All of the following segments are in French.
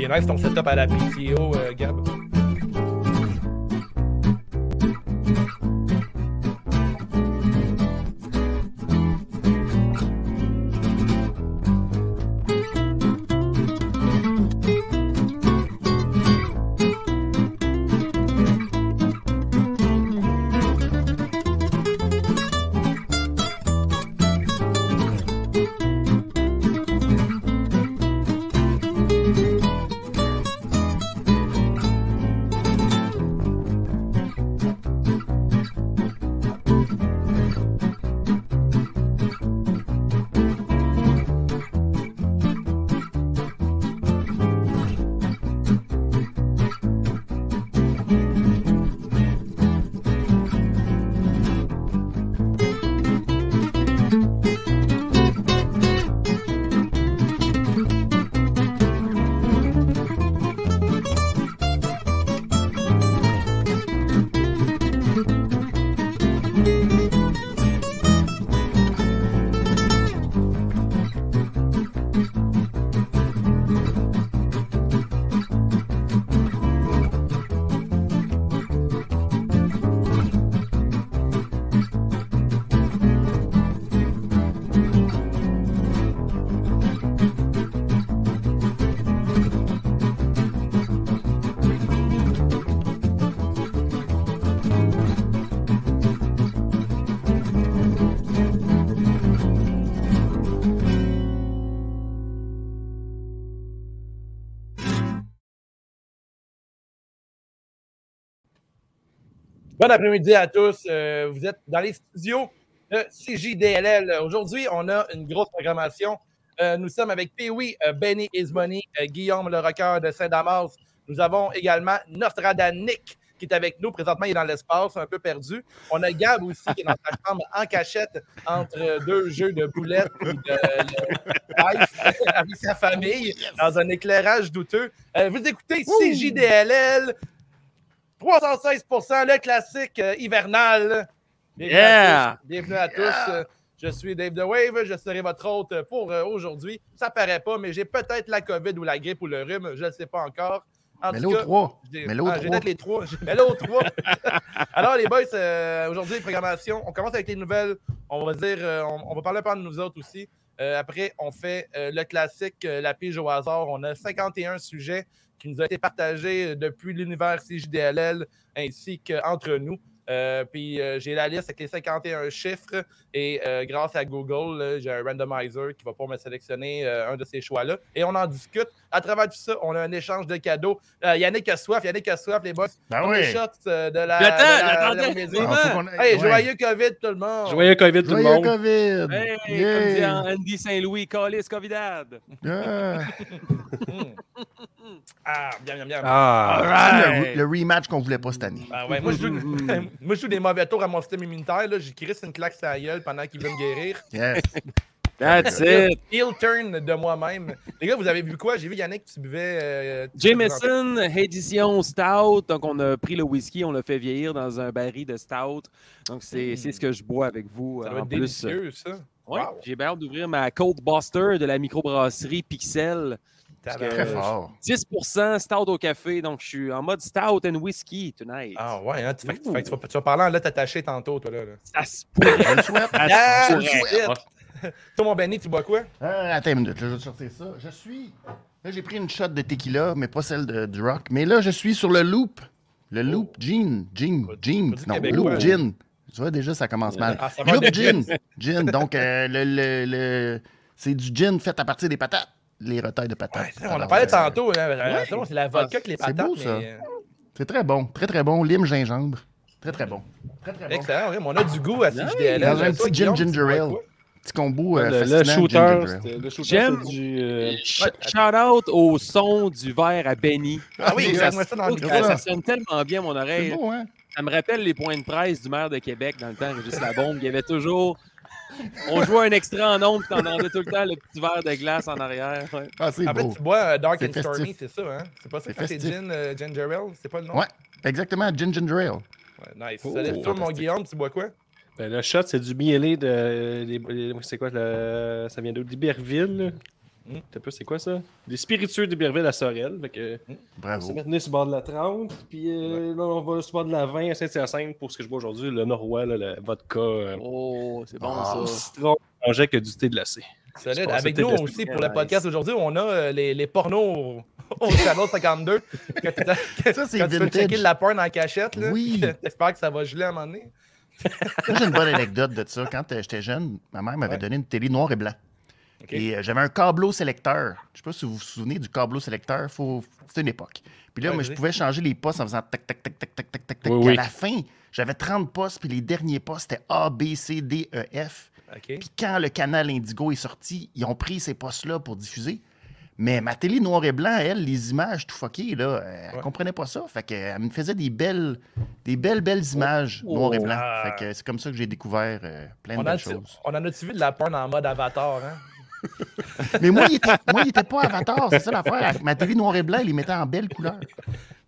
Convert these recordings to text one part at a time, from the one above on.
est nice ton setup à la PTO, euh, Gab. Bon après-midi à tous. Euh, vous êtes dans les studios de CJDLL. Aujourd'hui, on a une grosse programmation. Euh, nous sommes avec Pee-Wee, euh, Benny Ismoney, Guillaume le rocker de Saint-Damas. Nous avons également Nostradanic qui est avec nous. Présentement, il est dans l'espace, un peu perdu. On a Gab aussi qui est dans sa chambre en cachette entre deux jeux de boulettes et de, euh, de- d'ice avec sa famille dans un éclairage douteux. Euh, vous écoutez CJDLL 316 le classique euh, hivernal. Bienvenue à tous. Yeah! euh, Bienvenue à tous. Euh, Je suis Dave The Wave, je serai votre hôte euh, pour euh, aujourd'hui. Ça paraît pas, mais j'ai peut-être la COVID ou la grippe ou le rhume, je ne sais pas encore. En Mais tout l'autre cas, 3. j'ai Mais l'autre ah, j'ai trois. peut-être les trois. J'ai- Mais l'autre trois. Alors, les boys, euh, aujourd'hui, programmation. On commence avec les nouvelles. On va dire, euh, on, on va parler un peu de nous autres aussi. Euh, après, on fait euh, le classique, euh, la pige au hasard. On a 51 sujets qui nous ont été partagés euh, depuis l'univers CJDLL ainsi qu'entre nous. Euh, puis euh, j'ai la liste avec les 51 chiffres et euh, grâce à Google, là, j'ai un randomizer qui va pouvoir me sélectionner euh, un de ces choix-là et on en discute. À travers tout ça, on a un échange de cadeaux. Euh, Yannick a soif, Yannick a soif, les boss. Ben Les oui. shots euh, de la. J'attends, de la- j'attendais, de la maison. vraiment. Ah, faut qu'on- Hey, ouais. joyeux COVID, tout le monde. Joyeux COVID, tout le Joyeux monde. COVID. Hey, comme dit Yeah. Andy Saint-Louis, Calis Covidad. Yeah. Mm. Ah, bien, bien, bien. Ah, C'est le, le rematch qu'on voulait pas cette année. Ah ouais, moi, je joue, moi, je joue des mauvais tours à mon système immunitaire. là. J'ai crissé une claque sur la gueule pendant qu'il veut me guérir. Yes. that's Il it. il turn de moi-même. Les gars, vous avez vu quoi? J'ai vu Yannick, tu buvais. euh, tu buvais Jameson, édition Stout. Donc, on a pris le whisky, on l'a fait vieillir dans un baril de Stout. Donc, c'est Mm. c'est ce que je bois avec vous. un- Ça euh, doit en être plus. délicieux, ça. Ouais, Wow. J'ai bien hâte d'ouvrir ma Cold Buster de la microbrasserie Pixel. Parce que- Tabarnak. Très fort. 10% Stout au café. Donc, je suis en mode Stout and whisky tonight. Ah ouais, hein, tu, fait que- Ouh. fait que tu vas, tu vas parler en lettre attachée tantôt, toi. Là, là. Ça se pourrait. Je le souhaite. Ah, je shit. Toi, mon Benny, tu bois quoi? Euh, attends une minute, là, je vais te sortir ça. Je suis. Là, j'ai pris une shot de tequila, mais pas celle de, du rock. Mais là, je suis sur le loop. Le loop jean. Jean. Oh. Jean. pas du Non, Québécois. hein. loop jean. Tu vois, déjà, ça commence mal. Ah, ça va, Loop le- gin. Gin. Donc, euh, le, le- le- c'est du gin fait à partir des patates. Les retails de Ouais, patates. ça, on en Alors, parlait euh, tantôt. hein, euh, c'est bon, c'est la vodka que les Ah, C'est patates. beau, ça. mais, euh, C'est très bon. Très, très bon. Lime, gingembre. Très, très bon. Très, très bon. Excellent, ouais, mais on a du goût à ce Dans un petit gin ginger ale. Petit combo euh, Le, le fascinant ginger shooter, ale. c'était- le shooter, J'aime. c'est du. euh, Sh- Shout out au son du verre à Benny. Ah oui, ça, j'aimerais ça dans le Oh, micro. ça, ça. sonne tellement bien mon hein? c'est oreille. beau, hein? Ça me rappelle les points de presse du maire de Québec dans le temps, Régis Labombe. Il y avait toujours. On jouait un extra en nombre, puis t'entendais tout le temps le petit verre de glace en arrière. ouais. Ah, c'est En fait, beau. tu bois euh, Dark C'est and Stormy, festif. c'est ça, hein? C'est pas ça C'est quand c'est festif. gin euh, ginger ale? C'est pas le nom? Ouais. Ah, Exactement, gin ginger ale. Ouais, nice. Oh, Ça laisse toi, mon fantastique. Guillaume, tu bois quoi? ben, le shot, c'est du mielé de. des- des- C'est quoi le, Ça vient d'où D'Iberville. T'as peu, c'est quoi ça? Des spiritueux d'Iberville à Sorel. Fait que, on s'est Bravo. maintenu sur le bord de la 30. Puis euh, là, on va sur le bord de la 20 à Saint-Hyacinthe pour ce que je bois aujourd'hui, le Norrois, là, le vodka. euh, Oh, c'est bon Ah, au ça. citron, mangeait que du thé glacé. Solide. Je pense Avec que nous c'était aussi, très pour le nice. podcast aujourd'hui, on a euh, les, les pornos au, au Channel 52. que tu- que- Ça, c'est quand tu peux vintage. checker le lapin en cachette. Là. Oui. J'espère que ça va geler à un moment donné. Moi, j'ai une bonne anecdote de ça. Quand euh, j'étais jeune, ma mère m'avait Ouais. donné une télé noir et blanc. Ok. Et euh, j'avais un câbleau sélecteur. Je sais pas si vous vous souvenez du câbleau sélecteur. Faut... C'était une époque. Puis là, Ouais, moi, je vas-y. pouvais changer les postes en faisant tac, tac, tac, tac, tac, tac, tac. tac. Oui, Puis oui. à la fin, j'avais 30 postes, puis les derniers postes, c'était A, B, C, D, E, F. OK. Puis quand le canal Indigo est sorti, ils ont pris ces postes-là pour diffuser. Mais ma télé noir et blanc, elle, les images tout fuckées, là, elle Ouais. comprenait pas ça. Fait qu'elle me faisait des belles, des belles, belles images noir et blanc. Ah. Fait que c'est comme ça que j'ai découvert euh, plein de On, a, belles choses. on en a-tu vu de la porn en mode avatar, hein? Mais moi, il était, moi, il était pas avatar, c'est ça l'affaire. Ma télé noir et blanc, il les mettait en belles couleurs.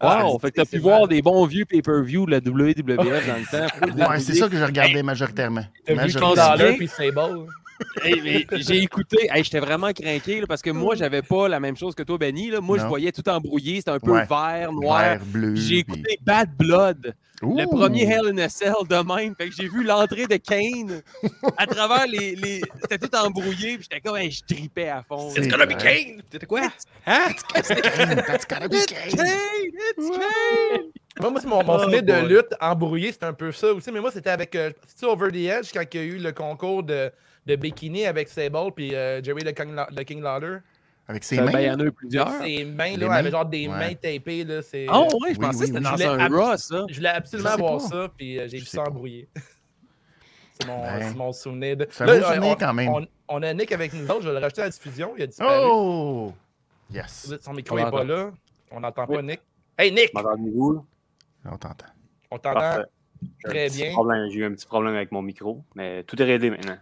Wow, Ah, fait que c'est- t'as c'est pu voir mal. des bons vieux pay-per-view de la WWF dans le temps. Faut le Ouais, dire. c'est ça que je regardais majoritairement. T'as vu pense King bien. Majoritairement. Dollar puis Sable? Hey, mais j'ai écouté, Hey, j'étais vraiment craqué là, parce que moi, j'avais pas la même chose que toi, Benny. Là. Moi, je Mm. Non. voyais tout embrouillé, c'était un peu Ouais. vert, noir. Vert, bleu. Puis J'ai puis- écouté Bad Blood, le Ouh! premier Hell in a Cell de même. Fait que j'ai vu l'entrée de Kane à travers les. les- C'était tout embrouillé, puis j'étais comme, Hey, je tripais à fond. C'est là. gonna be Kane! T'étais quoi? Kane, that's gotta be Kane. it's Moi, moi, c'est mon, mon Oh ciné de boy. lutte embrouillé, c'est un peu ça aussi. Mais moi, c'était avec euh, c'est-tu Over the Edge quand il y a eu le concours de, de bikini avec Sable puis euh, Jerry le King, La- le King Lawler. Avec ses Ben, Il mains. y en a eu plusieurs. Ses mains, Ah. Les là, avaient mains? genre des Ouais. mains tapées. Là, c'est, Ah ouais, je Oui, pensais oui, que c'était oui. dans Je l'ai un abs- Raw, ça. Je voulais absolument Je sais voir pas. ça, puis euh, j'ai Je vu sais ça pas. embrouillé. c'est mon, Ben. c'est mon souvenir. De... C'est un Là, beau euh, souvenir on- quand même. On, on a Nick avec nous autres, je vais le rajouter à la diffusion. Il a disparu. Oh! Yes. Son micro On n'est pas l'entend. là. On n'entend pas Nick. Hey Nick, On t'entend. on t'entend. J'ai un Très petit bien. problème- J'ai eu un petit problème avec mon micro, mais tout est réglé maintenant.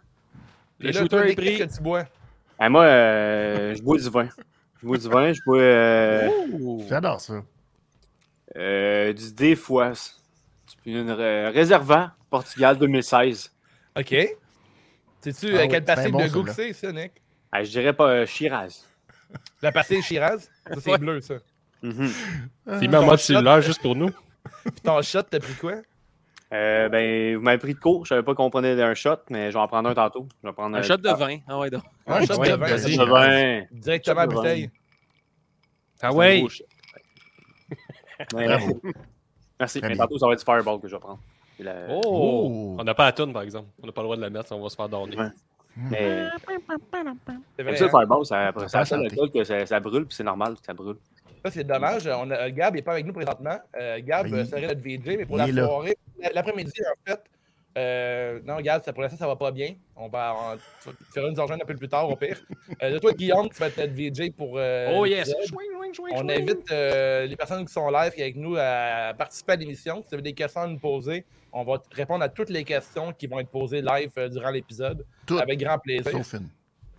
Le Et là, shooter toi, est Nick, pris. Qu'est-ce que tu bois? Hey, moi, euh, je bois du vin. Je bois du vin, je bois euh, Ouh. J'adore ça. euh, du Défois. C'est Une euh, réserva Portugal 2016. OK. Sais-tu Ah euh, oui, quelle c'est pastille bien de bon, goût que celui-là. c'est, ça, Nick? Ah, je dirais pas euh, Shiraz. La pastille Shiraz? Ça, c'est Ouais. bleu, ça. Mhm. T'es mis en mode cellulaire juste pour nous. Puis ton shot, t'as pris quoi? Euh, ben, vous m'avez pris de court. Je savais pas qu'on prenait d'un shot, mais je vais en prendre un tantôt. Je vais prendre Un shot de vin. Ah ouais, donc. Un shot ouais, de vin. vas-y. ça, Un shot de vin. Directement à Shot de vin. bouteille. Ah ouais! Gros shot. Ouais. Bravo. Merci. Très Mais bien. tantôt, ça va être du Fireball que je vais prendre. Et la- Oh! Oh! On n'a pas la toune, par exemple. On n'a pas le droit de la mettre, on va se faire donner. Ouais. 嗯 Mais C'est vrai, comme ça, hein? le Fireball, ça, après, Ça ça, va ça, chanter. l'alcool que ça, ça brûle, puis c'est normal que ça brûle. Ça, c'est dommage. On a, euh, Gab n'est pas avec nous présentement. Euh, Gab Il- euh, serait notre VJ, mais pour il la est là. soirée, la- l'après-midi, en fait. euh, non, Gab, ça, pour l'instant, ça va pas bien. On va en, tu vas- tu feras nous rejoindre un peu plus tard, au pire. Euh, là, toi, Guillaume, tu vas être notre VJ pour. euh, Oh yes! l'épisode. Chouing, chouing, chouing, On chouing. invite euh, les personnes qui sont live et avec nous à participer à l'émission. Si vous avez des questions à nous poser, on va t- répondre à toutes les questions qui vont être posées live euh, durant l'épisode. Toutes. Avec grand plaisir. Sauf,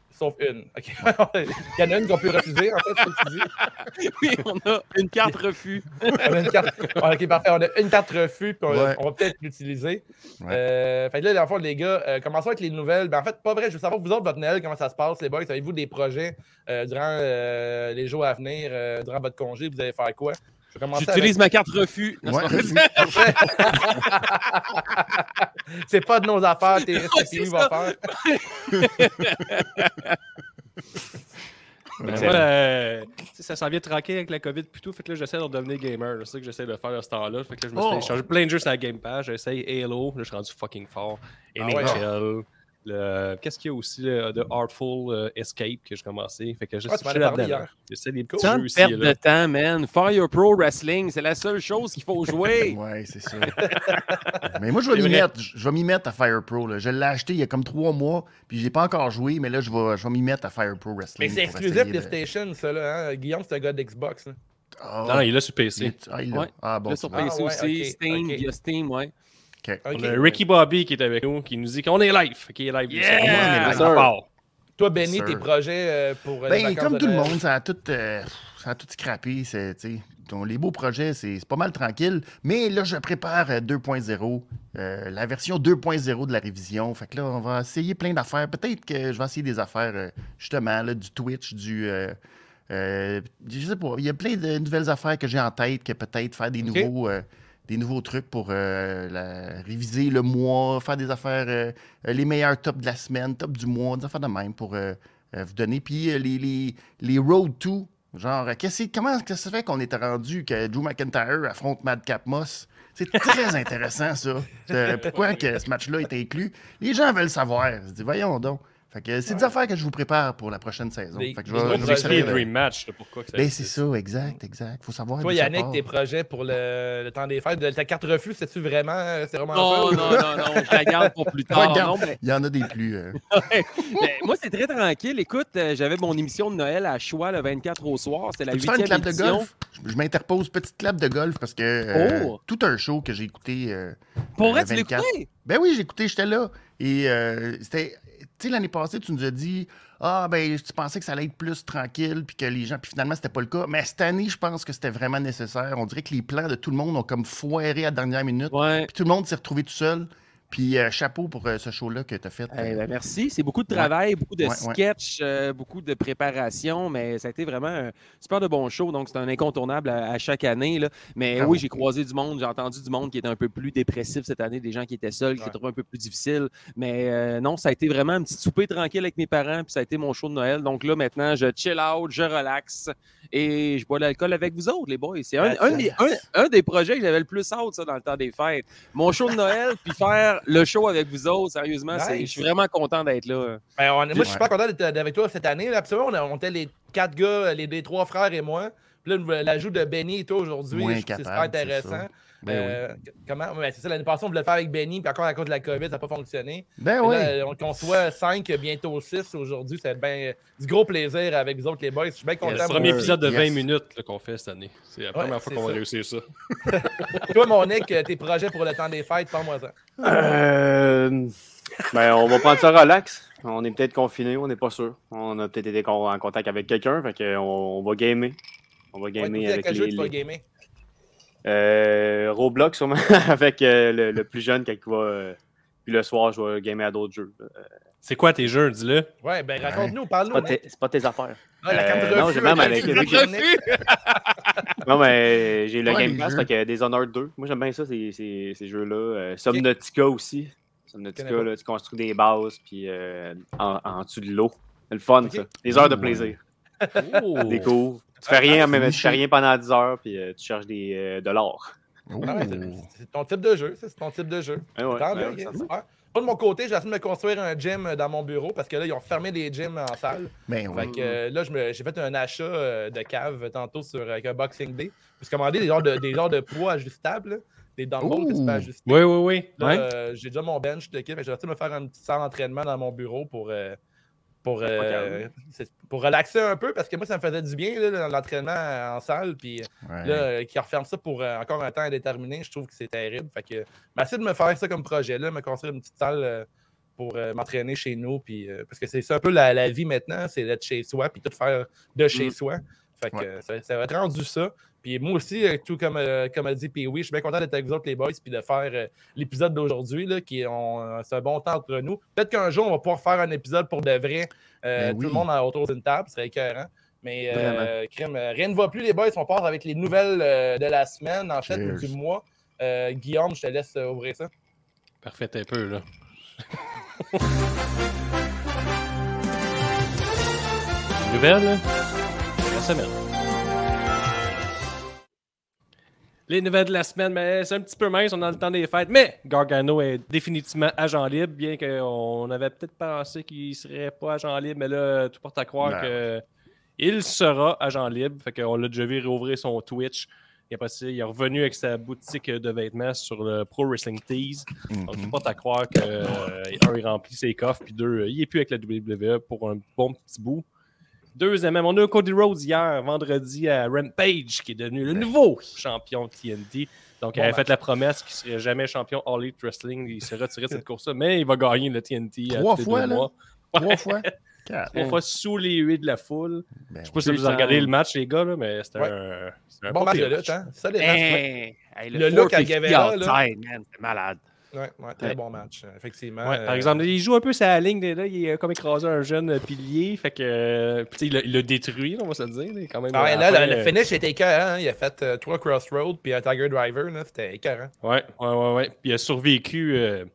Sauf une. une. OK. Il y en a une qu'on peut refuser, en fait, c'est ce que tu dis. Oui, on a une carte refus. On a une carte. Ah, ok, parfait. On a une carte refus, puis on, Ouais. on va peut-être l'utiliser. Ouais. Euh, fait que là, dans le fond, les gars, euh, commençons avec les nouvelles. Ben, en fait, pas vrai, je veux savoir, vous autres, votre Noël, comment ça se passe, les boys? Avez-vous des projets euh, durant euh, les jours à venir, euh, durant votre congé? Vous allez faire quoi? Je vais commencer avec- J'utilise ma carte refus. Non, Ouais. c'est pas vrai. C'est pas de nos affaires, t'es c'est respecté, va faire. Mais moi, euh, tu sais, ça s'en vient tranquille avec la COVID plutôt. Fait que là, j'essaie de devenir gamer. C'est ça que j'essaie de faire à ce temps-là. Fait que là, je me suis Oh. échangé plein de jeux sur la Game Pass. J'essaye Halo. Là, je suis rendu fucking fort. Ah NHL. le- Qu'est-ce qu'il y a aussi là, de Artful euh, Escape que j'ai commencé? Fait que je Ah, tu suis m'en as là-dedans. parlé là. hier. J'essaie des petits Tant jeux de ici. et perte là. de temps, man. Fire your pro wrestling, c'est la seule chose qu'il faut jouer. Ouais, c'est ça. mais moi, je vais C'est m'y vrai. mettre. Je je vais m'y mettre à Fire Pro. là. Je l'ai acheté il y a comme trois mois, puis j'ai pas encore joué, mais là, je vais, je vais m'y mettre à Fire Pro Mais Wrestling. c'est pour exclusif essayer de- PlayStation, ça, là. hein. Guillaume, c'est un gars d'Xbox. là. Ah, Non, il est là sur il PC. est- ah, il l'a. Ouais. Ah, bon. Là, c'est sur bon. PC Ah, ouais, aussi, ok, Steam, ok. il y a Steam, ouais. Ok. On a Ricky Bobby qui est avec nous qui nous dit qu'on est live. Fait qu'il est live. lui, ça. Yeah! Ouais, ça part. Toi, Benny, Sir. tes projets euh, pour euh, les Ben, vacances comme de tout le Noël? monde, ça a tout, euh, ça a tout scrappé. c'est, tu sais, on- les beaux projets, c'est c'est pas mal tranquille. Mais là, je prépare euh, 2.0, euh, la version 2.0 de la révision. Fait que là, on va essayer plein d'affaires. Peut-être que je vais essayer des affaires, euh, justement, là, du Twitch, du. euh, euh, je sais pas. Il y a plein de nouvelles affaires que j'ai en tête, que peut-être faire des Ok. nouveaux. euh, des nouveaux trucs pour euh, la- réviser le mois, faire des affaires, euh, euh, les meilleurs tops de la semaine, top du mois, des affaires de même pour euh, euh, vous donner. Puis euh, les, les, les road to, genre, euh, qu'est-ce que- comment que ça se fait qu'on était rendu que Drew McIntyre affronte Madcap Moss? C'est très intéressant, ça. Euh, pourquoi que ce match-là est inclus? Les gens veulent savoir. Ils se disent, voyons donc. Fait que c'est des affaires que je vous prépare pour la prochaine saison. Des- Fait que des gros On projets, essayer expliquer de- le Dream Match, là, pourquoi que ça Ben, c'est existe. ça, exact, exact. Faut savoir. euh, Toi, d'où ça Yannick, part. tes projets pour le, le temps des fêtes, de- ta carte refus, c'est-tu vraiment, euh, c'est vraiment ça, Non, ou- non, non, non, je la garde pour plus tard. Regarde. Non, mais- Il y en a des plus. euh, mais moi, c'est très tranquille. Écoute, euh, j'avais mon émission de Noël à Choix le 24 au soir. C'est la Peux-tu faire une 8e clap de édition. golf? Je, je m'interpose, petite clap de golf, parce que euh, Oh! tout un show que j'ai écouté. euh, Pour le vrai, tu 24. l'écoutais? ben oui, j'ai écouté, j'étais là. Et euh, c'était. Tu sais, l'année passée, tu nous as dit Ah, ben, tu pensais que ça allait être plus tranquille, puis que les gens. Puis finalement, c'était pas le cas. Mais cette année, je pense que c'était vraiment nécessaire. On dirait que les plans de tout le monde ont comme foiré à la dernière minute. Ouais. Puis tout le monde s'est retrouvé tout seul. Puis euh, chapeau pour euh, ce show-là que t'as fait. Eh euh, ben, merci. C'est beaucoup de Ouais. travail, beaucoup de Ouais, ouais. sketch, euh, beaucoup de préparation, mais ça a été vraiment un super de bon show. Donc, c'est un incontournable à, à chaque année. là. Mais Bravo. oui, j'ai croisé du monde, j'ai entendu du monde qui était un peu plus dépressif cette année, des gens qui étaient seuls, qui Ouais. se trouvaient un peu plus difficile. Mais euh, non, ça a été vraiment un petit souper tranquille avec mes parents, puis ça a été mon show de Noël. Donc là, maintenant, je chill out, je relaxe et je bois de l'alcool avec vous autres, les boys. C'est un, That's un des- un- un des projets que j'avais le plus hâte, ça, dans le temps des fêtes mon show de Noël, puis faire le show avec vous autres, sérieusement, c'est- je Nice. suis vraiment content d'être là. Ben, on- moi, je suis Ouais. pas content d'être d'être avec toi cette année. là. Absolument, on, a- on était les quatre gars, euh, les, les trois frères et moi. Puis là, l'ajout de Benny et toi aujourd'hui, euh, Moins je trouve que c'est super capable, c'est ça. intéressant. ben oui. Euh, Comment? ouais, c'est ça, l'année passée, on voulait le faire avec Benny, puis encore à cause de la COVID, ça n'a pas fonctionné. Ben Puis oui. là, euh, on, qu'on soit 5, bientôt 6 aujourd'hui, ça va être ben, euh, du gros plaisir avec vous autres, les boys. Je suis bien C'est content. le pour premier eux. épisode de 20 Yes. minutes là, qu'on fait cette année. C'est la première fois c'est qu'on va ça. réussir ça. Toi, mon Nick, euh, tes projets pour le temps des fêtes, parle-moi ça. Euh, ben, on va prendre ça relax. On est peut-être confiné, on n'est pas sûr. On a peut-être été con- en contact avec quelqu'un, fait que on, on va gamer. On va Ouais, gamer toi, à avec quel jeu les, tu vas les- gamer? Euh, Roblox sûrement avec euh, le, le plus jeune qui va. euh, puis le soir, je vais gamer à d'autres jeux. Euh, C'est quoi tes jeux, dis-le? Ouais, ben raconte-nous, parle-nous. pas Nick. tes- C'est pas tes affaires. Ah, la carte euh, non, refus, j'ai même là, avec- tu avec- dis, Nick. Non, mais j'ai le Ouais, Game les Pass, jeux. fait que Dishonored 2. Moi, j'aime bien ça, ces, ces, ces jeux-là. Euh, Subnautica aussi. Connais Subnautica, pas. là, tu construis des bases, puis euh, en, en dessous de l'eau. C'est le fun, Ok. ça. Des heures de Ouh. plaisir. Oh. Tu découvres. Tu fais rien, mais tu niché. fais rien pendant 10 heures, puis euh, tu cherches des, euh, de l'or. Ah ouais, c'est- C'est ton type de jeu, ça, c'est ton type de jeu. Ah Ouais, ouais, Tant ouais, mieux, ça yeah, va. super. Moi, de mon côté, j'ai essayé de me construire un gym dans mon bureau parce que là, ils ont fermé les gyms en salle. Ben oui. Fait que euh, là, je me- j'ai fait un achat euh, de cave tantôt sur, euh, avec un Boxing Day. J'ai commandé des genres de, des genres de poids ajustables, là, des dumbbells que tu Ouh. peux ajuster. Oui, oui, oui. Là, Ouais. euh, j'ai déjà mon bench de kill. Je vais essayer de me faire une petite salle d'entraînement dans mon bureau pour, euh, pour, euh, calme. c'est- pour relaxer un peu parce que moi, ça me faisait du bien là, l'entraînement en salle. Puis Ouais. Là, euh, qui referme ça pour euh, encore un temps indéterminé, je trouve que c'est terrible. Fait que, ben, essayer de me faire ça comme projet, là, me construire une petite salle euh, pour euh, m'entraîner chez nous. Puis, euh, parce que c'est ça un peu la, la vie maintenant, c'est d'être chez soi, puis tout faire de chez Mm. soi. Fait que, Ouais. euh, ça, ça va être rendu ça. Puis moi aussi, euh, tout comme, euh, comme a dit puis oui, je suis bien content d'être avec vous autres, les boys, puis de faire euh, l'épisode d'aujourd'hui, là, qui est- on- euh, c'est un bon temps entre nous. Peut-être qu'un jour, on va pouvoir faire un épisode pour de vrai, euh, Ben tout le oui. monde en- autour d'une table, ce serait écœurant. Mais euh, crime, euh, rien ne va plus, les boys. On part avec les nouvelles euh, de la semaine, en fait, ou Cheers. du mois. Euh, Guillaume, je te laisse euh, ouvrir ça. Parfait un peu, là. Nouvelle de la semaine. Les nouvelles de la semaine, mais c'est un petit peu mince, on a le temps des fêtes. Mais Gargano est définitivement agent libre, bien qu'on avait peut-être pensé qu'il serait pas agent libre, mais là, tout porte à croire Non. que il sera agent libre. Fait qu'on l'a déjà vu réouvrir son Twitch. Et après ça, il est revenu avec sa boutique de vêtements sur le Pro Wrestling Tees. Mhm. Donc, je porte à croire que, euh, un, il remplit ses coffres, puis deux, euh, il n'est plus avec la WWE pour un bon petit bout. Deuxièmement, on a eu Cody Rhodes hier, vendredi, à Rampage, qui est devenu le nouveau champion TNT. Donc, il Bon avait fait la promesse qu'il ne serait jamais champion All Elite Wrestling. Il s'est retiré de cette course-là, mais il va gagner le TNT à Trois euh, tous les fois, deux là? mois. Trois fois. Trois fois sous les huées de la foule. Ben Je sais pas si vous avez regardé le match, les gars, là, mais c'était Ouais. un, c'était un Bon pas match de pire lutte, hein? Ça, les matchs, Hey, hey, Le look à 450 Guevara, là. outside, man, C'est malade. Ouais, ouais, très bon match, euh, effectivement. Ouais, par Euh, exemple, il joue un peu sa ligne, là, il est comme écrasé un jeune euh, pilier, fait que euh, puis tu sais, il, le- il le détruit, là, on va se le dire. là, Quand même, Ah ouais, à là, la fin, le, le euh, finish était écœurant. hein. Il a fait euh, trois crossroads puis un Tiger Driver. là, C'était écœurant. Ouais, ouais, ouais, ouais. Puis il a survécu euh,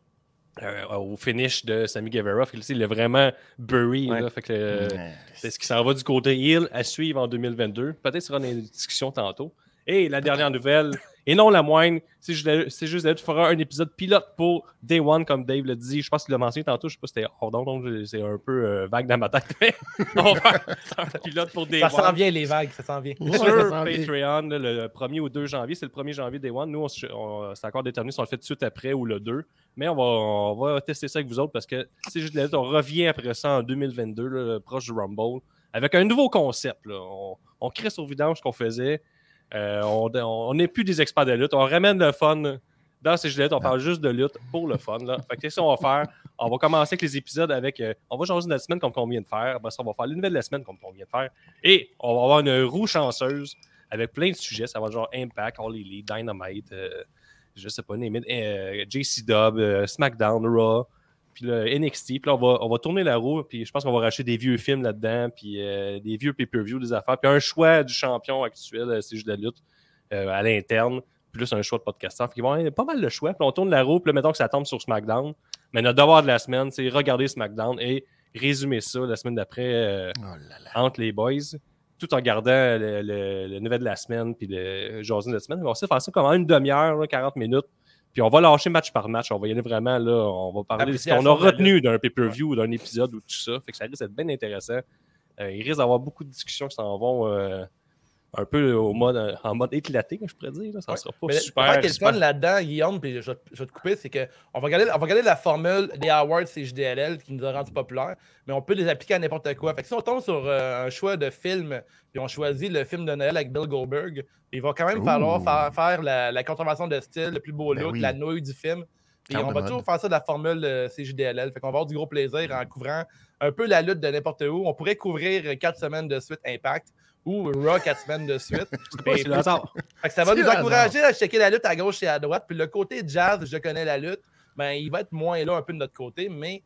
euh, au finish de Sammy Guevara. Fait que, tu sais, il l'a vraiment bury. Ouais. là. fait que, euh, Ouais. c'est ce qui s'en va du côté Hill à suivre en 2022. Peut-être sera dans les discussions tantôt. Et la dernière nouvelle, et non la moindre, c'est juste la- c'est juste la lutte fera un épisode pilote pour Day One, comme Dave l'a dit. Je pense qu'il l'a mentionné tantôt. Je sais pas si c'était hors d'onde, donc je- c'est un peu euh, vague dans ma tête. Mais on va faire un pilote pour Day Ça One s'en vient, les vagues, ça s'en vient. Ouais, sur ça sent bien. Patreon le, le 1er ou 2 janvier. C'est le 1er janvier Day One. Nous, on se- on- c'est encore déterminé si on le fait tout de suite après ou le 2. Mais on va, on va tester ça avec vous autres parce que c'est juste la lutte. On revient après ça en 2022, là, proche du Rumble, avec un nouveau concept. là. On, on crée sur vidange ce qu'on faisait. Euh, on on n'est plus des experts de lutte. On ramène le fun dans ces gilets. On Ah. parle juste de lutte pour le fun. Là. Fait que qu'est-ce qu'on va faire? On va commencer avec les épisodes avec. euh, on va changer de la semaine comme on vient de faire. Après ça, on va faire les nouvelles de la semaine comme on vient de faire. Et on va avoir une roue chanceuse avec plein de sujets. Ça va être genre Impact, All Elite, Dynamite, euh, je sais pas, name it, euh, JC Dub, euh, SmackDown, Raw, puis le NXT. Puis là, on va, on va tourner la roue. Puis je pense qu'on va racheter des vieux films là-dedans, puis euh, des vieux pay-per-view, des affaires. Puis un choix du champion actuel, euh, c'est juste de la lutte euh, à l'interne. Plus un choix de podcasteur. Fait qu'ils vont avoir pas mal de choix. Puis on tourne la roue. Puis là, mettons que ça tombe sur SmackDown. Mais notre devoir de la semaine, c'est regarder SmackDown et résumer ça la semaine d'après. euh, Oh là là. entre les boys, tout en gardant le, le, le nouvel de la semaine puis le jasin de la semaine. On va se faire ça comme en une demi-heure, là, 40 minutes. Puis on va lâcher match par match. On va y aller vraiment là. On va parler de ce qu'on a Appréciation de la retenu d'un pay-per-view ou d'un épisode ou tout ça. Fait que ça risque d'être bien intéressant. Euh, il risque d'avoir beaucoup de discussions qui s'en vont euh, un peu au mode, euh, en mode éclaté, je pourrais dire. là. Ça Ouais. sera pas Mais super. quel super- fun là-dedans, Guillaume, puis je, vais te- je vais te couper, c'est qu'on va, regarder- on va regarder la formule des awards CJDLL qui nous a rendu populaires, mais on peut les appliquer à n'importe quoi. Fait que si on tombe sur euh, un choix de film, puis on choisit le film de Noël avec Bill Goldberg, il va quand même Ouh. falloir faire, faire la, la conservation de style, le plus beau Ben look, oui. la nouille du film. Puis Carte on de va mode. toujours faire ça de la formule euh, CJDLL. Fait qu'on va avoir du gros plaisir en couvrant un peu la lutte de n'importe où. On pourrait couvrir euh, quatre semaines de suite Impact ou Raw quatre semaines de suite. Ouais, c'est le hasard. Fait que ça va C'est nous le encourager à checker la lutte à gauche et à droite. Puis le côté jazz, je connais la lutte, ben, il va être moins là un peu de notre côté, mais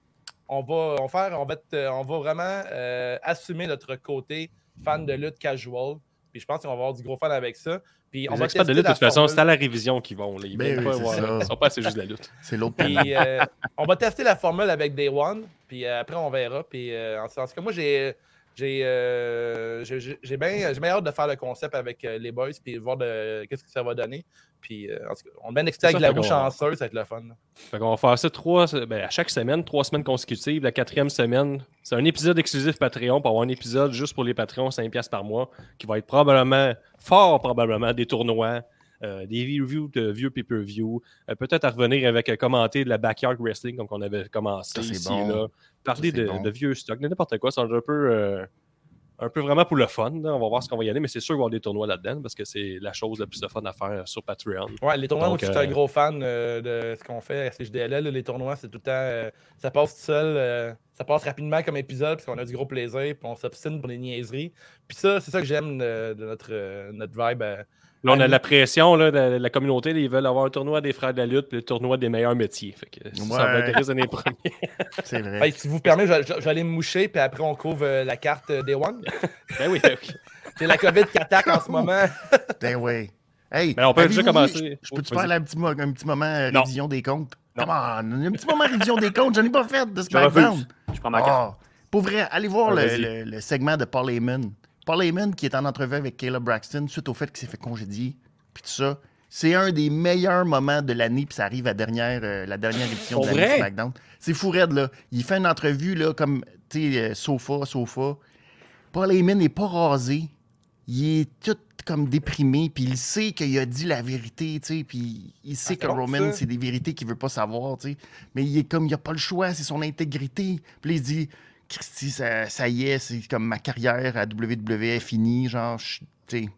on va, on faire, on va, être, euh, on va vraiment euh, assumer notre côté fan de lutte casual. Puis je pense qu'on va avoir du gros fan avec ça. Puis on Les va experts de tester lutte, de la toute façon, formule. c'est à la révision qu'ils vont. là. Ils Ben viennent oui, pas c'est voir- ça. Ils sont pas assez juste de la lutte. C'est l'autre panneau. Puis euh, on va tester la formule avec Day One, puis euh, après on verra. Puis euh, en, en tout cas, moi j'ai j'ai euh, j'ai- j'ai- j'ai bien j'ai bien hâte de faire le concept avec euh, les boys, puis voir de- qu'est-ce que ça va donner. Puis euh, en tout cas, on est bien excités C'est avec la ça, roue fait qu'on- chanceuse, ça va être le fun. là. Fait qu'on va faire ça trois, ben, à chaque semaine, trois semaines consécutives. La quatrième semaine, c'est un épisode exclusif Patreon pour avoir un épisode juste pour les Patreons, 5$ par mois, qui va être probablement, fort probablement, des tournois, euh, des reviews de vieux pay-per-view. Euh, Peut-être à revenir avec euh, commenter de la backyard wrestling, comme on avait commencé Ça, c'est ici bon. et là. Parler Ça, c'est de, bon. de vieux stocks, de n'importe quoi. Ça va être un peu, euh, un peu vraiment pour le fun. là. On va voir ce qu'on va y aller, mais c'est sûr qu'il va y avoir des tournois là-dedans parce que c'est la chose la plus de fun à faire sur Patreon. Ouais, les tournois, moi, Donc, je euh, suis un gros fan euh, de ce qu'on fait à CJDLL. là, Les tournois, c'est tout le temps. euh, ça passe tout seul. euh, ça passe rapidement comme épisode, parce qu'on a du gros plaisir, puis on s'obstine pour les niaiseries. Puis ça, c'est ça que j'aime euh, de notre, euh, notre vibe. euh, Là, on a Annie. la pression là, de la- la communauté. là, ils veulent avoir un tournoi des frères de la lutte puis le tournoi des meilleurs métiers. Fait que ça, ça va Ouais. être les premiers. C'est Hey, vrai. Ah, si vous permettez, je, vais- je vais aller me moucher, puis après, on couvre euh, la carte euh, Day One. ben oui, ben oui. C'est la COVID qui attaque en ce moment. Ben ouais. Hey, Mais on peut déjà avez-vous- commencer. Je peux-tu Vas-y. parler un petit, mo- un petit moment euh, Non. révision des comptes? Non. Come on, un petit moment révision des comptes, j'en ai pas fait de Je refuse. SmackDown. Je prends ma carte. Ah, pour vrai, allez voir Ah, le- vas-y. le, le segment de Paul Heyman. Paul Heyman qui est en entrevue avec Caleb Braxton suite au fait qu'il s'est fait congédier, puis tout ça. C'est un des meilleurs moments de l'année, puis ça arrive à dernière, euh, la dernière édition de Pour l'année vrai? de SmackDown. C'est fou raide, là. Il fait une entrevue, là, comme, tu sais, euh, sofa, sofa. Paul Heyman n'est pas rasé. Il est tout comme déprimé, puis il sait qu'il a dit la vérité, tu sais, puis il sait Ah, c'est que bon, Roman, ça. c'est des vérités qu'il veut pas savoir, tu sais. Mais il est comme, il a pas le choix, c'est son intégrité. Puis là, il dit, Christy, ça, ça y est, c'est comme ma carrière à WWE est finie, genre, je- tu sais,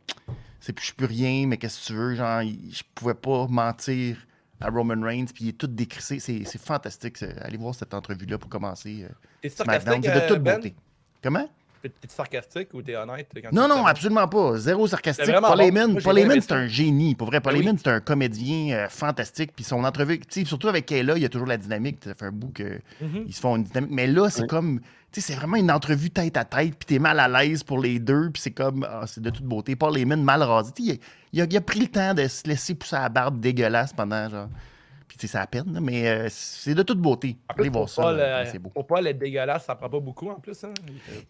c'est plus- je suis plus rien, mais qu'est-ce que tu veux, genre, il- je pouvais pas mentir à Roman Reigns, puis il est tout décrissé, c'est c'est fantastique. ça. Allez voir cette entrevue-là pour commencer. euh, T'es sarcastique, SmackDown, c'est de euh, toute Ben? beauté. Comment? T'es t'es-tu sarcastique ou t'es honnête? quand tu Non, dis non, ça? absolument pas. Zéro sarcastique. C'est vraiment Paul bon. Heyman, Moi, j'ai Paul bien aimé Heyman, ça. c'est un génie. Pour vrai, Paul Ben oui. Heyman, c'est un comédien euh, fantastique. Puis son entrevue, tu sais, surtout avec Kayla, il y a toujours la dynamique. Ça fait un bout qu'ils Mhm. se font une dynamique. Mais là, c'est comme, tu sais, c'est vraiment une entrevue tête à tête. Puis t'es mal à l'aise pour les deux. Puis c'est comme, ah, c'est de toute beauté. Paul Heyman, mal rasé. Tu sais, il, il a, il a pris le temps de se laisser pousser la barbe dégueulasse pendant, genre. Puis tu sais, c'est à peine, là, mais euh, c'est de toute beauté. En plus, Allez voir pour ça. Paul, là. euh, c'est beau. Pour Paul être dégueulasse, ça prend pas beaucoup en plus. hein.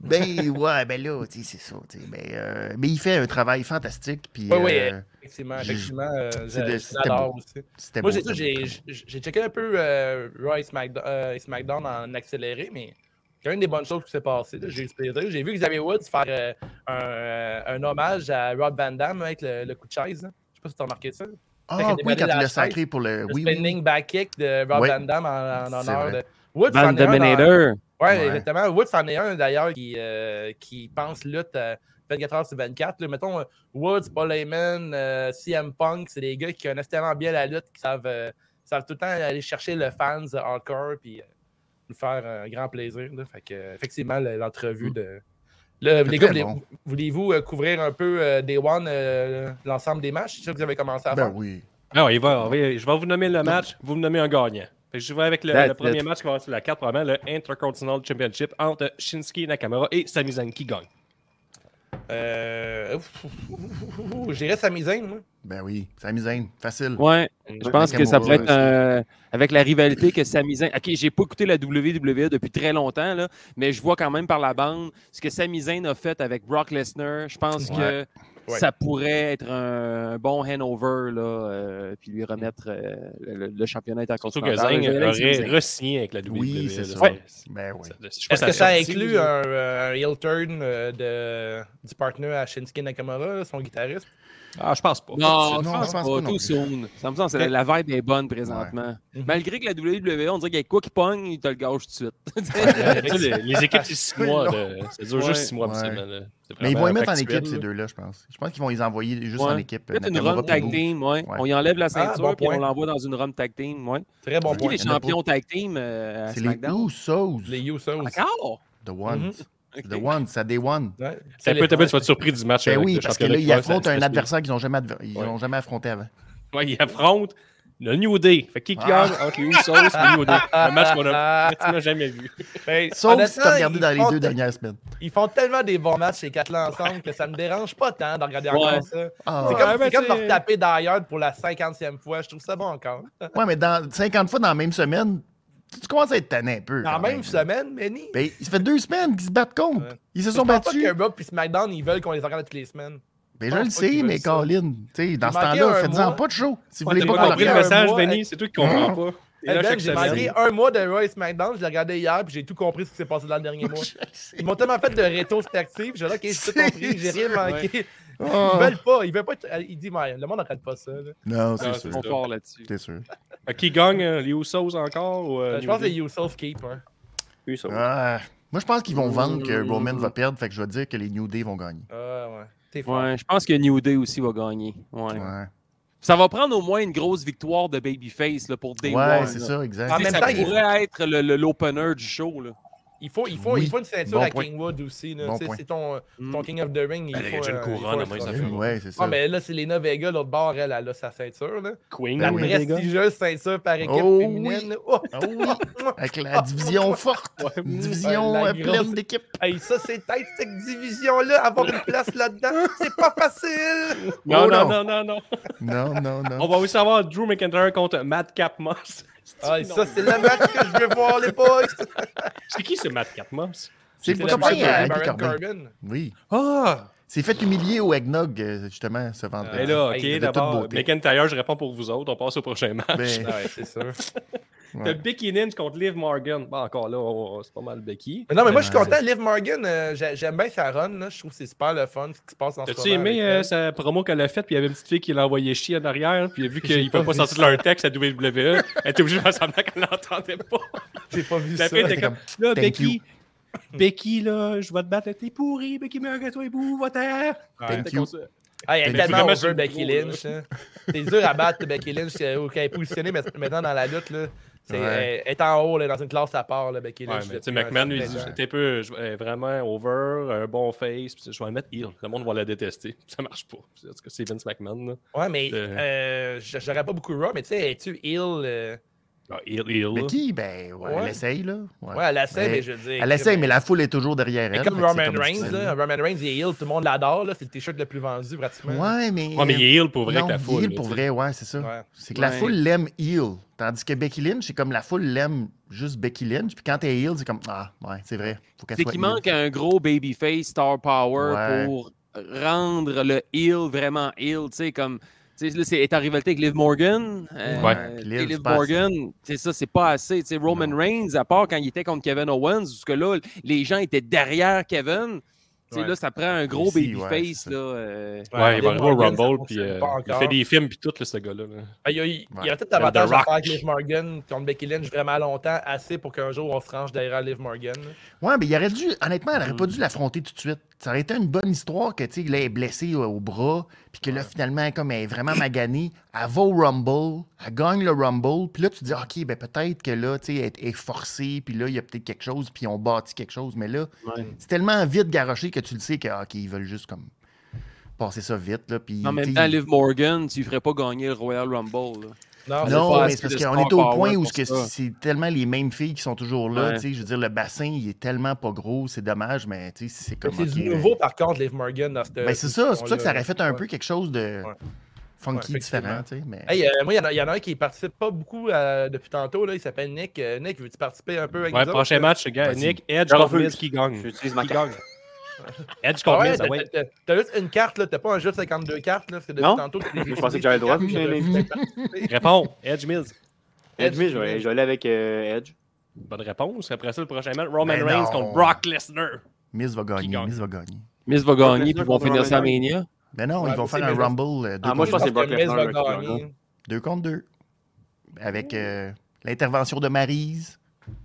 Ben ouais, ben là, tu sais, c'est ça. tu sais, ben, euh, mais il fait un travail fantastique. Puis, Oui, oui, euh, effectivement. j'ai- effectivement euh, c'est je- de- je c'était l'adore aussi. c'était Moi, beau, j'ai ça, c'était beau. j'ai j'ai checké un peu euh, Raw et Smackdown, euh, et SmackDown en accéléré, mais c'est une des bonnes choses qui s'est passée. là. J'ai eu du plaisir. J'ai vu Xavier Woods faire euh, un, euh, un hommage à Rob Van Damme avec le, le coup de chaise. là. Je sais pas si t'as remarqué ça. Fait Ah qu'à oui, démarrer quand la il l'a chaise, sacré pour le. Le Oui, oui. spinning back kick de Rob Ouais. Van Damme en, en C'est honneur vrai. de Woods. Van c'en est un dans- Dominator. Ouais, Ouais. exactement. Woods en est un d'ailleurs qui, euh, qui pense lutte euh, 24 heures sur 24. là. Mettons euh, Woods, Paul Heyman, euh, CM Punk, c'est des gars qui connaissent tellement bien la lutte qui savent, euh, savent tout le temps aller chercher le fans euh, hardcore puis euh, nous faire un grand plaisir. là. Fait que, euh, effectivement, le- l'entrevue de. Là, les Mm. gars, C'est très voulez- bon. voulez-vous euh, couvrir un peu euh, Day One, euh, l'ensemble des matchs? C'est ça que vous avez commencé à Ben faire. oui. Non, Ah il va, on va- je vais vous nommer le match, vous me nommez un gagnant. Fait que je vais avec le, That's le premier it. match qui va avoir sur la carte, probablement le Intercontinental Championship entre Shinsuke Nakamura et Sami Zayn qui gagne. Euh, ouf, ouf, ouf, ouf, ouf, J'irais sa misaine, moi. Ben oui. C'est amusant. Facile. Ouais, je pense que ça pourrait être euh, avec la rivalité que Sami Zayn. Ok, j'ai pas écouté la WWE depuis très longtemps là, mais je vois quand même par la bande ce que Sami Zayn a fait avec Brock Lesnar. Je pense que Ouais. ça pourrait être un bon handover là, euh, puis lui remettre euh, le, le championnat Surtout intercontinental. que Zayn Je vais aller avec Sami aurait Zayn. re-signé avec la WWE. Oui, c'est là. ça. Ouais. Ben oui. Je sais pas Est-ce si que ça sorti, inclut là. un, euh, un heel turn euh, de, du partner à Shinsuke Nakamura, son guitariste? Ah, je pense pas. Non, Non, je pense je pense pas. pas non Too plus. soon. Ça me semble que c'est- la vibe est bonne présentement. Malgré que la WWE, on dirait qu'il y a quoi qui pogne, il te le gâche tout de suite. Tu sais, les, les équipes, c'est six mois. là. Ça dure Ouais. juste six mois. Ouais. absolument, là. C'est Mais ils Ah, ben, vraiment vont les mettre en factuel, équipe, ces là. deux-là, je pense. Je pense qu'ils vont les envoyer juste Ouais. en équipe. Peut-être une Nakamura run puis tag Woods. team, ouais. Ouais. On y enlève la ceinture bon puis point. on l'envoie dans une run tag team, ouais. Très bon Ouais. C'est qui point. les il y en a champions tag team euh, à C'est les SmackDown? Usos. Les Mhm. Usos. Encore? The Ones. Ok. The Ones, c'est Day One. Ouais. C'est un peu, t'as peu, tu vas être surpris du match. Ben avec oui, le parce que championnat là, qui ils va, affrontent ça- un ça- adversaire qu'ils n'ont jamais, adver- ils Ouais. ont jamais affronté avant. Ouais, ils affrontent le New Day. Fait qui Ah. gagne entre les Usos et le New Day. Un match qu'on a Ah, ah, pratiquement jamais vu. hey, Sauf si honnêtement, tu as regardé ils dans les font- deux dernières semaines. Ils font tellement des bons matchs, ces quatre-là ensemble, que ça me dérange pas tant de regarder Ouais. encore ça. Ah. C'est Ouais, comme, ben, c'est comme c'est- leur taper d'ailleurs pour la 50e fois. Je trouve ça bon encore. Ouais, mais dans 50 fois dans la même semaine, tu tu commences à être tanné un peu. Dans la quand même même. semaine, Manny. Ben, ça fait deux semaines qu'ils se battent contre. Ouais. Ils se Je sont pense pas battus. que Raw et SmackDown, ils veulent qu'on les regarde toutes les semaines. je Ben, je pense le pas qu'ils sais, mais veulent ça. Colin, tu sais, dans ce manquait temps-là, un faites-en mois. pas de show. Si vous T'as voulez t'as pas pas qu'on compris le regarde un message, mois, Benny. C'est toi qui comprends pas. T'es Hey, là Ben, chaque j'ai semaine. manqué un mois de Raw et SmackDown. Je l'ai regardé hier puis j'ai tout compris ce qui s'est passé dans le dernier mois. Ils m'ont tellement fait de rétrospective, je là, ok, j'ai tout compris, j'ai rien manqué. Oh. Ah. Ils veulent pas, ils veulent pas. euh, être- Ils disent, mais le monde n'arrête pas ça. Euh, là. Non, c'est Non, Ils sûr. sont forts là-dessus. C'est sûr. Fait Qui gagne euh, les Usos encore ou, euh, Euh, Je New pense que Day? c'est Youssef Keep. hein. Oui, ça. Ah, moi, je pense qu'ils vont vendre que Roman va perdre, fait que je vais dire que les New Day vont gagner. Ah ouais, t'es fort. Ouais, je pense que New Day aussi va gagner. Ouais. Ouais, Ça va prendre au moins une grosse victoire de Babyface là, pour Day Ouais, One, c'est là. ça, Tu En exact. sais, même ça temps, il- pourrait être le- le- l'opener du show. Là. Il faut, il faut, il Oui. faut une ceinture Bon à point. Kingwood aussi. là. Bon Tu sais, point. c'est ton, euh, Mm. ton King of the Ring. Il Ben, il y a faut, déjà une euh, couronne, il faut à un moins que ça trophée. fait- Ouais, c'est Ah, ça. mais là, c'est Lena Vega, l'autre bord, elle, elle a sa ceinture. Là. Queen. La Ben oui. les gars. prestigieuse ceinture par équipe Oh, féminine. Oh, Ah oui, avec la division forte, une division Ouais, la euh, grosse- pleine d'équipe. hey, ça, c'est tête, cette division-là. Avoir une place là-dedans, c'est pas facile. Non, Oh, non, non. non, non, non. Non, non, On non. va aussi avoir Drew McIntyre contre Madcap Moss. Ah, ça, c'est le match que je veux voir, les boys. C'est qui ce Madcap Moss? C'est C'est le le match copain de à Happy Baron Corbin. Corbin. Oui. Ah! C'est fait humilier au Eggnog, euh, justement, ce vendredi. Et Ben là, Hey, de ok, toute d'abord, beauté. McIntyre, je réponds pour vous autres. On passe au prochain match. Ben, Ouais, c'est sûr. T'as ouais. Becky Lynch contre Liv Morgan. Bon, encore là, on- c'est pas mal Becky. Mais non, mais moi, je suis Ouais. content. Liv Morgan, euh, j'ai- j'aime bien sa run. Là. Je trouve que c'est super le fun ce qui se passe en ce moment. T'as-tu aimé avec euh, elle. sa promo qu'elle a faite? Puis il y avait une petite fille qui l'a envoyé chier en arrière. Puis vu J'ai qu'ils peuvent pas pas vu sortir leur texte à WWE, elle était obligée de faire semblant qu'elle l'entendait pas. J'ai pas vu ça. La fille était t'es comme, comme, là, Thank Becky, Becky, là, je vais te battre, t'es pourri, Becky Morgan, toi, boue, va terre. Ouais. Thank you. Hey, Ah, elle est Mais tellement vraiment, over c'est Becky gros, là. Lynch. hein. C'est dur à battre Becky Lynch euh, ou qu'elle est positionnée mais- maintenant dans la lutte. là. C'est- Ouais. Elle est en haut, là, dans une classe à part, là, Becky Ouais, Lynch. mais là, tu sais, depuis McMahon un lui certain dit temps. t'es peu je- euh, vraiment over, un bon face, puis je vais le mettre heel. Le monde va la détester. Ça marche pas. En tout cas, c'est Vince McMahon. Là. Ouais, mais Euh. euh, j- j'aurais pas beaucoup Raw, mais tu sais, es-tu ill euh, Ah, heel, heel. là. Mais qui? Ben, ouais, Ouais. elle essaye, là. Ouais. Ouais, elle essaie, Mais- mais je veux dire. Elle essaye, mais la foule est toujours derrière Mais elle. comme fait que c'est Roman Reigns, difficile, là, Roman Reigns, il est heel, tout le monde l'adore, là, c'est le t-shirt le plus vendu pratiquement. Ouais, mais. Ouais, mais il est heel pour vrai Non, avec la foule. heel là, pour tu sais. vrai, ouais, c'est ça. Ouais. C'est que la Ouais. foule l'aime heel. Tandis que Becky Lynch, c'est comme la foule l'aime juste Becky Lynch. Puis quand t'es heel, c'est comme Ah, ouais, c'est vrai. Faut qu'elle C'est soit qu'il heel. manque un gros babyface star power Ouais. pour rendre le heel vraiment heel, tu sais, comme... Tu sais, là, c'est est en rivalité avec Liv Morgan. euh, Ouais. tu sais, Liv, Liv c'est pas Morgan, c'est ça, c'est pas assez. Tu sais, Roman Non. Reigns, à part quand il était contre Kevin Owens, parce que là, les gens étaient derrière Kevin. Tu sais, Ouais. Là, ça prend un gros Ici, ouais, babyface. c'est ça. là, euh, Ouais, il va Liv arriver au Morgan, ça Rumble, puis fonctionne euh, pas il encore. fait des films, puis tout, là, ce gars-là. là. Ben, Il y, a- il y Ouais. a peut-être avantage The à Rock. faire avec Liv Morgan contre Becky Lynch vraiment longtemps, assez pour qu'un jour on se range derrière Liv Morgan. Ouais, mais il aurait dû, honnêtement, elle aurait Hmm. pas dû l'affronter tout de suite. Ça aurait été une bonne histoire que, tu sais, là, elle est blessée au, au bras, puis que là, finalement, comme elle est vraiment maganée, elle va au Rumble, elle gagne le Rumble, puis là, tu dis, OK, ben peut-être que là, tu sais, elle est- elle est forcée, puis là, il y a peut-être quelque chose, puis on bâtit quelque chose, mais là, Ouais. c'est tellement vite garoché que tu le sais que, OK, ils veulent juste, comme, passer ça vite, là, puis... En même tu sais, temps, Liv Morgan, tu ne ferais pas gagner le Royal Rumble. là. Non, c'est Non, pas mais assez c'est parce de qu'on star est au power point où pour ce que ça. c'est tellement les mêmes filles qui sont toujours là. Ouais. tu sais, Je veux dire, le bassin, il est tellement pas gros, c'est dommage, mais tu sais, c'est Mais comme. C'est ok, du ben- nouveau, par contre, Liv Morgan. dans cette- Ben, c'est ça, c'est pour ça que ça là. aurait fait un euh, Ouais. peu quelque chose de Ouais. funky Ouais, différent, tu sais. Mais... Hey, euh, moi, il y en a- il y, en a un qui participe pas beaucoup euh, depuis tantôt. Là, il s'appelle Nick. Euh, Nick, veux-tu participer un peu avec Ouais, nous prochain autres? match, gars, Vas-y. Nick, Edge Je contre refuse. Miz qui gagne. J'utilise ma Qui carte. gagne. Edge Ah contre ouais, Miz, ah t'as- ouais. t'as- T'as juste une carte, là. T'as pas un jeu de 52 cartes, là. Parce que depuis Non. tantôt, tu les Je pensais que j'avais le droit, cartes, j'ai euh, les- Réponds, Edge Miz. Edge, mais je vais je vais aller avec euh, Edge. Bonne réponse. Après ça, le prochain match, Roman Ben Reigns non. contre Brock Lesnar. Miz va gagner, gagne? Miz va gagner. Miz va Brock gagner, puis Lesnar ils vont contre finir Roman ça à Reigns. Mania. Ben non, Ouais, ils vont mais faire c'est un Miz- Rumble euh, 2 Ah, moi, Je je pense pense que que Brock Miz va Lesnar qui gagner. contre 2. Avec euh, l'intervention de Maryse.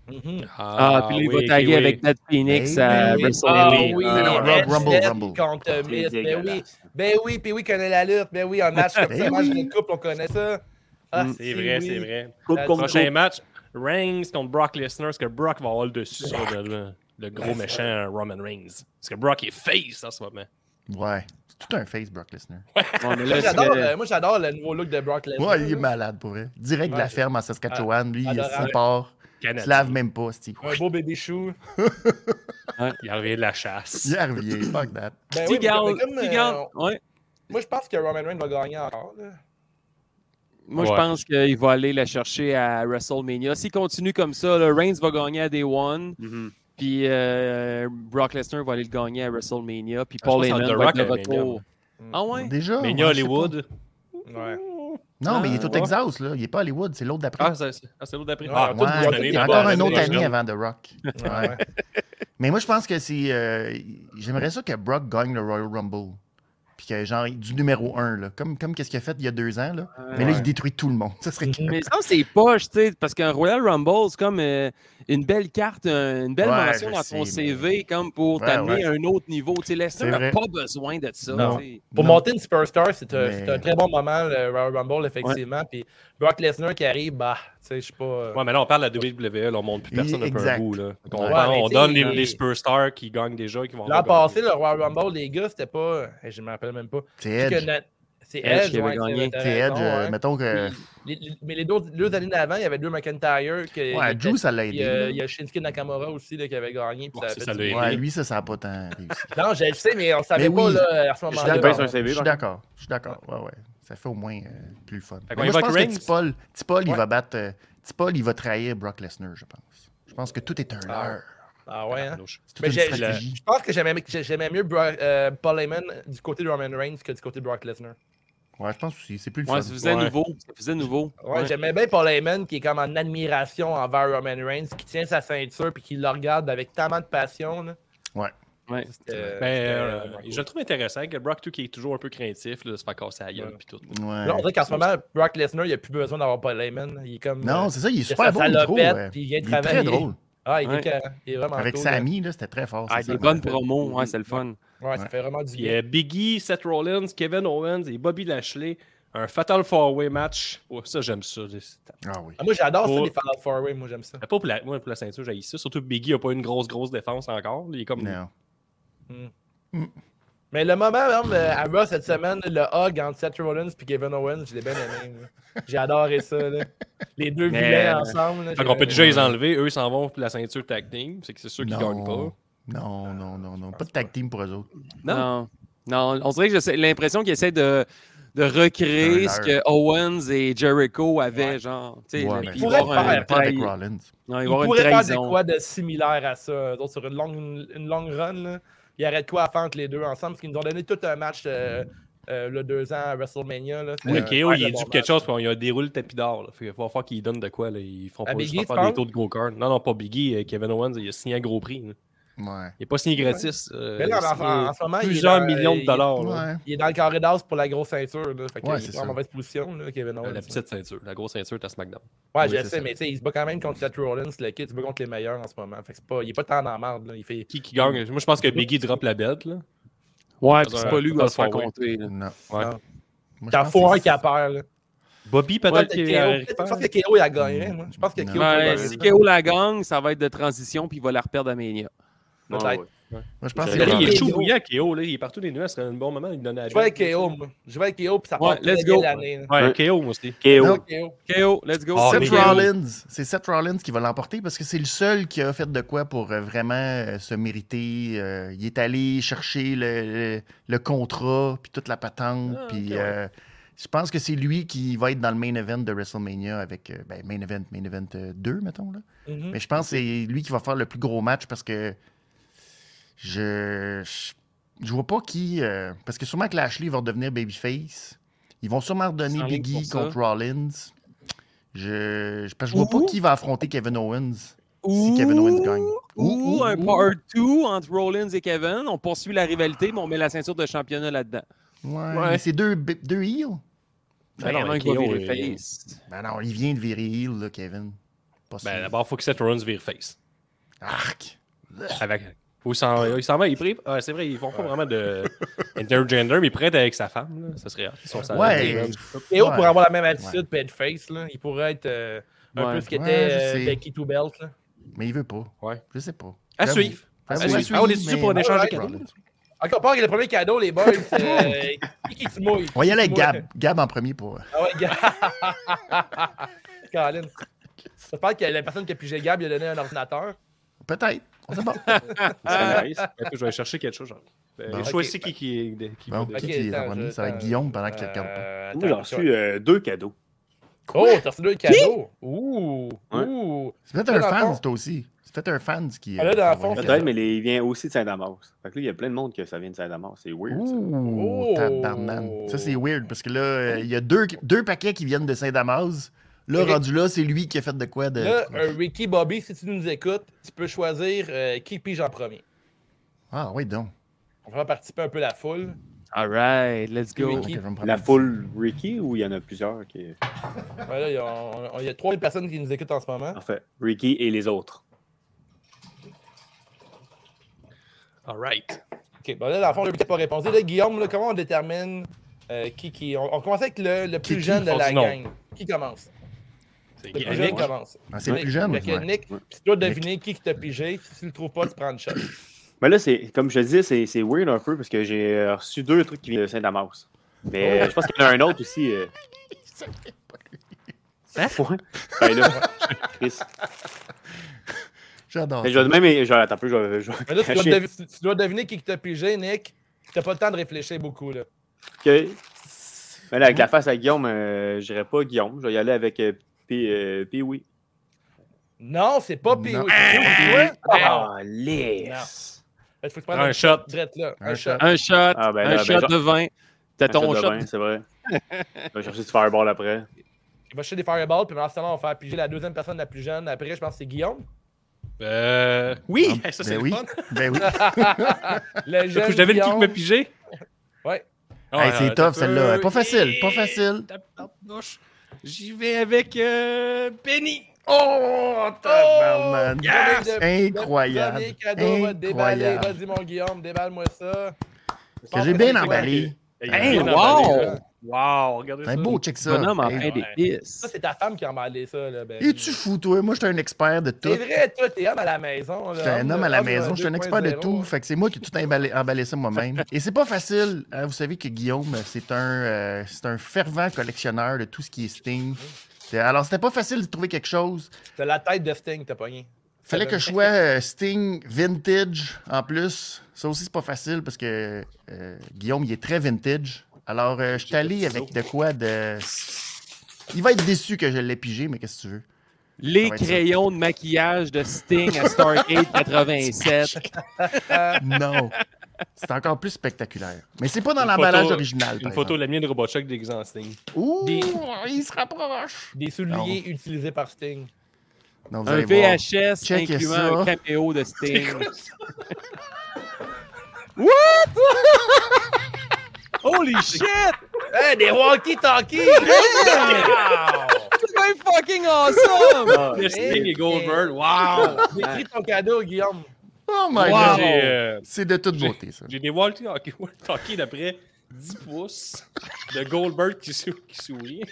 Mm-hmm. Mhm. Ah, puis là, il va taguer avec Nat Phoenix Eh à oui. Ah WrestleMania. oui, Ah, non, Edge Rumble, Death Rumble. contre euh, C'est Miz. Ben oui, dégueulasse. ben oui, puis oui, connaît la lutte. Ben oui, un match comme Ben ça, match oui. de couple, on connaît ça. Ah, Mm. C'est si, vrai, oui. c'est vrai. Coupe Euh, contre Prochain coupe. match, Reigns contre Brock Lesnar. Est-ce que Brock va avoir le dessus sur le, le- le gros méchant Roman Reigns? Parce que Brock est face en ce moment. Ouais. C'est tout un face, Brock Lesnar. Ouais, mais Moi, là, j'adore, c'est- euh, Moi, j'adore le nouveau look de Brock Lesnar. Ouais, il est là. malade pour vrai. Direct de Ouais. la ferme en Saskatchewan, lui, il adorable. il part. Il Canadien. se lave même pas, c'est Un beau bébé chou. Il a envoyé de la chasse. Il est revenu, fuck that. Ben Petit oui, mais Gal, comme, petit euh, Gal, on- ouais. Moi, je pense que Roman Reigns va gagner encore. là. Moi, je Ouais. pense qu'il va aller la chercher à WrestleMania. S'il continue comme ça, là, Reigns va gagner à Day One, Mm-hmm. Mhm. puis euh, Brock Lesnar va aller le gagner à WrestleMania, puis Ah, je pense Paul que ça va Heyman être The va être le Rock à retour. Mania. Ah ouais? Déjà. Mais il y ouais, a je sais pas. Hollywood. Ouais. Non, mais il est Ah, au ouais. Texas, là. Il n'est pas à Hollywood, c'est l'autre d'après. Ah, c'est ah, c'est l'autre d'après. Ouais, Ah, ouais, toute Ouais, bonne il année, il y a la encore bonne une autre année. année avant The Rock. Ouais. ouais. Mais moi, je pense que c'est. euh, J'aimerais ça que Brock gagne le Royal Rumble. Puis que, genre, du numéro 1, là. Comme, comme qu'est-ce qu'il a fait il y a deux ans, là. Mais là, Ouais. il détruit tout le monde. Ça serait. Mm-hmm. Mais ça, c'est poche, tu sais, parce qu'un Royal Rumble, c'est comme euh, une belle carte, un- une belle Ouais, mention je dans ton sais, CV, comme pour Ouais, t'amener ouais. à un autre niveau. Tu sais, Lesnar C'est n'a vrai. pas besoin de ça. Non. tu sais. Pour Non. monter une superstar, c'est un, Mais- c'est un très bon moment, le Royal Rumble, effectivement. Puis Brock Lesnar qui arrive, bah, tu sais, je suis pas. euh, Ouais, mais là, on parle de la WWE, là, on monte plus Oui, personne un peu un exact. bout. Là. Donc, on, Ouais, parle- mais tu on sais, donne les, mais- euh, les superstars qui gagnent déjà. qui vont L'an avoir passé, le Royal Rumble, les gars, c'était pas. eh, Je me rappelle même pas. C'est Je sais que Edge. na- C'est Edge Edge, qui avait ouais, gagné. t'as C'est raison, hein. Edge. euh, ouais. Mettons que. Les- les- mais les deux, deux années d'avant, il y avait deux McIntyre. que- il y Ouais, avait- Drew, ça l'a puis, aidé. euh, là. il y a Shinsuke Nakamura aussi là, qui avait gagné. puis Ouais, ça ça, a fait ça du l'a bruit. aidé. Ouais, lui, ça, ça n'a pas tant réussi. Non, je le sais, mais on savait Mais pas oui. là, à ce Je suis moment-là. baisse un on- CV, d'accord. Je suis par d'accord. Je suis d'accord. Ouais, ouais. Ça fait au moins euh, plus le fun. Fait Mais qu'on moi, évoque je pense Reigns. que T'Pol, T'Pol, il Ouais. va battre. euh, T'Pol, il va trahir Brock Lesnar, je pense. Je pense que tout est un Ah. leurre. Ah ouais, hein? C'est toute Mais une j'ai- stratégie. Je pense que j'aimais j'aimais mieux Bro- euh, Paul Heyman du côté de Roman Reigns que du côté de Brock Lesnar. Ouais, je pense aussi. C'est plus le Ouais, fun. ça faisait Ouais. nouveau. Ça faisait nouveau. Ouais, j'aimais bien Paul Heyman qui est comme en admiration envers Roman Reigns, qui tient sa ceinture puis qui le regarde avec tellement de passion. Là. Ouais. Ouais. C'était- c'était, Ben, euh, vraiment cool. je le trouve intéressant que Brock, tout, qui est toujours un peu craintif, là, se fait casser la gueule Ouais. puis tout. Ouais. Là, on dirait qu'en ce moment, Brock Lesnar, il a plus besoin d'avoir Paul Heyman. Il est comme. Non, euh, c'est ça, il est il a super sa bon, le micro, salopette, ouais. puis il vient de Il est très travailler. drôle. ah, il est Ouais. écœurant. Il est vraiment Avec cool, Sami, là, c'était très fort. Ah, c'est des ça. bonnes promos, ouais, c'est le fun. là. Ouais, ça fait vraiment du Puis bien. euh, Biggie, Seth Rollins, Kevin Owens et Bobby Lashley Un Fatal Four Way match. Ouais, ça, j'aime ça. C'est- Ah oui. Ah, moi, j'adore ça, Pour- les Fallout Far Away. Moi, j'aime ça. Ben, Pas pour la, moi, pour la ceinture, j'ai ça. Surtout que Biggie a pas une grosse, grosse défense encore. Il est comme. Non. Mais le moment, même, euh, à Raw cette semaine, le hug entre Seth Rollins et Kevin Owens, je l'ai bien aimé. là. J'ai adoré ça. là. Les deux Mais- vilains ensemble. là, Fait j'ai- qu'on peut déjà les enlever. Eux, ils s'en vont pour la ceinture tag team. C'est que c'est sûr qu'ils gagnent pas. Non, non, non, non. Pas de tag team pour eux autres. Non. non. on dirait que j'ai l'impression qu'ils essaient de, de recréer Un ce que Owens et Jericho avaient, genre. tu sais, Ouais, le- mais puis pourraient voir un- faire, pas avec trahi- Rollins. non, il Ils va y avoir une pourraient faire de trahison. quoi de similaire à ça. eux autres, sur une longue, une, une longue run, là. ils arrêtent quoi à faire entre les deux ensemble parce qu'ils nous ont donné tout un match euh, euh, le deux ans à WrestleMania. Là. Oui, Euh, KO, ouais, il le est dû bon pour quelque match. chose, puis il a déroulé le tapis d'or. là. Fait qu'il va falloir qu'ils donnent de quoi. Là. Ils feront À pas juste Biggie, faire tu des penses? taux de go-kart. Non, non, pas Biggie. euh, Kevin Owens, il a signé à gros prix. là. Ouais. Il n'est pas signé gratis. euh, Mais là, il a en- signé en- en ce moment, il est plusieurs dans- euh, millions il- de dollars. Oh, là. Ouais. Il est dans le carré d'as pour la grosse ceinture. Là. Fait qu'il Ouais, est c'est en ça. mauvaise position, là, Kevin Owens. Euh, La petite ceinture, la grosse ceinture, t'as SmackDown. Ouais, Oui, je c'est sais, ça. mais tu sais, il se bat quand même contre Seth Rollins, le kid, il se bat contre les meilleurs en ce moment. Fait que c'est pas, il est pas tant dans la marde, là. Il fait. Qui, qui gagne Moi, je pense que Biggie drop la bête. Là. Ouais, puis Dans c'est un- pas lui qui dans va un se faire four-way. compter. là. Non. Ouais. Non. Moi, je T'en pense faut que un c'est- qui a peur, là. Bobby, Ouais, peut-être peut-être qu'il KO, est peut-être- Je pense que KO, il a gagné, moi. Je pense que Mm. Non. KO. il Ouais, a si gagné. KO la gagne, ça va être de transition, puis il va la reperdre à Mania. Non, Peut-être. ouais. Moi, je pense que Là, il est KO. chaud bouillant, KO. Là. Il est partout dans les E nuages. C'est un bon moment. Il donne à Je vais avec KO, moi. Je vais avec KO, puis ça Ouais, part très let's bien go. l'année. là. Ouais, Ouais. KO, moi aussi. Ah, KO. Ouais, KO. KO, let's go. Ah, Seth mais Seth KO. Rollins. Rollins, c'est Seth Rollins qui va l'emporter parce que c'est le seul qui a fait de quoi pour euh, vraiment euh, se mériter. Euh, il est allé chercher le, le- le contrat, puis toute la patente. Ah, puis ok, ouais. euh, je pense que c'est lui qui va être dans le main event de WrestleMania avec euh, ben, main event, main event euh, 2, mettons. Là. Mhm. Mais je pense que c'est lui qui va faire le plus gros match parce que je je, je vois pas qui. euh, parce que sûrement que Lashley va redevenir babyface. Ils vont sûrement Ils redonner s'enlignent Biggie pour ça. contre Rollins. Je, je, parce que je vois Ouh. pas qui va affronter Kevin Owens si Ouh. Kevin Owens gagne. Ou Ouh, un ouh, part 2 entre Rollins et Kevin. On poursuit la rivalité, mais on met la ceinture de championnat là-dedans. Ouais, Ouais. mais c'est deux, bi- deux heels. Ben Il y en a non, un qui va KO, virer il- face. Ben non, il vient de virer heel, là, Kevin. Pas Ben, sûr. d'abord, il faut que Seth Rollins vire face. Arc. Avec... Ou s'en- Il s'en va, il prie. Ouais, c'est vrai, ils font pas vraiment de intergender, mais ils prêtent avec sa femme. Là. Ça serait hâte. Ils sont ça- Ouais. KO oh, ouais. pourrait avoir la même attitude, puis être face, là. Il pourrait être euh, un Ouais. peu ce qu'était Ouais, je euh, sais. Becky Two Belt, là. Mais il veut pas. Ouais. Je sais pas. À J'avoue. suivre. J'avoue, À suivre. Ah, on est dessus mais- pour un échange de Ouais, cadeaux. Rollins. Ok, on part avec le premier cadeau, les boys. c'est, euh, Qui qui se mouille? On va y aller avec Qui se mouille? Gab. Gab en premier pour. Ah ouais, Gab. Colin. J'espère que la personne qui a pigé Gab, il a donné un ordinateur. Peut-être. On sait pas. C'est nice. Après, je vais aller chercher quelque chose. Genre. Ben, Ah. Bon. Choisis Ok. qui, qui, qui, qui Bon, va- qui qui est attends, revenu? je- Ça va être attends, Guillaume pendant qu'il Euh, regarde pas. Moi, j'ai attends, reçu euh, deux cadeaux. Oh, t'as reçu deux cadeaux. Ouh. Ouais. Ouh. C'est peut-être Là, un dans le fan, fond- toi aussi. C'est peut-être un fan qui. euh, Ah, là, dans le qui fond, envoie le Peut-être, mais les- il vient aussi de Saint-Damas. Fait que là, il y a plein de monde que ça vient de Saint-Damas. C'est cadeau. weird. ça. Ouh, Oh. tabarnane. Ça, c'est weird parce que là, euh, il y a deux, deux paquets qui viennent de Saint-Damas. Là, Ok. rendu là, c'est lui qui a fait de quoi de. Là, euh, Ricky Bobby, si tu nous écoutes, tu peux choisir euh, qui pige en premier. Ah, oui, donc. On va participer un peu la foule. All right, let's go. Ok, je vais me prendre La ça. foule Ricky ou il y en a plusieurs qui. Ouais, là, il y a- on- on- il y a 3000 personnes qui nous écoutent en ce moment. Ah. En fait, Ricky et les autres. All right. OK, bon, là, dans le fond, je peut-être pas répondu. Là, Guillaume, là, comment on détermine euh, qui qui. On, on commence avec le, le Qui- plus qui jeune de font la du nom. gang. Qui commence C'est Le plus Yannick. jeune commence. Ah, c'est le Nick. plus jeune. Fait que ouais. Nick, Ouais. si tu dois deviner qui qui t'a pigé, si tu le trouves pas, tu prends une shot. Mais là, c'est comme je te disais, c'est, c'est weird un peu parce que j'ai euh, reçu deux trucs qui viennent de Saint-Damas. Mais euh, je pense qu'il y en a un autre aussi. euh. Ouais. Ben là, Chris. J'adore. Mais je vais même. Je vais, attends un peu, je vais. je vais Mais là, tu dois, cacher. devi- tu- tu dois deviner qui qui t'a pigé, Nick. T'as pas le temps de réfléchir beaucoup, là. Ok. Mais là, avec la face à Guillaume, euh, je n'irai pas Guillaume. Je vais y aller avec euh, P. Euh, Pee Wee. Non, c'est pas Non. Pee-Wee. Pee-Wee, toi? Ah, lisse. Fait que faut que tu prennes Un shot. drette là. Un Un shot. Un shot, Ah, ben un là, ben, shot je- de vin. T'as Un ton shot de shot. vin, c'est vrai. Je vais chercher du fireball après. Il va chercher des fireballs, puis dans ce temps-là, on va faire piger la deuxième personne la plus jeune. Après, je pense que c'est Guillaume. Euh, oui, ça c'est Ben le oui. fun. Ben oui. Le Du coup, jeune je devais le qui Guillaume. me piger. Ouais. Hey, Ah, c'est euh, tough, t'as celle-là. peu- Pas facile, Et- pas facile. Tape ta bouche. J'y vais avec euh, Benny. Oh, tabarnane. Yes! Incroyable. Premier cadeau va te déballer. Incroyable. Vas-y, mon Guillaume, déballe-moi ça. Que j'ai bien emballé. Hey, Hey, bien wow! emballé, là. Wow, regardez C'est ça. un beau check ça. ben Bonhomme en Hey, pain ouais. d'épices. Ça, c'est ta femme qui a emballé ça. Là, ben. Es-tu fou, toi? Moi, je suis un expert de tout. C'est vrai, toi, t'es homme à la maison. là. Je suis un homme à la maison, je suis un expert de 2.0. tout. Fait que c'est moi qui ai tout emballé, emballé ça moi-même. Et c'est pas facile. hein, vous savez que Guillaume, c'est un, euh, c'est un fervent collectionneur de tout ce qui est Steam. C'est- Alors, c'était pas facile de trouver quelque chose. T'as la tête de Sting, t'as pogné. Fallait que je sois euh, Sting vintage en plus. Ça aussi, c'est pas facile parce que euh, Guillaume, il est très vintage. Alors, euh, je suis allé avec de quoi de. Il va être déçu que je l'ai pigé, mais qu'est-ce que tu veux? Les Ça va être ça. crayons de maquillage de Sting à Stargate 87. Non! C'est encore plus spectaculaire. Mais c'est pas dans Une l'emballage photo- original. Une par photo exemple. de la mienne de Robotchuck déguisé en Sting. Ouh! Des- Il se rapproche! Des souliers utilisés par Sting. Non, vous Un allez voir. VHS Checkez incluant ça. un caméo de Sting. Holy shit! Hey, des walkie-talkies! Wow! C'est même fucking awesome! Ah, Le Sting et et Goldberg, Goldberg, wow! Décris ton cadeau, Guillaume. Oh Wow! my god! J'ai euh, C'est de toute beauté, ça. j'ai des walkie hockey, hockey d'après 10 pouces de Goldberg qui, sou- qui sourit.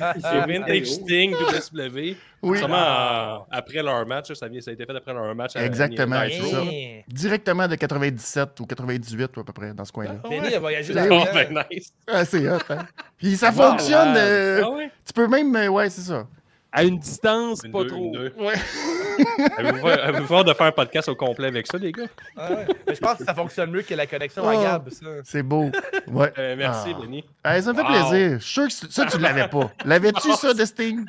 Ah, C'est vintage Sting, WSW. Oui, Sûrement euh, après leur match, ça, vient- ça a été fait après leur match. à- Exactement, à- c'est ça. Yeah. directement de 97 ou 98 ou à peu près, dans ce coin-là. Mais lui, il a voyagé C'est Ah, Oh, dans le temps. ben nice. Ah, c'est hot, hein? Puis ça fonctionne! euh, Ah ouais? Tu peux même... euh, Ouais, c'est ça. À une distance, Une, pas deux, trop. une, deux. Avez-vous avez-vous peur de faire un podcast au complet avec ça, les gars? Ah ouais. Mais Je pense que ça fonctionne mieux que la connexion à Oh. Gab, ça. C'est beau. Ouais. Euh, merci, Ah. Denis. Ah, ça me fait Wow. plaisir. Je suis sûr que c- ça, tu l'avais pas. L'avais-tu, ça, de Sting?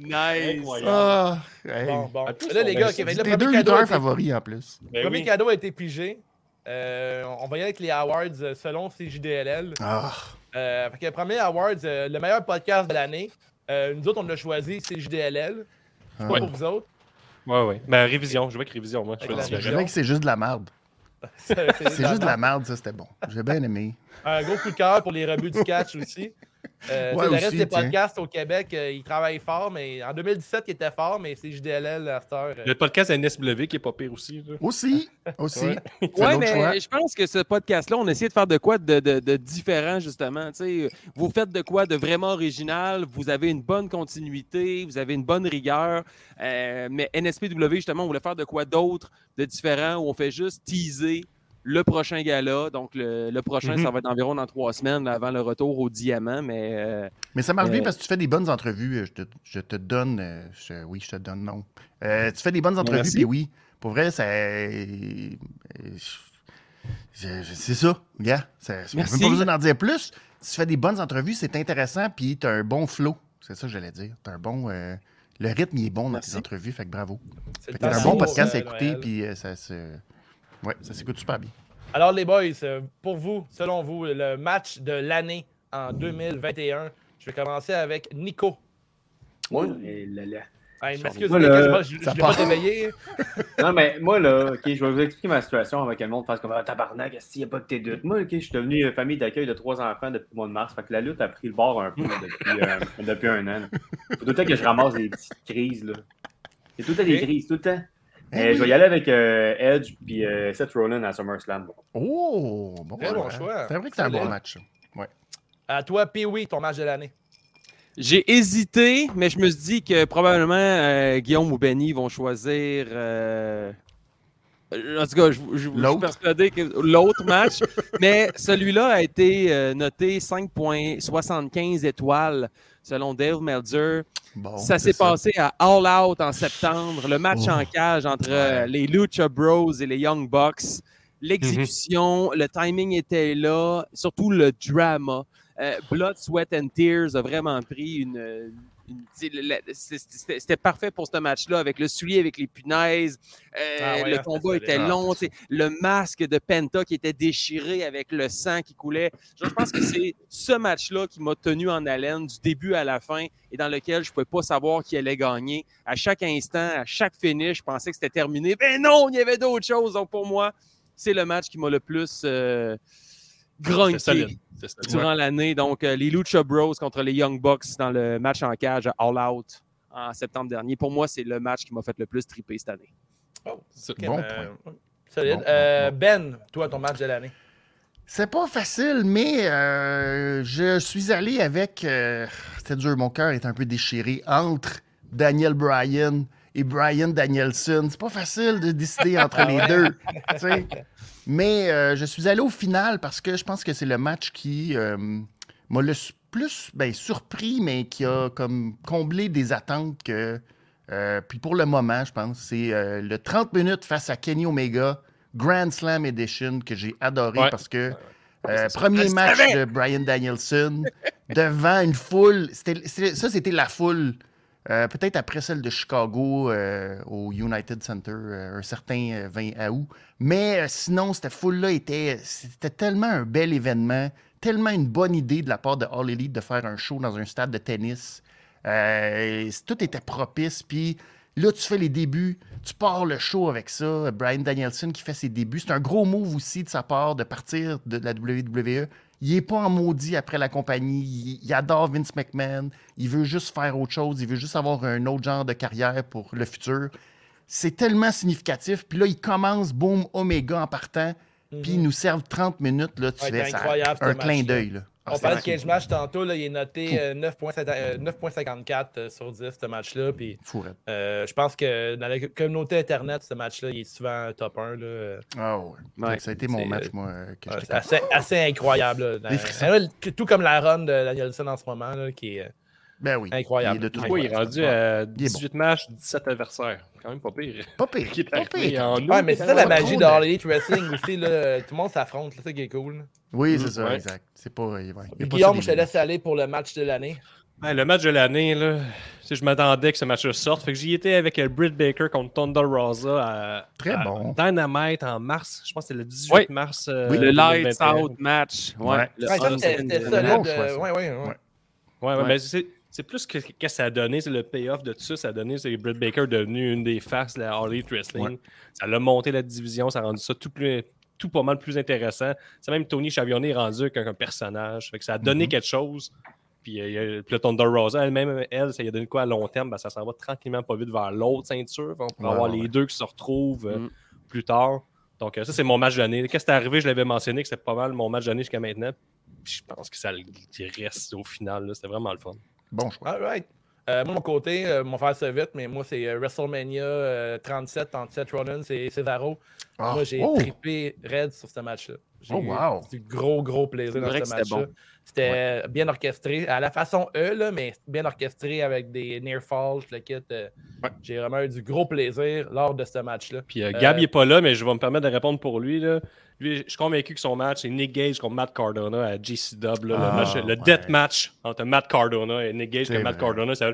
Nice! Incroyable. Ah! hey. Bon, bon. En plus, Là, les on gars, a- ok, ben, C'est le premier tes deux cadeau a lutteurs été- favoris, en plus. le Ben premier oui. cadeau a été pigé. Euh, on va y aller avec les awards euh, selon CJDLL. Ah! Euh, fait que le premier awards, euh, le meilleur podcast de l'année. Euh, nous autres, on l'a choisi, CJDLL. C'est pas Ouais. pour vous autres. Ouais, ouais. Ben, révision. Je vais avec révision, moi. Je fais Avec la différent. Je dirais que c'est juste de la merde. C'est juste de la merde, ça, c'était bon. J'ai bien aimé. Un gros coup de cœur pour les rebuts du catch aussi. Euh, Ouais, tu sais, le reste aussi, des tiens. podcasts au Québec, euh, ils travaillent fort, mais en 2017, ils étaient forts, mais c'est JDLL à cette heure. euh, Le podcast NSW qui est pas pire aussi. là. Aussi! Aussi! Ouais. C'est Oui, l'autre mais choix. je pense que ce podcast-là, on essayait de faire de quoi de, de- de différent, justement. Tu sais, vous faites de quoi de vraiment original, vous avez une bonne continuité, vous avez une bonne rigueur. Euh, mais NSPW, justement, on voulait faire de quoi d'autre, de différent, où on fait juste teaser le prochain gala. Donc, le, le prochain, Mhm. Mm-hmm. ça va être environ dans trois semaines là, avant le retour au diamant. Mais euh, Mais ça marche bien Euh, parce que tu fais des bonnes entrevues. euh, Je te, je te donne. euh, je- oui, je te donne, non. Euh, tu fais des Ben, bonnes entrevues, merci. puis oui. Pour vrai, ça. euh, euh, je- je- c'est ça, gars. Ça- j'ai Merci. même pas besoin d'en dire plus. Tu fais des bonnes entrevues, c'est intéressant, puis t'as un bon flow. C'est ça que j'allais dire. T'as un bon. euh, le rythme, il est bon Merci. dans tes entrevues, fait que bravo. c'est le Fait que t'as un temps bon d'amour, podcast à euh, écouter, Noël. puis euh, ça se. Ouais, ça s'écoute super bien. Alors, les boys, euh, pour vous, selon vous, le match de l'année en Hmm. 2021, je vais commencer avec Nico. Moi, eh là là. Hey, Ça m'excuse, part. les gars, je Voilà. je- je Ça l'ai part. pas réveillé. Non, mais moi, là, ok, je vais vous expliquer ma situation avant que le monde fasse comme un tabarnak, s'il n'y a pas que tes doutes. Moi, ok, je suis devenu euh, famille d'accueil de trois enfants depuis le mois de mars. Fait que la lutte a pris le bord un peu depuis, euh, depuis un an. là. Faut tout le temps que je ramasse des petites crises, là. C'est tout le temps des Ok. crises, tout le temps. Eh Euh, oui. Je vais y aller avec euh, Edge puis euh, Seth Rollins à SummerSlam. Oh, bon, Très bon hein. choix. C'est vrai que c'est un bon Solide. match. hein. ça. À toi, Pee-Wee, ton match de l'année. J'ai hésité, mais je me suis dit que probablement euh, Guillaume ou Benny vont choisir. euh, En tout cas, je, je- je suis L'autre. persuadé que l'autre match, mais celui-là a été euh, noté 5,75 étoiles selon Dave Melzer. Bon, ça c'est s'est passé à All Out en septembre, le match Oh. en cage entre euh, les Lucha Bros et les Young Bucks. L'exécution, le timing était là, surtout le drama. Euh, Blood, Sweat and Tears a vraiment pris une. une- c'est- le- la- c'est- C'était c'était parfait pour ce match-là, avec le soulier, avec les punaises. Euh, Ah ouais, le hein, combat c'était était solide. long. tu sais, Le masque de Penta qui était déchiré avec le sang qui coulait. Je je pense que c'est ce match-là qui m'a tenu en haleine du début à la fin et dans lequel je ne pouvais pas savoir qui allait gagner. À chaque instant, à chaque finish, je pensais que c'était terminé. Mais non, il y avait d'autres choses. Donc pour moi, c'est le match qui m'a le plus euh, C'est grunqué solide. C'est solide. durant l'année. Donc euh, les Lucha Bros contre les Young Bucks dans le match en cage à All Out en septembre dernier. Pour moi, c'est le match qui m'a fait le plus triper cette année. Oh, C'est- ok, Bon ben, Solide. Bon, Euh, bon, Ben, toi, ton match de l'année. C'est pas facile, mais euh, je suis allé avec. euh, C'était dur, mon cœur est un peu déchiré entre Daniel Bryan et Brian Danielson. C'est pas facile de décider entre les deux. tu sais. Mais euh, je suis allé au final parce que je pense que c'est le match qui euh, m'a le s- plus ben, surpris, mais qui a comme comblé des attentes que. euh, puis pour le moment, je pense, c'est euh, le 30 minutes face à Kenny Omega, Grand Slam Edition, que j'ai adoré Ouais. parce que euh, premier match de Brian Danielson devant une foule. C'était- c'était- ça, c'était la foule, euh, peut-être après celle de Chicago euh, au United Center, euh, un certain euh, 20 août. Mais euh, sinon, cette foule-là était, c'était tellement un bel événement, tellement une bonne idée de la part de All Elite de faire un show dans un stade de tennis. Euh, et c- tout était propice, puis là, tu fais les débuts, tu pars le show avec ça. Brian Danielson qui fait ses débuts. C'est un gros move aussi de sa part de partir de la WWE. Il n'est pas en maudit après la compagnie. Il, il adore Vince McMahon. Il veut juste faire autre chose. Il veut juste avoir un autre genre de carrière pour le futur. C'est tellement significatif. Puis là, il commence, boom, Omega en partant. Puis Mhm. ils nous servent 30 minutes. Là, tu Ouais, fais c'est ça- incroyable, ce un clin match-là. d'œil. là. Ah, On c'est parlait de incroyable. cage match tantôt, là, il est noté euh, 9.50, euh, 9.54 euh, sur 10, ce match-là. Puis Fourette. euh, je pense que dans la communauté Internet, ce match-là, il est souvent top 1. là. Euh, Ah ouais. Ouais. Donc, Ça a été mon C'est, match, euh, moi, euh, que ouais, j'étais c'est assez, assez incroyable. là. Dans- Les frissons. Ah ouais, tout- tout comme la run de Danielson en ce moment, là, qui est euh, Ben oui. Incroyable. Il est de tout Oui, il est poil. rendu Il à est bon. 18 matchs, 17 adversaires. Quand même pas pire. euh, Pas pire. Qui est Pas arrivé pire. en août. Ouais, mais c'est ça la Ouais, magie cool, de hein. Harley Wrestling aussi. Là, tout le monde s'affronte, c'est ça qui est cool. Oui, c'est ça, Ouais. exact. C'est pas. ouais, il est pas sur Guillaume, des je te laisse aller pour le match de l'année. Ouais, le match de l'année, là, tu sais, je m'attendais que ce match-là sorte. Fait que j'y étais avec euh, Britt Baker contre Thunder Rosa à, Très à bon. Dynamite en mars. Je pense que c'était le 18 Oui. mars. euh, le lights 2021. out match. Ouais. Ouais. Le Ouais, ça, All c'était In. c'était c'est solide. bon choix, euh, ça. ouais, ouais, ouais. Ouais. Ouais, ouais, Ouais. mais c'est c'est plus que, que ça a donné, c'est le payoff de tout ça. Ça a donné, c'est que Britt Baker est devenu une des faces de la All Elite Wrestling. Ça l'a monté la division, ça a rendu ça tout, plus, tout pas mal plus intéressant. C'est même Tony Chavionnet est rendu comme un personnage. Fait que ça a donné Mhm. quelque chose. Puis, euh, il y a- puis le Thunder Rosa, elle-même, elle, ça lui a donné quoi à long terme? Ben, ça s'en va tranquillement pas vite vers l'autre ceinture. On pourra Ouais, avoir ouais, les ouais. deux qui se retrouvent euh, Mhm. plus tard. Donc, euh, ça, c'est mon match de l'année. Quand c'était arrivé, je l'avais mentionné que c'était pas mal mon match de l'année jusqu'à maintenant. Puis je pense que ça le- qu'il reste au final. là. C'était vraiment le fun. Bon choix. All right. Euh, moi, de mon côté, euh, mon faire ça vite, mais moi, c'est euh, WrestleMania euh, 37 entre Seth Rollins et Cesaro. Ah, Moi, j'ai oh, trippé raide sur ce match-là. J'ai Oh, wow. eu du gros, gros plaisir C'est dans vrai que ce c'était match-là. bon. C'était euh, bien orchestré, à la façon E, là, mais bien orchestré avec des near falls, le kit. euh, Ouais. J'ai vraiment eu du gros plaisir lors de ce match-là. Puis euh, Euh, Gab, il est pas là, mais je vais me permettre de répondre pour lui. Là. Lui, je suis convaincu que son match, c'est Nick Gage contre Matt Cardona à JCW. là, Ah, le match, le ouais. death match entre Matt Cardona et Nick Gage C'est contre Matt vrai. Cardona, ça, a-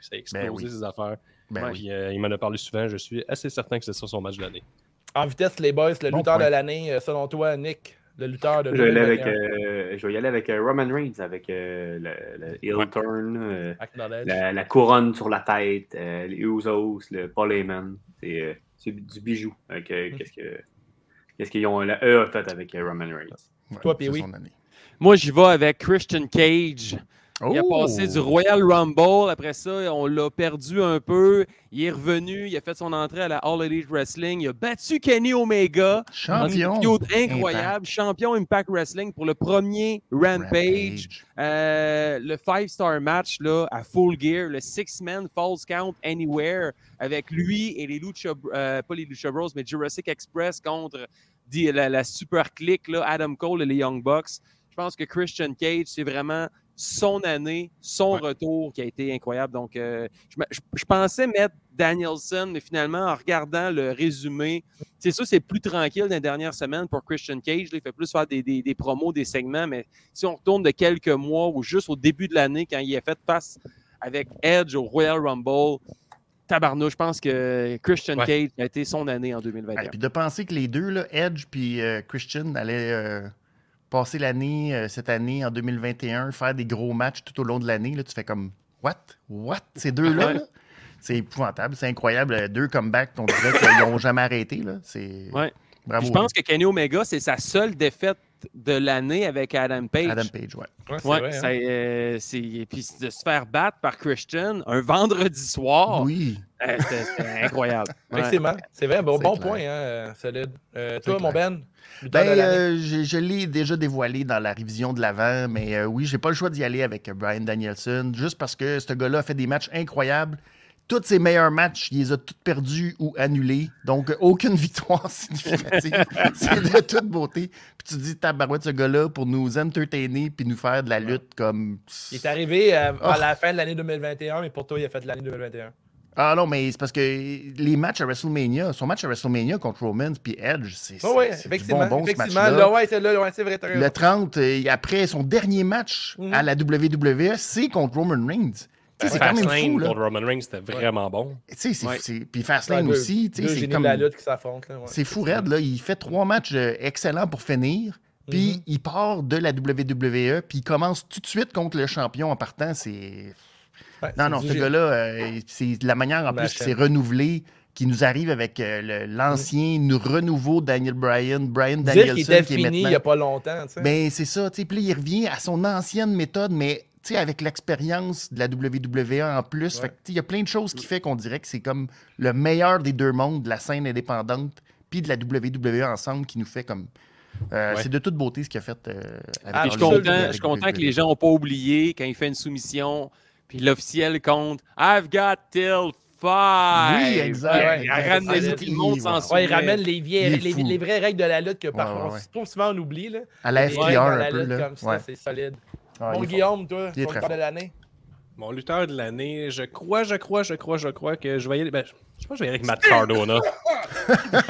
ça a explosé Ben oui. ses affaires. ben oui. Puis, euh, il m'en a parlé souvent. Je suis assez certain que c'est ça son match de l'année. En vitesse, les boys, le Bon lutteur point. de l'année, euh, selon toi, Nick, le lutteur de Je vais, aller avec, 2021. euh, je vais y aller avec euh, Roman Reigns, avec euh, le, le heel Ouais. turn, euh, Acknowledge. la, la couronne sur la tête, euh, les Usos, le Paul Heyman. C'est euh, c'est du bijou. Donc, euh, Qu'est-ce que- qu'est-ce qu'ils ont, la E a fait avec euh, Roman Reigns. Ouais, toi, c'est Pee-wee. son année. Moi, j'y vais avec Christian Cage. Il a Oh! passé du Royal Rumble, après ça, on l'a perdu un peu. Il est revenu, il a fait son entrée à la All Elite Wrestling. Il a battu Kenny Omega. dans une champion. feud incroyable. Champion Impact Wrestling pour le premier Rampage. Rampage. Euh, le five-star match là, à full gear, le six-man falls count anywhere avec lui et les Lucha, euh, pas les Lucha Bros, mais Jurassic Express contre di- la, la super clique, là, Adam Cole et les Young Bucks. Je pense que Christian Cage, c'est vraiment son année, son retour qui a été incroyable. Donc, euh, je, me- je- je pensais mettre Danielson, mais finalement, en regardant le résumé, c'est sûr, c'est plus tranquille dans les dernières semaines pour Christian Cage. là. il fait plus faire des- des- des promos, des segments, mais si on retourne de quelques mois ou juste au début de l'année, quand il a fait face avec Edge au Royal Rumble, tabarnouche, je pense que Christian Ouais. Cage a été son année en 2021. Et puis de penser que les deux, là, Edge puis euh, Christian, allaient euh, passer l'année, euh, cette année, en 2021, faire des gros matchs tout au long de l'année, là, tu fais comme What? What? Ces deux-là? là? C'est épouvantable, c'est incroyable. euh, Deux comebacks qu'on dirait qu'ils n'ont jamais arrêté. Là. C'est... Ouais. Bravo. Je pense que Kenny Omega, c'est sa seule défaite de l'année avec Adam Page. Adam Page, ouais. Ouais, c'est Ouais, vrai, hein. ça, euh, c'est- et puis de se faire battre par Christian un vendredi soir, Oui. euh, c'était c'était incroyable. Ouais. Effectivement. C'est vrai. Bon, C'est bon clair. point, hein, euh, solide. Euh, C'est toi, mon clair. Ben, lutteur de Ben, l'année. euh, je, je l'ai déjà dévoilé dans la révision de l'avant, mais euh, oui, j'ai pas le choix d'y aller avec Brian Danielson, juste parce que ce gars-là a fait des matchs incroyables. Tous ses meilleurs matchs, il les a tous perdus ou annulés. Donc, euh, aucune victoire significative. C'est de toute beauté. Puis tu te dis, tabarouette, ce gars-là, pour nous entertainer puis nous faire de la lutte comme. Il est arrivé euh, à, Oh. la fin de l'année 2021, mais pour toi, il a fait de l'année 2021. Ah non, mais c'est parce que les matchs à WrestleMania, son match à WrestleMania contre Roman puis Edge, c'est Oui, oui, c'est- c'est du effectivement. bonbon ce effectivement. match-là. Là, ouais, c'est là, ouais, c'est vrai. t'as raison. Le 30, euh, après son dernier match Mhm. à la WWE, c'est contre Roman Reigns. Tu sais, C'est quand même Fastlane fou, là. contre Roman Reigns, c'était vraiment bon. Tu sais, c'est- Ouais. c'est- Puis Fastlane Ouais, deux- aussi, tu sais, deux c'est génies comme... de la lutte qui s'affrontent. là, ouais. C'est fou raide, là. Il fait trois matchs euh, excellents pour finir. Puis Mhm. il part de la WWE, puis il commence tout de suite contre le champion en partant. C'est Ouais, non, c'est non, du ce gé- gars-là, euh, c'est de la manière Ma en plus qu'il s'est chaîne. renouvelé, qui nous arrive avec euh, le- l'ancien nous renouveau Daniel Bryan, Brian Mhm. Dire Danielson qu'il était qui est fini il maintenant. n'y a pas longtemps. tu sais. Ben, c'est ça, tu sais. Puis là, il revient à son ancienne méthode, mais tu sais, avec l'expérience de la WWE en plus. Ouais. Fait que, tu sais, il y a plein de choses qui fait qu'on dirait que c'est comme le meilleur des deux mondes, de la scène indépendante, puis de la WWE ensemble, qui nous fait comme. euh, Ouais. C'est de toute beauté ce qu'il a fait. euh, Ah, avec Puis la E. je suis Absolument. content, je suis content que les gens n'ont pas oublié quand il fait une soumission, puis l'officiel compte I've got till five. Oui, exact. Ouais, ouais, Il a ramené ouais, ça, tout le monde s'en ouais. Ouais, souvient. il ramène les, vieilles, Il est les, fou. les vraies règles de la lutte que Ouais, parfois ouais, ouais. on trouve souvent on oublie. Là. À la Les FTR règles dans un la peu. lutte Là. comme ça, Ouais. c'est solide. Ah, Bon, il est Guillaume, toi, Il est ton très lutteur de l'année. Mon lutteur de l'année, je crois, je crois, je crois, je crois que je vais y aller. Ben, je je pense que je vais y aller avec Matt Cardona.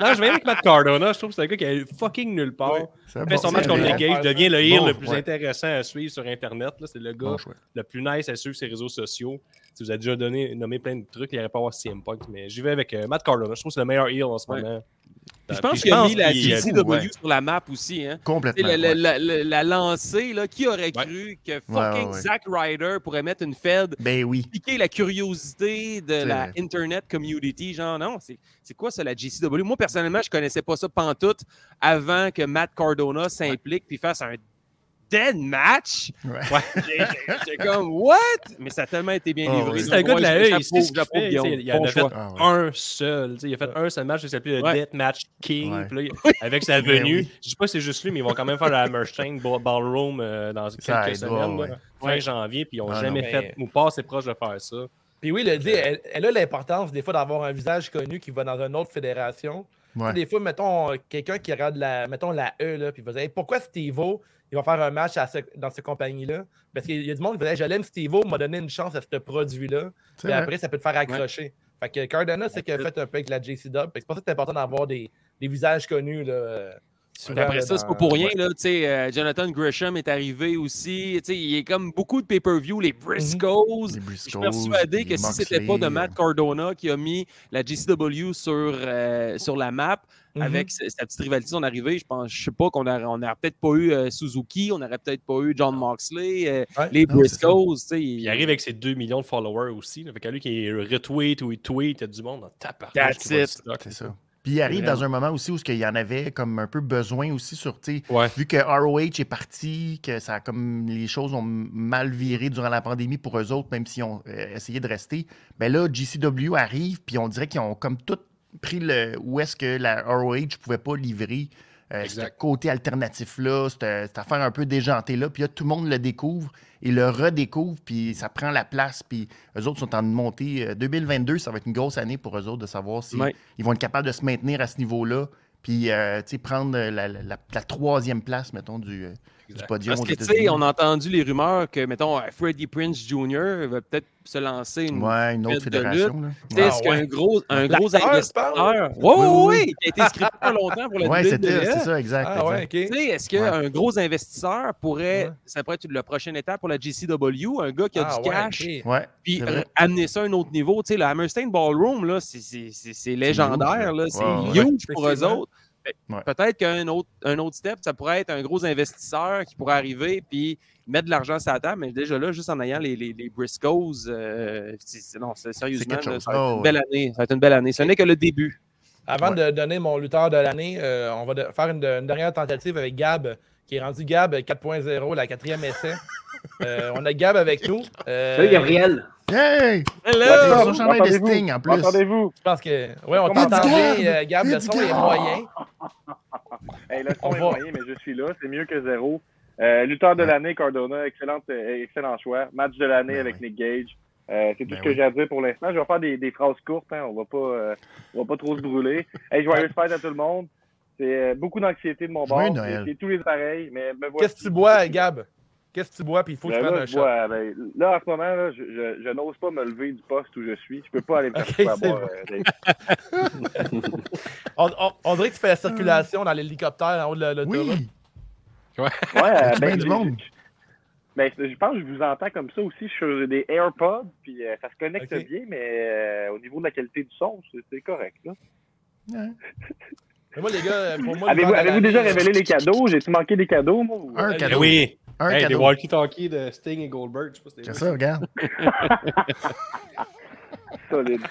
Ouais. non, je vais y aller avec Matt Cardona. Je trouve que c'est un gars qui est fucking nulle part. Ouais. fort. C'est Fait Euh, bon, son match c'est contre vrai. les vrai. Gates devient le heel Bon, le plus ouais. intéressant à suivre sur Internet. là. C'est le gars Bon choix. le plus nice à suivre ses réseaux sociaux. Si vous avez déjà donné, nommé plein de trucs, il n'y aurait pas à avoir CM Punk, mais j'y vais avec euh, Matt Cardona. Je trouve que c'est le meilleur heel en ce Ouais. moment. Puis Je Euh, puis pense qu'il a mis la qu'il, euh, c'est CCW ouais. sur la map aussi. Hein. Tu Complètement. sais, La, la, la- ouais. la- la lancée, là, qui aurait Ben, Ouais. cru que fucking Ouais, ouais, ouais. Zack Ryder pourrait mettre une Fed, Ben oui. piquer la curiosité de C'est la vrai. Internet community? Genre, non, c'est c'est quoi ça, la GCW? Moi, personnellement, je connaissais pas ça pantoute avant que Matt Cardona s'implique puis fasse un dead match. Ouais. J'ai- j'ai- J'ai comme, what? Mais ça a tellement été bien Oh, livré. oui. C'est un gars de la Ouais, E, chapeau, il sait ce qu'il chapeau, fait, Guillaume. tu sais, il y en Bon a fait choix. Ah, ouais. un seul. tu sais, Il a fait un seul match qui s'appelait le Ouais. Death Match King. Ouais. Puis là, il- avec sa Ben venue, oui. je dis pas si c'est juste lui, mais ils vont quand même faire la Hammerstein Ball- Ballroom euh, dans quelques Ça aide, semaines, ouais, là, ouais. fin Ouais. janvier, puis ils n'ont Ah, jamais non. fait, ou pas assez proche de faire ça. Puis oui, le dit, elle, elle a l'importance des fois d'avoir un visage connu qui va dans une autre fédération. Ouais. Des fois, mettons, euh, quelqu'un qui regarde la, mettons, la E, là, puis il va dire Hey, pourquoi Steve-O, il va faire un match à ce- dans cette compagnie-là? Parce qu'il y a du monde qui va dire Je l'aime Steve-O, m'a donné une chance à ce produit-là. C'est Puis vrai. après, ça peut te faire accrocher. Fait que Cardona, c'est qu'il a fait un peu avec la JC Dub. C'est pour ça que c'est important d'avoir des, des visages connus. Là, euh, souvent, Après là, ça, c'est dans- pas pour rien. Là, tu sais, euh, Jonathan Gresham est arrivé aussi. Tu sais, Il est comme beaucoup de pay-per-view, les Briscoes. Mhm. Les Je suis Briscoes, persuadé les que si c'était Moxley, pas de euh, Matt Cardona qui a mis la GCW sur, euh, sur la map Mhm. avec sa, sa petite rivalité, son arrivée, je pense, je sais pas qu'on n'aurait on aurait peut-être pas eu euh, Suzuki, on n'aurait peut-être pas eu John Moxley, euh, Ouais. les Non, c'est ça. Briscoes. tu sais, Puis il arrive avec ses 2 millions de followers aussi. Là, fait qu'à lui qui retweet ou il tweet, il y a du monde en tape That's it. C'est ça. Puis il arrive Vraiment. dans un moment aussi où il y en avait comme un peu besoin aussi sur, tu sais, Ouais. vu que ROH est parti, que ça a comme les choses ont mal viré durant la pandémie pour eux autres, même s'ils ont euh, essayé de rester. Mais Ben là, GCW arrive, puis on dirait qu'ils ont comme tout pris le où est-ce que la ROH pouvait pas livrer euh, ce Exact. côté alternatif-là, cette, cette affaire un peu déjantée-là. Puis là, tout le monde le découvre et le redécouvre, puis ça prend la place. Puis eux autres sont en montée. euh, 2022, ça va être une grosse année pour eux autres de savoir si Ouais. ils vont être capables de se maintenir à ce niveau-là. Puis, euh, tu sais, prendre euh, la, la- la- la troisième place, mettons, du, euh, du Exact. podium. Parce aux que, tu sais, États-Unis. on a entendu les rumeurs que, mettons, euh, Freddie Prince Jr. va peut-être se lancer une Ouais, une autre fête de fédération. Là. Tu sais, Ah Ouais. est-ce qu'un ouais. gros, un gros L'acteur, tu investisseur. parles? Oui, oui, Oui, oui, qui a été inscrit pas longtemps pour la Ouais, c'était WWE. c'est ça, exact. Ah ouais, exact. ok. Tu sais, Est-ce qu'un gros investisseur pourrait, Ouais. ça pourrait être la prochaine étape pour la GCW, un gars qui a Ah du ouais, cash, ok. Ouais, puis c'est vrai. r- amener ça à un autre niveau? Tu sais, le Hammerstein Ballroom, là, c'est- c'est c'est- c'est légendaire, huge, là, là. c'est hein. Ouais, ouais. huge pour eux Effectivement. autres. Fait- Ouais. Peut-être qu'un autre, un autre step, ça pourrait être un gros investisseur qui pourrait arriver puis mettre de l'argent sur la table, mais déjà là, juste en ayant les, les, les Briscoes, euh, c'est- c'est- non, c'est- sérieusement, quelque là, chose. ça va être Ah, une belle année. Ça va être une belle année. Ce n'est que le début. Avant de donner mon lutteur de l'année, euh, on va de- faire une, une dernière tentative avec Gab, qui est rendu Gab 4.0, la quatrième essai. Euh, on a Gab avec nous. Euh, Salut Gabriel! Hey! Hello! Ils ont changé des stings en plus. Entendez-vous? Je pense que. Oui, on Comment t'entend tu bien, gardes? euh, Gab. Mais Le tu son est gardes. moyen. Hey, là, c'est On pas va. moyen, mais je suis là. C'est mieux que zéro. Euh, lutteur de l'année, Cardona, excellente, euh, excellent choix. Match de l'année Ben avec oui. Nick Gage. Euh, c'est tout Ben ce que oui. j'ai à dire pour l'instant. Je vais faire des, des phrases courtes. Hein. On va pas, euh, on va pas trop se brûler. Hey, joyeuse fête à tout le monde. C'est euh, beaucoup d'anxiété de mon bord. Joyeux C'est Noël. c'est tous les pareils, mais me voici. Qu'est-ce que tu bois, Gab? Qu'est-ce que tu bois? Puis il faut que tu Ben prennes là, un je shot. bois, ben, là, en ce moment, là, je, je- je n'ose pas me lever du poste où je suis. Je peux pas aller me Ok, chercher à c'est boire. bon. euh, des- On, on- on dirait que tu fais la Hum. circulation dans l'hélicoptère en haut de la- l'autoroute. Oui! Ouais, euh, bien ben, du j'ai- monde. Ben, je pense que je vous entends comme ça aussi. Je suis sur des AirPods, puis euh, ça se connecte Ok. bien, mais euh, au niveau de la qualité du son, c'est- c'est correct. là. Mais moi, les gars, euh, pour moi. Avez-vous le avez-vous vendredi- déjà révélé les cadeaux? J'ai-tu manqué des cadeaux, moi? ou- Un Eh cadeau. Ben oui, Un hey, des cadeau. walkie-talkies de Sting et Goldberg. Je sais pas si C'est c'était- ça, regarde. Solide.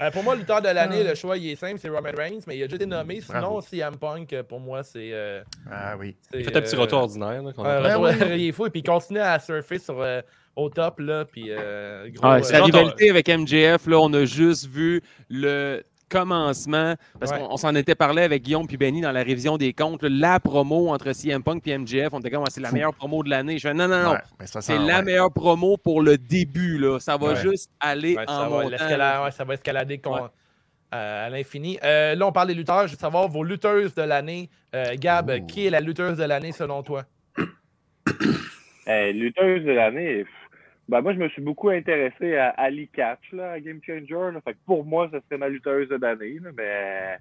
Euh, pour moi, le lutteur de l'année, Ah. le choix, il est simple, c'est Roman Reigns, mais il a déjà été nommé. Sinon, Bravo. CM Punk, euh, pour moi, c'est. euh, Ah oui. c'est, Faites un petit euh, retour ordinaire. là, qu'on a un fait. Ben retour- oui. il est fou. Et puis, il continue à surfer sur, euh, au top, là. Puis, euh, gros. Ouais, Ah, c'est euh, la Genre, rivalité avec MJF, là, on a juste vu le commencement, parce Ouais. qu'on on s'en était parlé avec Guillaume puis Benny dans la révision des comptes, là, la promo entre CM Punk et MJF, on était comme, Ah, c'est la Fou. meilleure promo de l'année. Je fais, non, non, non, Ouais, ben ça c'est sent- la ouais. meilleure promo pour le début, là. ça va Ouais. juste aller Ouais, ça, en va, montant. l'escalade- là. ouais, ça va escalader con- Ouais. euh, à l'infini. Euh, là, on parle des lutteurs. Je veux savoir vos lutteuses de l'année. Euh, Gab, Ouh. qui est la lutteuse de l'année selon toi? Eh, lutteuse de l'année, pff, ben, moi, je me suis beaucoup intéressé à Ali Catch, là, à Game Changer. là. Fait que pour moi, ce serait ma lutteuse de l'année. là, Mais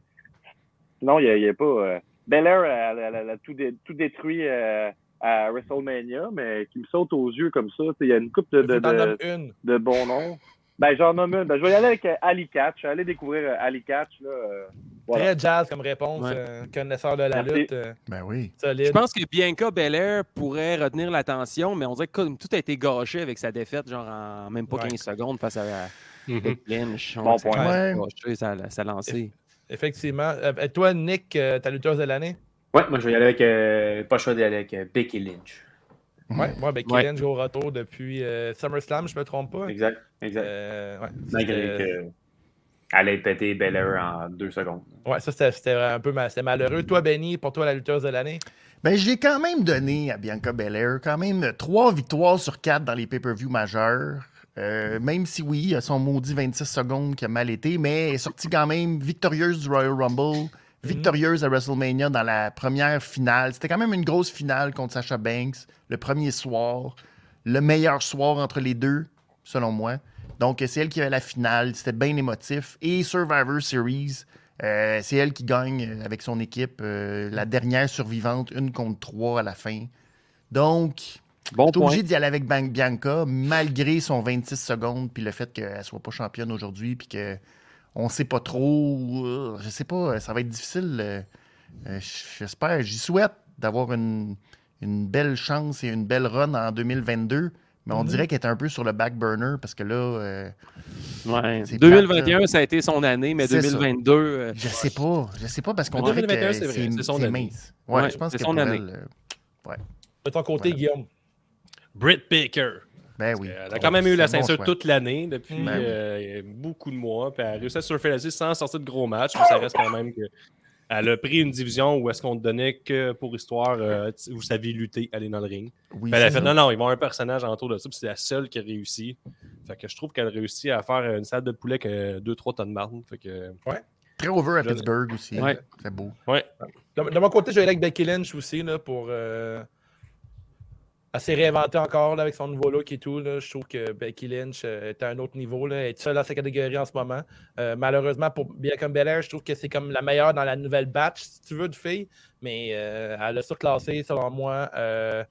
non, il n'y a, il y a pas. euh, Belair, elle, elle- elle a tout, dé- tout détruit euh, à WrestleMania, mais qui me saute aux yeux comme ça. Tu sais, Il y a une coupe de, Je de- t'en de- nomme une. de bons noms. Ben, j'en nomme une. Ben, je vais y aller avec euh, Ali Catch. Je vais aller découvrir euh, Ali Catch. Là. euh, voilà. Très jazz comme réponse, Ouais. euh, connaisseur de la Merci. lutte, euh, Ben oui. Je solide. pense que Bianca Belair pourrait retenir l'attention, mais on dirait que comme tout a été gâché avec sa défaite, genre en même pas Ouais. 15 secondes face à Mhm. Lynch. On Bon dirait que ça point. a gâché, ça, ça a lancé. Effectivement. Euh, et toi, Nick, euh, ta lutteuse de l'année? Ouais, moi je vais y aller avec. euh, pas le choix d'aller avec euh, Becky Lynch. Ouais, moi, avec Ouais. Kylian au retour depuis euh, SummerSlam, je me trompe pas. Exact, exact. Euh, ouais, Malgré c'était- que. Elle ait pété Bel Air en deux secondes. Ouais, ça, c'était- c'était un peu ma- c'était malheureux. Toi, Benny, pour toi, la lutteuse de l'année? Ben, j'ai quand même donné à Bianca Belair quand même euh, trois victoires sur quatre dans les pay-per-view majeurs. Euh, même si oui, il y a son maudit 26 secondes qui a mal été, mais elle est sortie quand même victorieuse du Royal Rumble, victorieuse à WrestleMania dans la première finale. C'était quand même une grosse finale contre Sasha Banks, le premier soir, le meilleur soir entre les deux, selon moi. Donc, c'est elle qui avait la finale, c'était bien émotif. Et Survivor Series, euh, c'est elle qui gagne euh, avec son équipe, euh, la dernière survivante, une contre trois à la fin. Donc, Bon t'es point. obligé d'y aller avec Ban- Bianca, malgré son 26 secondes, puis le fait qu'elle soit pas championne aujourd'hui, puis que on sait pas trop. euh, je sais pas, ça va être difficile. euh, euh, J'espère, j'y souhaite d'avoir une, une belle chance et une belle run en 2022. Mais Mm-hmm. on dirait qu'elle est un peu sur le back burner parce que là, euh, Ouais. C'est 2021, ça a été son année, mais C'est ça. 2022, euh, je sais pas. Je sais pas parce qu'on Mais dirait 2021, que c'est vrai, c'est son c'est année. mince. Ouais, Ouais, je pense c'est que son pour année. elle, euh, De ton côté, Voilà. Guillaume. Britt Baker. ben oui. Elle a quand même eu la ceinture toute l'année depuis Ben oui. euh, beaucoup de mois. Puis elle a réussi à surfer là-dessus sans sortir de gros matchs. Mais ça reste quand même que. Elle a pris une division où est-ce qu'on te donnait que pour histoire, euh, t- vous saviez lutter, aller dans le ring. Oui, Puis Ben, elle a c'est fait ça. non, non, ils vont un personnage autour de ça, puis c'est la seule qui a réussi. Fait que je trouve qu'elle réussit à faire une salade de poulet que 2-3 tonnes de marde. Fait que. Très over à Je- Pittsburgh aussi. Ouais. C'est beau. De, de mon côté, je vais aller avec Becky Lynch aussi là, pour. Euh... Elle s'est réinventée encore là, avec son nouveau look et tout. là. Je trouve que Becky Lynch euh, est à un autre niveau. Là. Elle est seule dans sa catégorie en ce moment. Euh, malheureusement, pour Bianca Belair, je trouve que c'est comme la meilleure dans la nouvelle batch, si tu veux, de filles. Mais euh, elle a surclassé, selon moi, euh,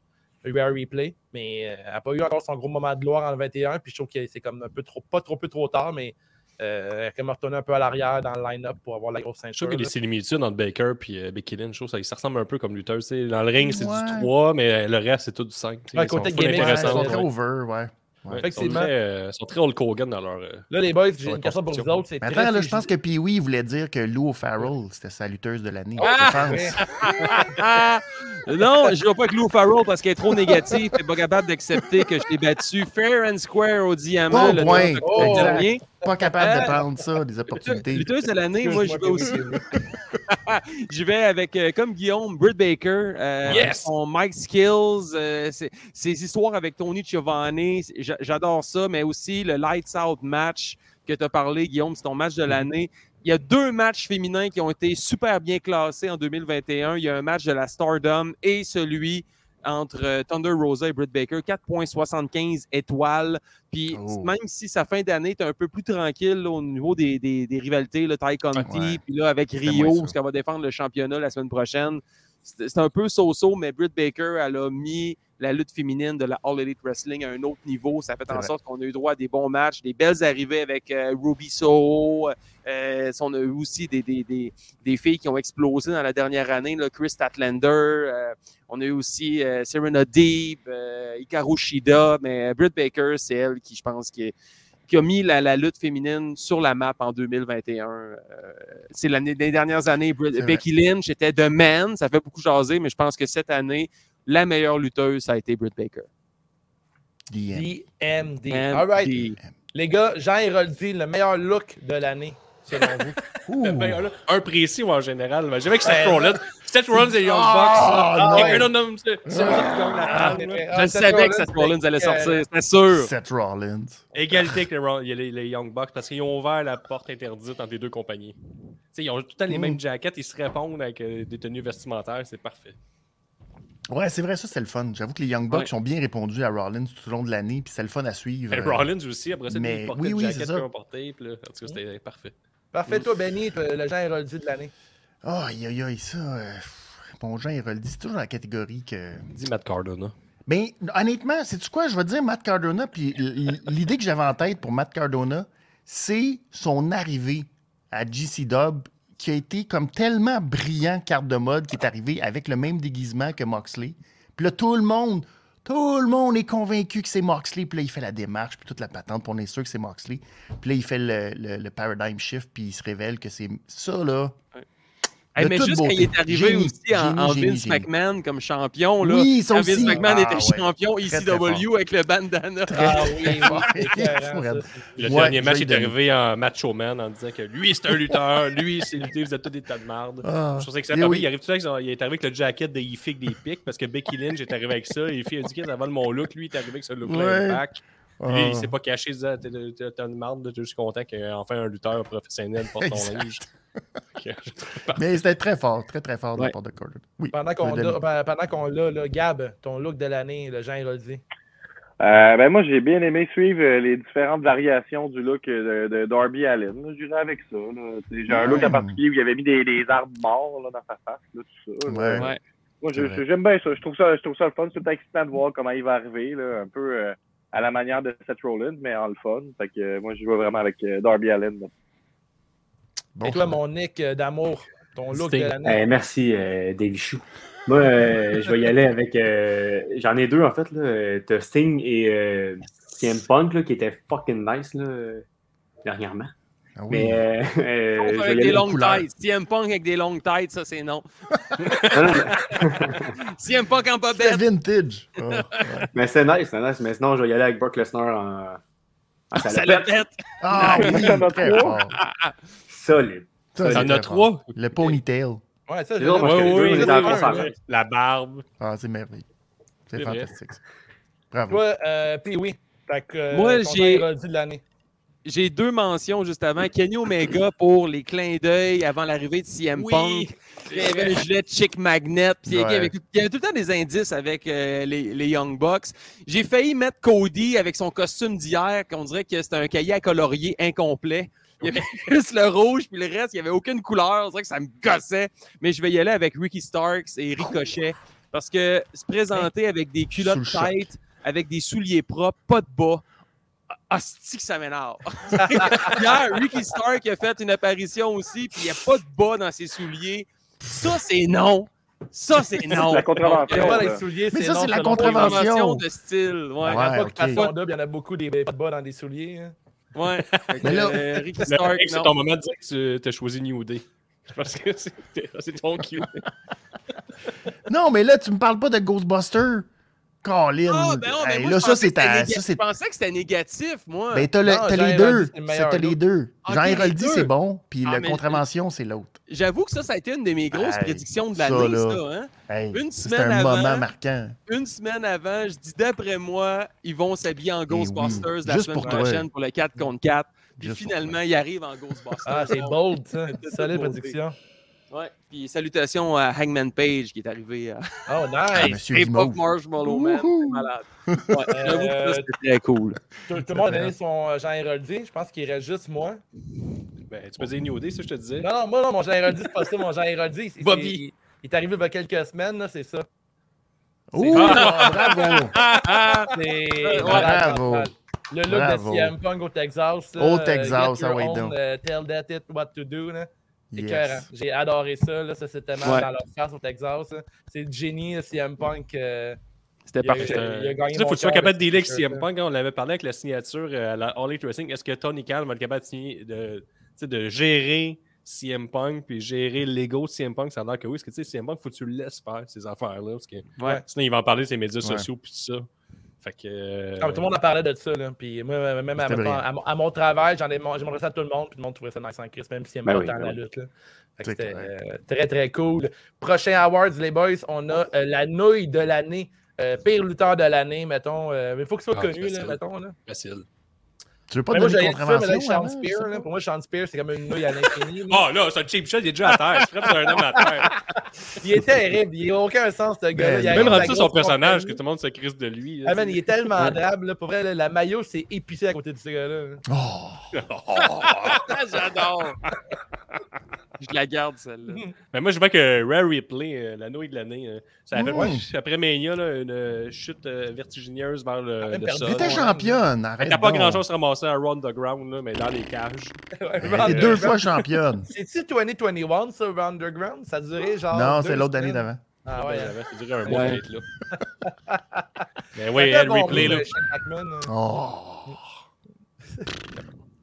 Rhea Replay. Mais euh, elle n'a pas eu encore son gros moment de gloire en 21. Puis je trouve que c'est comme un peu trop, pas trop peu trop tard, mais euh, elle est comme retournée un peu à l'arrière dans le line-up pour avoir la grosse Je ceinture. trouve qu'il y a des là. similitudes entre Baker et Becky Lynch. Je trouve que ça, ça ressemble un peu comme lutteur. Dans le ring, c'est Ouais. du 3, mais euh, le reste, c'est tout du 5. Ouais, côté C'est gimmick, Ouais, ils intéressant. sont très over, ouais. Ouais, Fait ils que sont c'est très, euh, ils sont très Hulk Hogan dans leur. euh, Là, les boys, j'ai Ouais, une question pour vous construction. autres. C'est Mais très Attends, là, je CGI. pense que Pee-Wee voulait dire que Lou Farrell, c'était sa lutteuse de l'année. Ah! Je pense. Ah! non, je ne pas avec Lou Farrell parce qu'elle est trop négative et pas capable d'accepter que je t'ai battu fair and square au diamant Bon le point. 9 octobre Oh. dernier. Pas capable de Ah! prendre ça, des opportunités. Lutteuse de l'année, moi, je vais aussi. J'y vais avec, euh, comme Guillaume, Britt Baker, euh, Yes! avec son Mike Skills, euh, ses, ses histoires avec Tony Giovanni, c'est- j'a- j'adore ça, mais aussi le Lights Out match que tu as parlé, Guillaume, c'est ton match Mm. de l'année. Il y a deux matchs féminins qui ont été super bien classés en 2021. Il y a un match de la Stardom et celui entre euh, Thunder Rosa et Britt Baker, 4.75 étoiles. Puis Oh. même si sa fin d'année est un peu plus tranquille là, au niveau des, des- des rivalités, le Ty Conti, Ouais. puis là avec C'était moins Rio, ça. parce qu'elle va défendre le championnat la semaine prochaine. C'est c'est un peu so-so, mais Britt Baker, elle a mis la lutte féminine de la All Elite Wrestling à un autre niveau. Ça fait C'est en vrai. sorte qu'on a eu droit à des bons matchs, des belles arrivées avec euh, Ruby Soho. Euh, on a eu aussi des, des- des- des filles qui ont explosé dans la dernière année. là, Chris Statlander, euh, on a eu aussi euh, Serena Deeb, euh, Hikaru Shida, mais Britt Baker, c'est elle qui, je pense, qui, est- qui a mis la, la lutte féminine sur la map en 2021. Euh, c'est l'année des dernières années. Britt- C'est vrai. Becky Lynch était de man, ça fait beaucoup jaser, mais je pense que cette année, la meilleure lutteuse, ça a été Britt Baker. Bien. DMD. And All right. the- Les gars, Jean Héroldi, le meilleur look de l'année, selon vous. Ouh. ben, là, un précis ou en général. mais J'avais que Ouais. Seth Rollins. Seth Rollins et Young Bucks. Ah, Ah, non. quelqu'un d'autre nomme- c'est- c'est- Ah, Je Seth euh, savais que Seth Rollins allait sortir, c'était sûr. Seth Rollins. Égalité avec les, Ro- les- les Young Bucks parce qu'ils ont ouvert la porte interdite entre les deux compagnies. Tu sais, ils ont tout le temps les Mm. mêmes jackets, ils se répondent avec euh, des tenues vestimentaires, c'est parfait. Ouais, c'est vrai, ça, c'est le fun. J'avoue que les Young Bucks ont bien répondu à Rollins tout au long de l'année, puis c'est le fun à suivre. Et Rollins aussi, après ça, mais il portait oui, le oui, c'est jacket ça. qu'ils ont porté. puis là, en tout cas, c'était parfait. Parfait, toi, Benny, le Jean Héroldi de l'année. Oh, aïe, aïe, aïe, ça. euh, pff, Bon, Jean Héroldi, c'est toujours la catégorie que. Dis Matt Cardona. Ben, honnêtement, sais-tu quoi? Je vais te dire Matt Cardona, puis l- l'idée que j'avais en tête pour Matt Cardona, c'est son arrivée à GC Dub qui a été comme tellement brillant carte de mode qui est arrivé avec le même déguisement que Moxley. Puis là, tout le monde, tout le monde est convaincu que c'est Moxley. Puis là, il fait la démarche, puis toute la patente, pour on est sûr que c'est Moxley. Puis là, il fait le, le- le paradigm shift, puis il se révèle que c'est ça, là. Hey, De mais toute juste quand il beauté. est arrivé Génie, aussi en, génie, en génie, Vince génie. McMahon comme champion, là, Oui, ça quand Vince aussi. McMahon Ah, était ouais. champion Très, euh, ICW très avec le bandana. Ah oui, oui, Il c'est est écœurant, fou, ça. raide. Le Ouais, dernier je match vais est lui donner. arrivé en Macho Man en disant que lui, c'est un lutteur, lui, c'est lutté, vous êtes tous des tas de marde. Ah. Je trouve Eh ça excellent. oui. Il arrive tout le temps, avec- il est arrivé avec le jacket des Ifig des pics parce que Becky Lynch est arrivé avec ça. Et Ifig a dit qu'elle avant mon look. Lui, il est arrivé avec ce look-là Ouais. Impact. Puis hein. lui, Ah. il s'est pas caché, il disait T'es t'es- t'es une marde, je suis content qu'enfin un lutteur professionnel porte ton Exact. linge. Mais c'était très fort, très, très fort de la Ouais. part de Cardona. Oui. Pendant je qu'on vais donner. l'a, pendant qu'on l'a, là, Gab, ton look de l'année, le Jean Héroldi. Euh, ben moi, j'ai bien aimé suivre euh, les différentes variations du look euh, de, de Darby Allen. là. J'irais avec ça. là. C'est- J'ai un look en particulier où il avait mis des, des arbres morts là, dans sa face, là, tout ça. là. Ouais. Ouais. Moi, je- C'est vrai. j'aime bien ça. Je trouve ça, je trouve ça le fun. C'est tout excitant de voir comment il va arriver, là, un peu euh, à la manière de Seth Rollins, mais en le fun. Fait que euh, moi, je vois vraiment avec euh, Darby Allen. là. Bon. Et toi, mon Nick euh, d'amour, ton look C'était- de l'année. Eh, merci, euh, Davy Chou. Moi, euh, je vais y aller avec. euh, J'en ai deux, en fait. là. Euh, T'as Sting et euh, CM Punk, là, qui était fucking nice là, euh, dernièrement. Ah oui. Mais. euh, euh, je vais y avec aller- des longues couleurs. têtes. CM Punk avec des longues têtes, ça c'est non. Non, non, mais- CM Punk en C'était bobette. vintage. Ah, ouais. mais c'est nice, c'est nice. Mais sinon, je vais y aller avec Brock Lesnar en, en Ça salopette. le pète. Ah oui, Il y en a très trois. fort. Solide. Ça, c'est Il y en a très trois. fort. Le ponytail. Ouais, ça, Les je autres, l'ai- moi, je je les l'ai- deux, je on l'ai- les a je l'ai- tous en je l'ai- même. La barbe. Ah, c'est merveilleux. C'est C'est vrai. fantastique. ça. Bravo. Toi, euh, puis oui. Fait que, euh, Moi, ton j'ai- Jean Héroldi de l'année. J'ai deux mentions juste avant. Kenny Omega pour les clins d'œil avant l'arrivée de CM Oui. Punk. Il y avait le gilet Chick Magnet. puis il y avait- Ouais. il y avait tout le temps des indices avec euh, les, les Young Bucks. J'ai failli mettre Cody avec son costume d'hier, qu'on dirait que c'était un cahier à colorier incomplet. Il y avait juste le rouge, puis le reste, il n'y avait aucune couleur. On dirait que ça me gossait. Mais je vais y aller avec Ricky Starks et Ricochet. Parce que se présenter avec des Sous le culottes choc. têtes, avec des souliers propres, pas de bas. Hostie que ça m'énerve. Hier, Ricky Stark a fait une apparition aussi, puis il n'y a pas de bas dans ses souliers. Ça, c'est non. Ça, c'est non. euh, la Il y a contravention. pas là. les souliers, Mais c'est ça, non, c'est la selon moi. contravention. de style. Ouais. Regarde Ouais, pas que Ah, ok. façon, là, il y en a beaucoup des bêtes bas dans des souliers. hein. ouais. Fait que, Mais là- euh, Ricky Le- Stark, hey, c'est non. ton moment de dire que tu as choisi New Day. Parce que c'est c'est ton cue. Non, mais là, tu me parles pas de Ghostbuster. Colin. Ah, ben non, mais Hey, moi, là, je pensais ça, c'est que c'était ta- néga- ça, c'est- Je pensais que c'était négatif, moi. Ben, t'as le- Non, t'as Jean les Héroldi, deux. c'est le Ça, meilleur, T'as les l'autre. deux. Ok, Jean les Héroldi, deux. c'est bon, puis Ah, la mais- contravention, c'est l'autre. J'avoue que ça, ça a été une de mes grosses Hey, prédictions de ben, ça, l'année, là. ça. hein. Hey, Une ça, c'est semaine un avant. moment marquant. Une semaine avant, je dis d'après moi, ils vont s'habiller en Ghostbusters Eh oui. la Juste semaine pour toi. prochaine pour le 4 contre 4. Puis Juste pour finalement, ils arrivent en Ghostbusters. Ah, c'est Donc, bold, ça. Solide bold. prédiction. Ouais. Puis salutations à Hangman Page qui est arrivé euh, à Oh, Ah, nice. Monsieur Époque Guimauve. Marshmallow Man. Wouhou! C'est malade. Ouais, j'avoue que ça, c'était très cool. Tout, tout le monde a donné son euh, Jean Héroldi. Je pense qu'il reste juste moi. Ben, tu peux dire New Day, ça, je te disais. Non, non, moi, non, mon Jean Héroldi, c'est pas ça, mon Jean Héroldi. c'est- Bobby. c'est- Il, il est arrivé il y a quelques semaines, là, c'est ça. Ouh, Oh, bravo! C'est. bravo. Le look Bravo. de CM Punk au Texas. là, Au euh, Texas, get your ah ouais, own, donc. euh, tell that it what to do. Là. Écœurant. Yes. J'ai adoré ça. Là. Ça, c'était mal Ouais. dans leur face au Texas. là. C'est le génie, le CM Punk. euh, C'était il a- parfait. il a gagné Ça, faut mon que tu sois cœur, capable de le dealer avec sticker, CM là. Punk. hein, On l'avait parlé avec la signature euh, à la All Elite Wrestling. Est-ce que Tony Khan va être capable de, signer- de, tu sais, de gérer CM Punk puis gérer l'ego de CM Punk? Ça a l'air que oui. Parce que tu sais, CM Punk, faut que tu le laisses faire ces affaires-là. Parce que Ouais. sinon, il va en parler de ses médias Ouais. sociaux puis tout ça. Fait que. euh, Ah, mais tout le monde en parlait de ça. Là. Puis moi, même à, C'était mon- brillant. à mon- à mon travail, j'en ai, mon- je m'adressais à tout le monde. Puis le monde trouvait ça nice en Chris, même si Ben pas oui, tant ben la oui. lutte. là. Fait que C'est C'était clair. euh, très, très cool. Prochain Awards, les boys, on a euh, la nouille de l'année. Euh, pire lutteur de l'année, mettons. euh, mais il faut qu'il soit Ah, connu, là, facile. mettons. Là. Facile. Tu veux pas Mais moi, donner j'avais de dit ça, mais là, contravention? Sean hein, avant, je sais Spears, là, pas. pour moi, Sean Spears, c'est comme une nouille à l'infini. Ah. là. Oh là, c'est un cheap shot, il est déjà à terre. Je ferais un homme à terre. Il est terrible, il n'a aucun sens, ce gars-là. Ben, Il arrive Même de la rendu ça son grosse personnage, que compagnie. tout le monde se crisse de lui. là, Ah, man, il est tellement Ouais. adorable. là. Pour vrai, là, la maillot, c'est épicé à côté de ce gars-là. Oh, Ah, J'adore. Je la garde, celle-là. Mais moi, je vois que Rare Ripley, euh, l'anneau de l'année, euh, ça Ouais. fait après Mania, là, une euh, chute euh, vertigineuse vers Elle le, a le Ah, perdu. sol. elle était ouais. championne, arrête Elle n'a pas donc. grand-chose ramassé à Round the Ground, là, mais dans les cages. Elle était deux fois championne. C'est-tu 2021, ça, Raw Underground? Ça a duré genre. Non, Ah, deux c'est l'autre année semaines. d'avant. Ah ouais. Ça durait un mois Ouais. d'être là. Mais oui, C'était elle bon, replay, le là. Shane McMahon, euh. Oh.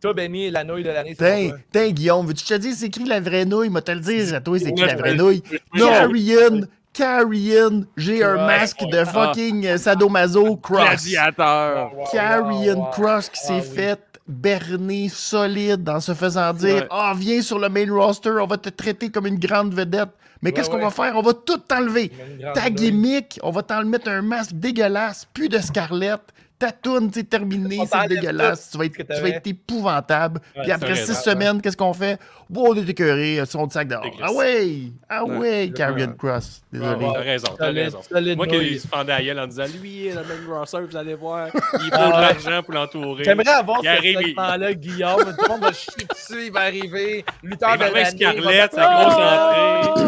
Toi, Benny, la nouille de l'année, c'est Tiens, pour toi. tiens, Guillaume, veux-tu que je te dise c'est qui la vraie nouille? Moi, te le dire à toi, c'est qui Ouais, la vraie je- nouille? Non. Carrion, Carrion, j'ai un Ouais, Ah. masque de fucking euh, sadomaso cross. Ah, Gladiateur. Wow, wow, Carrion wow, wow. Cross qui Ah s'est oui. fait berner solide en se faisant dire Ouais. Ah, viens sur le main roster, on va te traiter comme une grande vedette. Mais Ouais, qu'est-ce qu'on ouais. va faire? On va tout t'enlever. Il a une grande Ta nouille. gimmick, on va t'en mettre un masque dégueulasse, plus de Scarlett. Ta toune, c'est terminé, On c'est t'enlève dégueulasse. Tu vas, être, ce que tu vas t'avais. être épouvantable. Ouais, Puis ça après aurait six l'air, semaines, qu'est-ce qu'on fait? Bon, on est écœuré, son sac dehors. Dégueulasse. Ah ouais! Ah Ouais. ouais, Carrion Cross. Désolé. T'as raison, t'as Solide, raison. solide Moi nouille. qui se pendais à la gueule en disant Lui, le même roster, vous allez voir, il faut Ah ouais. de l'argent pour l'entourer. J'aimerais avoir Il ce arrive, il- segment-là, Guillaume. Tout le monde va chier dessus, il va arriver. Lutteur Il de va l'année. avec Scarlett, va- sa grosse Ah! entrée.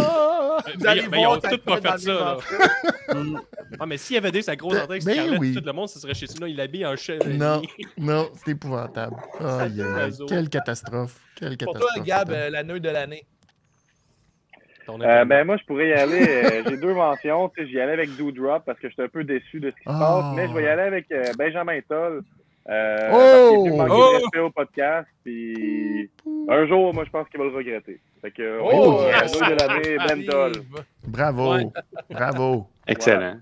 Vous Mais- allez mais ils ont voir, tous ça pas va fait dans ça, les là. entrées. Ah, mais s'il avait dit sa grosse Ben- entrée avec ben Scarlett, oui. tout le monde, ce serait chez nous. Il l'habille en chef. Non, non, c'est épouvantable. Aïe, aïe, aïe, Oiseau. quelle catastrophe. Quelle Pour catastrophe. toi, Gab, cette année. euh, la nouille de l'année. Euh, ben moi, je pourrais y aller. euh, J'ai deux mentions. Tu sais, J'y allais avec Doodrop parce que j'étais un peu déçu de ce qui euh, se Ah. passe, mais je vais y aller avec euh, Benjamin Toll. Euh, Oh! parce qu'il est venu manquer de Oh! respect au podcast. Puis un jour, moi, je pense qu'il va le regretter. Fait que, euh, Oh, ouais, yes! la nouille de l'année, Ben Toll. Arrive. Bravo, Ouais. bravo. Excellent.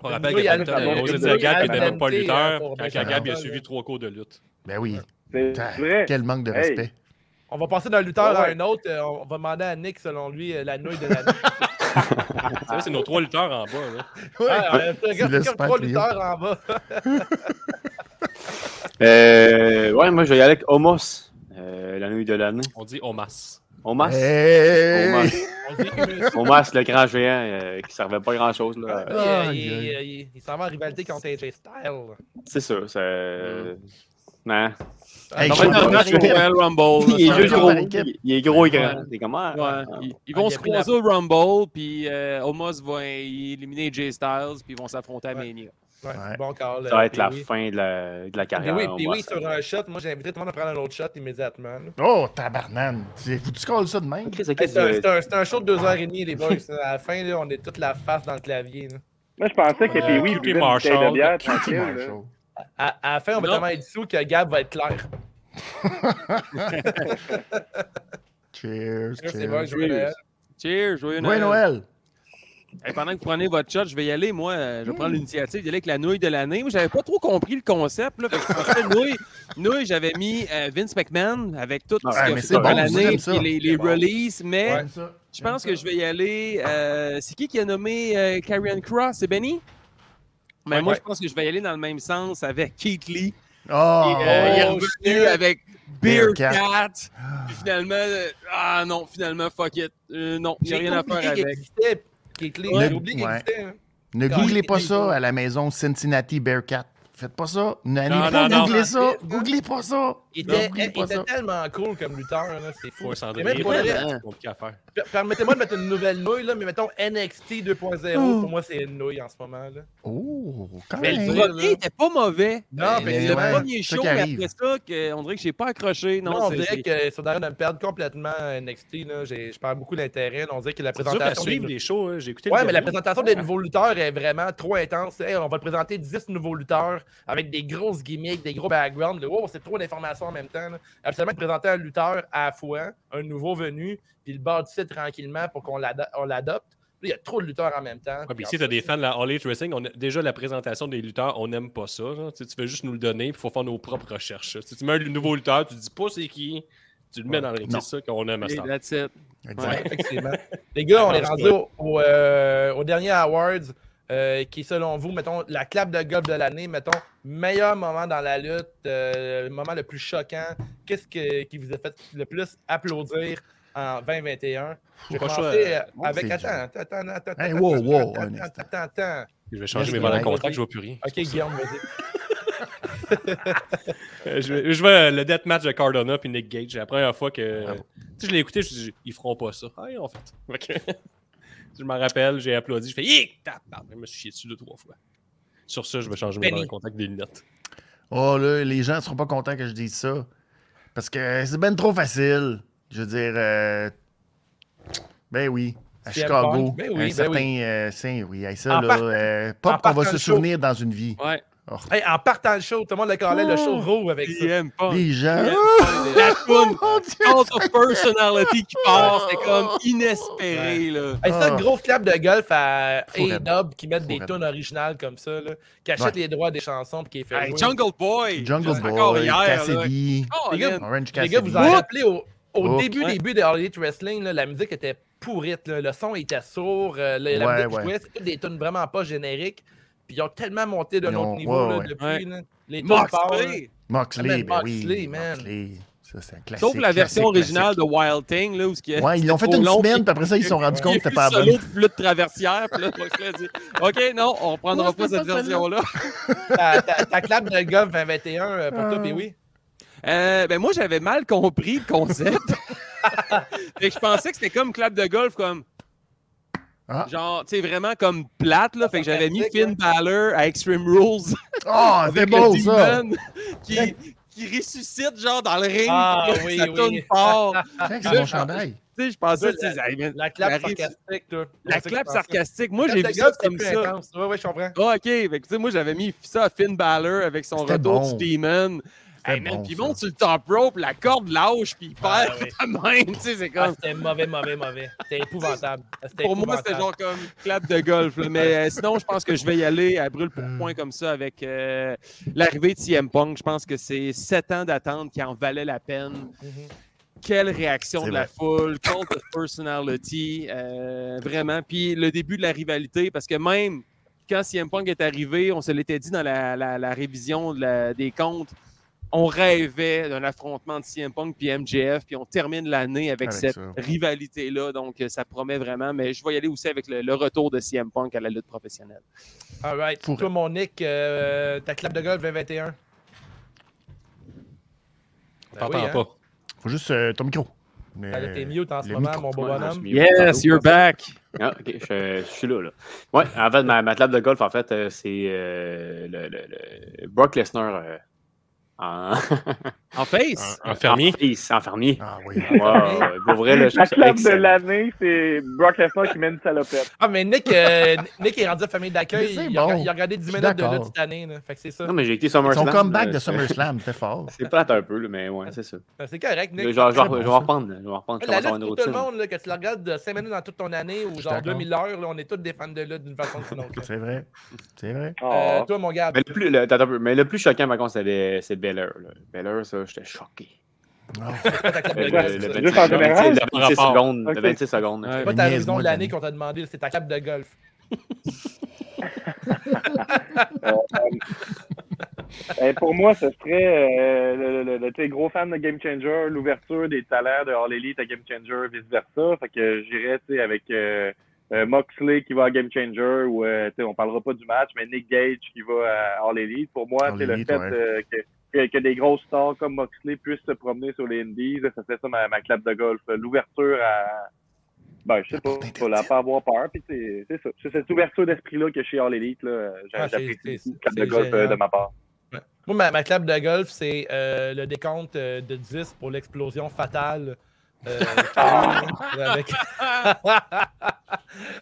On rappelle Oui, que Alpha- Pantone a osé Alpha- dire à Gab qu'il Alpha- n'était pas Alpha- lutteur, pour quand Benjamin Gab il a Toll. suivi trois cours de lutte. Ben oui, C'est Ah, vrai. quel manque de Hey. respect. On va passer d'un lutteur Ouais, à Ah ouais. un autre. euh, On va demander à Nick, selon lui, euh, la nouille de l'année. C'est vrai, c'est nos trois lutteurs en bas. là. Ah, euh, regarde, le c'est comme trois super trio. lutteurs en bas. Euh, ouais, moi je vais y aller avec Homos, euh, la nuit de l'année. On dit Omas. Homos, Hey! On dit Humus. Homos, le grand géant euh, qui servait pas à grand chose. Là. Il, Ah, euh, il, aïe, il- il- il s'en va en rivalité contre AJ Styles. C'est ça, c'est. euh, Mm. Non. Hey, Ah, On va je- être en match pour Royal Rumble. Il est là, juste ça un gros. joueur d'équipe. Il est gros et grand. T'es comment? va- ah, ouais. ah. Ils, ils Ah, vont il a se pris la- croiser au Rumble, puis euh, Omos va éliminer Jay Styles, puis ils vont s'affronter à Ouais. Mania. Ouais, Ouais. Bon call. Ça va euh, être la Pee-wee. fin de la, de la carrière. Pee-wee- au Pee-wee moins. sur un shot, moi j'ai invité tout le monde à prendre un autre shot immédiatement. là. Oh, tabarnane. C'est- Faut-tu calles ça de même? Chris, ok, Hey, C'est un, tu- c'est un- c'est un show de 2h30, les boys. À la fin, là, on est toute la face dans le clavier. là. Moi, je pensais que Euh, Pee-Wee Q.T. buvait une bouteille de Marshall, bière Cutie tranquille. là. Marshall. À, à la fin, on va Non. tellement être sous que Gab va être clair. Cheers, C'est bon, cheers. je vais- Cheers, joyeux Ouais, Noël. Hey, pendant que vous prenez votre shot, je vais y aller, moi. euh, Je vais prendre l'initiative d'y aller avec la nouille de l'année. Moi, j'avais pas trop compris le concept. Là, fait que je pensais nouille, nouille, j'avais mis euh, Vince McMahon avec tout Ouais, ce qu'il a mais fait c'est dans bon, l'année, j'aime ça. puis les, les C'est bon. releases. Mais Ouais. je pense que je vais y aller. euh, c'est qui qui a nommé euh, Karrion Cross? C'est Benny? Mais Ouais, moi, ouais. je pense que je vais y aller dans le même sens avec Keith Lee. Oh, Et, euh, il est oh, revenu shit. avec Bearcat. Bearcat. Puis finalement, euh, ah non, finalement, fuck it. Euh, non, j'ai rien à faire J'ai oublié qu'il avec. existait, qu'il est clé. Ouais. J'ai oublié qu'il Ouais. existait. hein. ne Quand googlez il- pas il- ça à la maison Cincinnati Bearcat. Faites pas ça. N'allez Non, pas non, googler non. ça. Googlez pas ça. Il Non, était, oubliez il pas était ça. tellement cool comme lutteur, là, c'est fou. Faut un Et cendrier. même pour vrai, C'est compliqué à faire. per- Permettez-moi de mettre une nouvelle nouille, là, mais mettons NXT 2.0, pour moi c'est une nouille en ce moment. Là. Oh, quand Mais le même. premier était pas mauvais. Non, mais Ah, ben, le ouais, premier ça show, qui mais arrive. après ça, que- on dirait que j'ai pas accroché. Non, Non, on c'est- dirait que ça d'ailleurs de me perdre complètement à NXT, là, j'ai- je perds beaucoup d'intérêt. là, On dirait que la C'est dur à présentation. des- suivre les shows. hein. J'ai écouté Ouais, le mais la dernier. présentation des nouveaux lutteurs est vraiment trop intense. Hey, on va te présenter 10 nouveaux lutteurs avec des grosses gimmicks, des gros backgrounds. Wow, c'est trop d'informations en même temps. là. Absolument, de présenter un lutteur à la fois, un nouveau venu, puis le bâtisser tranquillement pour qu'on l'ado- on l'adopte. Là, Il y a trop de lutteurs en même temps. Ouais, puis ici, t'as des fans de la All Elite Wrestling. On a- déjà, la présentation des lutteurs, on n'aime pas ça. genre. Tu sais, tu veux juste nous le donner, il faut faire nos propres recherches. Tu sais, tu mets un nouveau lutteur, tu dis pas c'est qui, tu le mets dans le ring. Non. C'est ça qu'on aime à Et Ben, ça. that's it. Exact. Effectivement. Les gars, on est Attends, rendu au, au, euh, au dernier Awards, euh, qui est selon vous, mettons, la clap de gobe de l'année, mettons, meilleur moment dans la lutte, euh, le moment le plus choquant. Qu'est-ce que- qui vous a fait le plus applaudir en 2021? Je vais Pas commencer choix, euh, bon, avec. c'est Attends, attends, dur. attends, attends. Hey, attends, wow, attends, wow, attends, un attends, instant. attends, attends. Je vais changer Merci, mes valeurs de Mike. contact, je vois plus rien. Ok, Guillaume, vas-y. Euh, je, vais, je vais- le deathmatch de Cardona puis Nick Gage. La première fois que Bravo. tu sais, je l'ai écouté, je me suis dit, ils feront pas ça. Ah, ils ont fait. Fait que- je m'en rappelle, j'ai applaudi, je fais Hic! Tap, tap. Je me suis chié dessus deux, trois fois. Sur ça, je vais changer mes Benny. valeurs de contact des lunettes. Oh là, les gens seront pas contents que je dise ça. Parce que c'est ben trop facile. Je veux dire, euh, ben oui, à CM Chicago, Punk, ben oui, un ben certain oui. euh, Saint, oui, hey, ça En là, partant- euh, en pas qu'on partant va se le show. souvenir dans une vie. Ouais. Hey, en partant le show, tout le monde le calait, le show Oh, roux avec ça. CM Punk. Les gens, CM Punk, Oh, La toune mon Dieu! Cult of Personality qui part, c'est comme inespéré, là. Hey, ça, Ah. une grosse clap de golf à Fourette. A-Dub qui mettent des Fourette. tunes originales comme ça, là, qui achètent Ouais. les droits des chansons puis qui les fait Hey, jouer. Jungle Boy. Jungle Juste encore Boy, hier, là. Cassidy, Oh, Les gars, man. Orange Les Cassidy. gars, vous en rappelez, au, au Oups. début, Ouais. début de All Elite Wrestling, là, la musique était pourrite. là. Le son était sourd. euh, la, la Ouais, musique ouais. jouait. C'est toutes des tunes vraiment pas génériques. Puis ils ont tellement monté d'un Ils autre ont- niveau ouais, là, ouais. depuis. Ouais. là. Les tunes Moxley. parlent, là. Moxley, Amen, ben oui, Moxley, man. Moxley, ça c'est un classique. Sauf la version classique, originale de Wild Thing, là, où ce qui classique. Ouais, ils l'ont fait une semaine, puis après ça, ils se sont rendus compte que c'était pas la solo bonne. de flûte traversière, puis là, Moxley a dit OK, non, on reprendra pas cette version-là. Ta, ta- ta clap de golf 2021 euh, pour Ah. toi, puis oui. Euh, ben moi, j'avais mal compris le concept. Fait que je pensais que c'était comme clap de golf, comme. Ah. Genre, tu sais, vraiment comme plate, là. Fait que j'avais mis Finn Balor à Extreme Rules. Oh, c'est avec beau le ça! Demon qui, qui ressuscite, genre, dans le ring. Ah, puis là, oui, ça oui. tourne fort. Check, C'est mon chandail. Tu sais, je pensais, tu sais, La- hey, man, La clap arrive- sarcastique. là. C'est la ça que je clap pensais. sarcastique. Moi, La j'ai clap vu de ça golf, c'est comme plus ça. intense. Ouais, ouais, je comprends. Ah, ok, fait que, tu sais, moi j'avais mis ça à Finn Balor avec son C'était retour bon. du Demon. C'était Hey, man, bon, puis il ça. monte sur le top rope, la corde lâche, puis il Ah, perd oui. de même. Tu sais, c'est Ah, comme. c'était mauvais, mauvais, mauvais. C'était épouvantable. Ah, C'était Pour moi, c'était épouvantable. genre comme clap de golf. là. Mais euh, sinon, je pense que je vais y aller à brûle pour point comme ça avec euh, l'arrivée de CM Punk. Je pense que c'est sept ans d'attente qui en valait la peine. Mhm. Quelle réaction C'est de la foule, cult of personality, euh, vraiment. Puis le début de la rivalité, parce que même quand CM Punk est arrivé, on se l'était dit dans la, la- la révision de la- des comptes, on rêvait d'un affrontement de CM Punk puis MJF, puis on termine l'année avec, Avec cette ça. rivalité-là. Donc euh, ça promet vraiment, mais je vais y aller aussi avec le, le retour de CM Punk à la lutte professionnelle. All right. Fourré. Toi, mon Nick, euh, ta clap de golf 2021. T'entends oui, hein. pas. Faut juste euh, ton micro. Mais, Elle était mute en ce le moment, micro- mon beau Ouais, bonhomme. je suis- Yes, you're back. Ah, ok, je, je suis là, là. Ouais, en fait, ma, ma table de golf, en fait, euh, c'est euh, le, le- le- Brock Lesnar euh, en... En face. Un, un fermier. en face, en fermier. Ah oui. Wow, ouais, pour vrai, là, je La trouve ça clap de excellent. l'année, c'est Brock Lesnar qui mène une salopette. Ah, mais Nick, euh, Nick est rendu à famille d'accueil. Mais c'est Il, a- bon. il a regardé 10 Je suis minutes de lutte d'accord. cette année. là. Fait que c'est ça. Non, mais j'ai été SummerSlam. Son comeback là, euh, de euh, c'est- SummerSlam, c'était fort. C'est plate un peu, là, mais ouais, c'est ça. Ben, C'est correct, Je je- je- Nick. je- je bon, vais ça. reprendre. là, Je vais reprendre. Je La commence à avoir une lutte pour tout le routine. monde, là, que tu la regardes de 5 minutes dans toute ton année ou genre d'accord. 2000 heures, là, on est tous des fans de lutte d'une façon ou d'une autre. là. C'est vrai. C'est vrai. Euh, Oh. toi, mon gars, Mais le plus, le, attends un peu, mais le plus choquant, par contre, c'était- c'est Belair. là. Belair, ça, j'étais choqué. Ah, pas ta clap de Le- gueule, le- le ben- c'est ça. Juste en 26 général? le 26 Par rapport. secondes. le Ok. 26 secondes. Ouais. C'est pas ta Niaise-moi, raison de l'année Danny. qu'on t'a demandé, c'est ta cape de golf. Eh, pour moi, ce serait euh, le, le- le- tu sais, gros fan de Game Changer, l'ouverture des salaires de All Elite à Game Changer, vice-versa. Fait que j'irais tu sais, avec euh, euh, Moxley qui va à Game Changer, ou euh, tu sais, on parlera pas du match, mais Nick Gage qui va à All Elite. Pour moi, All c'est le Elite, fait ouais. euh, que, que, que des grosses stars comme Moxley puissent se promener sur les Indies, ça serait ça ma, ma clap de golf. L'ouverture à. Ben, je sais pas, porte faut la pas avoir peur. Puis c'est c'est ça. C'est cette ouverture d'esprit-là que chez All Elite, là, j'a- Ah, c'est- j'apprécie c'est- beaucoup, clap c'est de golf euh, génial. de ma part. Moi, ma, ma clap de golf, c'est euh, le décompte euh, de 10 pour l'explosion fatale. euh, avec...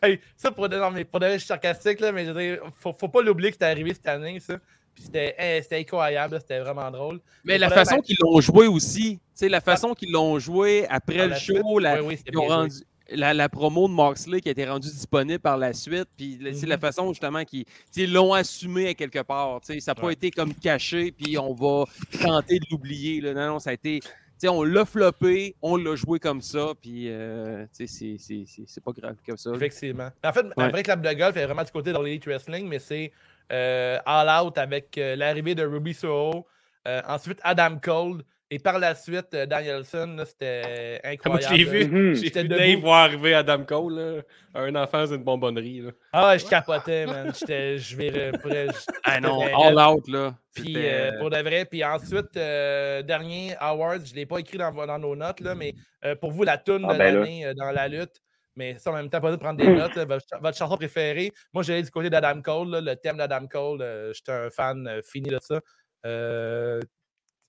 Hey, ça, pour de, non, mais pour de vrai, je suis sarcastique, là, mais je veux dire, faut, faut pas l'oublier que c'était arrivé cette année, ça. Puis c'était eh, c'était incroyable, là, c'était vraiment drôle. Mais la Faudrait- façon qu'ils l'ont joué aussi, tu sais, la façon qu'ils l'ont joué Par après le la show, suite, la, oui, oui, c'était ils ont bien joué. rendu- la, la promo de Moxley qui a été rendue disponible par la suite, puis là, tu sais, Mhm. la façon justement qu'ils tu sais, ils l'ont assumé à quelque part. tu sais, Ça n'a pas Ouais. été comme caché, puis on va tenter de l'oublier. là. Non, non, ça a été. tu sais, on l'a floppé, on l'a joué comme ça, puis euh, tu sais, c'est- c'est c'est- c'est pas grave comme ça. Effectivement. En fait, la vraie clap de golf est vraiment du côté de l'Elite Wrestling, mais c'est euh, All Out avec euh, l'arrivée de Ruby Soho, euh, ensuite Adam Cole, et par la suite euh, Danielson. là, C'était Ah, Moi, incroyable. je l'ai vu. Mhm. J'ai J'étais vu debout. Dave voir arriver Adam Cole, là, un enfant, c'est une bonbonnerie. Là. Ah, ouais, je capotais, man. J'étais- Je vais après. je- Ah non, j'étais all raide. out, là. Puis c'était- euh, pour de vrai. Puis ensuite, euh, dernier Awards, je ne l'ai pas écrit dans, dans nos notes, là, mais euh, pour vous, la toune Ah, de ben là. l'année euh, dans la lutte. Mais ça, en même temps, pas de prendre des notes. là, votre, cha- votre chanson préférée. Moi, j'allais du côté d'Adam Cole, là, le thème d'Adam Cole. euh, J'étais un fan euh, fini de ça. Euh,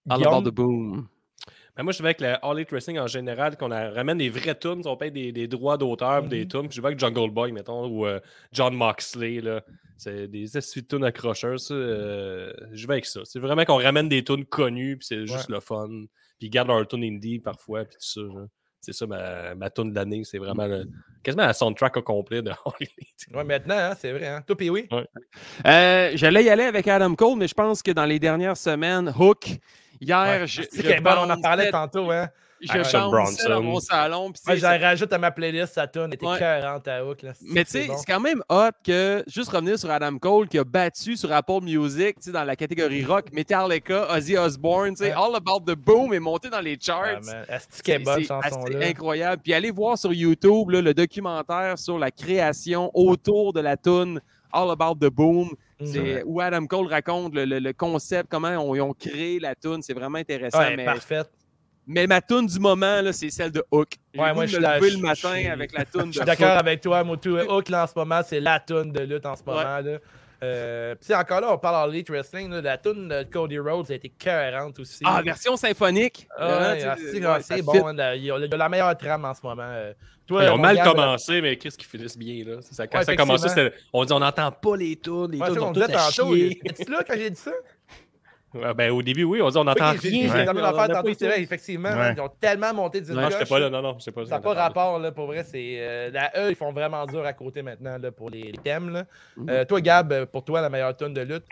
All Guillaume, about the boom. Mais Ben, moi, je vais avec le All Elite Wrestling en général, qu'on a- ramène des vrais tunes, on paye des, des droits d'auteur, puis des Mhm. tunes. Puis je vais avec Jungle Boy, mettons, ou euh, John Moxley. là. C'est des essuie de tunes accrocheurs. ça, euh, je vais avec ça. C'est vraiment qu'on ramène des tunes connues, puis c'est juste le fun. Puis ils gardent leur tune indie parfois, puis tout ça. là. C'est ça ma, ma tune de l'année. C'est vraiment le- quasiment la soundtrack au complet de All Elite. Ouais, maintenant, hein, c'est vrai. Hein? Toi, puis oui. Euh, J'allais y aller avec Adam Cole, mais je pense que dans les dernières semaines, Hook, hier, je, Ah, C'est je qu'elle est bonne, on en bounçais- parlait tantôt. Hein? je bounçais Action Bronson. dans mon salon. puis tu Moi, sais, j'en rajoute à ma playlist, sa toune était Ouais. 40 à hook. là. mais Mm, tu C'est sais, bon. c'est quand même hot que juste revenir sur Adam Cole qui a battu sur Apple Music tu sais, dans la catégorie rock, Metallica, Ozzy Osbourne, tu sais, Ouais. All About the Boom est monté dans les charts. Ah, man, Est-ce qu'elle est bonne, C'est- chanson C'est là? assez incroyable. Puis allez voir sur YouTube là, le documentaire sur la création autour de la toune All About the Boom. Mm. C'est où Adam Cole raconte le, le- le concept, comment on- ils ont créé la toune. C'est vraiment intéressant. Ouais, mais, parfaite. mais ma toune du moment, là, c'est celle de Hook. J'ai Ouais, le goût moi, de je me la- lever je- le matin je- avec la toune de Je suis Hook. d'accord avec toi, Motu. Hook, là, en ce moment, c'est la toune de lutte en ce moment. là. Euh, Puis encore là, on parle en Elite Wrestling. là, la toune de Cody Rhodes a été cohérente aussi. Ah, version symphonique. Ah, Hein, ouais, tu- ah, c'est ouais, ça c'est fit. bon. hein, là, il y a il y a la meilleure trame en ce moment. euh. Toi, Ils ont mon mal gars, commencé, mais qu'est-ce qu'ils finissent bien. Là. Ça, quand euh, Ouais, ça a commencé, effectivement. c'était- on dit on n'entend pas les tunes, les Ouais, tunes ça, sont on toutes disait à tantôt. chier. Est-ce là quand j'ai dit ça? Ouais, ben, au début, oui, on dit on n'entend Oui, j'ai- rien. J'ai Ouais. dans mes On affaires n'a pas tantôt. C'est ça. vrai, effectivement. Ouais. Ils ont tellement monté du Non, j'étais pas là, non, non, je sais pas. Ça n'a pas rapport, là, pour vrai. C'est, euh, la E, ils font vraiment dur à côté maintenant là, pour les thèmes. là. Mmh. Euh, toi, Gab, euh, pour toi, la meilleure tonne de lutte.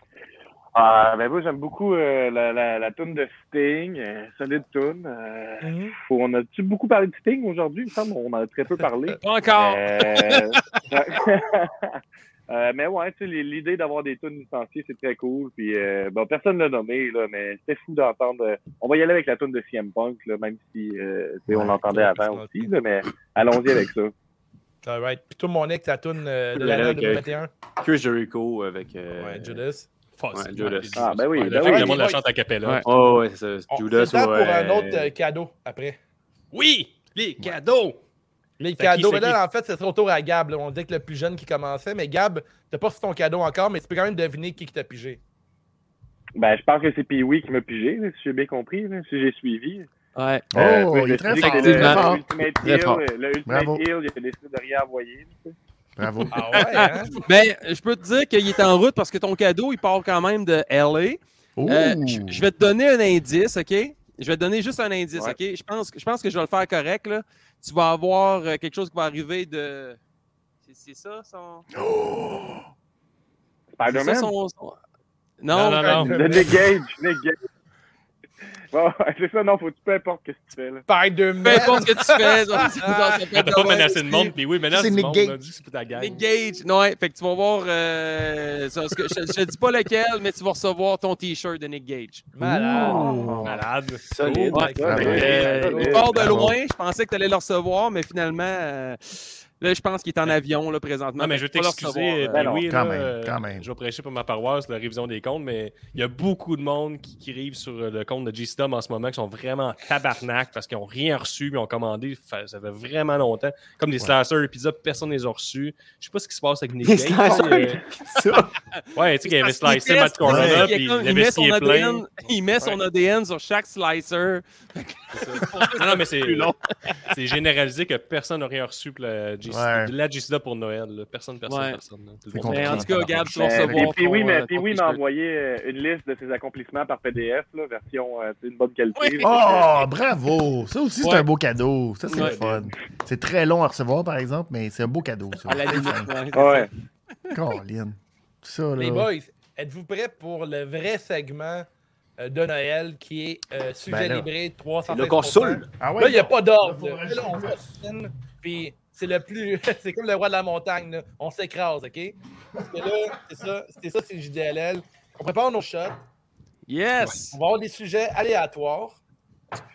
Ah, ben moi, j'aime beaucoup euh, la, la, la toune de Sting, euh, solide toune. euh, faut- on a-tu beaucoup parlé de Sting aujourd'hui? Il me semble qu'on en a très peu parlé. Pas encore. Euh, euh, mais ouais, tu sais, les- l'idée d'avoir des tunes licenciées, c'est très cool. Puis, euh, bon, personne ne l'a nommé, là, mais c'était fou d'entendre. euh, On va y aller avec la tune de CM Punk, là, même si euh, tu sais, on Ouais, l'entendait avant licencié. aussi, là, mais allons-y avec ça. All right. Puis toi, mon ex, la toune euh, de Là, l'année avec, 2021. Que Jericho avec. euh, Ouais, Judas. Facile, Ouais, Judas. ouais, Ah, ben oui, Ouais, ben le fait que oui. le monde la chante à Capella. Ouais. Oh, ouais, c'est ça. On- Judas. c'est le temps ouais. pour un autre euh, cadeau après. Oui! Les cadeaux! Les qui, cadeaux. c'est Mais là, qui? en fait, c'est trop tôt à Gab. là. On dit que le plus jeune qui commençait, mais Gab, t'as pas reçu ton cadeau encore, mais tu peux quand même deviner qui, qui t'a pigé. Ben, je pense que c'est Pee-Wee qui m'a pigé, là, si j'ai bien compris, là, si j'ai suivi. Ouais. Oh, Euh, il est j'ai très dit fort. que il est c'était Effectivement. très fort. Le Ultimate Très fort. Hill, le Bravo. Ultimate Hill, il a décidé de rien envoyer. Bravo. Ah ouais, hein? Ben, je peux te dire qu'il est en route parce que ton cadeau, il part quand même de LA. Euh, Ouh. je je vais te donner un indice, OK? Je vais te donner juste un indice, Ouais. OK? Je pense, que- je pense que je vais le faire correct, là. Tu vas avoir euh, quelque chose qui va arriver de... C'est- C'est ça, son... C'est ça, Spider-Man? son... son- Non, Non, non, non. Le Nick Gage, Nick Gage. Bon, c'est ça, non, faut peu importe ce que tu fais, là. peu Spider-Man. importe ce que tu fais. genre, ça peut On être t'a pas demain. menacé de monde, puis oui, menace C'est du Nick monde. Gage. là, dis que c'est pour ta gang. Nick Gage, non, ouais, fait que tu vas voir, euh, ça, ce que- je je te dis pas lequel, mais tu vas recevoir ton t-shirt de Nick Gage. Malade. Malade. Solide. Ouais. Ah ouais. Euh, Ouais. il part de Bravo. loin, je pensais que tu allais le recevoir, mais finalement, euh, là, je pense qu'il est en avion là, présentement. Non, mais je vais Fait que tu vas le t'excuser. recevoir, mais Ben oui, Quand là, même, euh, quand même. Je vais prêcher pour ma paroisse, la révision des comptes, mais il y a beaucoup de monde qui, qui arrive sur euh, le compte de G-Stom en ce moment qui sont vraiment en tabarnak parce qu'ils n'ont rien reçu, mais ils ont commandé, fa- ça fait vraiment longtemps. Comme des slashers et pizza, personne ne les a reçus. Je sais pas ce qui se passe avec Nick Les Gage. slashers et Ouais, tu sais qu'il avait Parce qu'il hein. slicé teste, Matt Corona, parce qu'il puis y il a comme- il met avait son scié plein. ADN, il met son ADN sur chaque slicer. Non, non, mais c'est c'est généralisé que personne n'a rien reçu pour la GCW Ouais. la GCW pour Noël. là. Personne, personne, Ouais. personne. là. Tout le C'est monde. Mais Ben, en tout cas, Gab, tu vas Euh, recevoir. puis oui, ton, mais euh, puis ton oui, m'a t-shirt. envoyé euh, une liste de ses accomplissements par PDF, là, version euh, c'est une bonne qualité. Ouais. Oh, bravo! Ça aussi, c'est Ouais. un beau cadeau. Ça, c'est Ouais. le fun. C'est très long à recevoir, par exemple, mais c'est un beau cadeau. Ça. À la limite, ouais. Oh! Ouais. Colin. Ça, Les là. boys, êtes-vous prêts pour le vrai segment euh, de Noël qui est euh, sujet Ben là. libre 300 là qu'on saoule. Ah Là, il n'y a pas d'ordre. Là, Là, faudrait Là, on s'obstine, puis c'est le plus. c'est comme le roi de la montagne, là. on s'écrase, OK? Parce que là, c'est ça, c'est ça, c'est le JDLL. On prépare nos shots, Yes! on va avoir des sujets aléatoires.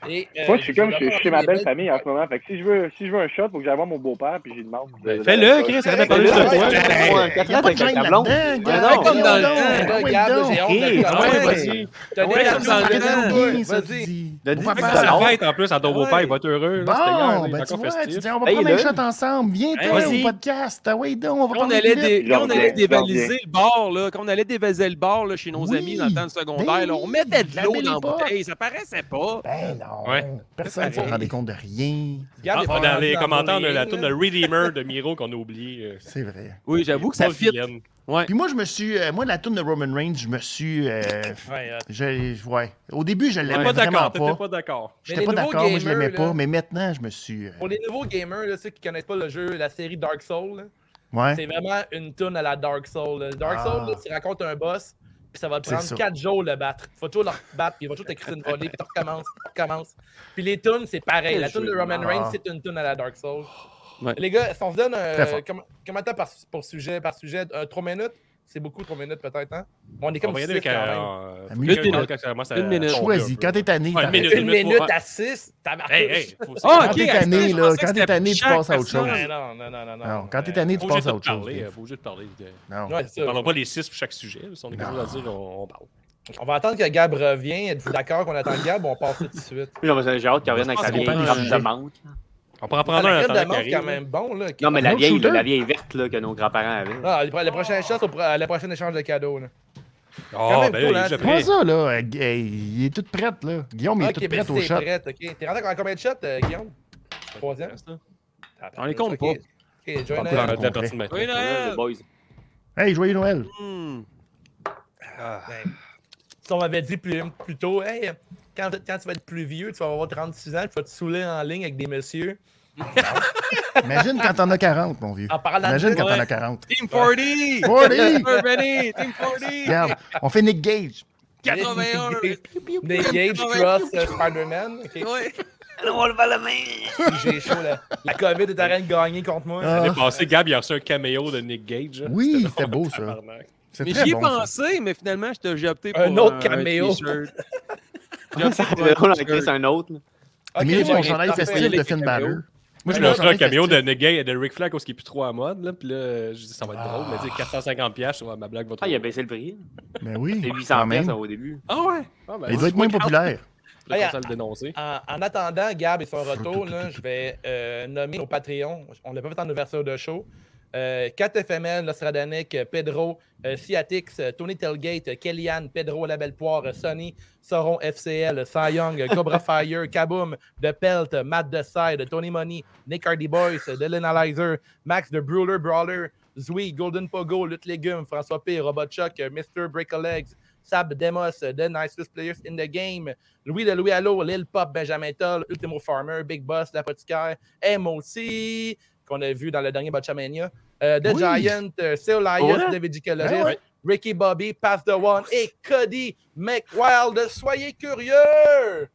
Et, euh, Moi, je suis comme, je vais suis chez ma belle famille en ce moment. Fait que si je veux, si je veux un shot, faut que j'aille voir mon beau-père, puis j'y demande. euh, Ben, Fais-le, Chris, arrête de parler juste de toi. Il n'y a pas de gêne là-dedans. Ouais, Gab. comme Voyons dans le donc, temps. Là, voyons Gab, là, donc. j'ai honte de Chris, le Ah ouais, connaître. vas-y. T'as ouais, des comme dans le cartons temps. dedans. Vas-y, ça, tu Vas-y. dis. Donne- On dis- va dis- faire Ça ça. Alors? fête en plus à ton beau-père, il va être heureux. là, c'était hier, là, Bon, il est ben tu encore vois, tu festif. dis, on va Paye-le. prendre un shot ensemble, viens, toi, Vas-y. au podcast. Ah oui, donc, on va Quand on prendre allait, une dé- J'en quand on allait reviens, j'en dévaliser le bar, là, quand on allait dévaliser le bar là, chez nos Oui, amis dans le temps du secondaire, ben là, on oui, mettait de la l'eau belle dans la époque. bouteille, ça paraissait pas. Ben non, Ouais. personne ne se rendait compte de rien. Gab, Ah, il est pas dans rendu les commentaires, on a la bowling, toune de là. Redeemer de Miro qu'on a oublié. euh, C'est vrai. Oui, j'avoue que ça Paul fit. Vienne. Puis moi, je me suis. euh, moi, la tourne de Roman Reigns, je me suis. euh, Ouais, euh, je, je- ouais. Au début, je l'aimais Pas vraiment d'accord, pas. t'étais pas d'accord. Mais J'étais les pas nouveaux d'accord, moi, je gamers, l'aimais là- pas. Mais maintenant, je me suis. euh, Pour les nouveaux gamers, là, ceux qui connaissent pas le jeu, la série Dark Souls, là, ouais. c'est vraiment une tune à la Dark Souls. là. Dark Ah. Souls, là, tu racontes un boss, puis ça va te C'est ça. prendre 4 jours le battre. Faut toujours le battre, puis il va toujours t'écrire une volée, puis tu recommences, tu recommences. Puis les tunes, c'est pareil. La tune de Roman Ah. Reigns, c'est une tune à la Dark Souls. Ouais. Les gars, si on se donne un Très fort. comment- comment t'as par, pour sujet, par sujet, 3 minutes, c'est beaucoup 3 minutes peut-être, hein? Mais on est On comme va y 6 aller avec quand même. un. Une minute. Une minute. Choisis. Quand t'es tanné, Ouais, une t'arrêtes. minute. Une minute ouais. à 6, t'as Hey, hey! faut- Ah, Quand ok, t'es à tanné, six, je pensais là, quand que t'es c'était tanné, tu chaque passes à autre personne. chose. Non, non, non, non, non. Non, quand t'es Euh, tanné, tu Faut juste passes à de autre chose. parler. euh, Faut juste de parler. de- Non. ouais, c'est On ça. parlera pas les six pour chaque sujet. là, Si on a quelque chose à dire, on on parle. On va attendre que Gab revienne. Êtes-vous d'accord qu'on attend Gab ou on passe tout de suite? Oui, non, mais J'ai hâte qu'il revienne avec Je sa pense vieille qu'on peut grappe juger. de menthe. On prend Ah, prendre un la crème attendant d'amande, qu'il c'est quand arrive. même bon. Là, qui- Non, mais la Notre vieille, shooter. là, la vieille verte là, que nos grands-parents avaient. Ah, le, le prochain shot, au pro- à la prochaine échange de cadeaux. Là. Ah, même cool, ben là, hein, il est déjà c'est Prends prêt. ça, là. euh, Gu- hey, il est tout prêt, là. Guillaume, il est Ok, tout ben, prêt si au t'es shot. prête, ok. T'es rentré à combien de shots, euh, Guillaume? Troisième? On les compte Ok. pas. Ok, join Pas us. Dans Ouais. la partie de maintenant. Oui, là, les Noël! boys. Hey, joyeux Noël. Hmm. Ben, Si on m'avait dit plus, plus tôt, hey, quand, quand tu vas être plus vieux, tu vas avoir 36 ans, tu vas te saouler en ligne avec des messieurs. Imagine quand t'en as 40, mon vieux. En parlant Imagine de quand ouais. t'en as 40. Team 40! 40! Team 40! Team 40! Regarde, on fait Nick Gage. 81! Nick Gage, Cross, euh, Spider-Man, ok. Ouais. j'ai chaud, la, la COVID est en train de gagner contre moi. Ah, L'année passée, Gab, il a reçu un caméo de Nick Gage. Oui, c'était beau, ça. Tabarnak. C'est Mais très j'y ai bon, ça. pensé, mais finalement, j'étais- j'ai opté pour Un autre caméo. caméo. Ça serait drôle en Chris, un autre. là. Ok, Mais bon, mon j'ai chandail parfait. festif de les Finn caméos. Balor. Moi, je Mon me suis un chandail caméo de festif. Nick Gage, de Ric Flair, parce qu'il est plus trop à mode. Là, puis là, je dis, ça va être drôle, mais tu sais, 450$, piastres, ouais, ma blague va trop. Ah, il a baissé le prix. Mais Ben oui, C'était quand 800$ même. piastres, au début. Ah ouais! Ah, ben, Il doit être moins populaire. Là, Hey, qu'on s'est le dénoncer. En, en attendant Gab et son retour, là, je vais euh, nommer au Patreon, on l'a pas fait en ouverture de show, euh, 4FML, Nostradanic, euh, Pedro, euh, Ciatix, euh, Tony Telgate, euh, Kellyanne, Pedro, La Belle Poire, euh, Sony, Sauron FCL, euh, Cy Young, euh, Cobra Fire, Kaboom, The Pelt, euh, Matt The Side, euh, Tony Money, Nick Hardy Boys, euh, The Linalizer, Max The Brawler Brawler, Zui, Golden Pogo, Lutte Légume, François P, Robot Chuck, euh, Mr. Break a Legs, Sab Demos, euh, The Nicest Players in the Game, Louis de Louis Allo, Lil Pop, Benjamin Toll, Ultimo Farmer, Big Boss, L'Apothicaire, MOC, qu'on a vu dans le dernier Botchamania, euh, The Oui. Giant, euh, Seal Ouais. Elias, David Gicologist, Ben ouais. Ricky Bobby, Pass the One et Cody McWild. Soyez curieux!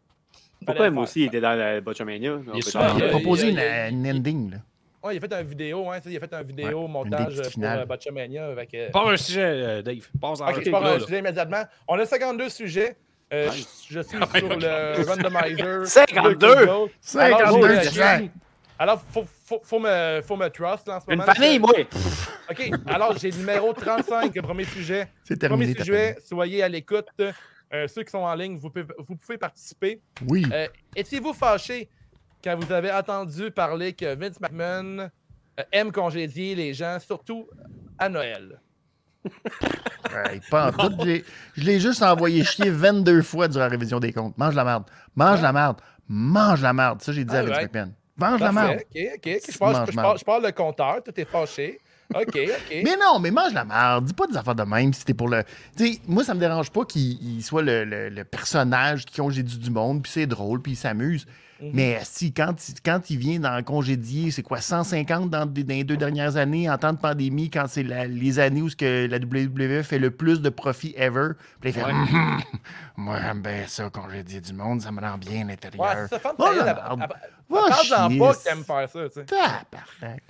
Pourquoi moi aussi, il était dans la Botchamania? Il est On peut super pas- Il a il- proposé il- une, il- une ending, là. Ouais, il a fait un vidéo, hein, ça, il a fait un vidéo Ouais, une montage des petites pour finales. euh, Botchamania. avec, euh, Pas un sujet, euh, Dave. Passe à Ok, je Ah, pars un sujet immédiatement. On a 52 sujets. Euh, je, je suis Ah, sur le randomizer. 52? Alors, bon, 52 euh, Alors, faut, faut, faut, me, faut me trust là, en ce Une moment. famille, moi! OK. Alors, j'ai le numéro 35, le premier sujet. C'est Premier terminé. ta sujet, soyez à l'écoute. Euh, ceux qui sont en ligne, vous pouvez, vous pouvez participer. peine. Oui. Euh, Étiez-vous fâché quand vous avez entendu parler que Vince McMahon euh, aime congédier les gens, surtout à Noël? Ouais, pas en tout. Je l'ai- je l'ai juste envoyé chier 22 fois durant la révision des comptes. Mange la merde. Mange la merde. Mange la merde. Ça, j'ai dit à Vince Alright. McMahon. Mange la merde. Parfait. OK, OK. Je parle, je, je parle- je parle le compteur, tout est fâché. OK, OK. Mais non, mais mange la merde. Dis pas des affaires de même si t'es pour le. Tu sais, moi, ça me dérange pas qu'il il soit le, le- le personnage qui congédie du monde, puis c'est drôle, puis il s'amuse. Mhm. Mais si, quand, il- quand il vient d'en congédier, c'est quoi, 150 dans, des- dans les deux dernières années, en temps de pandémie, quand c'est la- les années où ce que la WWE fait le plus de profit ever, puis il fait Hum, hum, Moi, j'aime bien ça, congédier du monde, ça me rend bien à l'intérieur. Ouais, ça, femme Oh, ta la gueule, merde. après- Va après- chier. Parle-en pas que t'aimes faire ça, tu sais. Tabarnak.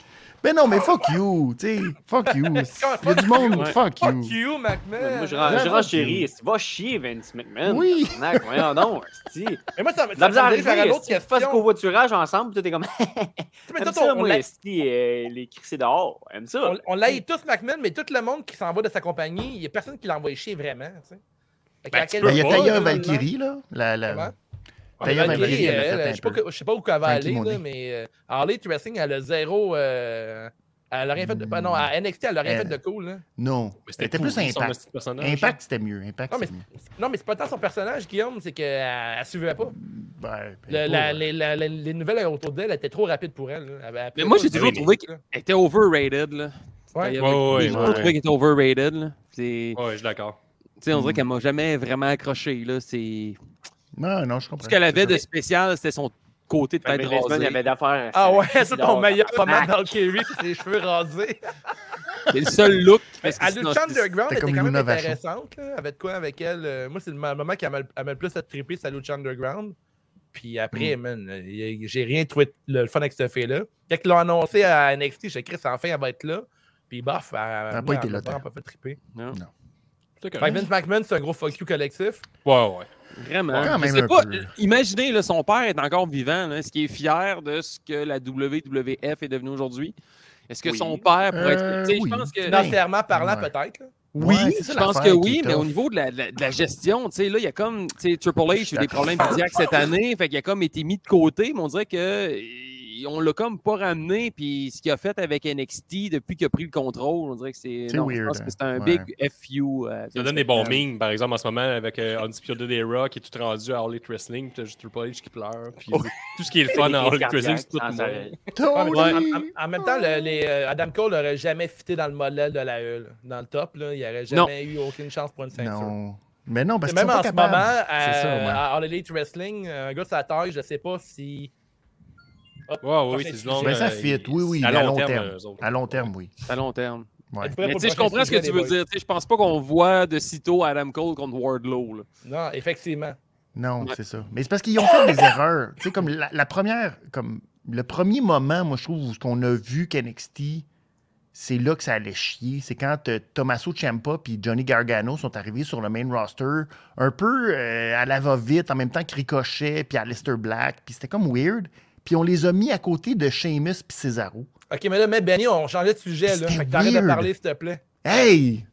Mais non, mais fuck you, tu sais, fuck you. Il y a du monde, fuck you. Fuck you, McMahon! Moi, je rends- je renchéris. Va chier, Vince McMahon. Oui. Tabarnak, Voyons donc, esti. Mais moi, ça me De La ça bizarre me dirige vers arrivée, une autre esti, tu fais du question. covoiturage ensemble, puis tout est comme. Tu sais, mais Aime toi, ça, on- on moi, l'a- esti, euh, les crissés dehors. Aime ça. on- On l'aille tous, McMahon, mais tout le monde qui s'en va de sa compagnie, il n'y a personne qui l'envoie chier vraiment, tu sais. Fait qu'à quel Ben, il y a point, Taya finalement- Valkyrie, là. La, la... Comment? Taya Malgré, Valkyrie, elle a elle, fait un je sais pas peu. que- je sais pas où elle va Frankie aller, là, Monet. mais euh, Harley Tracing, elle a zéro. euh, elle a rien fait de. Hmm. Non, à NXT, elle a rien Elle- fait de cool. là. Non, Mais elle était plus pourri, son Impact. petit personnage. Impact, c'était mieux. Impact, Non, mais c'était mieux. Non, mais c'est pas tant son personnage, Guillaume, c'est qu'elle elle suivait pas. Ben, Le- ben, la- ouais. les, la- la- les nouvelles autour d'elle étaient trop rapides pour elle. là. Elle- elle Mais pouvait moi, pas j'ai se toujours dire, trouvé là. Elle était overrated, là. Ouais. J'ai Ouais, ouais, toujours ouais. trouvé qu'elle était overrated, là. C'est- Ouais, je suis d'accord. tu sais, on dirait Mm. qu'elle m'a jamais vraiment accroché, là. C'est... Non, non, je comprends. Ce qu'elle avait de spécial, c'était son côté de Fait que tête Vince McMahon, il y rasée. avait d'affaires. euh, Ah ouais, c'est ton dehors. meilleur moment Tabarnak. dans le Kerry, c'est ses cheveux rasés. C'est le seul look. qui fait ce que À Lucha sinon- Underground, elle c'était était comme quand même Luna Vachon. intéressante. là, avec quoi, avec elle. euh, moi, c'est le ma- moment qui m'a elle m'a le plus attrapé, c'est à Lucha Underground. Puis Mm. après, man, euh, y- y- j'ai rien trouvé de- le fun avec cette fille-là. Quand ils l'ont annoncé à NXT, j'ai Chris, enfin, elle va être là. Puis bof, elle pas n'a été là, pas tant. fait triper. Non. C'est Fait que correct. Vince McMahon, c'est un gros fuck you collectif. Ouais, ouais. Vraiment. Quand Mais même c'est un pas- peu. Imaginez, là, son père est encore vivant. là. Est-ce qu'il est fier de ce que la WWF est devenue aujourd'hui? Est-ce que Oui. son père pourrait être. Euh, tu sais, oui. Je pense que. Non, Financièrement parlant, Ouais. peut-être. là. Oui, Ouais, c'est ça je pense l'affaire que qui oui, est mais tough. au niveau de la, de la- de la gestion, tu sais, là, il y a comme, tu sais, Triple H a Je suis eu des d'accord. problèmes cardiaques cette année, fait qu'il a comme été mis de côté, mais on dirait que euh, on l'a comme pas ramené, puis ce qu'il a fait avec NXT depuis qu'il a pris le contrôle, on dirait que c'est, C'est non, je weird, pense que c'est un hein. big FU. euh, Ça donne des bons memes, par exemple, en ce moment, avec euh, Undisputed Era qui est tout rendu à All Elite Wrestling, puis t'as juste Triple H qui pleure. Puis tout ce qui est le fun à All Elite Wrestling, c'est tout Ah, ça- moi. Ouais, ah, mais Tony! en- en, en même temps, le- les, euh, Adam Cole n'aurait jamais fité dans le modèle de la E, là. dans le top. Là, il n'aurait Non. jamais eu aucune chance pour une ceinture. Non. Mais non, parce Et qu'ils sont même en pas ce capables. moment, euh, C'est ça, à, ouais. à All Elite Wrestling, un gars de sa taille, je ne sais pas si. Ouais, oui, c'est du long. Ben, ça euh, fit, il- oui, oui, À mais long terme, eux autres. À long terme, Ah, oui. À long terme. Ouais. Êtes-vous prêts Mais pour tu sais, le je comprends prochain ce que sujet, tu veux les dire. Tu sais, Je pense pas qu'on voit de sitôt Adam Cole contre Wardlow. là. boys? Non, effectivement. Non, Ouais. c'est ça. Mais c'est parce qu'ils ont fait des erreurs. Tu sais, comme la, la première, comme le premier moment, moi, je trouve, où ce qu'on a vu qu'NXT, c'est là que ça allait chier. C'est quand euh, Tommaso Ciampa puis Johnny Gargano sont arrivés sur le main roster, un peu euh, à la va-vite, en même temps que Ricochet puis Aleister Black, puis c'était comme weird. Puis on les a mis à côté de Sheamus puis Cesaro. Ok, mais là, mais Benny, on changeait de sujet. Là. C'était Fait que t'arrêtes de weird. parler, s'il te plaît. Hey!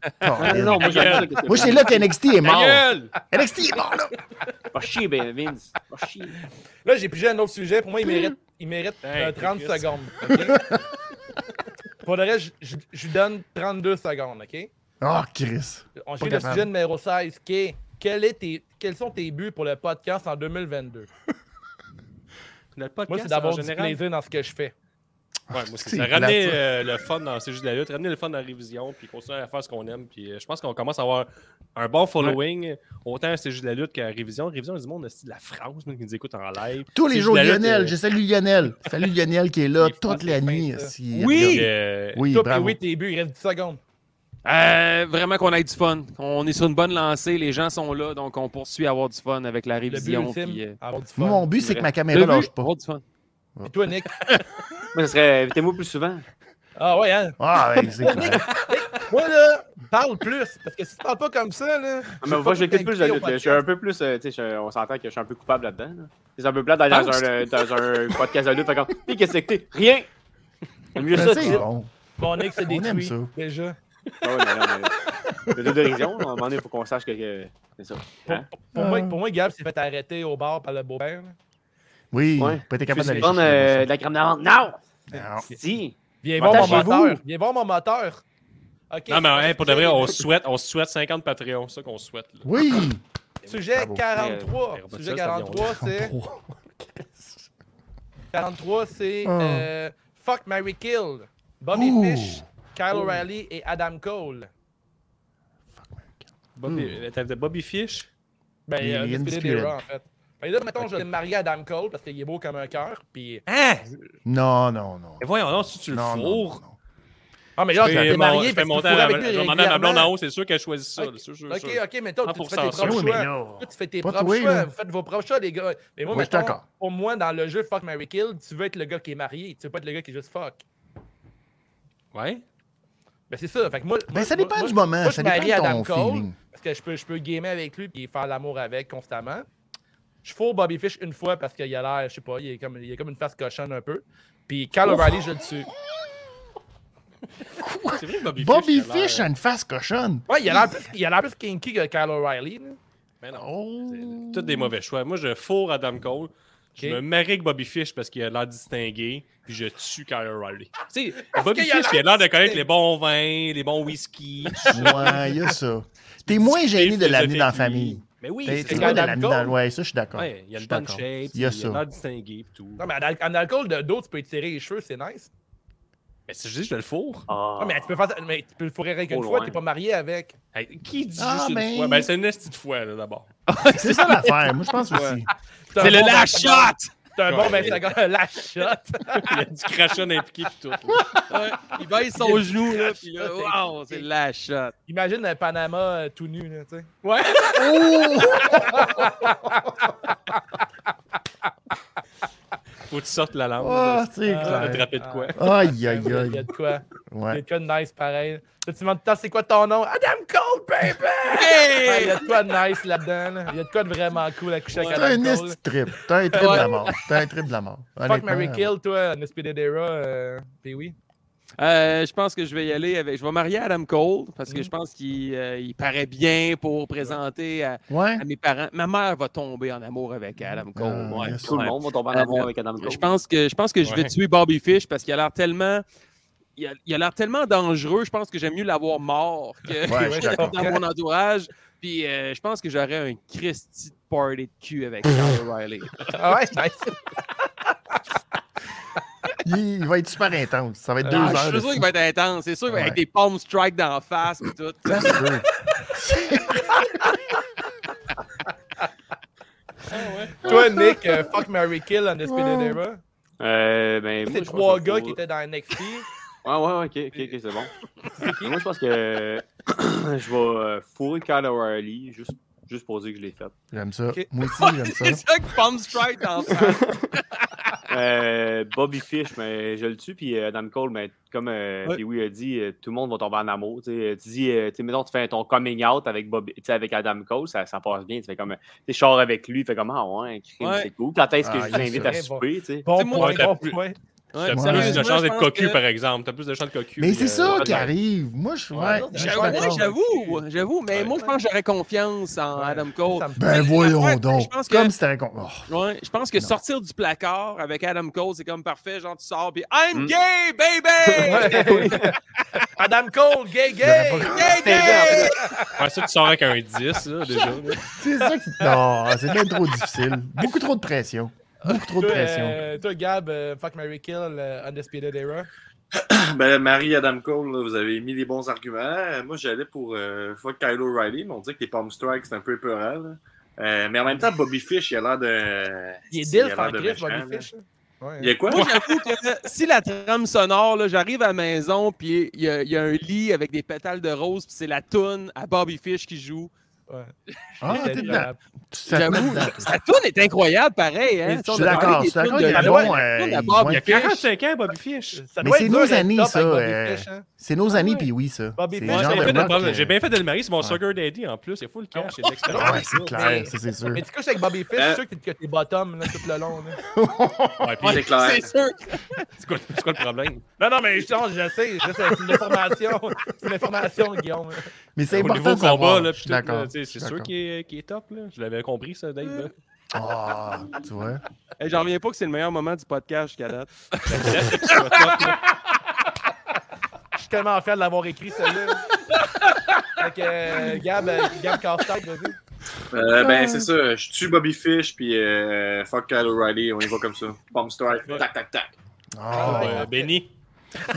Colin. Non, moi, j'aime ça. qu'est-ce que- Moi, c'est là que NXT est Ta mort. gueule! NXT est mort, là. Va chier, ben, Vince. Va chier. Là, j'ai pigé un autre sujet. Pour moi, il mérite, il mérite Hey, euh, 30 Chris. secondes. ok? Pour le reste, je- je je lui donne 32 secondes, OK? Oh, Chris. On Pas suit le capable. sujet numéro 16 qui est, quel est tes- quels sont tes buts pour le podcast en 2022? Notre Moi, podcast, c'est en d'avoir du général. plaisir dans ce que je fais. Ouais, moi, C'est c'est ça. plate, Ramener ça. euh, le fun dans C'est juste de la lutte, ramener le fun dans la révision, puis continuer à faire ce qu'on aime. Puis euh, je pense qu'on commence à avoir un bon following, autant à C'est juste de la lutte qu'à la révision. Révision, du monde aussi de la France, nous, qui nous écoute en live. Tous les C'est jours, de la lutte, Lionel. euh, Je salue Lionel. Salut Lionel qui est là Il est toute la fin, nuit. ça. si- Oui! regarde. Euh, Oui, Toi, puis bravo. oui, tes buts, il reste 10 secondes. Euh, vraiment qu'on ait du fun. On est sur une bonne lancée. Les gens sont là, donc on poursuit à avoir du fun avec la Le but révision. puis, ultime, euh, avoir du fun. Moi, Mon but, c'est que ma le caméra but, lâche pas. avoir du fun. Et toi, Nick? Moi, ce serait invitez-moi plus souvent. Ah ouais, hein? Ah, ouais, c'est clair. Moi, là, parle plus. Parce que si tu parles pas comme ça, là... Ah, mais j'ai moi, pas j'écoute plus de la d'inquiétude au lutte. là. Je suis podcast. un peu plus. euh, tu sais, je- on s'entend que je suis un peu coupable là-dedans. là. C'est un peu plate d'aller dans, Pense. un, euh, dans un podcast de lutte. Fait comme, Puis, qu'est-ce que t'es Rien J'aime mieux ça, Ben, tu C'est sais. bon. Bon, Nick, c'est On aime détruit, ça. déjà. Ah ouais, mais non, mais- Le deux d'horizon, à un moment donné, il faut qu'on sache que. que- C'est ça. Hein? Euh. Pour, moi, pour moi, Gab s'est fait arrêter au bar par le beau-père. là. Oui, Ouais. peut être Tu capable veux d'aller prendre chercher euh, de la crème d'amande? Non ça. Non. Si Viens Montage voir mon chez moteur. Viens voir mon moteur. OK. Non, mais hein, pour de vrai, on se souhaite, on se souhaite 50 Patreons, c'est ça qu'on se souhaite. là. Oui! Ah Sujet Bravo. Euh, 43. Ouais, Sujet Robotcell, 43, c'est... 43, c'est... Oh. euh, Fuck, Mary Kill. Bobby Ouh. Fish, Kyle O'Reilly et Adam Cole. Hmm. Bobby, euh, t'avais Bobby Fish. Ben, Il est euh, discuter des indiscutable. Raw, en fait. Fait que là, mettons, je vais me marier à Adam Cole parce qu'il est beau comme un cœur. Puis... Hein? Non, non, non. Mais Eh, voyons, non, si tu le Non, non, non, fourres. non. Ah, mais là, Je je vais fais me mon- marier je fais parce que mon tu temps fous à avec ma- lui je vais demander à ma blonde régulièrement. en haut, c'est sûr qu'elle choisit ça. là, sûr, sûr, Ok, sûr. ok, mais toi, tu- tu fais 100% tes propres sûr. Oui, mais choix. là. Toi, tu fais tes Pas propres toi, choix. là. Vous faites vos propres choix, les gars. Mais moi, Moi, je suis mettons, d'accord. pour moi, dans le jeu Fuck Mary Kill, tu veux être le gars qui est marié. Tu veux pas être le gars qui est juste fuck. Ouais. Ben, c'est ça. Fait que moi, Ben, moi- ça dépend moi- du moment. moi, je ça marie dépend de Adam ton Cole. feeling. Parce que je peux, je peux gamer avec lui et faire l'amour avec constamment. Je fous Bobby Fish une fois parce qu'il a l'air, je sais pas, il est comme, il est comme une face cochonne un peu. Puis Kyle O'Reilly, je le tue. C'est vrai que Bobby, Bobby Fish. a l'air- Fish hein? a une face cochonne. Ouais, il a l'air plus, il a l'air plus kinky que Kyle O'Reilly. là. Mais Ben non. Oh! C'est Toutes des mauvais choix. Moi, je fourre Adam Cole. Je Ok. me marie avec Bobby Fish parce qu'il a l'air distingué, puis je tue Kyle O'Reilly. Tu sais, Parce Bobby qu'il a Fish, il a l'air de connaître les bons vins, les bons whisky. Ouais, il y a ça. T'es moins gêné de l'amener dans la famille. Mais oui, T'es c'est t'es quand moins ça. de Adam l'amener dans... Cole. Ouais, ça, je suis d'accord. Ouais, il y a Je le suis bonne d'accord. shape, Il y a puis il a ça. l'air distingué et tout. Non, mais en al- en alcool de dos, tu peux étirer les cheveux, c'est nice. Mais si je dis, je le fourre. Ah, Ah, mais tu peux faire ça, mais tu peux le fourrer rien qu'une Trop fois, loin. t'es pas marié avec. Hey, qui dit Ah, juste une mais- fois? Ben, c'est une esti de fois, là, d'abord. C'est ça l'affaire, moi, je pense aussi. un C'est le bon la 20 secondes. shot! C'est un bon 20 secondes, un lâche shot. Il y a du crachat impliqué pis tout. là. Il baisse son genou, là, puis là, wow, c'est la shot. Imagine un Panama euh, tout nu, là, tu sais. Ah, Faut que tu sortes la langue. Ah, là, c'est Ah, Ça va clair. attraper de quoi? Aïe, aïe, Il y a aïe. de quoi. Il y a Ouais. de quoi de nice, pareil. Là, tu demandes tout le temps, c'est quoi ton nom? Adam Cole, baby! Ouais, Il y a de quoi de nice là-dedans, là. Il y a de quoi de vraiment cool à coucher avec T'as un Adam Cole. esti trip. T'as un trip de la mort. T'as un trip de la mort. Fuck Honnêtement, Mary Kill, toi, Nespidera, euh, puis oui. Euh, je pense que je vais y aller avec. Je vais marier Adam Cole parce que je pense qu'il euh, il paraît bien pour présenter à, Ouais. à mes parents. Ma mère va tomber en amour avec Adam Cole. Ah, ouais. yes. tout le Ouais. monde va tomber en Euh, amour avec Adam Cole. Je pense que je pense que je vais Ouais. tuer Bobby Fish parce qu'il a l'air tellement. Il a- il a l'air tellement dangereux, je pense que j'aime mieux l'avoir mort que Ouais, je suis d'accord. dans mon entourage. Puis euh, je pense que j'aurais un Christy de party de cul avec Kyle Riley. Ah ouais, nice. Il il va être super intense. Ça va être deux Ah, heures. je de suis sûr fou. qu'il va être intense. C'est sûr qu'il va avec Ouais. des palm strikes dans la face et tout. Ça se peut. toi, Nick, euh, fuck Mary Kill, Nespidera. Euh, ben, moi, C'est je trois pense que gars faut- qui étaient dans NXT. Ah, Ouais, ouais, ouais, ok, ok, ok, c'est bon. Mais Moi, je pense que je vais euh, fourrer Kyle O'Reilly juste, juste pour dire que je l'ai fait. J'aime ça. Ok. Moi aussi, Ouais, j'aime C'est ça. ça que palm strike dans la face. Euh, Bobby Fish, mais je le tue, puis euh, Adam Cole, mais comme euh, Ouais. Pee-wee a dit, euh, tout le monde va tomber en amour. Tu sais, tu dis, euh, tu sais, mettons, tu fais ton coming out avec, Bobby, tu sais, avec Adam Cole, ça, ça passe bien. Tu fais comme, euh, tu sais, je sors avec lui, tu fais comme, ah ouais, crime, Ouais. c'est cool. Quand est-ce que Ah, je il vous est invite sûr. à souper, tu sais? Bon C'est moi, point, t'as bon plus- point. Ouais, T'as plus de sérieusement, chance je d'être pense cocu, que- par exemple. T'as plus de chance de cocu. Mais euh, c'est ça ouais. qui arrive. Moi, je suis. Ouais, ouais, non, je c'est suis vrai, Ouais, d'accord. j'avoue, j'avoue, mais moi je pense que j'aurais confiance en Ouais. Adam Cole. Ça me- Ben Mais voyons l'affaire, donc. je pense que- Comme c'était un con. Oh. Ouais, je pense que Non. sortir du placard avec Adam Cole, c'est comme parfait, genre tu sors puis I'm Mm. gay, baby! Ouais. Madame Cole, gay, gay! J'aurais pas- gay, gay! Ouais, ça, tu sors avec un 10, là, déjà. là. C'est ça qui. Non, c'est bien trop difficile. Beaucoup trop de pression. Beaucoup trop de Toi, pression. euh, toi, Gab, euh, fuck Mary Kill, euh, Undisputed Era. Ben, Marie Adam Cole, là, vous avez mis les bons arguments. Euh, Moi, j'allais pour euh, fuck Kyle O'Reilly, mais on dit que les palm strikes, c'est un peu épeurant. là. Euh, mais en même temps, Bobby Fish, il a l'air de. Il est il a deal, l'air sans de griffes, méchant, Bobby là. Fish. Ouais. Il y a quoi? Moi, j'avoue que si la trame sonore, là, j'arrive à la maison, puis il y, a- il y a un lit avec des pétales de rose, puis c'est la toune à Bobby Fish qui joue. Ah, t'es dedans. Euh, Tu sais, t'es J'avoue, dedans. sa toune est incroyable, pareil. Hein? Je suis d'accord. Je suis d'accord. Il est de- bon. Ouais, euh, de- il- Bob, Il y ouais. a 45 ans, Bobby Fish. ça Mais doit c'est être dur nos d'être années, top ça, avec Bobby euh, Fish, hein. C'est nos années, puis oui, ça. Bobby C'est Fish, le j'ai genre J'ai de bien fait rock, de- euh, J'ai bien fait de le marier, c'est mon ouais. sugar daddy en plus. Il faut le cash, c'est Ouais, l'expérience. c'est clair, Mais- ça, c'est sûr. Mais tu couches avec Bobby Fish, je Euh. suis sûr que t'es- que t'es bottom là, tout le long. là. Ouais, puis C'est clair. C'est sûr. c'est quoi, c'est quoi le problème? Non, non, mais je change, je sais. je sais, C'est une information. C'est une information, Guillaume. Mais c'est Au important niveau de savoir. combat, là, Je puis suis tout, là, d'accord. tu sais, je suis c'est sûr d'accord. qu'il est, qu'il est top. Là. Je l'avais compris, ça, Dave. là. Ah, tu vois. Hey, J'en reviens pas que c'est le meilleur moment du podcast jusqu'à date. Je suis tellement fier de l'avoir écrit, celle-là. Fait que, euh, Gab, euh, Gab Casse-Tête, vas-y. Euh, ben, c'est ça. Je tue Bobby Fish, puis euh, fuck Kyle O'Reilly. On y va comme ça. Palm strike. Tac, tac, tac. Ah. ouais. Euh, Benny.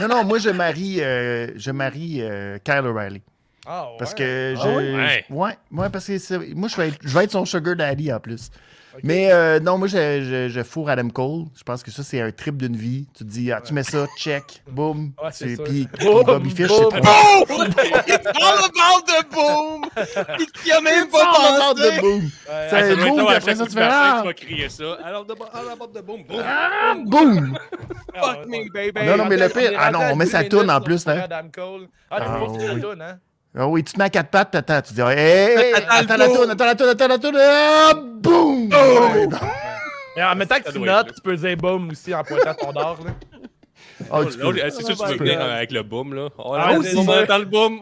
Non, non, moi, je marie, euh, je marie euh, Kyle O'Reilly. Ah, ouais. Parce que Ah je. ouais? ouais? je- ouais, ouais, parce que c'est- moi, je vais, être, je vais être son sugar daddy en plus. Mais euh, non, moi, je, je, je fourre Adam Cole. Je pense que ça, c'est un trip d'une vie. Tu te dis, ah, tu mets ça, check, boum. Ouais, c'est tu- sûr. Puis Boum, Bobby Fish, boum. c'est trop. Boom! It's all about the boom! Puis qui a même pas Ah, pensé! de boom. Ouais, Ça- ouais. Euh, Ah, doit être boum, long, puis à après chaque ça, coup tu de fais, bassin, ah! tu vas crier ça. Alors, de alors, de boum, boum. Ah, boum! Ah, Fuck ouais, me, baby! Non, non, mais le On est pire- ah non, rendu on met à sa 10 toune en minutes plus, sur hein. Adam Cole. Ah, tu Ah, vois que c'est la oui. toune, hein? Ah oui, tu te mets à quatre pattes, t'attends. Tu dis, hé, hey, Attends le attends la boom. tourne, attends la tourne, attends la tourne. Ah, boum! Ah, Mais en même temps que Ça tu doit être notes, là. tu peux dire boom aussi en pointant ton dard. Là. Ah, tu L'autre, peux- euh, C'est sûr que tu Ah, veux bah, venir bah. euh, avec le boom. là. Oh, Ah, là, aussi. on entend le boom.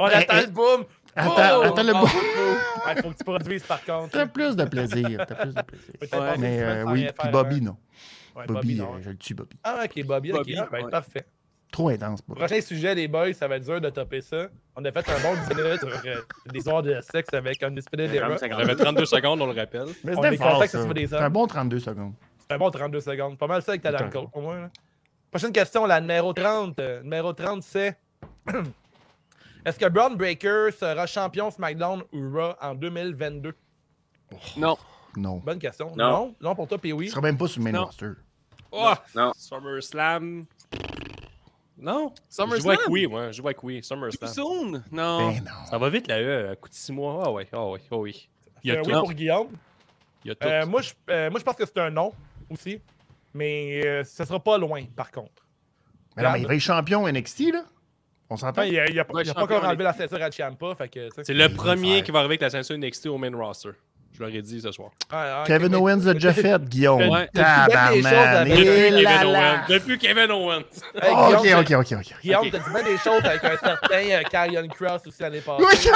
On Eh, attend eh. le boom. Oh! Attends, attends le boum. Ah, faut que tu produises par contre. T'as plus de plaisir, t'as plus de plaisir. Peut-être pas une Mais semaine euh, sans oui, rien puis faire, Bobby, hein. non. Ouais, Bobby, non, euh, ouais. je le tue, Bobby. Ah, ok, Bobby, Bobby, ok. Ah, ben, ouais. Parfait. Trop intense, Bobby. Prochain sujet, les boys, ça va être dur de topper ça. On a fait un bon 10 minutes sur euh, des histoires de sexe avec un Disputed Era. On avait 32 secondes, on le rappelle. Mais on est c'était fort, content ça. que ce soit des Ah, C'est hommes. un bon 32 secondes. C'est un bon 32 secondes. Pas mal ça avec ta dame Attends. Cole, pour moi. là. Prochaine question, la numéro 30. Euh, numéro 30, c'est Est-ce que Braun Breaker sera champion SmackDown ou Raw en 2022 Non. Non. Bonne question. Non. Non, non pour toi, puis Il oui. sera même pas sur le main Non. roster. Oh, Non. SummerSlam. Non. Je vois SummerSlam? avec oui, moi. Je vois avec oui. Too SummerSlam. soon? Non. Ben non. Ça va vite, E, là, eux. À coup de 6 mois. Ah, ouais. Ah, ouais. Ah, oui. Il y C'est a un tout. Ben Euh, oui pour Guillaume. Il y a tout. Euh, moi, je, euh, moi, je pense que c'est un non aussi. Mais euh, ça sera pas loin, par contre. Mais non, mais il va être champion NXT, là. On s'entend? Enfin, il a, il a- Ouais, il a pas champion, encore enlevé allez. la ceinture à Ciampa. Fait que, tu sais. C'est le Il va premier faire. qui va arriver avec la ceinture NXT au main roster. Je leur ai dit ce soir. Ah, ah, Kevin ok, mais- Owens l'a déjà fait, Guillaume. Ouais. Il a fait des choses Tabarnak. avec- Depuis Et Kevin là Owens. là. Depuis Kevin Owens. Hey, Oh, Ok, Guillaume, ok, ok, ok. Guillaume, t'as dit bien des choses avec un certain euh, Karrion Cross aussi l'année passée. Oui,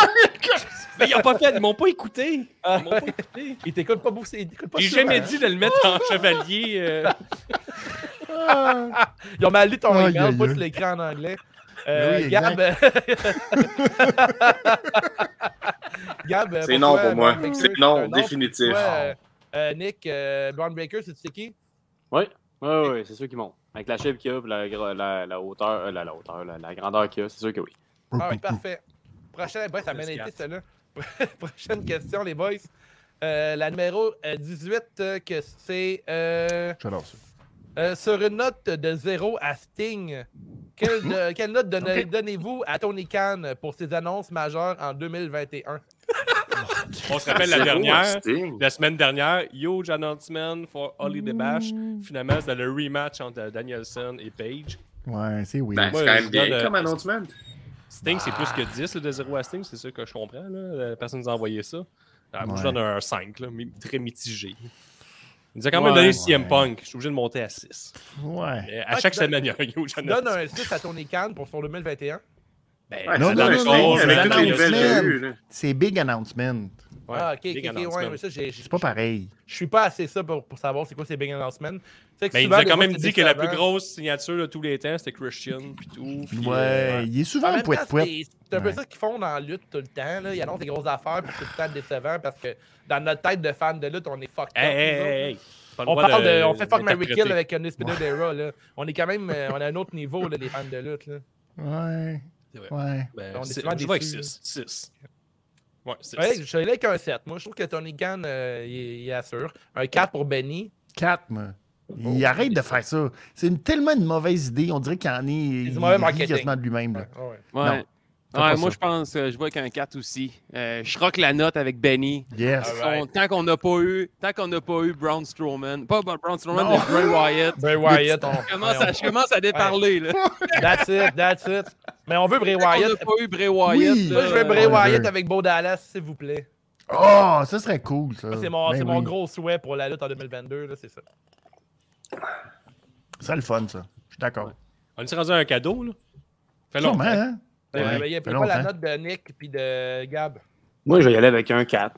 Mais ils ont pas fait, ils m'ont pas écouté. Ah, Ils m'ont pas écouté. Il t'écoute pas beaucoup, c'est- il t'écoute pas J'ai souvent, jamais hein. dit de le mettre en chevalier. euh, Ils ont mal lu ton Aïe, email, aïe, pas aïe. sur l'écran en anglais. Euh, Mais oui, Gab. euh, Gab, euh, C'est non toi, pour moi. Braun Breaker, C'est un non, pour toi, définitif. euh, euh, Nick, euh, Braun Breaker, c'est tu sais qui? Oui, oui, c'est sûr qu'ils montent. Avec la shape qu'il y a, puis la, gra- la, la hauteur, euh, la, la hauteur, la, la grandeur qu'il y a, c'est sûr que oui. Ah oui, parfait. Prochaine, bref, ça m'a Yes, été Kat. celle-là. Prochaine question, les boys. Euh, la numéro euh, 18, euh, que c'est euh, J'adore ça. euh, sur une note de 0 à Sting. Quelle, de- Hein? quelle note donne- Ok. donnez-vous à Tony Khan pour ses annonces majeures en 2021? on se rappelle la Zéro, dernière. Sting. La semaine dernière, huge announcement for Holly the Bash. Finalement, c'était le rematch entre Danielson et Page. Ouais, c'est oui. Ben, Moi, c'est quand je même bien donne, comme euh, announcement. Sting, c'est Ah. plus que 10 là, de 0 à Sting, c'est ça que je comprends. Là. La personne nous a envoyé ça. Ah, Moi, je Ouais. donne un 5, là, mi- très mitigé. Il nous a quand même Ouais, donné CM ouais. Punk. Je suis obligé de monter à 6. Ouais. Mais Ah, à chaque tu donnes- semaine, il y a un yo, j'en ai Donne un 6 à Tony Khan pour son 2021. Ben, Ouais, Non, non, c'est dans le non, show, non, avec c'est toutes dans les le nouvelles qu'il y a semaine. eues, là. C'est big announcement. ouais, ah, ok, ok, big ok, ouais, announcement. mais ça, j'ai- j'ai- C'est pas pareil. je suis pas assez ça pour, pour savoir c'est quoi ces big announcements. C'est que Ben, il nous souvent, a des quand fois, même c'est dit que la plus décevant. grosse signature de tous les temps, c'était Christian, puis tout. puis, Ouais, euh, il est En souvent même temps, pouet pouet. C'est c'est un peu Ouais. ça qu'ils font dans la lutte tout le temps. Là. Ils annoncent des grosses affaires, puis c'est tout le temps décevant parce que dans notre tête de fan de lutte, on est fucked up. Hey, hey, nous autres, hey, là. hey. Pas le On droit parle de- de. On fait fuck Mary d'interpréter. Kill avec un Dera. Là. On est quand même. euh, on a un autre niveau, là, les fans de lutte. Là. Ouais. C'est vrai. Ouais. Ben, On est c'est- souvent Je vais avec déçus, 6. 6. Ouais, 6. Ouais, je suis allé avec un 7. Moi, je trouve que Tony Khan, euh, il, il assure. Un 4 pour Benny. 4, moi. Il Oh, arrête de faire ça. C'est une- tellement une mauvaise idée. On dirait qu'il en est. du Il mauvais rit marketing. quasiment de lui-même. là. Ah Ouais, ouais. Ouais. Non, Ouais, pas moi, ça. je pense que je vois qu'un 4 aussi. Euh, je rock la note avec Benny. Yes. Ah ouais. On- tant qu'on n'a pas eu, tant qu'on n'a pas eu Braun Strowman, pas Bra- Braun Strowman, Non. mais Bray Wyatt. Bray Wyatt, on. Je commence, ouais, à, je commence à déparler là. on- That's it, that's it. Mais on veut Bray Tant qu'on Wyatt. n'a pas eu Bray Wyatt. Oui. là, Moi, je veux Bray on le Wyatt veut. avec Bo Dallas, s'il vous plaît. Oh, ça serait cool, ça. Moi, C'est mon, Ben c'est mon oui. gros souhait pour la lutte en 2022, là, c'est ça. Ça serait le fun, ça. Je suis d'accord. On est rendu à un cadeau, là? Fait Sûrement, longtemps. hein? Euh, Ouais, mais il n'y a fait pas la longtemps. note de Nick puis de Gab. Moi, je vais y aller avec un Mmh. 4.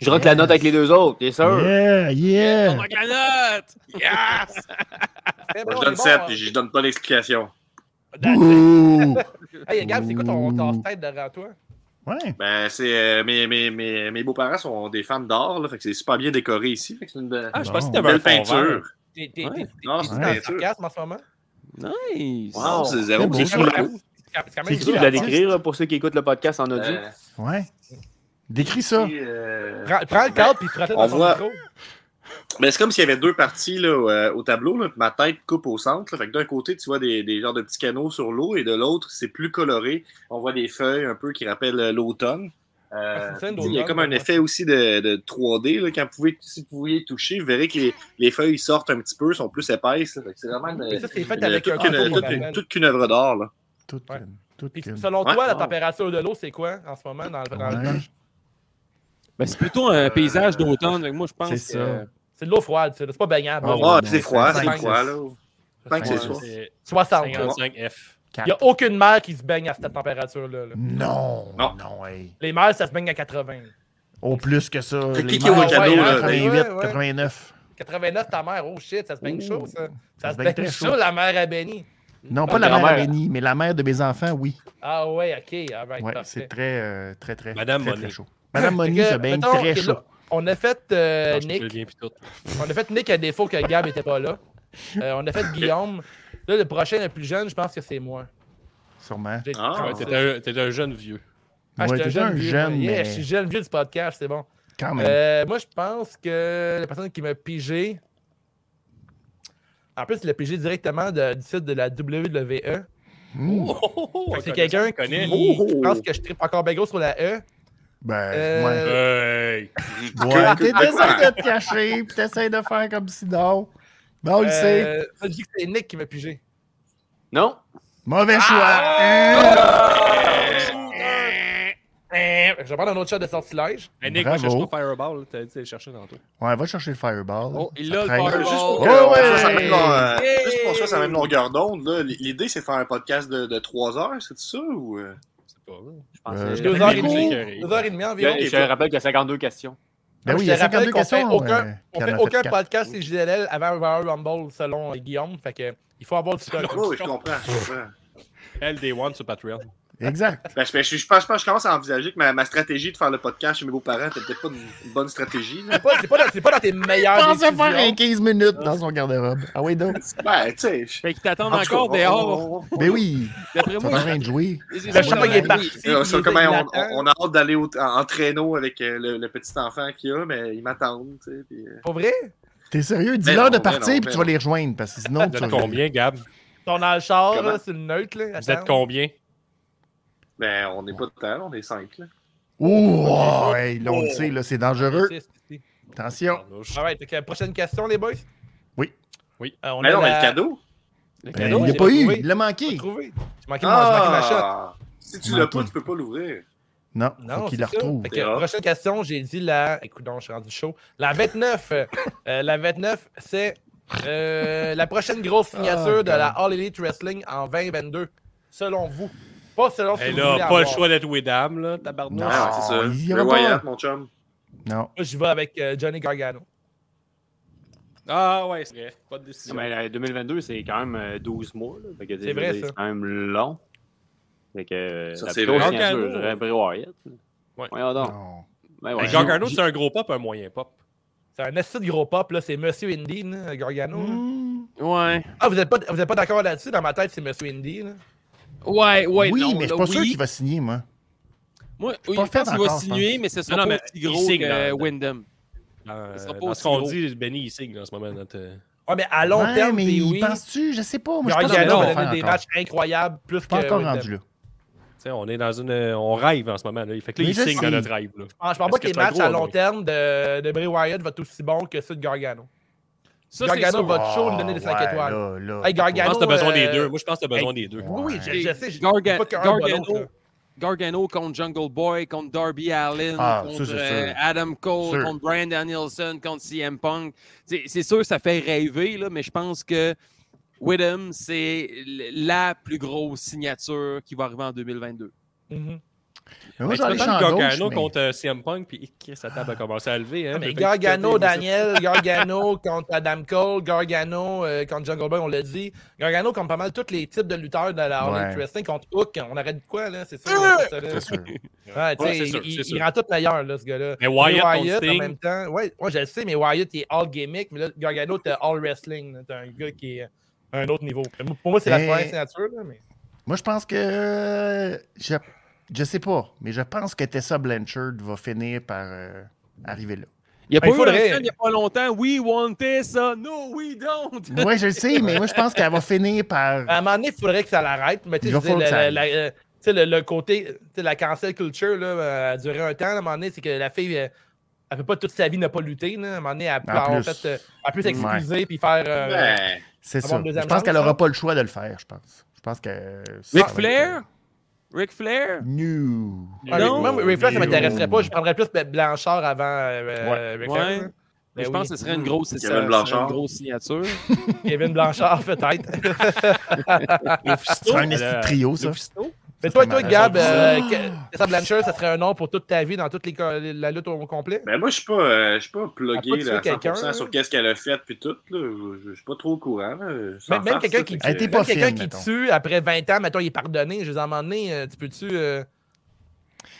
Je rote la Yes. note avec les deux autres, t'es sûr? Yeah, On yeah. rock la note! Yes! Très Moi, bon, je c'est bon, donne 7 hein. et je donne pas d'explication. Ouh. Hey, Gab, c'est quoi ton Ouh. casse-tête derrière toi? Ouais. Ben, c'est. euh, mes mes, mes, mes beaux-parents sont des femmes d'or, là, fait que c'est super bien décoré ici. Fait que c'est une be- Ah, je pensais que une Ben, t'avais un belle fond vert. peinture. T'es t'es- Ouais. t'es- Non, t'es- c'est t'es une dans le peinture. sarcasme en ce moment? Nice! Wow, c'est zéro. beau, C'est ça. sous la- C'est quand C'est même C'est dur de la artiste. décrire là, pour ceux qui écoutent le podcast en audio. Euh, Ouais. Décris ça. puis, euh, Prends, prends le cadre puis frappe On dans ton voit- micro. Mais c'est comme s'il y avait deux parties là, au, euh, au tableau. Là, puis ma tête coupe au centre. là. fait que d'un côté, tu vois des, des genres de petits canaux sur l'eau et de l'autre, c'est plus coloré. On voit des feuilles un peu qui rappellent euh, l'automne. Euh, Ah, c'est une scène il y a d'automne, comme un ouais. effet aussi de, de 3D. Là, quand vous pouvez, si vous pouviez toucher, vous verrez que les, les feuilles sortent un petit peu, sont plus épaisses. là. Fait que C'est vraiment une- Mais ça, c'est fait une- avec un toute, couteau, une, toute on une- appelle. toute qu'une œuvre d'art. là. Tout, Ouais. tout, Puis tout. selon Ouais. toi, la Wow. température de l'eau, c'est quoi en ce moment dans le, dans le- Ouais. Ben, c'est plutôt un paysage d'automne. donc Moi, je pense C'est que euh, ça. C'est de l'eau froide, c'est c'est pas baignable. Ah, là. Oh, ouais, Ah, mais c'est froid, c'est c'est froid. cinq, Là. Tant que c'est Ouais. soir. C'est 60. Il 55F. n'y a aucune mer qui se baigne à cette température-là. là. Non, Non. non, hey. Les mers, ça se baigne à 80. Au plus que ça. C'est les qui qui est au mères, cadeau, là, 88, ouais, ouais. 89. 89, ta mère, oh shit, ça se baigne Ouh. chaud, ça. Ça Ça se se baigne baigne très chaud, chaud. la mère à Benny. Non, Ta pas la mère à grand-mère. Benny, mais la mère de mes enfants, oui. Ah ouais, ok, all right, Ouais, parfait. c'est très, euh, très, très, Madame très, Monnet. très chaud. Madame Monnie Fait que, se baigne mettons, très ok, chaud. là, On a fait euh, Non, je te Nick. viens plus tout. On a fait Nick à défaut que Gab n'était pas là. Euh, on a fait Guillaume. Là, le prochain, le plus jeune, je pense que c'est moi. Sûrement. J'ai- Ah, Ouais, T'es un- t'es un jeune vieux. Ah, Ouais, j'étais t'es un vieux, jeune, moi. Yeah, mais- Je suis jeune vieux du podcast, c'est bon. Quand même. Euh, moi, je pense que la personne qui m'a pigé. En plus, il l'a pigé directement de- du site de la WWE. Hmm. Fait que C'est c'est quelqu'un qui, connaît. Oh, qui oh. pense que je tripe encore bien gros sur la E. Ben, euh, ouais. Hey! Ouais, que- t'essaies que- de te cacher, puis t'essaies de faire comme si non. Non, il sait. Euh, je dis que c'est Nick qui m'a pigé. Non? Mauvais Ah! choix. hein? Je vais prendre un autre shot de sortilège. Hey, Nick, moi, je Bravo. cherche pas Fireball, là, t'as dit d'aller chercher tantôt. Hein? Ouais, va chercher le fireball. Oh, il Ça l'a le traîne. Juste fireball. pour qu'on Oh, ouais. soit sur la même longueur- Hey. juste pour qu'on soit sur la même longueur d'onde, là, l- l'idée c'est de faire un podcast de, de 3 heures, c'est ça? Ou... euh? C'est pas vrai. Je pense Euh, que- Deux heures et Nick, demie. j'ai écœuré. Deux heures et demie environ. Je je rappelle qu'il y a 52 questions. Ben oui, il y Je a te rappelle 52 qu'on fait questions. aucun- euh, On puis fait en a aucun quatre. podcast CJDL avant Royal Rumble selon euh, Guillaume. Fait que il faut avoir du stock. Oui, oui, je comprends. Je, comprends. LD1 sur Patreon. Exact. Ben, je, je- je pense, je pense- je commence à envisager que ma, ma stratégie de faire le podcast chez mes beaux-parents n'était peut-être pas une, une bonne stratégie. là. C'est pas, c'est pas dans- c'est pas dans tes Je meilleurs pensais faire un décisions. 15 minutes dans son garde-robe. Ah oui, donc. Ben, tu sais. je- Fait qu'ils t'attendent en tout cas, encore on- dehors. on- on- Ben oui, D'après ça moi, va rien de jouer. Le chat, il est Oui, parti. on- on- il est- comment il on, attend. on- on a hâte d'aller au- en, en traîneau avec euh, le, le petit enfant qu'il y a, mais ils m'attendent. tu sais, puis, euh. Pour vrai? T'es sérieux? Ben non, Dis-leur de mais non, partir, puis mais tu vas non. les rejoindre, parce que sinon, Vous tu êtes vas... combien, Gab? T'es dans le char, Comment? là, sur le neutre. Là, Vous attends. êtes combien? Ben, on n'est pas de temps, on est cinq. Là. Ouh, oh, hey, là, on le sait, là, c'est dangereux. Six, six. Ah, Attention. All right, donc, euh, prochaine question, les boys. Oui. Oui. Euh, on Mais a non, mais la- le cadeau. Le Ben, cadeau, il j'ai l'a pas eu, trouvé. il l'a J'ai manqué. trouvé. J'ai manqué, mon- j'ai manqué ma shot. Ah, si tu l'as pas, tu peux pas l'ouvrir. Non, faut qu'il la c'est ça. retrouve. Fait que, prochaine question, j'ai dit la. Écoute, donc, je suis rendu chaud. La 29. euh, la 29, c'est euh, la prochaine grosse signature Ah, de la All Elite Wrestling en 2022, selon vous. Pas selon ce Et que vous là, voulez pas le avoir. choix d'être Wedam, là, tabarnak. Ah, ouais, c'est ça. il y Le aura Wyatt, pas. mon chum. Non. Moi, je vais avec euh, Johnny Gargano. Ah ouais, c'est vrai. Pas de décision. Mais, euh, 2022, c'est quand même euh, 12 mois. là. Fait que, tu sais, C'est vrai, je veux dire, ça. C'est quand même long. Fait que, euh, Ça, la c'est plus grosse vrai. signature, Gargano. je dirais Bray Wyatt. Ouais. Voyons donc. Non. Ben Mais ouais. Gargano, c'est un gros pop, un moyen pop. C'est un assez de gros pop, là. C'est Monsieur Indy, là, Gargano. là. Mm. Ouais. Ah, vous n'êtes pas, vous êtes pas d'accord là-dessus? Dans ma tête, c'est Monsieur Indy. là. Ouais, ouais. oui, non, mais je là, suis pas oui. sûr qu'il va signer, moi. Moi, suis oui, pas je pense fan qu'il va encore, je signer, mais ce sera Non, non, pas mais aussi il gros signe, que là. Wyndham. Euh, sera pas dans aussi ce qu'on gros. dit, Benny, il signe en ce moment. Notre... euh, Ouais, Ah, mais à long Ouais, terme, mais puis il oui. pense-tu? Je sais pas. Moi, je pense Gargano qu'il va va donner des le faire encore. matchs incroyables, plus Pas que. encore Wyndham. rendu là. tu sais, on est dans une. euh, On rêve en ce moment. Là. Fait que là, Mais il je signe sais. dans notre rêve. Là. Ah, Je pense pas Parce que que les c'est un matchs gros à long abonné. terme de, de Bray Wyatt vont être aussi bons que ceux de Gargano. Ça, c'est Gargano sûr. va te show lui donner des Ah, 5 ouais, étoiles. là, là, Hey, Je Gargano. pense que t'as besoin des euh, deux. Moi, je pense que t'as besoin des deux. Oui, oui, je, je sais. je- Garga- pas qu'un Gargano- pas l'autre, là. Gargano contre Jungle Boy, contre Darby Allin, Ah, ça, contre c'est euh, sûr. Adam Cole, Sûr. contre Brian Danielson, contre CM Punk. T'sais, C'est sûr, ça fait rêver, là, mais je pense que Widham, c'est l- la plus grosse signature qui va arriver en 2022. Mhm. Mais moi, Mais tu j'en ai peux champ pas gauche, Gargano mais- contre euh, CM Punk, puis hic, sa table a commencé à lever. Hein, Ah, Mais J'ai Gargano, failli Daniel, Gargano contre Adam Cole, Gargano euh, contre Jungle Boy, on l'a dit. Gargano contre pas mal tous les types de lutteurs de la All Ouais. Elite Wrestling, contre Hook. On arrête de quoi, là? C'est ça? là, ça, là. C'est sûr. Ouais, tu Ouais, sais, c'est sûr, il, c'est il sûr. rend tout meilleur, là, ce gars-là. Mais Wyatt, Bray on en Sting. même temps. Ouais, ouais, je le sais, mais Wyatt, il est all gimmick, mais là, Gargano, t'es all wrestling. là. T'es un gars qui est à un autre niveau. Pour moi, c'est la Mais- première signature, là, mais. Moi, je pense que. euh, Je, je sais pas, mais je pense que Tessa Blanchard va finir par euh, arriver là. Il n'y Ben, a pas il eu faudrait. un scan il n'y a pas longtemps. We want this, uh, no, we don't. Oui, je le sais, mais moi, je pense qu'elle va finir par. À un moment donné, il faudrait que ça l'arrête. Mais tu sais, Il je va veux dire, falloir que la- ça la- la- euh, tu sais, le, le côté, tu sais, la cancel culture là, euh, a duré un temps. là, À un moment donné, c'est que la fille, euh, elle peut pas toute sa vie ne pas lutter. là. À un moment donné, elle peut, En avoir plus. fait, euh, elle peut s'excuser puis faire. euh, Ben, C'est avoir ça. une Je deuxième pense qu'elle chance, n'aura hein? pas le choix de le faire, je pense. Je pense que. Ric Flair? Ric Flair? New. un- Non. Ah, moi, Ray Flair, ça Non. m'intéresserait pas. Je prendrais plus Ben Blanchard avant euh, Ray Flair, Ouais. là. je Ben pense oui. que ce serait une grosse, ça- Kevin ça serait Blanchard. une grosse signature. Kevin Blanchard, peut-être. Ah, C'est un esti de trio, ça. Mais toi, serait toi, malade. Gab, euh, Ah! que- Tessa Blanchard, ça serait un nom pour toute ta vie dans toute les, co- la lutte au complet? ben, moi, je suis pas, euh, je suis pas Elle a plugué pas là, à tué 100% quelqu'un, là. sur qu'est-ce qu'elle a fait puis tout. Là. Je- Je suis pas trop au courant. là. Je suis Même- en même farce, quelqu'un là, qui- fait que- Elle était pas Même quelqu'un fine, qui mettons. tue après 20 ans, mettons, il est pardonné. Je veux dire, à un moment donné, euh, tu peux-tu. euh, euh,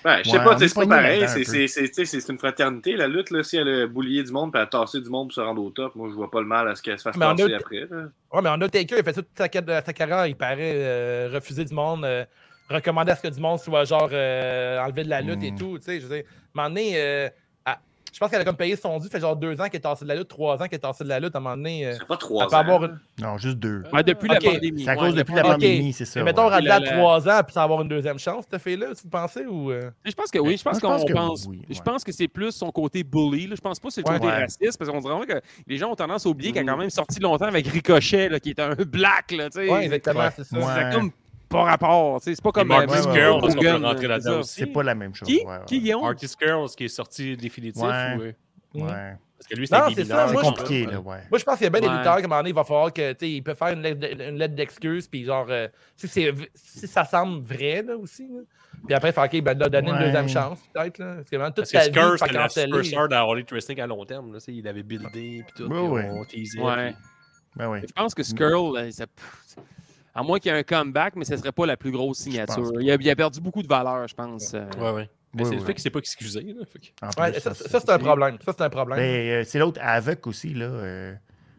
Ouais, je sais Ouais, pas, on tu sais, est c'est pas poigné pareil. là-dedans un C'est- peu. C'est c'est- tu sais, c'est- c'est une fraternité, la lutte. Là, si elle a boulié du monde et a tassé du monde pour se rendre au top, moi, je vois pas le mal à ce qu'elle se fasse Mais on a- tasser après. là. Ouais, mais on a Taker, il fait toute sa, ca- sa carrière, il paraît euh, refuser du monde, euh, recommander à ce que du monde soit genre euh, enlevé de la lutte et Mm. tout. Tu sais, je veux dire, à un moment donné, euh, à- je pense qu'elle a comme payé son dû, fait genre deux ans qu'elle est tassée de la lutte, trois ans qu'elle est tassée de la lutte. À un moment donné, euh, Ça fait pas elle trois peut ans. avoir une. Non, juste deux. Ouais, depuis Ok. la pandémie. C'est à cause Ouais, depuis la ok. pandémie, c'est ça. Mais mettons, ouais. rendu Il a à la- trois ans, puis ça va avoir une deuxième chance, cette fille-là, vous pensez ou. euh? Je pense que oui, je pense Moi, je qu'on pense que pense. oui, Je ouais. pense que c'est plus son côté bully. là. Je pense pas que c'est le Ouais. côté Ouais. Mm. raciste, parce qu'on dirait vraiment que les gens ont tendance à oublier qu'elle a quand même sorti longtemps avec Ricochet, là, qui est un black, là, tu sais. Ouais, exactement, c'est ça. Ouais. C'est comme pas rapport, tu sais. C'est pas Comme comme euh, Marcus ouais, Girls, ouais, on peut Hogan, rentrer là, c'est là-dedans ça. aussi. C'est pas la même chose. Qui? ouais, ouais. Qui, Guillaume? Marcus Girls qui est sorti définitif. Ouais. oui. Ouais. Parce que lui, c'était Non, gay c'est ça, mineur, moi, C'est je- compliqué, là, ouais. Moi, je pense qu'il y a bien des Ouais. lutteurs qu'à un moment donné, il va falloir que, tu sais, il peut faire une lettre de- une lettre d'excuse, puis genre, euh, si, c'est v- si ça semble vrai, là, aussi. là. Puis après, faire, OK, ben, là, donner une Ouais. deuxième chance, peut-être, là. Parce que vraiment, toute Parce sa que vie, tu Scurr, vas c'était la canceller. superstar dans Holly Wrestling à long terme. Là, tu sais, il avait buildé, puis tout, Ouais, ouais. puis on teasait. Ouais. puis- Ben oui. Je pense que Skrull, là, ça- pff, à moins qu'il y ait un comeback, mais ce serait pas la plus grosse Je signature. pense pas. Il a, il a perdu beaucoup de valeur, je pense. euh. Ouais, ouais. Mais Oui, c'est le oui. fait qu'il s'est pas excusé. Là, fait que- En plus, Ouais, ça, ça, c'est un problème. Ça, c'est Ah, un problème. Ben, euh, c'est l'autre Havoc aussi, là. euh,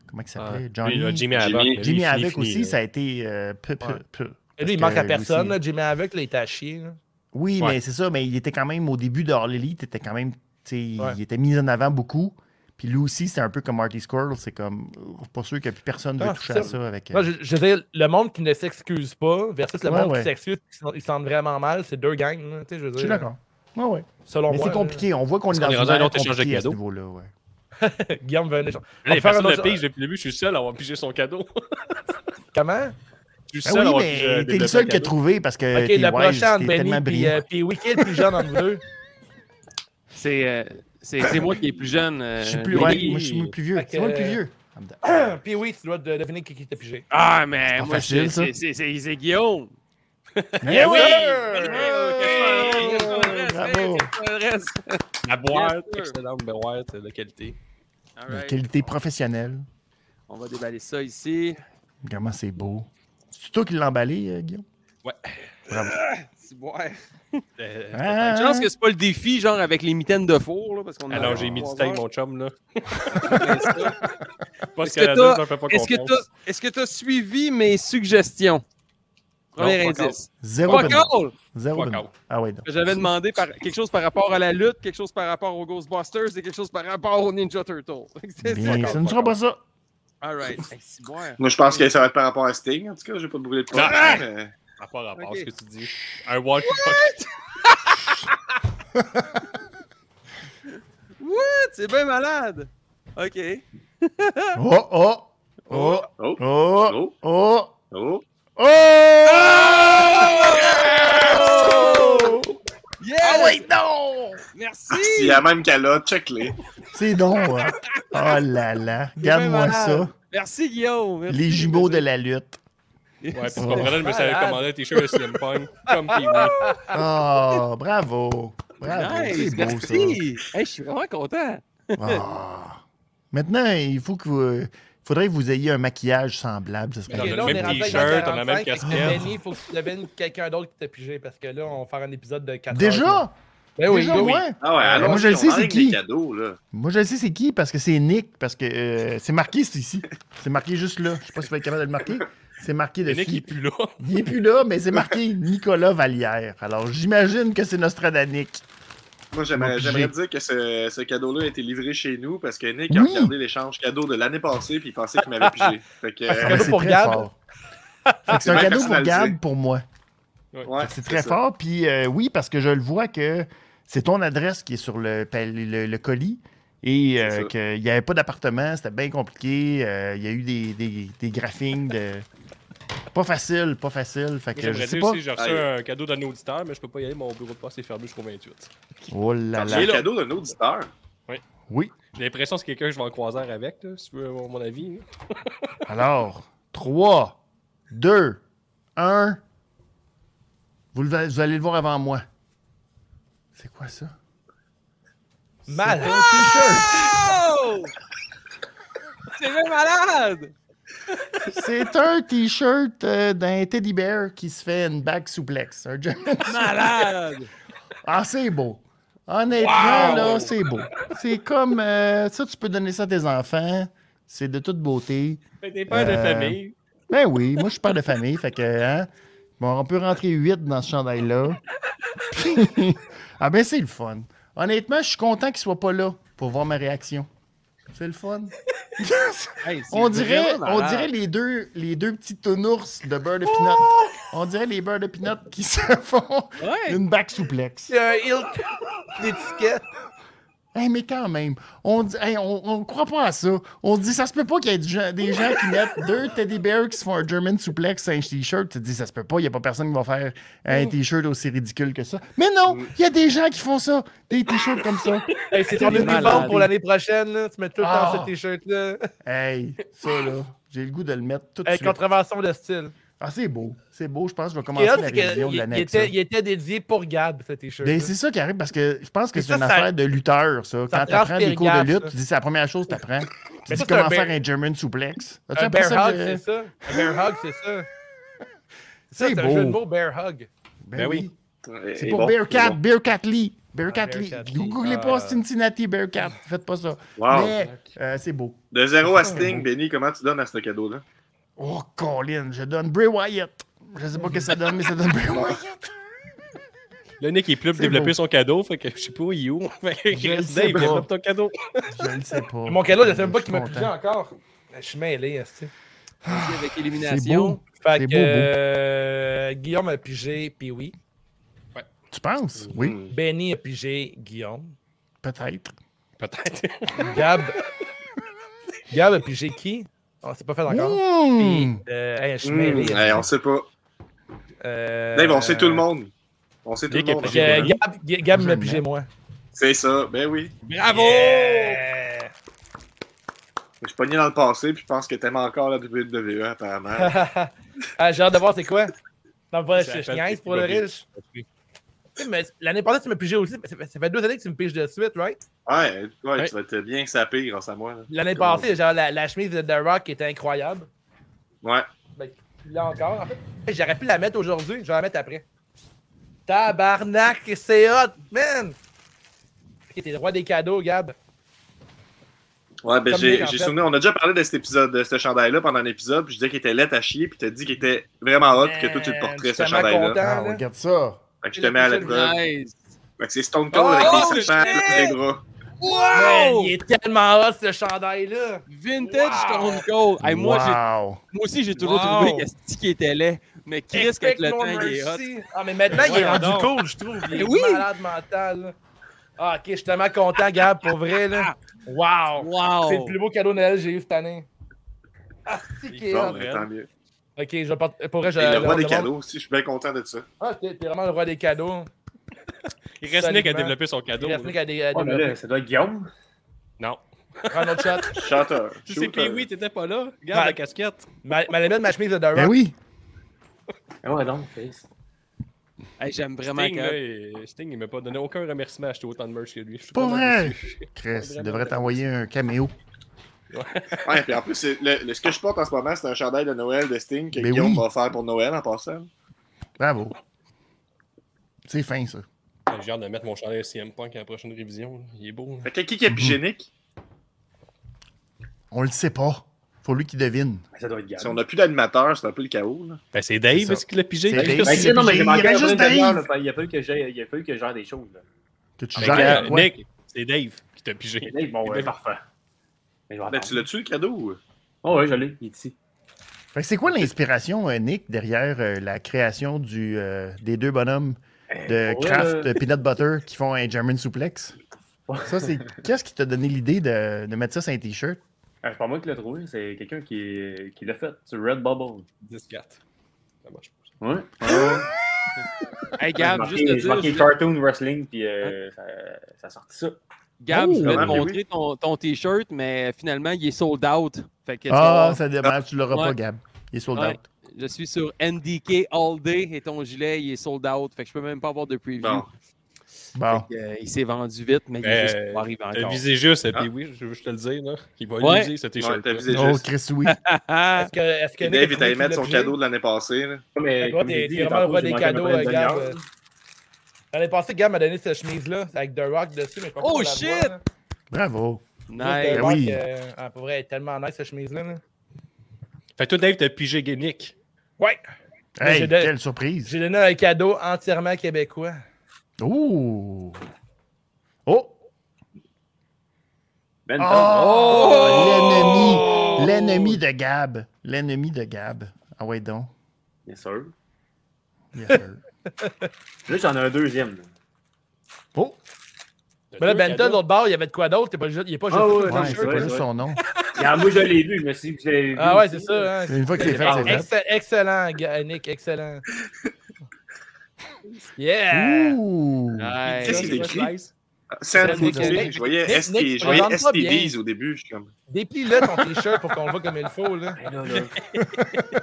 comment il s'appelait? Johnny. Lui, là, Jimmy Jimmy- Havoc. mais lui, Jimmy il finit, Havoc finit, aussi, là. ça a été. euh, peu, peu, Ouais. peu. Et lui, il Parce manque à que personne, aussi- là. Jimmy avec, là, il est à chier, là. Oui, Ouais. mais c'est ça, mais il était quand même au début de All Elite, il était quand même. tu sais, Ouais. Il était mis en avant beaucoup. Puis lui aussi, c'est un peu comme Marty Squirrel, c'est comme. euh, Pas sûr que plus personne ne Ah, veut toucher c'est à ça avec. euh, Moi, je, je veux dire, le monde qui ne s'excuse pas versus le Ouais, monde ouais. qui s'excuse, qui s'en- ils sentent vraiment mal, c'est deux gangs, là, tu sais, je veux Je dire. suis d'accord. Ouais, ouais. Selon Mais moi, c'est là. compliqué. On voit qu'on est Parce dans qu'on est rendu à un une autre échange de compliquée à ce cadeaux. niveau-là. Ouais. Guillaume veut un échange. Là, On va les faire un personnes le autre- pige depuis le début, je suis seul à avoir pigé son cadeau. Comment? Je suis Ben seul à oui, avoir déjà mais t'es le développé seul un qui a cadeau. trouvé parce que Ok, t'es le wise, prochain, t'es Benny, tellement puis, brillant. euh, puis Wiki, le plus jeune entre vous deux. C'est euh, c'est- c'est moi qui est plus jeune. euh, Je suis plus, mais- ouais, moi, je suis plus vieux. Fait que- C'est moi le plus vieux. euh, Puis oui, tu dois de- deviner qui qui t'a pigé. Ah, C'est mais pas moi, c'est- facile, ça. c'est- c'est c'est- c'est Guillaume. Eh Mais oui! oh, oh, Bravo! La boîte, Yes, sir. excellente boîte euh, de qualité. All La right. qualité professionnelle. On va déballer ça ici. Comment c'est beau. C'est toi qui l'as emballé, euh, Guillaume? C'est- ouais. Euh, Ah, Je pense que c'est pas le défi, genre avec les mitaines de four, là, parce qu'on a- Alors, j'ai mis du steak, mon chum, là. Parce Est-ce que que deux, t'as- ça me fait pas Est-ce que confiance. t'as- est-ce que tu as suivi mes suggestions? Premier fuck indice. Ah, Zéro Fuck pénal. all! Zéro Fuck pénal. out. Ah oui, non. J'avais demandé par- quelque chose par rapport à la lutte, quelque chose par rapport aux Ghostbusters et quelque chose par rapport aux Ninja Turtles. C'est ça. Bien, out, ça ne fuck sera out. pas ça. All right. Hey, c'est bon. Moi, je pense que ça va être par rapport à Sting. En tout cas, je vais pas te brûler de poing, Ah! hein, mais- Ça n'a pas rapport à Ok. ce que tu dis. Un walkie C'est bien malade. OK. Ah. Oh, oh, oh, Oh, oh, oh, oh, oh. Ah! oh! Yeah! Ah oui, non! Il Merci! y a même qu'elle a, check-les. C'est donc. hein. Oh là là. Garde-moi bien ça. malade. Merci, Guillaume. Merci. Les jumeaux de la lutte. Ouais, puis tu comprends, je me suis Malade. commandé un t-shirt de Slim Punk, comme Pee-Wee. Oh, bravo. Bravo. Ah. Nice, C'est beau, ça. merci. Hey, je suis vraiment content. Ah. Maintenant, il faut que vous- faudrait que vous ayez un maquillage semblable. Ce serait Dans Ok, le là, on même est rendu à t-shirt, on a la 45, fait même que casquette. Benny, il faut que tu devines quelqu'un d'autre qui t'a pigé parce que là, on va faire un épisode de 4 heures. Déjà? Ben oui, Déjà, ben oui. ouais. Ah ouais, alors, Euh, moi, je le sais, c'est qui. Les cadeaux, là. Moi, je sais c'est qui, parce que c'est Nick, parce que euh, c'est marqué c'est ici. C'est marqué juste là. Je sais pas si vous êtes capable de le marquer. C'est marqué Le mec, il est dessus. plus là. Il est plus là, mais c'est marqué Nicolas Vallière. Alors, j'imagine que c'est Nostradanic. Moi, j'aimerais Bon, j'aimerais j'ai- dire que ce, ce cadeau-là a été livré chez nous parce que Nick a Oui. regardé l'échange cadeau de l'année passée puis il pensait qu'il m'avait pigé. Fait que, Ah, euh, cadeau mais c'est pour très Gab. fort. Fait que C'est un bien cadeau pour personnalisé. Gab, pour moi. ouais, C'est très ça. fort. Puis euh, oui, parce que je le vois que c'est ton adresse qui est sur le, pal- le, le colis et C'est euh, ça. qu'il n'y avait pas d'appartement, c'était bien compliqué. euh, Il y a eu des, des, des graphings de. Pas facile, pas facile. Fait Moi, que je J'aimerais sais dire pas. aussi, j'ai reçu un cadeau d'un auditeur, mais je peux pas y aller, mon bureau de poste est fermé jusqu'au 28. Oh là Quand tu là. fais le cadeau d'un auditeur, Oui. J'ai l'impression que c'est quelqu'un que je vais en croiser avec, là, si tu veux avoir mon avis. là. Alors, 3, 2, 1. Vous, le- vous allez le voir avant moi. C'est quoi ça? Mal. Oh! C'est bien malade. C'est un t-shirt euh, d'un teddy bear qui se fait une bague souplex. Un jump- Malade. Ah, c'est beau. Honnêtement, Wow! là, c'est beau. C'est comme euh, ça, tu peux donner ça à tes enfants. C'est de toute beauté. Mais T'es père de Euh, famille. Ben oui, moi, je suis père de famille. Fait que, hein, bon, on peut rentrer 8 dans ce chandail-là. ah, ben, c'est le fun. Honnêtement, je suis content qu'il soit pas là pour voir ma réaction. C'est le fun. Hey, c'est On dirait, vraiment on malade. dirait les deux, les deux petits tounours de beurre de pinot. On dirait les beurres de pinot qui se font Ouais. une back souplex. C'est un Hilt d'étiquette. Hey, mais quand même, on dit, hey, on, on croit pas à ça. On se dit, ça se peut pas qu'il y ait du gens- des gens qui mettent deux teddy bears qui se font un German souplex sur un t-shirt. Tu te dis, ça se peut pas, il y a pas personne qui va faire un t-shirt aussi ridicule que ça. Mais non, Mm. il y a des gens qui font ça, des t-shirts comme ça. Hey, c'est ton des malades. uniforme pour l'année prochaine. là. Tu mets tout le temps Ah. ce t-shirt-là. Hey, ça là, j'ai le goût de le mettre tout de Hey, suite. contravention de style. Ah, c'est beau, c'est beau, je pense que je vais Ce qui est commencer hot, la c'est que révision de il- il l'année. avec ça. était- il était dédié pour Gab, ce t-shirt. Ben, c'est ça qui arrive parce que je pense que Mais c'est ça, une ça- affaire de lutteur, ça. Quand tu apprends des cours de perspiration, lutte, ça. tu dis c'est la première chose que tu apprends. Tu Mais dis ça, c'est comment un faire bear- un German suplex. As-tu Un appris bear ça? hug, euh, c'est ça. Un bear hug, c'est ça. Ça, C'est C'est un jeu de beau. mots, bear hug. Ben oui. euh, C'est est pour bon, Bearcat, est bon. Bearcat Lee. Bearcat Ah, Lee. Bearcat Vous Lee. googlez Ah. pas Cincinnati Bearcat. Faites pas ça. Wow. Mais euh, c'est beau. De zéro à Sting, Benny, comment tu donnes à ce cadeau-là? Oh, Colin, je donne Bray Wyatt. Je sais pas ce que ça donne, mais ça donne Bray Wyatt. Le Nick est plus pour c'est développer beau. son cadeau, fait que je sais pas où il est où. Fait que Je le Dave, sais pas. développe ton cadeau. Je ne sais pas. Mon cadeau, je sais même pas Je qui suis m'a content. pigé encore. Je suis mêlé, esti. Vas-y avec Ah, C'est beau. élimination. Fait que C'est beau, beau. euh, Guillaume a pigé, puis oui. Tu penses? Oui, Hmm. Benny a pigé Guillaume. peut-être. Peut-être. Gab. Gab a pigé qui Ah, c'est pas fait encore. Mmh! Euh, hey, je suis Hmm, mêlé. hey, on sait pas. Euh, Dave, on sait tout le monde. On sait tout Nick le monde. est Ga- hein. Gab, Ga- Gab m'a Jamais. pigé moi. C'est ça, ben oui. Bravo! Je suis pogné dans le passé, puis je pense que t'aimes encore la WWE, apparemment. ah, j'ai hâte de voir c'est quoi. Non, pas, je, Ça je appelle niaise pour le Bobby. riche. L'année passée, tu m'as pigé aussi. Ça fait, ça fait deux années que tu me piges de suite, right? Ouais, ouais, Ouais. tu vas être bien sapé grâce à moi. là. L'année Comment passée, genre, la, la chemise de The Rock était incroyable. Ouais. Ben, Là encore, en fait. Hey, J'aurais pu la mettre aujourd'hui, je vais la mettre après. Tabarnak, c'est hot, man! Ok, T'es le roi des cadeaux, Gab. Ouais, ben Comme Nick, j'ai en j'ai fait. souvenir, on a déjà parlé de cet épisode, de ce chandail-là pendant un épisode, puis je disais qu'il était laid à chier, puis t'as dit qu'il était vraiment hot, puis que toi tu le Man, porterais, ce je suis tellement chandail-là. content. Ah, là. regarde ça. Fait que je te mets à Le l'épreuve. Nice. Fait que c'est Stone Cold avec Oh, des serpents et des bras. Man, Wow! il est tellement hot, ce chandail-là! Vintage Wow! Stone Cold. Hey, moi, j'ai- wow. moi aussi, j'ai toujours Wow! trouvé que ce qui était laid. Mais Chris, avec le temps, il est hot. Mercy. Ah, mais maintenant, il est Voyons rendu donc. cool, je trouve. Il est Oui. malade mental. là. Ah, ok, je suis tellement content, Gab, pour vrai, là. Wow! Wow! C'est le plus beau cadeau de Noël que j'ai eu cette année. Ah, c'est qui est Bon, hot. ben, tant mieux. Ok, je vais porter- Pour vrai, je. Et le je roi des demande- cadeaux aussi, je suis bien content de ça. Ah, t'es t'es vraiment le roi des cadeaux. Il reste Nick à Absolument. développer son cadeau. Il reste là. qu'à des. à Oh, mais développer. là, ça doit être Guillaume. Non. Prends un autre shot. Chanteur. Tu sais, shooter. puis oui, t'étais pas là. Regarde Ouais. la casquette. Ma, ma limite, ma chemise de The Rock. Ben oui. Ah ouais, donc, Chris. Hey, J'aime vraiment Sting, là, Gab. il- Sting, il m'a pas donné aucun remerciement à acheter autant de merch que lui. Je suis Pas vraiment vrai. déçu. Chris, il devrait t'envoyer un caméo. euh. Ouais, puis en plus, c'est- le, le- ce que je porte en ce moment, c'est un chandail de Noël de Sting que Ben Guillaume oui. va faire pour Noël en passant. Bravo. C'est fin, ça. J'ai hâte de mettre mon chandail CM Punk à la prochaine révision. là. Il est beau. là. Fait que qui qui est hygiénique? On le sait pas. Faut lui qu'il devine. Ça doit être Guillaume. Si on n'a plus d'animateur, c'est un peu le chaos. Là. Ben, c'est C'est Dave ça. est-ce qu'il l'a pigé. C'est Dave. Ben, Chris? c'est- non, mais j'ai Il manqué reste après juste une demi-heure, Dave. là, il a fallu que j'aille- il a fallu que j'aille des choses. là. Que tu Ben, gères Gars, à quoi? Nick, c'est Dave qui t'a pigé. Mais là, bon, Il ouais, est parfait. Mais je vais Ben, attendre. tu l'as-tu le cadeau? Oh, ouais, je l'ai, il est ici. Fait que c'est quoi l'inspiration, euh, Nick, derrière euh, la création du, euh, des deux bonhommes de Eh, pour Kraft vrai, là- euh, Peanut Butter qui font un German Suplex? Ça, c'est. Qu'est-ce qui t'a donné l'idée de, de mettre ça sur un t-shirt? Ah, c'est pas moi qui l'ai trouvé, c'est quelqu'un qui, qui l'a fait sur Redbubble. 10-4. Ça marche pas. Ouais. Hey, J'ai Gab, marqué- juste te j'ai dire, marqué je- cartoon wrestling, puis euh, ça, ça sortit ça. Gab, je voulais te Vraiment, oui. montrer ton, ton t-shirt, mais finalement, il est sold out. Fait que tu vas Ah, voir. ça dommage, tu l'auras Ouais. pas, Gab. Il est sold Ouais. out. je suis sur NDK All Day et ton gilet, il est sold out. Fait que je peux même pas avoir de preview. Bon. Bon. Fait que, euh, il s'est vendu vite, mais il Euh, est juste pas arrivé T'as encore. visé juste, et Ah. puis oui, je veux juste te le dire, là. Il va Ouais. l'user, ce Ouais, t-shirt. t'as visé Oh, juste. Chris, oui. Ah, Est-ce que, est-ce que Puis Nick a Dave est trouvé allé qui mettre l'a son pigé? cadeau de l'année passée. là. Mais Toi, comme t'es j'ai dit, t'es vraiment le tantôt, roi j'ai des manqué à peu cadeaux, près une euh, Gab. demi-heure. L'année passée, Gab m'a donné cette chemise-là, avec The Rock dessus, mais je sais pas Oh, pourquoi on la shit! voit, là. Bravo. Juste, nice. The Ben Rock, oui. euh, ah, pour vrai, elle est tellement nice, cette chemise-là. là. Fait que toi, Dave, t'as pigé Gay Nick. Ouais! Mais Hey, j'ai de- quelle surprise. J'ai donné un cadeau entièrement québécois. Ouh. Oh. Ben, Oh! L'ennemi. L'ennemi de Gab. L'ennemi de Gab. Ah ouais, donc. Bien sûr. Yes, sir. Là, j'en ai un deuxième. là. Oh. Mais là, deux Benton, cadeaux. l'autre bord, il y avait de quoi d'autre? t'es pas juste- Il est pas juste. hein? Ah ouais, Ouais, ouais, c'est c'est pas vrai, juste ouais. son nom. Regarde, ah, moi, je l'ai vu, je me suis dit que je l'avais vu. Ah ouais, aussi, c'est ça. Hein. Une fois que c'est fait, c'est fait. Exce- excellent, Ga- Nick, excellent. Yeah! Ouh. Nice. Qu'est-ce qu'il Ouais, écrit? ouais, nice. Send Nick, Nick, Nick, je voyais Nick, ST Nick, je voyais présente pas bien. STDs au début. Je suis comme. Déplie-le ton t-shirt pour qu'on le voit comme il faut. Là. Ben là, là.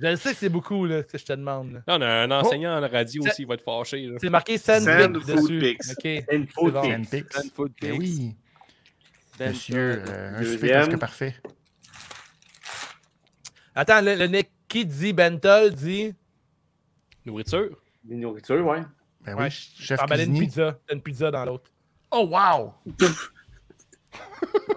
Je le sais que c'est beaucoup là, ce que je te demande. là. Là, on a un Oh. enseignant à la radio Ça- aussi, il va être fâché. là. C'est marqué Send, Send Pics Food dessus. Pics. Ok. C'est une faute. bon. Nick. Ben Pix. Ben Food Ben Pix. oui, Ben- monsieur. euh, un souper Deuxième. presque parfait. Attends, le, le Nick qui dit Bentol dit Nourriture. Des nourritures, ouais. Ben Ouais, oui, chef emballer une cuisinier. pizza. T'as une pizza dans l'autre. Oh, wow.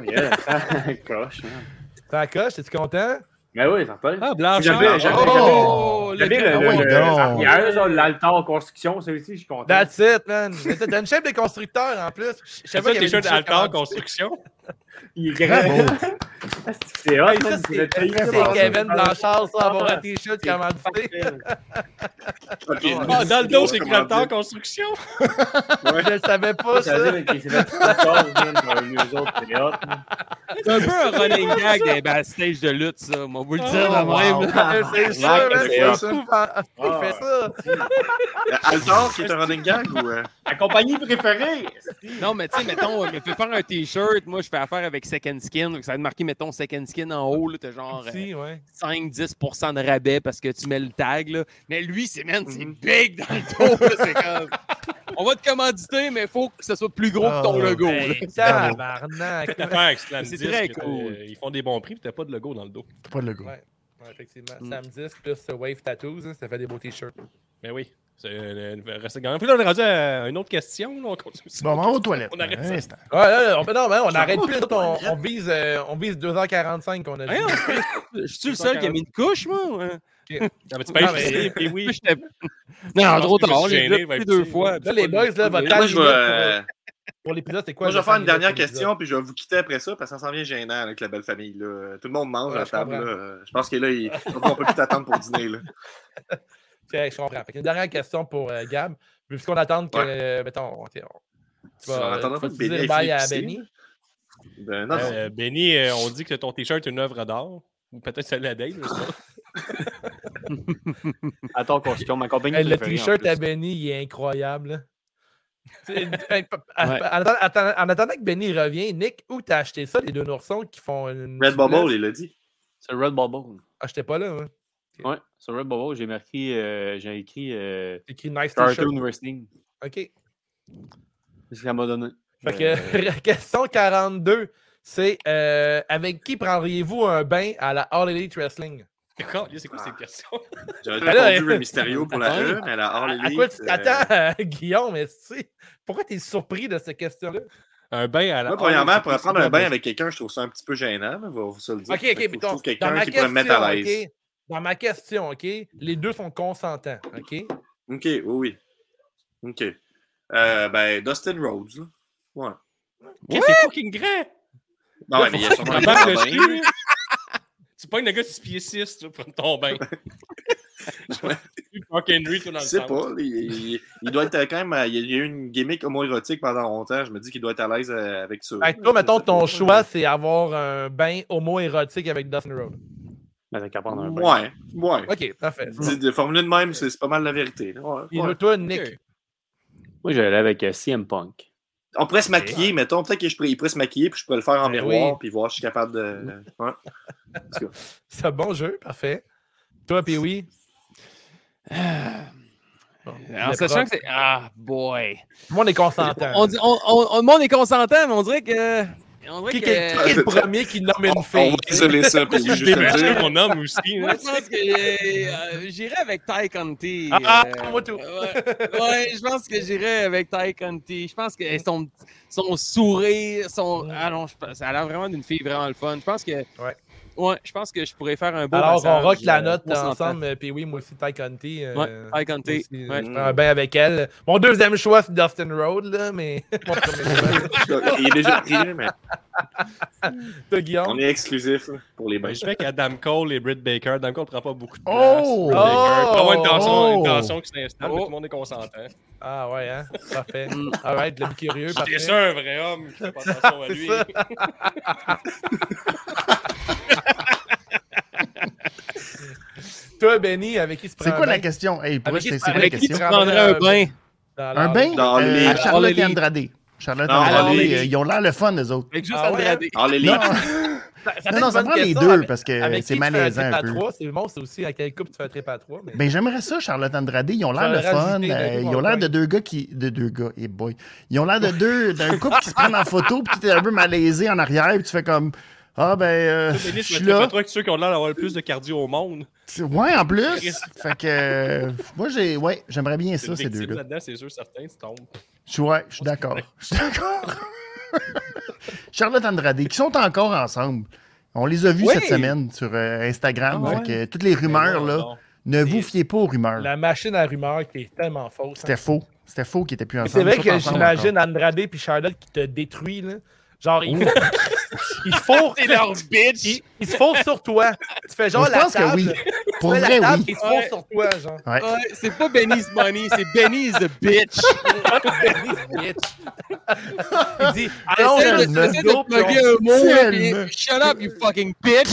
Yeah, ça coche. hein. T'en coche, t'es-tu content? Mais oui, ça colle. Ah, blanche. J'avais- j'avais- Oh, le J'avais le, cadeau. Ben Ah ouais, Ben le, le, donc. l'arrière, là, l'altar en construction, celui-ci, je suis content. That's it, man. Mais T'as t'as une chef de constructeur en plus. Je C'est savais ça, qu'il y avait t-shirt une chef Altar commanditaire. Construction. Il est Bravo. grand. C'est hot, hein, Hey, ça, man, c'est c'est le pays, c'est ça. Kevin Blanchard, ça, avoir Ah, un t-shirt commandité. Ok, Ah, dans le dos, c'est écrit comment Altar dire. Construction. Je le savais pas, Ça veut ça. dire qu'il s'est fait tout seul, man, pour les autres, c'est hot, hein. man. C'est un peu un running gag des backstage de lutte, ça. On va le dire de Oh, wow. même. là. C'est sûr, Ouais, man, c'est c'est hot. ça. Il fait ça. Aldor qui est un running gag ou. euh, La compagnie préférée! Non, mais tu sais, mettons, je me fais faire un T-shirt. Moi, je fais affaire avec Second Skin. donc ça va être marqué, mettons, Second Skin en haut. là, T'as genre euh, Si, ouais. 5-10% de rabais parce que tu mets le tag. Là. Mais lui, c'est man, c'est big dans le dos. là. C'est comme. Mhm. On va te commanditer, mais il faut que ce soit plus gros que ton Ah. Oh, logo. là. Hey, Tabarnak. T'as affaire avec Slam C'est Disc, très t'as- cool. euh, Ils font des bons prix, puis t'as pas de logo dans le dos. T'as pas de logo. Ouais. Ouais, effectivement. Sam 10 plus euh, Wave Tattoos, hein, ça fait des beaux t-shirts. Mais Ben oui. C'est euh, le- reste gagnant. Puis là, on est rendu à une autre question. là, on continue. Bon, on va aux toilettes. On arrête Un ça. instant. Ouais, là, on, non, mais on arrête plus. On, on vise, euh, on vise 2h45 qu'on a dit. Hein, Je suis le seul qui a mis une couche, moi. hein? Non, mais tu peux Non, mais- essayer, puis oui. Moi, j'étais- Non, pense trop que je me tard. suis J'ai gêné, déjà ouais, pris deux petit. fois. Là, les boys, là, votre Moi, je vais. temps euh, pour l'épisode, c'est quoi? Moi, je le vais faire temps une limite dernière pour l'épisode? question, puis je vais vous quitter après ça, parce que ça s'en vient gênant là, avec la belle famille. là. Tout le monde mange Ouais, à la je table. comprends. là. Euh, Je pense que là, il- on peut plus t'attendre pour dîner. Là. Ok, je comprends. Fait que une dernière question pour euh, Gab. Puisqu'on attend que, Ouais. euh, mettons, on- tu Tu vas vas, attendre tu vas un dire bye à Benny. Ben, non, non. Euh, Benny, euh, on dit que ton t-shirt est une œuvre d'art. Ou peut-être celle la date. je sais pas. Attends qu'on se tourne, ma compagnie Hey, Euh, le préférée, en t-shirt plus. à Benny, il est incroyable. là. C'est- hey, pa- en, attend- attend- en attendant que Benny revienne, Nick, où t'as acheté ça, les deux noursons qui font une. Red Bubble, souplesse? il l'a dit. C'est Red Bubble. Ah, j'étais pas là. hein. Ouais, sur Red Bubble, j'ai marqué, euh, j'ai écrit euh, J'ai écrit Nice T-shirt. Cartoon Wrestling. OK. C'est ce qu'elle m'a donné. Ben, Euh, Fait que, question 42, c'est euh, avec qui prendriez-vous un bain à la All Elite Wrestling? D'accord, c'est Ah. quoi cette question? J'aurais Ben là, répondu euh, le Mysterio pour la E, mais la All À, à Elite, quoi tu euh, t'attends, Guillaume? Mais tu sais, pourquoi t'es surpris de cette question-là? Un bain à la. Ah, Moi, premièrement, pour prendre un bain avec quelqu'un, je trouve ça un petit peu gênant, là, va se le dire. OK, OK, Fait que faut que puis je ton- trouve dans quelqu'un ma qui pourrait me mettre question, à l'aise. OK? Dans ma question, OK? Les deux sont consentants, OK? OK, oui, oui. OK. Euh, ben, Dustin Rhodes. là. Ouais. Qu'est-ce que c'est fucking grand? Non, ouais, mais il y a sûrement Un un bain de grand bain. ski, là. Tu pognes le gars de 6 pieds 6, tu prends ton bain. Tu Mark Henry, toi, dans Je le sais centre. pas. Il, il- il doit être quand même. euh, Il y a- il y a eu une gimmick homoérotique pendant longtemps. Je me dis qu'il doit être à l'aise euh, avec ça. Fait que toi, mettons, ton choix, c'est avoir un bain homo-érotique avec Dustin Rhodes. Mais t'as qu'à prendre un bain. Ouais, ouais. OK, parfait. Dis- De formule de même, c'est c'est pas mal la vérité. là. Ouais, Et ouais. toi, Nick, Ok. Moi, j'allais avec euh, CM Punk. On pourrait se maquiller, mettons. Peut-être qu'il pourrait se maquiller, puis je pourrais le faire en Ben miroir, oui. puis voir si je suis capable de. Ouais. c'est un bon jeu, parfait. Toi, puis oui. En sachant que c'est. Ah, boy. Tout le monde est consentant. On dit- on- on- on- le monde est consentant, mais on dirait que. On dirait Qui, qui- qui que... est le premier qui nomme On, une fille? va isoler ça, puis Je juste débarque le dire. mon homme aussi. Moi, là. je pense que euh, j'irai avec Ty Conti. Ah, euh, moi tout. ouais, ouais, je pense que j'irai avec Ty Conti. Je pense que son, son sourire, son. Ah non, je pense- ça a l'air vraiment d'une fille vraiment le fun. Je pense que. Ouais. ouais, je pense que je pourrais faire un beau. Alors, on massage, rock la euh, note pour s'entendre. ensemble. euh, Puis oui, moi aussi, Ty Conti. euh, Ouais, Ty Conti. moi aussi, euh, Ouais. Je prends un bain avec elle. Mon deuxième choix, c'est Dustin Road, là, mais. Mon premier choix. Il est déjà pris, là, mais Toi, Guillaume. on est exclusif là, pour les bains. Ben, je vais avec Adam Cole et Britt Baker. Adam Cole prend pas beaucoup de place. Oh! Britt Baker, il peut avoir une tension, Oh! une tension qui s'installe, mais Oh. tout le monde est consentant. Ah ouais, hein? Parfait. Mm. All right, le curieux, parfait. C'est ça, un vrai homme qui fait pas attention à C'est lui. ça. Toi, Benny, avec qui se prend C'est quoi la question? Hey, pour vrai, c'est c'est quoi la Avec qui tu question? prendrais un Euh, bain? Un Ah, bain? Dans Euh, les- à Charlotte dans et les- Andrade. Charlotte et Dans Andrade, les- euh, ils ont l'air le fun, eux autres. Avec juste Ah ouais, Andrade. All Non, Elite. non, non, ça prend les hein, deux parce que c'est malaisant un peu. C'est bon, c'est aussi à quelle coupe tu fais un trip à trois. mais- Ben, j'aimerais ça, Charlotte Andrade. Ils ont l'air le J'aurais fun. rajouté euh, Denis ils ont l'air Moncogne. de deux gars qui. De deux gars, et boy. Ils ont l'air de deux. d'un couple qui se prennent en photo, puis tu es un peu malaisé en arrière, puis tu fais comme. Ah, ben. euh, Toi, je Denis, suis je me là. toi que ceux qui ont l'air d'avoir le plus de cardio au monde. C'est- Ouais, en plus. Chris. fait que. euh, moi, j'ai. Ouais, j'aimerais bien C'est ça, ces victime deux-là. là-dedans, c'est sûr, certain, tu tombes. Je suis- ouais, je suis d'accord. Je suis d'accord. Charlotte Andrade, qui sont encore ensemble. On les a vus Oui. cette semaine sur euh, Instagram. Ah fait que, euh, toutes les rumeurs, là, ne vous fiez pas aux rumeurs. La machine à rumeurs qui est tellement fausse. hein. C'était faux. C'était faux qu'ils étaient plus ensemble. C'est vrai Ils sont que ensemble j'imagine Andrade puis Charlotte qui te détruit, là. Genre, ils ils se fourrent- C'est leur bitch! ils- ils se fourrent sur toi. Tu fais genre Moi, je la pense que table. oui. Pour Ouais, vrai, la table oui. est forte sur toi, genre. Ouais. Ouais, c'est pas Benny's money, c'est Benny's the bitch. Benny's bitch. Il dit, Ah Allons, essaie de, tellement. essaie de plugger un mot, là, Tellement. puis shut up, you fucking bitch.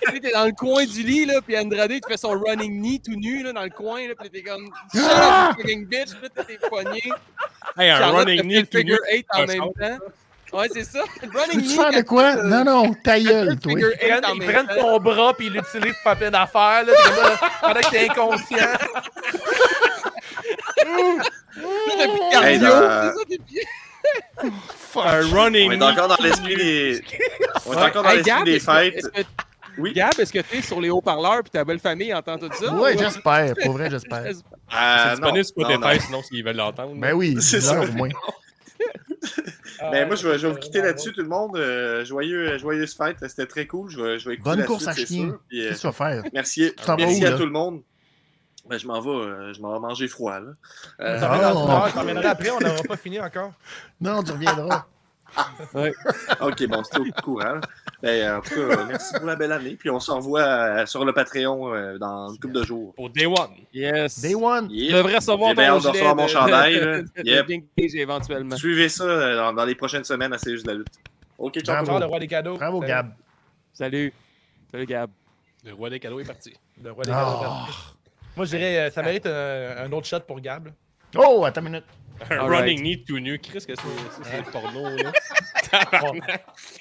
Tu sais, t'es dans le coin du lit, là, puis Andrade, tu fais son running knee tout nu, là, dans le coin, là, puis t'es comme, shut Ah! up, you fucking bitch, puis là, t'es poigné. Hey, un Charlotte running te fait knee le tout nu. figure eight en un même sens. temps. Ouais, c'est ça. Le Running Veux-tu knee, faire de quoi? euh, Non, non, ta gueule, toi. figure Ils eight prennent, en ils même prennent temps. ton bras puis ils l'utilisent pour faire plein d'affaires, là, puis là, pendant que t'es inconscient. Là, t'as plus de Hey, cardio, dans- c'est ça, t'es bien. Un running On est knee. encore dans l'esprit des. On est encore dans Hey, l'esprit Gab, des est-ce que- fêtes. Euh, est-ce que- Oui. Gab, est-ce que t'es sur les haut-parleurs puis ta belle famille entend tout ça? Ouais, j'espère. Pour vrai, j'espère. J'espère. Ah, C'est non, disponible sur non, non. Spotify, sinon s'ils veulent l'entendre. Ben oui, C'est bizarre, ça. au moins. Ah, Ben, moi, je vais, je vais vous quitter là-dessus, tout le monde. Euh, joyeux, joyeuse fête. C'était très cool. Je vais, je vais écouter Bonne la course suite, à c'est chier. sûr. Puis, euh, Qu'est-ce que tu vas faire? merci t'en vas merci où, à là? tout le monde. Ben, je m'en vais, euh, je m'en vais manger froid. Là. Euh, T'en reviendras Oh. tout à l'heure, t'en reviendras après, on n'aura pas fini encore. Non, tu reviendras. OK, bon, c'était au courant. Ben, en tout cas, euh, merci pour la belle année. Puis on se revoit euh, sur le Patreon euh, dans une couple de jours. Pour Day One. Yes. Day one. Je Yeah. devrais recevoir J'ai bien ton hâte de gilet recevoir mon de- chandail, là. de- de- de Yep. King Cage éventuellement. Suivez ça euh, dans, dans les prochaines semaines à C'est juste de la lutte. OK, ciao. Bravo. Genre le roi des cadeaux. Bravo, Salut. Gab. Salut. Salut, Gab. Le roi des cadeaux est parti. Le roi des cadeaux. Ah. Moi, je dirais, euh, ça mérite un, un autre shot pour Gab. là. Oh, attends une minute. Un All running right. knee tout nu. Chris, que c'est ça, c'est le porno, là.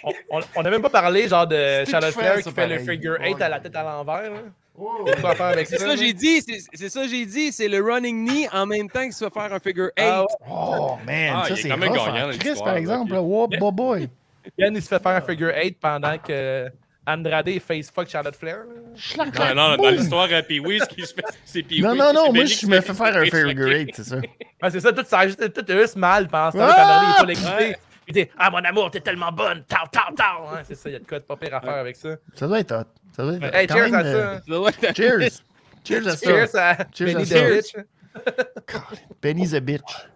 On- on- On n'a même pas parlé, genre, de C'est Charlotte fait, Flair ça, qui fait le pareil. figure Oh, 8 à la non. tête à l'envers. là. Oh. Qu'est-ce qu'on va faire avec C'est ça, là? j'ai dit. c'est- C'est ça, j'ai dit. C'est le running knee en même temps qu'il se fait faire un figure 8. Ah ouais. Oh, man, Ah, ça, il est c'est quand même rough hein. gagnant, en l'histoire, Chris, par là, exemple. puis- là. Wow, boy, boy. Yann, il se fait faire un figure 8 pendant que Andrade face fuck Charlotte Flair. là. Schlac, Non, schlac, non, dans boum. l'histoire, euh, Pee-wee, ce qui se fait, c'est Pee-wee. Non, non, c'est non, moi, Benny je qui me fait fais faire un Pee-wee. figure eight, c'est ça. Ah, c'est ça, tout ça, juste- tout eux se mal pendant ce temps-là. Ah! Andrade, il est pas l'excité. Il dit Ah, mon amour, t'es tellement bonne. Tao, tao, tao. Hein, c'est ça, il y a de quoi de pas pire à faire avec ça. Ça doit être hot. Ça doit être hot. Hey, Quand cheers même, à ça. euh, Ça doit être- Cheers. Cheers à ça. Cheers à Cheers Benny à the ça. Bitch. Benny's a bitch.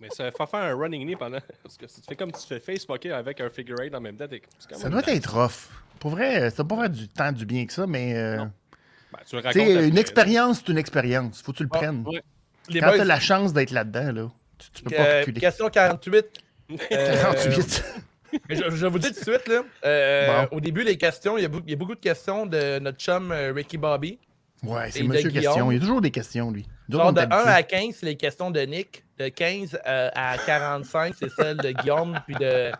Mais ça fait faire un running knee pendant. Parce que si tu fais comme tu te fais facefucker avec un figure eight en même temps, t'es. c'est quand Ça même- doit être rough. Pour vrai, euh, ça doit pas faire du temps du bien que ça, mais euh, Ben, tu le tu racontes. sais, après, une là. expérience, c'est une expérience. Faut que tu le Ah, prennes. ouais. Les Quand boys, t'as la chance d'être là-dedans, là, tu, tu peux pas euh, reculer. question 48. Euh, 48. Mais je, je vous dis tout de suite, là, euh, au début, les questions, il y, a, bou- il y a beaucoup de questions de notre chum euh, Ricky Bobby. Ouais, c'est et de monsieur Guillaume. question. Il y a toujours des questions, lui. Nous Genre, autres, de on 1 est à habitués. 15, c'est les questions de Nick. De 15 euh, à 45, c'est celle de Guillaume puis de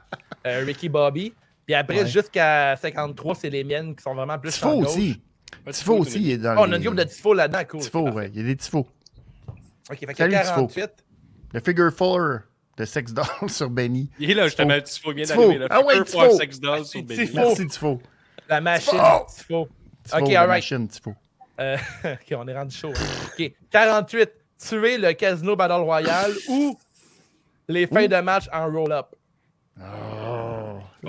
euh, Ricky Bobby. Puis après, Ouais. jusqu'à 53, c'est les miennes qui sont vraiment plus Tifo en gauche. aussi. Un Tifo petit aussi, il est dans Oh, on a les- une groupe de Tifo là-dedans, cool. Tifo, ouais. Il y a des Tifos. Ok, fait que Salut, Tifo. 48. Le figure 4 de Sex Doll sur Benny. Il est là, justement, le Tifo vient Tifo. d'arriver. là. Ah ouais, Figure Tifo. four, sex doll sur Tifo. Benny. Merci, Tifo. La machine Tifo. Tifo, Ok, la alright. machine, Tifo. Euh, ok, on est rendu chaud. hein. Ok, 48. Tuer le Casino Battle Royale ou les fins de match en roll-up. Oh. Oh,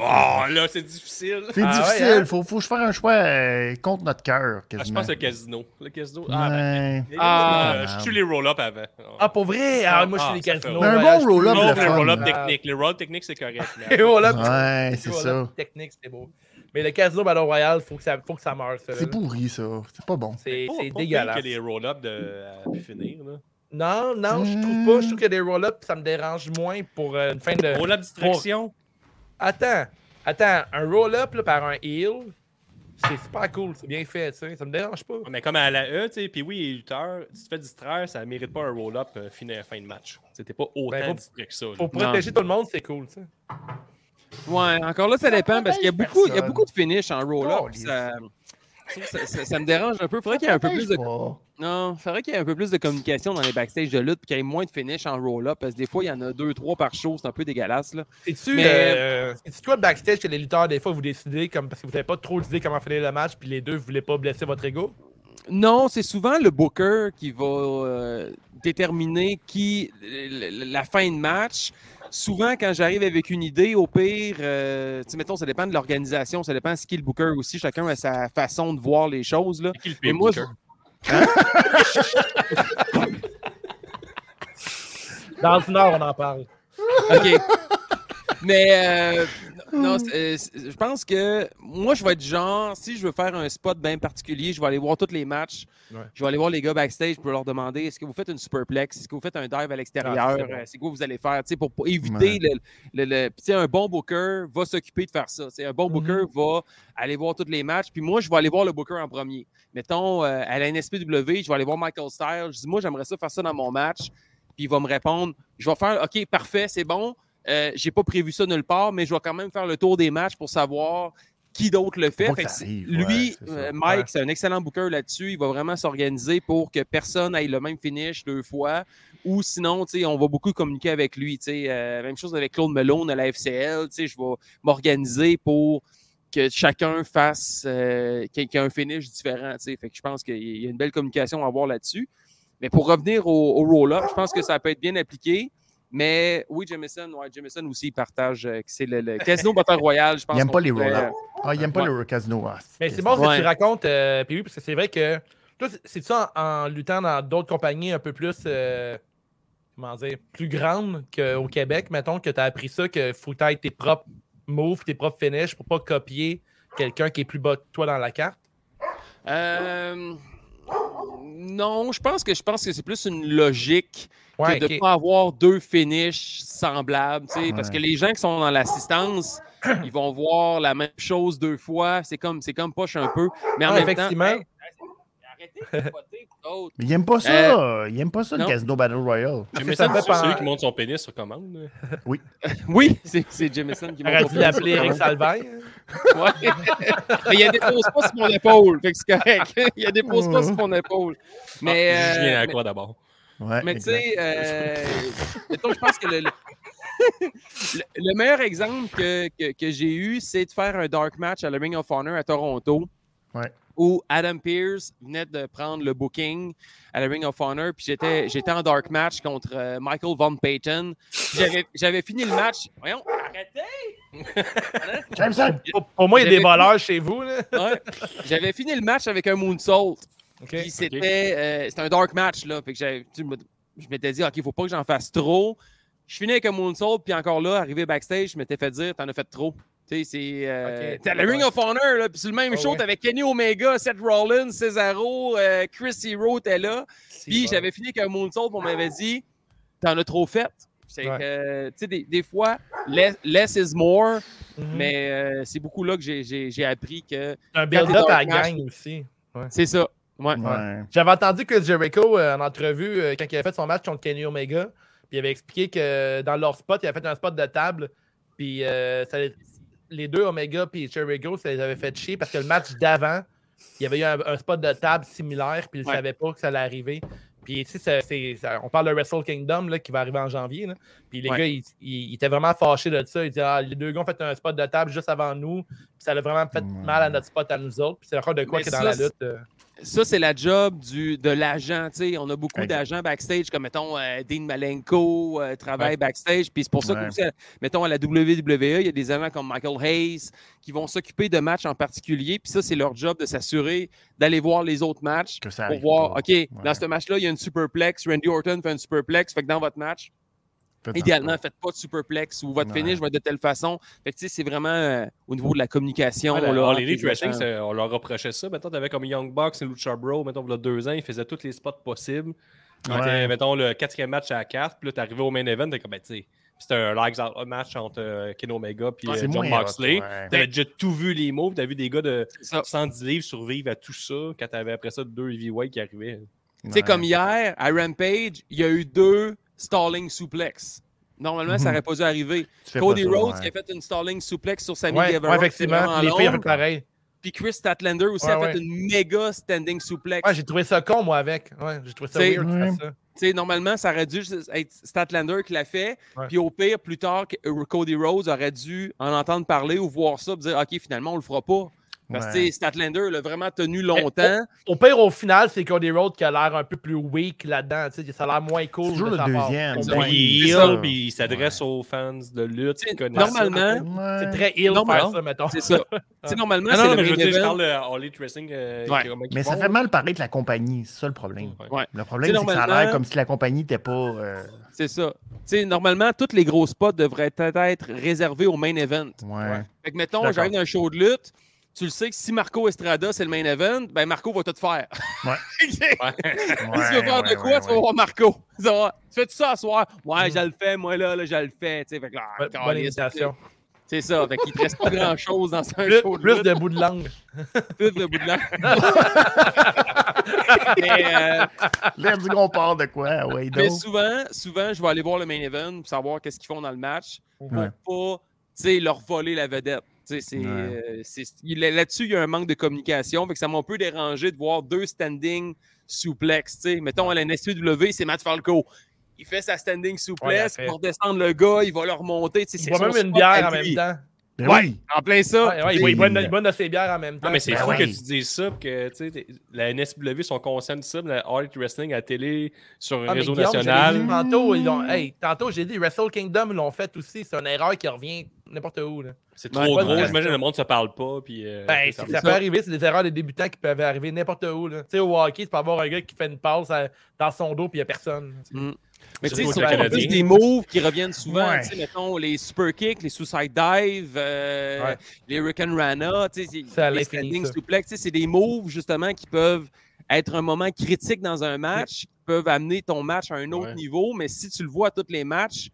là, c'est difficile. C'est Ah ouais, difficile. hein? Faut, faut que je fasse un choix euh, contre notre cœur, Ah, je quasiment. pense le casino. Le casino. Ah, ben. Ouais. Ah, euh, je tue les roll-up avant. Ah, pour vrai? Ah, moi, je suis Ah, les ça casinos. Mais un voyage, bon tout. roll-up, Non, le les fun. roll-up Ah. techniques. Les roll techniques, c'est correct. mais- Les roll-up. Ouais, Les c'est roll-up ça. Technique, c'est beau. Mais le Casino Battle Royale, faut que ça, faut que ça meure, ça. là. C'est pourri, ça. C'est pas bon. C'est Pas- c'est Oh, pas pire dégueulasse. que les roll-up de à finir. là. Non, non, je trouve pas. Je trouve que des roll-up, ça me dérange moins pour euh, une fin de. Roll-up distraction. Attends, attends, un roll-up là, par un heel, c'est super cool, c'est bien fait, tu sais, ça me dérange pas. Mais comme à la E, tu sais, puis oui, il est lutteur, tu te fais distraire, ça mérite pas un roll-up euh, fin, fin de match. C'était pas autant Ben, pour- distrait que ça. là. Pour protéger tout le monde, c'est cool, tu sais. Ouais, encore là, ça dépend parce qu'il y a beaucoup, il y a beaucoup de finish en roll-up. Calice. Ça, je trouve que ça, ça- ça me dérange un peu. Faudrait qu'il y ait un peu plus de Oh. non, faudrait qu'il y ait un peu plus de communication dans les backstage de lutte, puis qu'il y ait moins de finish en roll-up parce que des fois il y en a deux, trois par show, c'est un peu dégueulasse là. C'est-tu Mais- euh, c'est-tu quoi backstage que les lutteurs, des fois, vous décidez, comme, parce que vous n'avez pas trop d'idées comment finir le match, puis les deux, vous voulez pas blesser votre ego? Non, c'est souvent le booker qui va euh, déterminer qui l- l- la fin de match. Souvent, quand j'arrive avec une idée, au pire, euh, tu sais, mettons, ça dépend de l'organisation, ça dépend de ce qui est le booker aussi. Chacun a sa façon de voir les choses. Là. C'est qui le Mais pire moi, booker? Dans une heure, on en parle. OK. Mais euh, non, c'est- euh, c'est- je pense que moi, je vais être genre, si je veux faire un spot bien particulier, je vais aller voir tous les matchs. Ouais. Je vais aller voir les gars backstage pour leur demander est-ce que vous faites une superplex Est-ce que vous faites un dive à Ah, l'extérieur c'est bon. Euh, C'est quoi vous allez faire Tu sais, pour, pour Ouais. éviter le. le, le- Puis, tu sais, un bon booker va s'occuper de faire ça. Tu sais, un bon booker Mhm. va aller voir tous les matchs. Puis moi, je vais aller voir le booker en premier. Mettons, euh, à la NSPW, je vais aller voir Michael Styles. Je dis, moi, j'aimerais ça faire ça dans mon match. Puis il va me répondre, je vais faire, OK, parfait, c'est bon. Euh, j'ai pas prévu ça nulle part, mais je vais quand même faire le tour des matchs pour savoir qui d'autre le fait. Faut Fait pas que que ça c'est- arrive, ouais, lui, c'est ça. euh, Ouais. Mike, c'est un excellent booker là-dessus. Il va vraiment s'organiser pour que personne aille le même finish deux fois. Ou sinon, tu sais, on va beaucoup communiquer avec lui. tu sais. Euh, même chose avec Claude Melone à la FCL. tu sais, Je vais m'organiser pour que chacun fasse euh, qu'il y ait- qu'il y ait un finish différent. tu sais. Fait que je pense qu'il y a une belle communication à avoir là-dessus. Mais pour revenir au, au roll-up, je pense que ça peut être bien appliqué. Mais oui, Jameson, ouais, Jameson aussi, il partage euh, que c'est le, le Casino Battle Royale, je pense. Il aime qu'on pas les pourrait- roll-ups. Ah, il aime pas Ouais. le casino. ah, c'est- Mais c'est bon ce que Ouais. tu racontes, euh, PU, parce que c'est vrai que. Toi, c'est- c'est ça en, en luttant dans d'autres compagnies un peu plus. euh, comment dire Plus grandes qu'au Québec, mettons, que tu as appris ça, que faut que t'aies tes propres moves, tes propres finishes pour pas copier quelqu'un qui est plus bas que toi dans la carte. Euh, non, je pense que je pense que c'est plus une logique Ouais, que de ok. pas avoir deux finishes semblables, tu sais, parce Ouais. que les gens qui sont dans l'assistance, ils vont voir la même chose deux fois. C'est comme c'est comme poche un peu, mais en Ah, même effectivement. temps. Hey, arrêtez de capoter, vous autres. Mais il aime pas ça. Il aime pas ça, non. le casino Battle Royale. ça Jameson, me fait c'est penser- celui qui monte son pénis sur commande. Oui, c'est c'est Jameson qui m'a J'aurais dû proposé l'appeler ça. Eric Salvaire. Ouais. Mais il y a des poses pas sur mon épaule, fait que c'est correct. Il y a des poses pas sur mon épaule. Mais, Ah, je viens euh, à quoi d'abord? Ouais, Mais tu exact. sais, euh, mettons, je pense que le, le- le- le meilleur exemple que, que- que j'ai eu, c'est de faire un dark match à le Ring of Honor à Toronto. Ouais. Où Adam Pearce venait de prendre le booking à la Ring of Honor, puis j'étais, j'étais en dark match contre euh, Michael Von Payton. Puis J'avais, j'avais fini le match. Voyons, arrêtez! Jameson! Pour, pour moi, il y a des J'avais- voleurs chez vous. Là. Ouais. J'avais fini le match avec un moonsault. OK. Puis c'était euh, c'était un dark match, là. Fait que j'avais- tu me- je m'étais dit, OK, il faut pas que j'en fasse trop. Je finis avec un moonsault, puis encore là, arrivé backstage, je m'étais fait dire, t'en as fait trop. Tu sais, c'est. euh, OK. t'as le Ring of Honor, là. Puis sur le même Ah show, ouais. t'avais Kenny Omega, Seth Rollins, Cesaro, euh, Chris Hero, t'es là. Puis bon. j'avais fini avec un moonsault, puis on m'avait dit, t'en as trop fait. C'est Ouais. que, tu sais, des, des fois, less, less is more, Mhm. mais euh, c'est beaucoup là que j'ai- j'ai j'ai appris que C'est un build-up Quand à la t'es dans le gang aussi. c'est ça. Ouais. Ouais. J'avais entendu Chris Jericho euh, en entrevue euh, quand il avait fait son match contre Kenny Omega. Puis il avait expliqué que euh, dans leur spot, il avait fait un spot de table. Puis euh, ça les- les deux, Omega puis Jericho, ça les avait fait chier parce que le match d'avant, il y avait eu un, un spot de table similaire. Puis ils ne Ouais. savaient pas que ça allait arriver. Puis ici, ça- c'est- ça- on parle de Wrestle Kingdom là, qui va arriver en janvier. là. Puis les Ouais. gars, ils, ils- ils étaient vraiment fâchés de ça. Ils disaient ah, les deux gars ont fait un spot de table juste avant nous. Puis ça a vraiment fait Ouais. mal à notre spot à nous autres. Puis c'est encore de quoi Mais que dans ça, la c'est- lutte. euh, ça, c'est la job du, de l'agent. tu sais. On a beaucoup Exact. d'agents backstage, comme mettons euh, Dean Malenko, euh, travaille Ouais. backstage. Puis c'est pour ça que, Ouais. aussi, à- mettons, à la WWE, il y a des agents comme Michael Hayes qui vont s'occuper de matchs en particulier. Puis ça, c'est leur job de s'assurer d'aller voir les autres matchs Que ça pour arrive voir, pas. OK, dans ce match-là, il y a une superplex. Randy Orton fait une superplex. Fait que dans votre match, Faites-en idéalement, pas. faites pas de superplex ou votre Ouais. finish va être de telle façon. Fait que tu sais, c'est vraiment euh, au niveau de la communication. Ah, la- là, dans entre les Elite les Wrestling, agents. c'est- on leur reprochait ça. Mettons, t'avais comme Young Bucks et Lucha Bro, mettons, il y a deux ans, ils faisaient tous les spots possibles. Quand Ouais. t'es, mettons, le quatrième match à la carte, puis là, t'arrivais au main event, t'es comme, ben, tu sais, c'était un Lights Out match entre euh, Ken Omega puis Ouais, euh, c'est John moins hot, Moxley. ouais. T'avais déjà tout vu les moves, t'as vu des gars de C'est ça. 110 livres survivre à tout ça, quand t'avais après ça deux heavyweights qui arrivaient. Tu sais, Ouais. comme hier, à Rampage, il y a eu deux stalling suplex. Normalement, ça Mhm. n'aurait pas dû arriver. Tu fais pas Cody ça, Rhodes ouais. qui a fait une stalling suplex sur Sammy Ouais, Guevara. ouais, qui était effectivement. vraiment Les filles ont longue. fait pareil. Puis Chris Statlander aussi a Ouais, fait ouais. une méga standing suplex. Ouais, j'ai trouvé ça con, moi, avec. Ouais, j'ai trouvé ça C'est- weird. de faire ça. Tu sais, normalement, ça aurait dû juste être Statlander qui l'a fait. Ouais. Puis au pire, plus tard, que- euh, Cody Rhodes aurait dû en entendre parler ou voir ça et dire OK, finalement, on le fera pas. Parce que Ouais. tu sais, Statlander l'a vraiment Eh, tenu longtemps. Au pire, au final, c'est Cody Rhodes qui a l'air un peu plus weak là-dedans. tu sais, Ça a l'air moins cool. C'est toujours de le sa part. deuxième, Au ça. moins. Puis il c'est est ça. heel, puis il s'adresse aux fans de lutte. Tu sais, qui connaissent ça. Normalement, Ouais. C'est très ill Non, mais faire non. ça, mettons. c'est ça. Tu sais, normalement, Non, c'est non, le mais je veux main dire, je event. parle de All Elite Wrestling. euh, Ouais. comment ils Mais ça font, fait mal paraître la compagnie, c'est ça le problème. Ouais. Le problème, Tu c'est sais, que ça a normalement- l'air comme si la compagnie n'était pas. euh, C'est ça. Tu sais, normalement, tous les gros spots devraient être réservés au main event. Ouais. Fait que, mettons, j'arrive dans un show de lutte, tu le sais que si Marco Estrada, c'est le main event, ben Marco va tout faire. Ouais. Si tu veux Ouais, faire de ouais, quoi, ouais, tu ouais. Mm. vas voir Marco. Tu vas voir, Tu fais-tu ça ce soir? Ouais, je le fais, moi là, là je le fais. Tu sais, fait que, ah, Bonne- Bonne câlisse, imitation. C'est ça. Fait qu'il te reste pas grand-chose dans un Plus, show de plus lutte. de bout de langue. Plus de bout de langue. Mais, euh, Let's go, on part de quoi? Ouais, mais donc. souvent, souvent, je vais aller voir le main event pour savoir qu'est-ce qu'ils font dans le match pour Ouais. pas tu sais, leur voler la vedette. Tu sais, c'est, Ouais. euh, c'est- il- Là-dessus, il y a un manque de communication. Fait que ça m'a un peu dérangé de voir deux standing souplexes. tu sais. Mettons, à la NSPW, c'est Matt Falco. Il fait sa standing souplesse Ouais, il a fait. pour descendre le gars, il va le remonter. tu sais, Il c'est boit son même une spot bière à en même lui. Ah, temps. Ben Ouais. oui. En plein ça. Ouais, ouais, il, Puis- boit une, il boit une de ses bières en Ah, même temps. Non, mais c'est Ben fou ouais. que tu dises ça, puis que tu sais, t'es- la NSW sont conscients de ça, mais la All Elite Wrestling à la télé, sur le Ah, mais réseau Guillaume, je l'ai national. dit Tantôt, ils ont- hey, tantôt, j'ai dit Wrestle Kingdom l'ont fait aussi. C'est une erreur qui revient n'importe où. Là. C'est Ouais, trop pas de gros, question. j'imagine le monde se parle pas. Puis, euh, Ben, ça- c'est- ça peut arriver, c'est des erreurs de débutants qui peuvent arriver n'importe où. là. Tu sais, au hockey, tu peux avoir un gars qui fait une passe à- dans son dos puis il n'y a personne. Mais tu sais, Surtout c'est avec le en plus Canadien. des moves qui reviennent souvent. Ouais. Tu sais, mettons les super kicks, les suicide dives, euh, Ouais. les Hurricane Rana, tu sais, C'est à les l'infini, standing ça. suplex. Tu sais, c'est des moves justement qui peuvent être un moment critique dans un match, qui peuvent amener ton match à un autre Ouais. niveau, niveau. Mais si tu le vois à tous les matchs,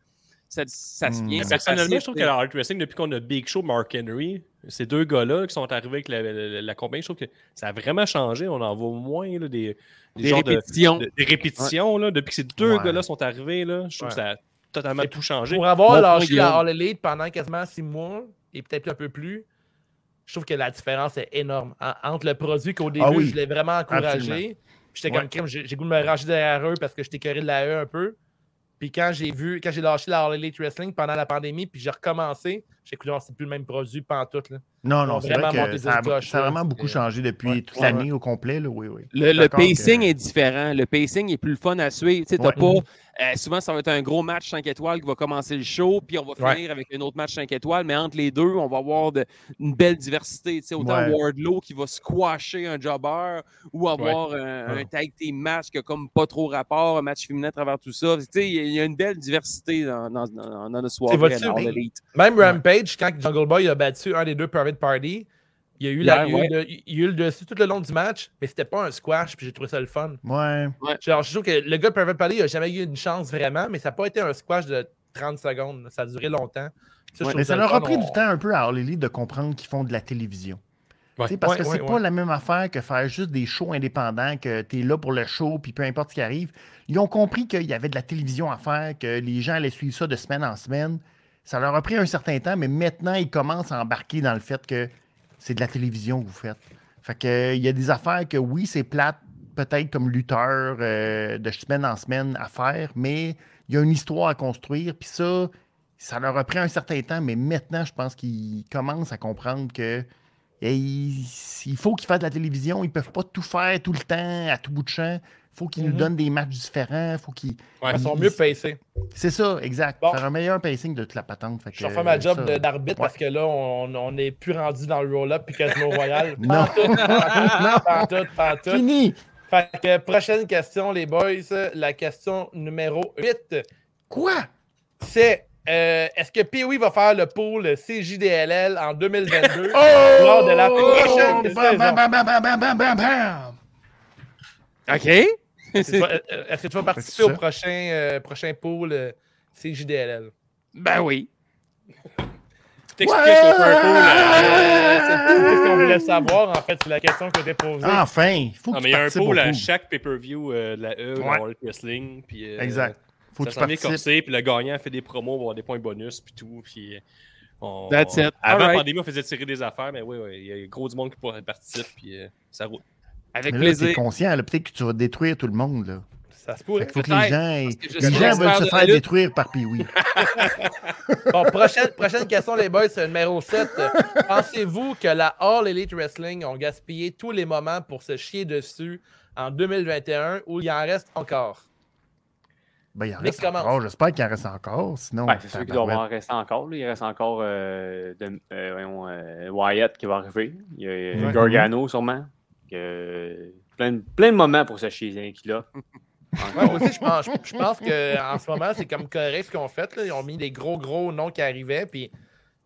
ça, ça se Hmm. vient. Personnellement, je trouve que la All Elite Wrestling, depuis qu'on a Big Show, Mark Henry, ces deux gars-là qui sont arrivés avec la, la- la compagnie, je trouve que ça a vraiment changé. On en voit moins là, des, des, des genres de- répétitions. de- des répétitions. Là, depuis que ces deux Ouais. gars-là sont arrivés, là, je trouve que ça a totalement Et tout changé. Pour avoir Mon lâché point, la Guillaume. All Elite pendant quasiment six mois et peut-être un peu plus, je trouve que la différence est énorme en- entre le produit qu'au début, Ah oui. je l'ai vraiment encouragé. Absolument. puis J'étais Ouais. comme crime, j'ai j'ai goût de me ranger derrière eux parce que j'étais curé de la E un peu. Puis quand j'ai vu, quand j'ai lâché la All Elite Wrestling pendant la pandémie, puis j'ai recommencé, j'ai écouté, c'est plus le même produit pantoute. Là. Non, Ils ont non, c'est vrai vraiment que monté ça des a, cloches, ça a là. vraiment beaucoup Et- changé depuis Ouais. toute Ouais, l'année au complet, là, oui, oui. Le, le D'accord que- pacing est différent. Le pacing est plus fun à suivre. Tu sais, t'as Ouais. pas, euh, souvent, ça va être un gros match 5 étoiles qui va commencer le show, puis on va Ouais. finir avec un autre match 5 étoiles. Mais entre les deux, on va avoir de- une belle diversité. Tu sais, autant Ouais. Wardlow qui va squasher un jobber ou avoir un, un tag team match qui a comme pas trop rapport, un match féminin à travers tout ça. Tu sais, il y a- il y, a une belle diversité dans, dans, dans, dans notre soirée. votre à All souvenir. Elite. Même Rampage, quand Jungle Boy a battu un des deux Private Party, il y a eu, la, Ouais, il y a eu le- il y a eu le dessus tout le long du match, mais c'était pas un squash, puis j'ai trouvé ça le fun. Ouais. Genre, je trouve que le gars de Private Party, il a jamais eu une chance vraiment, mais ça n'a pas été un squash de 30 secondes. là. Ça a duré longtemps. je Ouais, trouve Mais ça le leur fun, a pris on- du temps un peu à Harley de comprendre qu'ils font de la télévision. Ouais. Tu sais, Parce Ouais, que c'est ouais, pas ouais. la même affaire que faire juste des shows indépendants, que tu es là pour le show, puis peu importe ce qui arrive. Ils ont compris qu'il y avait de la télévision à faire, que les gens allaient suivre ça de semaine en semaine. Ça leur a pris un certain temps, mais maintenant, ils commencent à embarquer dans le fait que c'est de la télévision que vous faites. Fait que, euh, il y a des affaires que oui, c'est plate, peut-être comme lutteur euh, de semaine en semaine à faire, mais il y a une histoire à construire. Puis ça, ça leur a pris un certain temps, mais maintenant, je pense qu'ils commencent à comprendre que eh, il il faut qu'ils fassent de la télévision. Ils peuvent pas tout faire tout le temps, à tout bout de champ. Il faut qu'ils Mhm. nous donnent des matchs différents. faut qu'ils. Ils sont mieux pacés. C'est ça, exact. Bon. Faire un meilleur pacing de toute la patente. Fait Je que, refais ma job ça- de- d'arbitre parce que là, on on n'est plus rendu dans le roll-up puis Casino Royal. Non. Pantoute, pantoute, pantoute, pantoute. Fini! Fait que prochaine question, les boys. La question numéro 8, Quoi? c'est euh, est-ce que Pee-Wee va faire le pôle CJDLL en 2022 Oh! lors de la prochaine Bam, saison? bam, bam, bam, bam, bam, bam, bam. OK? Est-ce que tu vas- euh, Est-ce que tu vas participer C'est au ça. prochain, euh, prochain pool euh, CJDLL? Ben oui. T'expliques un peu un peu, là, euh, C'est ce qu'on voulait savoir, en fait, c'est la question que j'ai posée. Enfin, il faut que Non, tu mais il y a un participes au pôle à pool. chaque pay-per-view euh, de la E, de la Ouais. All Elite Wrestling. Puis, euh, Exact. Faut que ça tu s'en vient participes. corsé, puis le gagnant fait des promos, avoir des points bonus, puis tout. Puis euh, on- That's it. Avant la Alright. pandémie, on faisait tirer des affaires, mais oui, oui, il y a gros du monde qui pourrait participer, puis euh, ça roule. Avec Mais là, t'es plaisir. conscient, là, peut-être que tu vas détruire tout le monde. Là. Ça se Fait pourrait. que faut que Peut-être, les gens, aient- que je les suis gens veulent expert se de la faire lutte. détruire par Pee-Wee. Bon, prochaine, prochaine question, les boys, c'est le numéro 7. Pensez-vous que la All Elite Wrestling ont gaspillé tous les moments pour se chier dessus en 2021 ou il en reste encore? Ben, il en Mais reste commence. encore. J'espère qu'il en reste encore. Sinon, Ouais, c'est sûr qu'il doit ben tabarouette. en rester encore. là. Il reste encore euh, de- euh, voyons, euh, Wyatt qui va arriver. Il y a euh, Ouais. hein, Gargano sûrement. Que- plein, de, plein de moments pour se chier les culottes. Ouais, moi aussi, je pense, je- je pense qu'en ce moment, c'est comme correct ce qu'on fait. là. Ils ont mis des gros, gros noms qui arrivaient, puis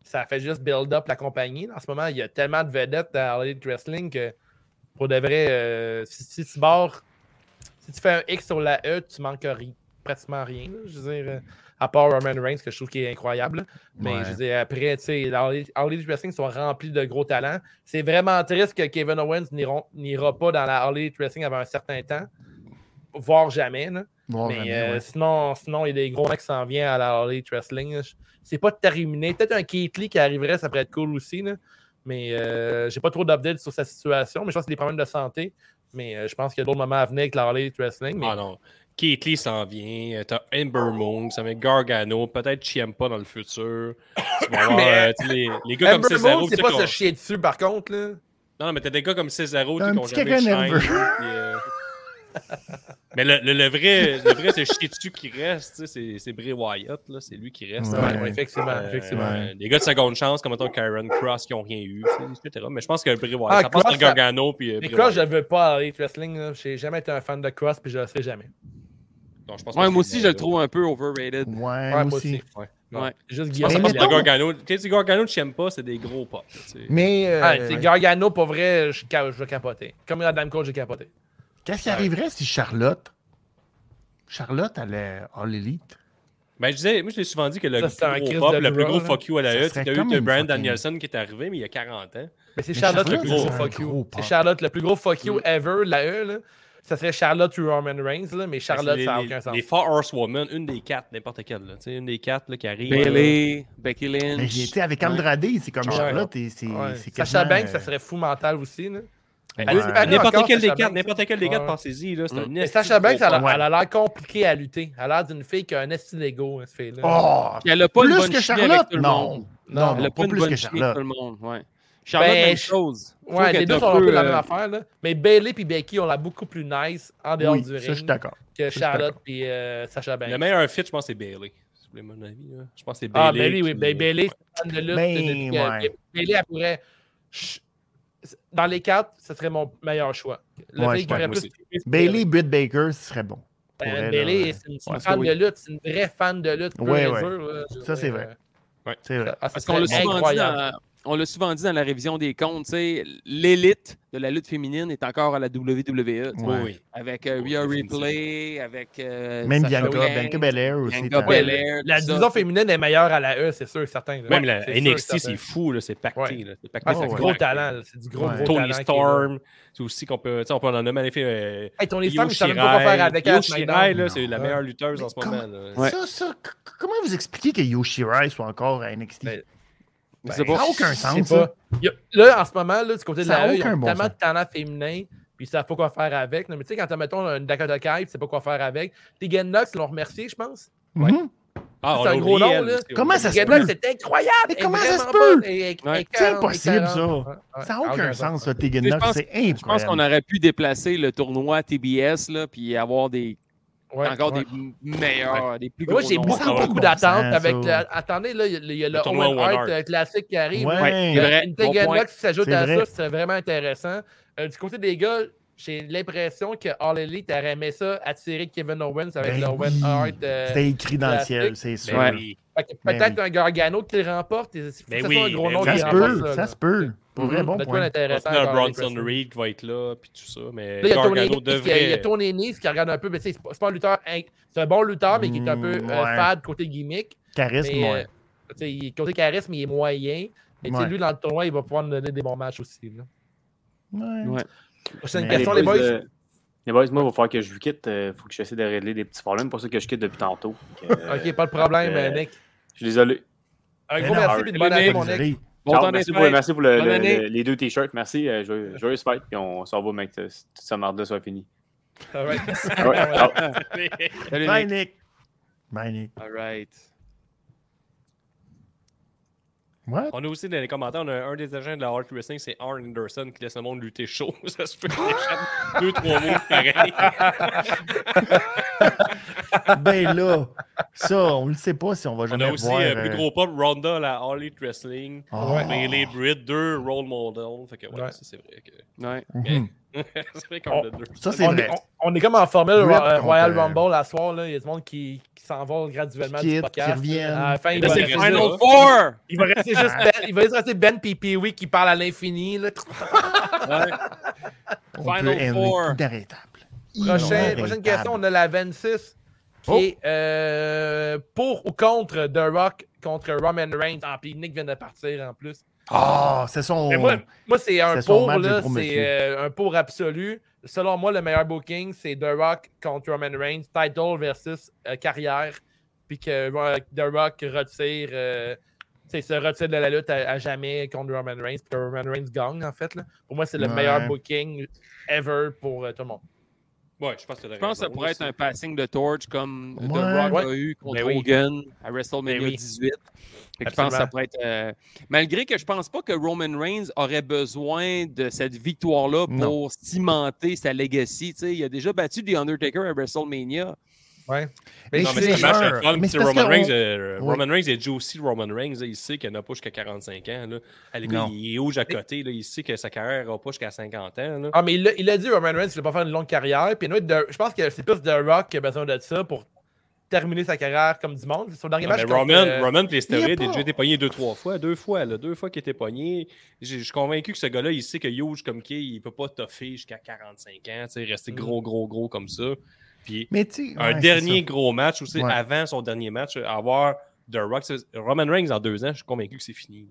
ça fait juste build-up la compagnie. En ce moment, il y a tellement de vedettes à All Elite Wrestling que pour de vrai, euh, si, si tu barres, si tu fais un X sur la E, tu manques ri- pratiquement rien. là. Je veux dire, euh, à part Roman Reigns, que je trouve qui est incroyable. là. Mais Ouais. je veux dire, après, tu sais, All Elite- All Elite Wrestling sont remplis de gros talents. C'est vraiment triste que Kevin Owens n'iront- n'ira pas dans la All Elite Wrestling avant un certain temps, voire jamais. là. Bon, Mais vraiment, euh, ouais. sinon, sinon, il y a des gros mecs qui s'en viennent à la All Elite Wrestling. là. Je- C'est pas terminé. Peut-être un Keith Lee qui arriverait, ça pourrait être cool aussi. là. Mais euh, j'ai pas trop d'updates sur sa situation. Mais je pense que c'est des problèmes de santé. Mais euh, je pense qu'il y a d'autres moments à venir avec la All Elite Wrestling. Mais Ah non. Keith Lee s'en vient. euh, T'as Ember Moon. Ça met Gargano. Peut-être Chiempa dans le futur. Tu vas avoir, Mais- euh, tu sais, les, les gars comme Ember Cesaro. Moon, tu c'est sais, pas qu'on- se chier dessus par contre. Là. Non, non, mais t'as des gars comme Cesaro, tu Un sais, qui ont petit jamais de caca shine, Denver. puis, euh, Mais le, le- le vrai, le vrai c'est chier dessus qui reste, tu sais, c'est- c'est Bray Wyatt, là, c'est lui qui reste. Ouais. Ouais, ouais, effectivement. Euh, effectivement. euh, les gars de seconde chance, comme mettons Karen Cross, qui n'ont rien eu, tu sais, etc. Mais je pense que Bray Wyatt, Ah, ça passe Cross, par Gargano, puis euh, Mais Bray Cross, je Wyatt. ne veux pas à la All Elite Wrestling. là. J'ai jamais été un fan de Cross, puis je le serai jamais. Donc, je pense Ouais, que moi c'est- euh, aussi, je le trouve un peu overrated. Ouais, Ouais, moi aussi. Ouais. Ouais. Ouais. Juste Je Guillaume. pense que Mais le mettons- Gargano, tu sais, du Gargano de Chiempa, c'est des gros potes. tu sais. Mais euh, Ah, c'est Gargano, pour vrai, je, ca- je vais capoter. Comme Adam Cole, j'ai capoté. qu'est-ce qui arriverait si Charlotte. Charlotte allait All Elite? Ben, je disais, moi, je l'ai souvent dit que le Ça, c'est un plus Chris gros pop, de le plus Raw, gros là. fuck you à la Ça E, serait t'as eu comme de une Brian fucking- Danielson qui est arrivé, mais il y a 40 ans. Mais c'est Mais Charlotte, le Charlotte, plus gros c'est un fuck gros you. pop. C'est Charlotte le plus gros fuck Mm. you ever, la E. Là. Ça serait Charlotte ou Roman Reigns, là, mais Charlotte, les, ça n'a Ben, les- aucun sens. Les Four Horsewomen, une des quatre, n'importe quelle. Là. Tu sais, Une des quatre là, qui arrive. euh, Bailey, Becky Mais Lynch. tu sais, Ben, avec Andrade, c'est comme Ouais. Charlotte et c'est. Ouais. c'est Sacha quasiment, Banks, ça euh, serait fou mental aussi. Là. ouais. Allez, c'est pas grave. N'importe encore, quelle des Sasha quatre, Banks. n'importe quelle des quatre, Ouais. pensez-y. là, C'est un Mais esti Sacha de Banks, gros elle a, Ouais. elle a l'air compliquée à lutter. Elle a l'air d'une fille qui a un esti d'ego, cette fille-là. Oh! Elle a pas une Plus bonne que chimie avec Charlotte? tout le monde. Non. Non, Elle a pas pas une plus bonne que chimie avec tout Charlotte. le monde. Ouais. Charlotte, Ben, même je- chose. Je trouve Ouais, qu'elle les est deux sont un peu la même euh, affaire, là. Mais Bailey et Becky, on l'a beaucoup plus nice en dehors Oui, du ça, je suis ring d'accord. que je suis Charlotte et Sacha Banks. Le meilleur fit, je pense, c'est Bailey. C'est mon avis. là. Je pense que c'est Bailey. Ah, Bailey, oui. qui- Ben, Bailey, c'est une fan de lutte. Ben, depuis que- ouais. Bailey, elle pourrait. Ch- Dans les quatre, ce serait mon meilleur choix. Le Ouais, mec qui je aurait pense plus. Bailey, Britt Baker, ce serait bon. Ben, pourrait, là, Bailey, ouais. c'est une, c'est Ouais, une ça, fan oui. de lutte. C'est une vraie fan de lutte. pure Ouais, et ouais. dure, là, je veux Ça, c'est dire, vrai. euh, C'est vrai. ah, ça Parce qu'on l'a serait souvent, dit incroyable. dans- on l'a souvent dit dans la révision des comptes, tu sais, l'élite de la lutte féminine est encore à la WWE. tu sais, Oui, Ouais. oui. Avec euh, Rhea Oui, Ripley, avec. euh, Même Sasha Bianca, Banks, Bianca Belair aussi. Bianca t'as- Belair. Belair, La tout ça. division féminine est meilleure à la E, c'est sûr, certain. là. Même Ouais, la c'est sûr, NXT, certain. c'est fou. là, C'est Ouais. pacté. là. C'est pacté. Ah, ça c'est du claque, gros là. talent, là. c'est du gros, Ouais. gros talent. Tony qui est là. Storm. C'est aussi qu'on peut. tu sais, On peut en nommer en effet. euh, Hey, Tony Io Storm, je savais même pas quoi Shirai. faire avec Io elle. Shirai, SmackDown. là, c'est la Ouais. meilleure lutteuse en ce Mais moment. là. Ouais. Ça, ça, c- comment vous expliquez que Yoshirai soit encore à NXT? Ben, Je sais ça ben, pas. n'a aucun Je sais sens, pas. ça. Il y a- là, en ce moment, là, du côté de Ça a la E, il y a aucun bon tellement sens. de talent féminin, puis ils savent pas quoi faire avec. Non, mais tu sais, quand t'as, mettons, une Dakota Kai, tu sais pas quoi faire avec. Tegan Knox, ils l'ont remercié, je pense. Mhm. Ah, on C'est un l'a gros oublié, nom, elle, là. c'est- Comment ça se Tegan peut? Knox, c'est incroyable! Mais elle est comment ça vraiment se peut? bonne, elle est- elle est Ouais. C'est 40, elle impossible, est 40. ça. Ouais, ouais, Ça n'a aucun sens, ça, Tegan Mais je Knox. pense- C'est Je pense qu'on incroyable. aurait pu déplacer le tournoi TBS là, puis avoir des, Ouais, encore ouais. des m- meilleurs, des plus gros. Moi, j'ai noms. beaucoup, Ça a pas de beaucoup bon d'attentes sens, avec. ça. le- Attendez, là, il y a- il y a le Le tournoi Owen Owen Hart Hart. euh, classique qui arrive. Ouais. C'est vrai. Une bon Tegan point. Knox qui s'ajoute C'est à vrai. ça, c'est vraiment intéressant. Euh, du côté des gars, j'ai l'impression que All Elite aurait aimé ça, attirer Kevin Owens avec Ben le Owen oui. Hart. euh, C'était écrit dans le classique. ciel, c'est sûr. Ouais. oui. fait que Ben Peut-être oui. un Gargano qui le remporte. Il faut Ben que ce oui, soit un gros ben nom oui. qui Ça se remporte peut, là. ça se peut. Pour vrai, Mhm. bon De quoi point. d'intéressant, Maintenant, encore, Bronson Wrestling. Reed qui va être là, puis tout ça. Là, Mais il y a Tony Gargano Nese qui- il y a devrait. Tony Nese qui regarde un peu, mais tu sais, c'est pas- c'est pas un lutteur. inc- C'est un bon lutteur, mais qui est un peu Mm, euh, ouais. fade côté gimmick. Charisme, Mais, ouais. euh, tu sais, il- côté charisme, il est moyen. Mais tu sais, Ouais. lui, dans le tournoi, il va pouvoir nous donner des bons matchs aussi. là. Ouais. Ouais. Prochaine Mais- question, les boys. euh, les boys, moi, il va falloir que je vous quitte. Il faut que j'essaie de régler des petits problèmes. C'est pour ça que je quitte depuis tantôt. Donc, euh, Ok, pas de problème, euh, Nick. Je suis désolé. Un mais gros non, merci euh, et bonne année, Nick, mon Nick. Désolé. Bon Ciao, temps merci, des pour, fêtes. merci pour le- Bonne le- année. le- les deux t-shirts. Merci. euh, joyeux, joyeuse fête. Puis on s'en va, mec. euh, Toute cette merde-là soit finie. All right. Ouais, ciao. Salut, Bye, Nick. Nick. Bye, Nick. All right. What? On a aussi dans les commentaires, on a un des agents de la Hard Wrestling, c'est Arn Anderson qui laisse le monde lutter chaud. Ça se peut qu'il échappe deux, trois mots pareil. ben là, ça, on le sait pas si on va On jamais a aussi, voir. euh, euh, plus gros pop, Ronda, la All Elite Wrestling, Ah ouais. Bailey Britt, deux role models. Fait que, ouais, Ouais. ça, c'est vrai que. Ouais. mhm. c'est vrai qu'on a deux. Ça, c'est On vrai. est, on- on est comme en formule Rip Ro- euh, Royal contre, euh, Rumble à soir. là. Il y a du monde qui, qui s'envole graduellement Qui du quitte, podcast. qui reviennent. À la fin, il Là, va, c'est rester- le final. il Four! va rester juste Ben, il va juste rester Ben Pipiwi qui parle à l'infini. là. On Final peut aimer Four. inarrêtable. Prochain- Inarrêtable. prochaine question, on a la 26 qui Oh. est euh, pour ou contre The Rock contre Roman Reigns. Ah, puis Nick vient de partir en plus. Ah, c'est son. Mais moi, moi c'est un C'est son pour, match de là, gros c'est monsieur. euh, un pour absolu. Selon moi, le meilleur booking, c'est The Rock contre Roman Reigns, title versus euh, carrière, puis que euh, The Rock retire, euh, tu sais, se retire de la lutte à, à jamais contre Roman Reigns, puis que Roman Reigns gagne, en fait. là. Pour moi, c'est le Ouais. meilleur booking ever pour euh, tout le monde. Ouais, je pense que t'as Je pense que ça raison, pourrait là, être un passing de torch comme The Ouais. Rock a Ouais. eu contre Ben oui. Hogan à WrestleMania Ben oui. 18. Fait que je pense que ça pourrait être. euh, Malgré que je pense pas que Roman Reigns aurait besoin de cette victoire-là pour Non. cimenter sa legacy. tu sais. il a déjà battu The Undertaker à WrestleMania. Mais Non, je mais sais- c'est un match le sûr. fun. Mais C'est c'est parce Roman que on- Reigns. euh, Oui. Roman Reigns est juicy, Roman Reigns. là, Il sait qu'il n'a pas jusqu'à 45 ans. Là. Ah, le gars, Non. il est rouge à côté. Là. Il sait que sa carrière n'aura pas jusqu'à 50 ans. Là. Ah, mais il l'a- il l'a dit, Roman Reigns, il va pas faire une longue carrière. Puis, anyway, The- je pense que c'est plus The Rock qui a besoin de ça pour terminer sa carrière comme du monde. Son dernier Non, match. mais contre, Roman, euh, Roman, puis il y les a stéroïdes, il a pas- déjà été pogné deux, trois fois. Deux fois, là, deux fois qu'il était pogné. J'ai- Je suis convaincu que ce gars-là, il sait que huge comme qui, il peut pas toffer jusqu'à 45 ans. tu sais, Rester gros, gros, gros comme ça. Puis Mais tu sais, un Mm. ouais, dernier c'est ça. gros match aussi, Ouais. avant son dernier match, euh, avoir The Rock. c'est- Roman Reigns, en deux ans, je suis convaincu que c'est fini.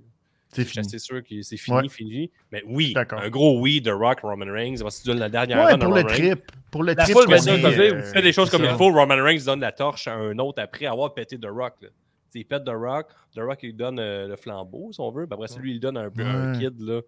C'est Je suis fini. assez sûr que c'est fini, Ouais. fini. Mais oui, D'accord. un gros oui de Rock, Roman Reigns. Ça va se donner la dernière Ouais, run à pour le Roman Reigns. trip. Pour le La trip. foule qu'on va Mais se ça, est, comme lever, euh, tu fais des choses c'est comme ça. il faut, Roman Reigns donne la torche à un autre après avoir pété The Rock. là. Tu sais, Il pète The Rock, The Rock il lui donne euh, le flambeau, si on veut. Puis après, ça, lui, il donne un, peu à un Ouais. kid. Là.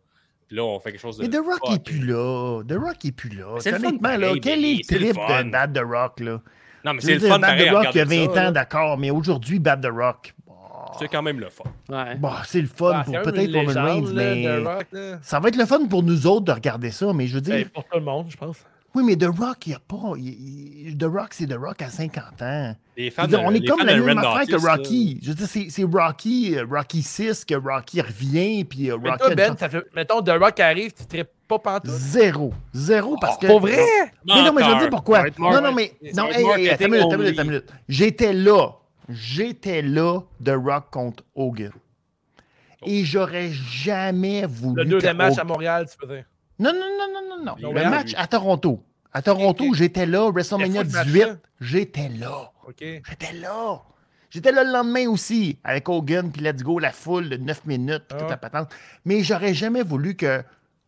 Puis là, on fait quelque chose de. Mais The Rock est fuck. plus là. The Rock est plus là. C'est le fun Honnêtement, là, pareil, quel Benny, est le c'est le trip fun. de Bad The Rock, là? Non, Je mais c'est veux le dire, fun Bad pareil. The à Rock, il y a regarder 20 ça, ans, là. d'accord, mais aujourd'hui, Bad The Rock, bon, C'est Bah, quand même le fun. Ouais. bon, c'est le fun Ah, pour c'est quand même peut-être une Roman légende, Reigns, là, mais The Rock, là. ça va être le fun pour nous autres de regarder ça, mais je veux dire, Ben, pour tout le monde, je pense. oui, mais The Rock, il n'y a pas... il- il- The Rock, c'est The Rock à 50 ans. Les Je fans veux dire, de- on est les comme fans la de même Red affaire que Artist, là. Rocky. Je veux dire, c'est- c'est Rocky, euh, Rocky 6 que Rocky revient, puis euh, Mais Rocky... toi, a- Ben, ça fait. Mettons, The Rock arrive, tu tripes pas pantoute. Zéro. Zéro parce que... Pour vrai? Mais non, mais je veux dire Ça pourquoi. va être mar- Non, non, mais. ça Non, va être hey, hey, attends marketing une minute, attends une only. minute, attends une minute. J'étais là. J'étais là de Rock contre Hogan. Et j'aurais jamais voulu. Oh. Le deuxième que match à Hogan- Montréal, tu peux dire. Non, non, non, non, non, non. Ouais, Le match à Toronto. À Toronto, Ok. j'étais là. WrestleMania Il y a pas de 18, match, là. j'étais là. OK. J'étais là. J'étais là le lendemain aussi, avec Hogan, puis Let's Go, la foule de 9 minutes, puis toute Ah. la patente. Mais j'aurais jamais voulu que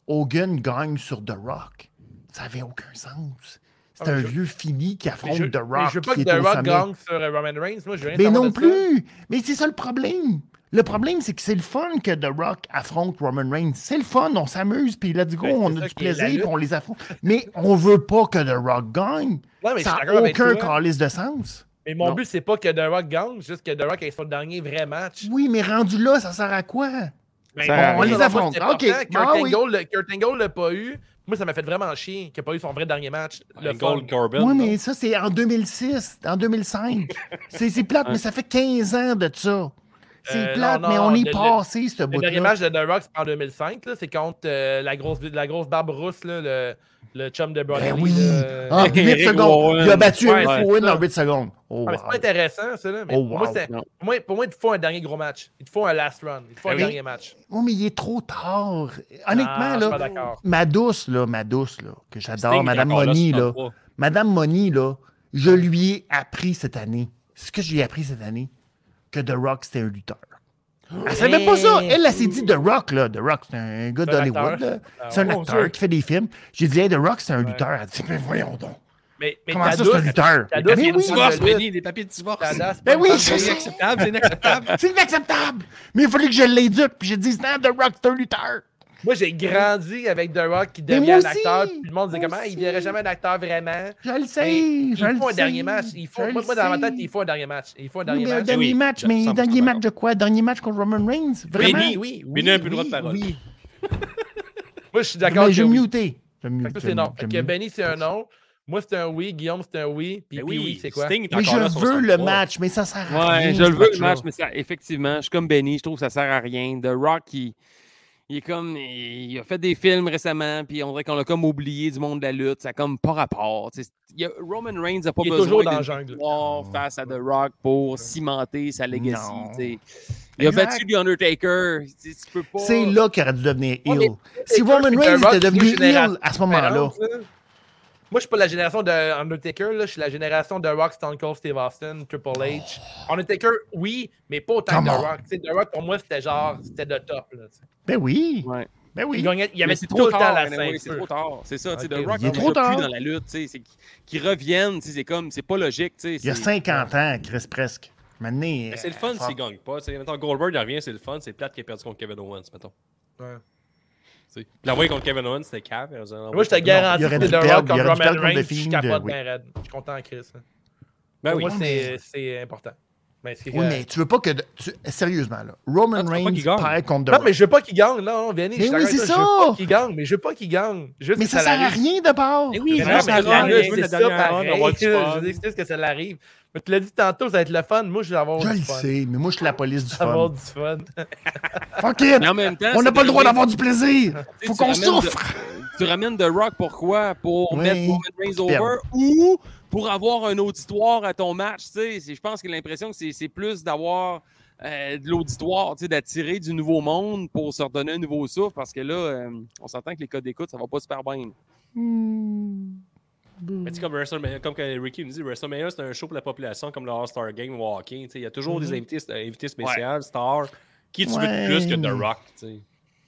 Hogan gagne sur The Rock. Ça avait aucun sens. C'est Ah, mais un je- vieux fini qui affronte Mais je, The mais Rock. je veux pas qui que est au The Rock sommet. gagne sur euh, Roman Reigns. Moi, je veux rien Mais savoir non de ça. plus! Mais c'est ça le problème. Le problème, c'est que c'est le fun que The Rock affronte Roman Reigns. C'est le fun, on s'amuse, puis let's go, Ben, c'est on ça a du qui est la plaisir, lutte. puis on les affronte. Mais on veut pas que The Rock gagne. Ouais, mais je ça suis d'accord n'a avec aucun toi. calice de sens. Mais mon Non. but, c'est pas que The Rock gagne, juste que The Rock ait son dernier vrai match. Oui, mais rendu là, ça sert à quoi? Mais Ça bon, arrive. moi, On les moi, affronte. c'est Ah, important. ok. Kurt Ah, oui. Angle le- Kurt Angle l'a pas eu. Moi, ça m'a fait vraiment chier qu'il n'a pas eu son vrai dernier match. Le Le Gold fun. Corbin. Oui, non? mais ça, c'est en 2006, en 2005. c'est c'est plate, mais ça fait 15 ans de ça. C'est Euh, plate, non, mais non, on le- est le- passé, ce Le dernier bout-là. match de The Rock, c'est en 2005. là. C'est contre euh, la, grosse, la grosse barbe rousse, là, le, le chum de Brown. Ben oui! En 8 Eric secondes. Warren. Il a battu euh, Ouais, Eric c'est Owen ça. en 8 secondes. Oh, Ah, mais wow. c'est pas intéressant, ça. Là. Mais Oh, pour, moi, wow. c'est- Non. pour moi- pour moi, il te faut un dernier gros match. Il te faut un last run. Il te faut Ah un oui. dernier match. Oh, mais il est trop tard. Honnêtement, Ah, je suis pas là, d'accord. ma douce, là, ma douce, là, que Sting j'adore, est Madame encore là, Money, là. 63. Madame Money, là, je lui ai appris cette année. Ce que je lui ai appris cette année, que The Rock, c'était un lutteur. Elle savait pas ça. Elle, elle s'est dit The Rock, là. The Rock, c'est un gars C'est un d'Hollywood. acteur. là. Ah, C'est un mon Dieu. acteur qui fait des films. J'ai dit, hey, The Rock, c'est un lutteur. Elle dit, mais voyons donc. Mais, mais Comment ta ça, c'est douce- un lutteur? ta douce, il y Mais a une oui, divorce, Divorce, Benny, les papiers de divorce. ta douce, Ben pas oui, une c'est femme. ça. Inacceptable, c'est inacceptable. c'est inacceptable. Mais il fallait que je l'éduque. Puis j'ai dit, non, The Rock, c'est un lutteur. Moi, j'ai grandi avec The Rock qui Mais devient un Ben moi aussi, acteur. Puis le monde disait moi comment il aussi. ne deviendrait jamais un acteur vraiment. Je le Mais sais. il je le faut un sais, dernier match. Il faut, je moi, le moi, dans ma tête, sais. ben, il faut un dernier match. Il faut un Oui, dernier mais un match. dernier Oui, match, je- mais ça me dernier semble match de quoi? Dernier match contre Roman Reigns? Vraiment? Benny, oui, Benny a plus le droit de parole. Oui. Moi, je suis D'accord, d'accord. je que vais oui. muter. Je vais Fait que muter, ça, je vais c'est non. muter, Fait je que ben, vais muter. Benny, c'est un non. Moi, c'était un oui. Guillaume, c'était un oui. Puis Ben oui, oui c'est quoi? Sting est Mais encore là, je veux le 63. match, mais ça sert à rien. Ouais, je le ce veux, le match-là. match, mais ça, effectivement, je suis comme Benny, je trouve que ça sert à rien. The Rock, il, il est comme. Il a fait des films récemment, puis on dirait qu'on l'a comme oublié du monde de la lutte. Ça a comme pas rapport. tu sais. Il y a- Roman Reigns n'a pas Il est besoin toujours dans d'une la jungle. victoire Ah, face à The Rock pour cimenter sa legacy. Non. tu sais. Il a Exact. battu The Undertaker. Tu sais, tu peux pas. C'est là qu'il aurait dû devenir Ouais, mais heel. Si Roman c'est Reigns The Rock, était devenu c'est une génération heel à ce moment-là, différente, là. Moi, je suis pas de la génération de Undertaker, là. je suis la génération de Rock, Stone Cold, Steve Austin, Triple H. Undertaker, oui, mais pas autant Oh. Come que The on. Rock. Tu sais, The Rock, pour moi, c'était genre, c'était le top. Là, tu sais. ben oui. Ouais. Ben il, oui. gagnait, il y Mais avait c'est tout trop le temps tard, la anyway, c'est ceinture. trop tard. C'est ça, tu sais, Ok. The Rock, Il est on trop l'a tard. plus dans la lutte, tu sais, c'est qu'ils reviennent, tu sais, c'est comme, c'est pas logique, tu sais. Il y a c'est- 50 ans, Chris, presque. Maintenant, euh, Mais c'est le fun s'il gagne pas. tu sais. Mettons, Goldberg, il revient, c'est le fun. C'est plate qu'il a perdu contre Kevin Owens, mettons. Ouais. Tu sais. Puis L'envoyer contre Kevin Owens, c'était cave. euh, Moi, Moi, je te garantis il aurait que dû The Rock perdre, il comme aurait dû Roman perdre contre Reigns, le je Fiend, capote oui. bien raide. Je suis content, Chris. là. Ben Pour oui. moi, c'est c'est important. Mais c'est- Oui, mais tu veux pas que. de- tu- Sérieusement, là. Roman Ah, tu veux pas Reigns qu'il gagne. perd contre The Non, Rock. mais je veux pas qu'il gagne. Non, non, Vianney, je suis Mais oui, d'accord avec c'est toi, Je ça. veux pas qu'il gagne, mais je veux pas qu'il gagne. Juste Mais que ça sert à l'arrive. rien d'abord. Mais oui, Mais je non, veux mais la dernière, regarde, je veux c'est la ça, dernière ronde, pareil, avoir du que fun. Je dis c'est que ça l'arrive. Mais tu l'as dit tantôt, ça va être le fun. Moi, je vais avoir Je du le fun. sais, mais moi, je suis la police du Ça va avoir fun. du fun. Fuck it! Mais en même temps, On n'a c'est pas le droit de- d'avoir du plaisir! Tu sais, Faut tu qu'on ramènes de- souffre! Tu ramènes The Rock pourquoi? Pour Oui. mettre Roman Reigns Pour qu'il over ou pour avoir un auditoire à ton match. tu sais. C'est- Je pense que l'impression que c'est- c'est plus d'avoir euh, de l'auditoire, tu sais, d'attirer du nouveau monde pour se redonner un nouveau souffle parce que là, euh, on s'entend que les codes d'écoute, ça va pas super bien. Mais tu sais, comme, WrestleMania- comme que Ricky nous dit, WrestleMania, c'est un show pour la population, comme le All-Star Game ou hockey. tu sais. Il y a toujours des invités, euh, invités spéciaux, stars. Qui tu veux Mm-hmm. Ouais. de plus que The Rock? tu sais.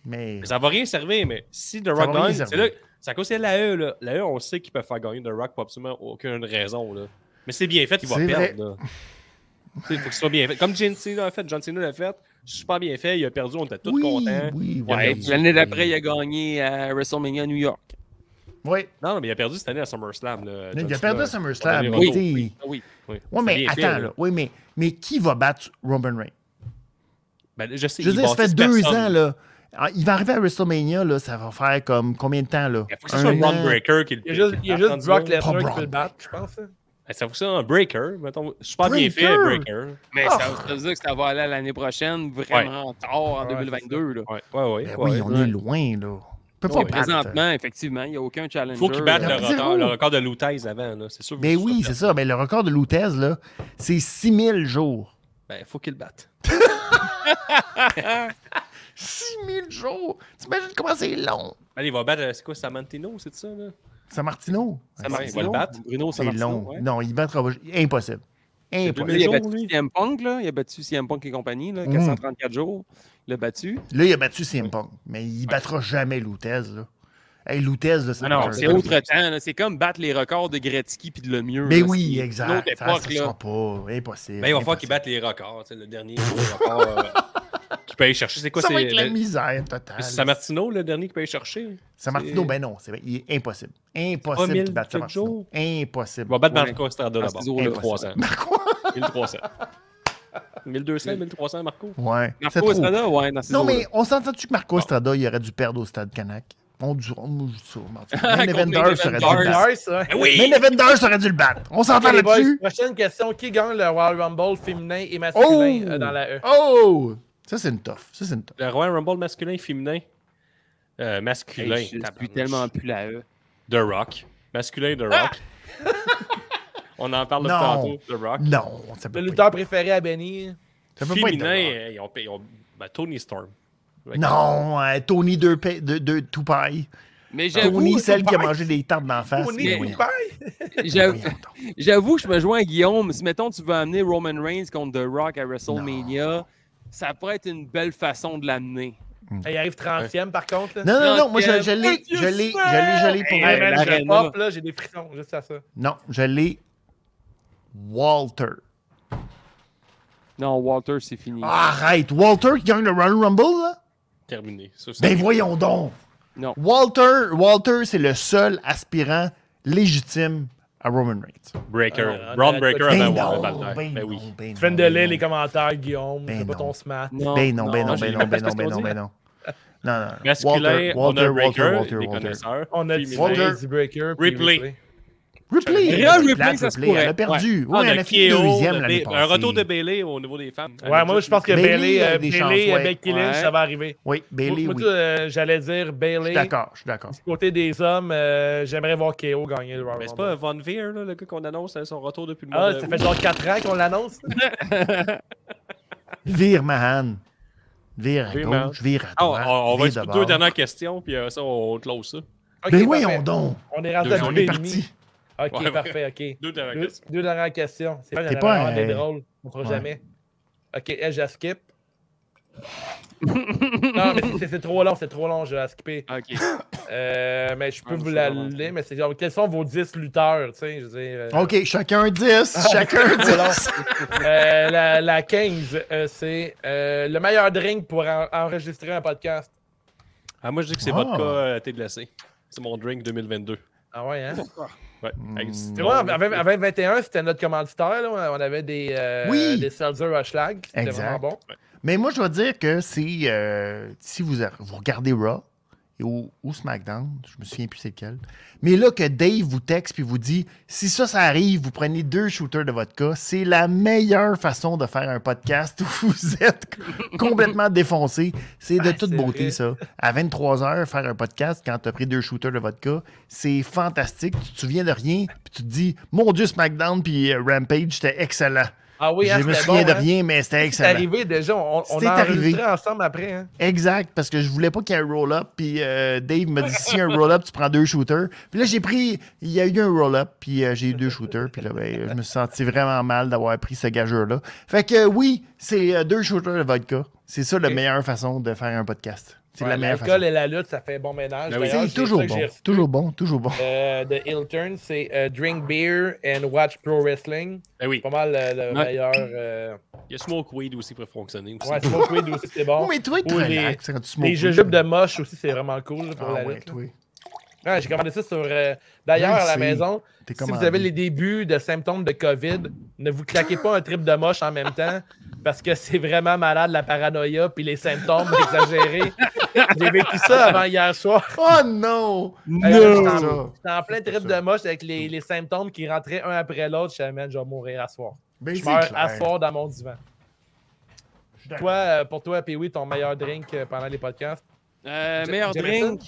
Mais. Mais ça va rien servir, mais si The va Rock rien gagne, servir. c'est là. C'est à cause de l'AE, là. L'AE, on sait qu'ils peuvent faire gagner The Rock pour absolument aucune raison, là. Mais c'est bien fait, il va C'est vrai. perdre, là. Tu sais, faut que ce soit bien fait. Comme John Cena l'a fait, John Cena l'a fait, super bien fait, il a perdu, on était tous Oui, contents. oui, Il a Ouais, perdu. puis L'année d'après, il a gagné à WrestleMania New York. Oui. Non, non, mais il a perdu cette année à SummerSlam, là. John Il a Cena. perdu à SummerSlam. Oui, mais oui, t'sais, Ah Oui. Oui, Ouais, c'est mais bien attends, fait, là. Oui, mais, mais qui va battre Roman Reigns? Ben, je sais, Je veux il dire, ça bâtit fait deux personne. ans, là. Ah, Il va arriver à WrestleMania, là. Ça va faire comme combien de temps, là? Il faut que ce soit an? un Braun Breaker qui le Il y a juste, il y a juste Brock Pas Lesnar qui Brock. peut le battre, je pense. hein. Ben, Ça faut que ce soit un Breaker, mettons. Super bien Breaker! fait, Breaker. Mais Ah. ça veut dire que ça va aller à l'année prochaine, vraiment tard en Ouais, 2022. Là. Ouais, ouais, ouais. Ben ouais. oui, on est loin, là. On peut pas Ouais, battre. euh, présentement, effectivement, il n'y a aucun euh, challenge. Faut qu'il batte le Zéro. record, le record de Lutez avant, là. C'est sûr. Ben oui, c'est ça. Mais le record de Lutez, là, c'est 6000 jours. Ben, faut qu'il le batte. 6000 jours! T'imagines comment c'est long? Allez, il va battre, euh, c'est quoi, Samantino, c'est ça, là? San Martino? Ça Ouais, il va le battre. Bruno C'est Sammartino, long. ouais. Non, il battra pas. Impossible. Impossible. Mais il a jours, battu lui. CM Punk, là. Il a battu CM Punk et compagnie, là. Mm. 434 jours. Il l'a battu. Là, il a battu CM Punk, mais il battra jamais Lutez, là. Hey, Lutez, là, Ah Ah c'est Non, pas- c'est autre temps, là. C'est comme battre les records de Gretzky puis de Lemieux. Mais là. Ben oui, C'est Une exact. autre Ça ne époque, là. sera pas. Impossible. Ben, il va falloir qu'il impossible. batte les records, tu sais, le dernier record euh, qu'il peut aller chercher. C'est quoi, Ça c'est. va être la le- misère c'est totale. Sammartino, le dernier qu'il peut aller chercher? San Martino, ben non, c'est vrai, il est impossible. Impossible 3000 qu'il batte San Martino. jours. Il Impossible. va battre Ouais. Marco Estrada Ah, d'abord. c'est zéro, là. 1300. Marco? 1300. 1200, 1300, Marco. Ouais. c'est Marco trop. Estrada, ouais, dans ces Non, eaux-là. mais on s'entend-tu que Ah. Marco Estrada, il aurait dû perdre au stade Canac? On dit, on dit ça. Même Contre Evander les serait dû le Evanders. battre. Lars, ouais. Ben oui! Même Evander serait dû le battre. On s'entend Ok, les boys, là-dessus? prochaine question. Qui gagne le Royal Rumble féminin et Oh! masculin euh, dans la E? Oh! Ça, c'est une toffe. Ça, c'est une toffe. Le Royal Rumble masculin et féminin. Euh, masculin. Hey, je suis tabarnouche. tellement plus la E. The Rock. Masculin, The Rock. On en parle Non. tantôt, The Rock. Non, ça Le peut pas lutteur préféré à Benny. Ça peut pas être The Féminin, Rock. euh, ils ont, ils ont- ben, Tony Storm. Avec- Non, euh, Tony deux, pa- deux, deux tout paille. Mais j'avoue, Tony, celle qui a paille. mangé des tartes d'en face. Tony mais mais- voyons, Cooper. j'avoue- voyons donc. j'avoue, je me joins à Guillaume. Si, mettons, tu veux amener Roman Reigns contre The Rock à WrestleMania, ça pourrait être une belle façon de l'amener. Il arrive 30e par contre. là. Mm. Non, non, non, moi je, Deuxième. je l'ai, je l'ai, je l'ai, je l'ai pour Hey, vrai. man, je l'arena. pop, là, j'ai des frissons juste à ça. Non, je l'ai. Walter. Non, Walter, c'est fini. Arrête, Walter qui gagne le Royal Rumble, là? Terminé. Ça, c'est- Ben voyons donc. Non. Walter, Walter, c'est le seul aspirant légitime à Roman Reigns. Breaker. Euh, Brown euh, Breaker ben avant non, Warren Van Dam. Ben oui. non, ben Tu fais non, de ben lait les non. commentaires, Guillaume. Ben C'est pas non. ton smat. Ben non, ben non, j'ai ben non, pas ben parce non, qu'on ben non, dit. ben non. Non, non, non. Masculin, Walter, on a Walter, Breaker, Walter, Walter. les connaisseurs. On a dit Féminin, Breaker. Ripley. Ripley! Rhea C'est Ripley, plate, ça se Ripley. Elle pourrait. a perdu. Ah, Oui, elle de a fini KO, deuxième de l'année Ba- passée. Un retour de Bailey au niveau des femmes. Ouais, moi, je pense que Bailey Bailey, a euh, des Bailey, chances, et ouais. Becky Lynch, Ouais. ça va arriver. Oui, Bailey, Moi, oui. tout, euh, j'allais dire Je suis Bailey. d'accord, je suis d'accord. Du côté des hommes, euh, j'aimerais voir KO gagner le Royal Mais c'est Rumble. pas Von Veer, là, le gars qu'on annonce hein, son retour depuis le mois Ah, de ça août. fait genre 4 ans qu'on l'annonce. Vire Mahan. Vire à Vire Mahan. gauche, vire à Ah, on, droite. on va vire de être deux bord. dernières questions, puis euh, ça, on close ça. Ok, Ben oui, parfait. on donne. On est rendu à Deux, deux On et demi. est parti. Ok, Ouais, ouais. parfait, ok. Deux dernières Deux, questions. deux dernières questions. C'est pas, T'es j'en pas avais vraiment un- des drôles. On ne Ouais. jamais. Ok, elle, je la skip. non, mais c'est- c'est- c'est trop long, c'est trop long, je vais la skipper. OK. Euh, mais je peux Ah, vous c'est la vraiment lire, mais c'est genre, quels sont vos 10 lutteurs, tu sais, je veux dire. euh, OK, chacun 10, chacun 10. euh, la, la 15, euh, c'est euh, le meilleur drink pour en- enregistrer un podcast. Ah, moi, je dis que c'est Ah. vodka, euh, thé glacé. C'est mon drink 2022. Ah ouais, Oh, hein? Ouais, Hmm. avec du Tu citron. vois, en 20- 2021, c'était notre commanditaire, là. on avait des, euh, Oui. des seltzers à Schlag, c'était Exact. vraiment bon. Mais moi, je dois dire que si, euh, si vous, vous regardez Raw et ou, ou SmackDown, je me souviens plus c'est lequel, mais là que Dave vous texte puis vous dit si ça, ça arrive, vous prenez deux shooters de votre cas, c'est la meilleure façon de faire un podcast où vous êtes complètement défoncé. C'est de Ah, toute c'est beauté, vrai. ça. À 23 heures, faire un podcast quand tu as pris deux shooters de vodka, c'est fantastique. Tu te souviens de rien, puis tu te dis mon Dieu, SmackDown puis euh, Rampage, c'était excellent. Ah oui, hein, je me c'était souviens bon, de hein. rien, mais c'était C'est excellent. arrivé déjà, on, on C'est a arrivé. enregistré ensemble après. Hein. Exact, parce que je voulais pas qu'il y ait un roll-up. Puis euh, Dave m'a dit si y a un roll-up, tu prends deux shooters. Puis là, j'ai pris. Il y a eu un roll-up, puis euh, j'ai eu deux shooters. Puis là, ben, je me suis senti vraiment mal d'avoir pris ce gageur-là. Fait que euh, oui, c'est euh, deux shooters de vodka. C'est ça la Ok. meilleure façon de faire un podcast. C'est Ouais, la meilleure façon. L'alcool et la lutte, ça fait bon ménage. Ben oui. D'ailleurs, C'est c'est toujours ça que bon. j'ai reçu, Toujours bon, toujours bon. euh, de Hilton, c'est euh, Drink Beer and Watch Pro Wrestling. Ben oui, Pas mal euh, le Ouais. meilleur. euh, il y a Smoke Weed aussi pour fonctionner. Aussi. Ouais, Smoke Weed aussi, c'est Oh, bon. mais toi, tu Ou relax quand tu smoke. Les jujubes de moche aussi, c'est vraiment cool là, pour Ah, la ouais, lutte. toi. Ouais, J'ai commandé ça sur. euh, D'ailleurs, à Je sais. la maison, T'es Si comme vous en- avez les débuts de symptômes de COVID, ne vous claquez pas un trip de moche en même temps parce que c'est vraiment malade la paranoïa puis les symptômes exagérés. J'ai vécu ça avant hier soir. Oh non! Euh, Ben, C'est j'étais en- ça. j'étais en plein trip de moche avec les, les symptômes qui rentraient un après l'autre. Je savais, man, je vais mourir à soir. Ben, Je c'est meurs à clair. soir dans mon divan. Toi, euh, pour toi, puis oui, ton meilleur drink euh, pendant les podcasts. Euh, Ja- meilleur Jameson? drink.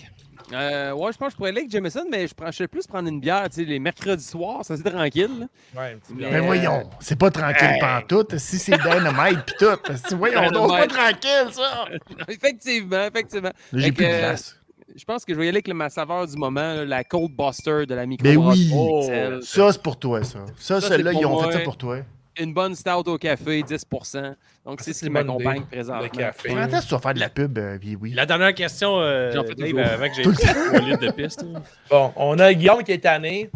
Euh, ouais, je pense que je pourrais aller avec Jameson, mais je, prends, je sais plus prendre une bière, tu sais, les mercredis soirs, ça c'est tranquille. là. Ouais, un petit peu. Ben Euh, voyons, c'est pas tranquille pantoute. Si c'est Dynamite pis tout, parce que voyons, donc, c'est pas tranquille ça. effectivement, effectivement. J'ai Fait plus de que- place. Je pense que je vais y aller avec le- ma saveur du moment, là, la Cold Buster de la Oh! micro. Ben oui, celle- ça c'est pour toi ça. Ça, Ça, celle-là, c'est pour ils ont moi. fait ça pour toi. Une bonne stout au café, 10 Donc c'est Ah, c'est ce qui une bonne m'accompagne idée, présentement. le café. Quand est-ce que tu vas faire de la pub, euh, puis oui. La dernière question, euh, J'en fais Dave, toujours. avant que j'ai trois litres de piste. Bon, on a Guillaume qui est tanné.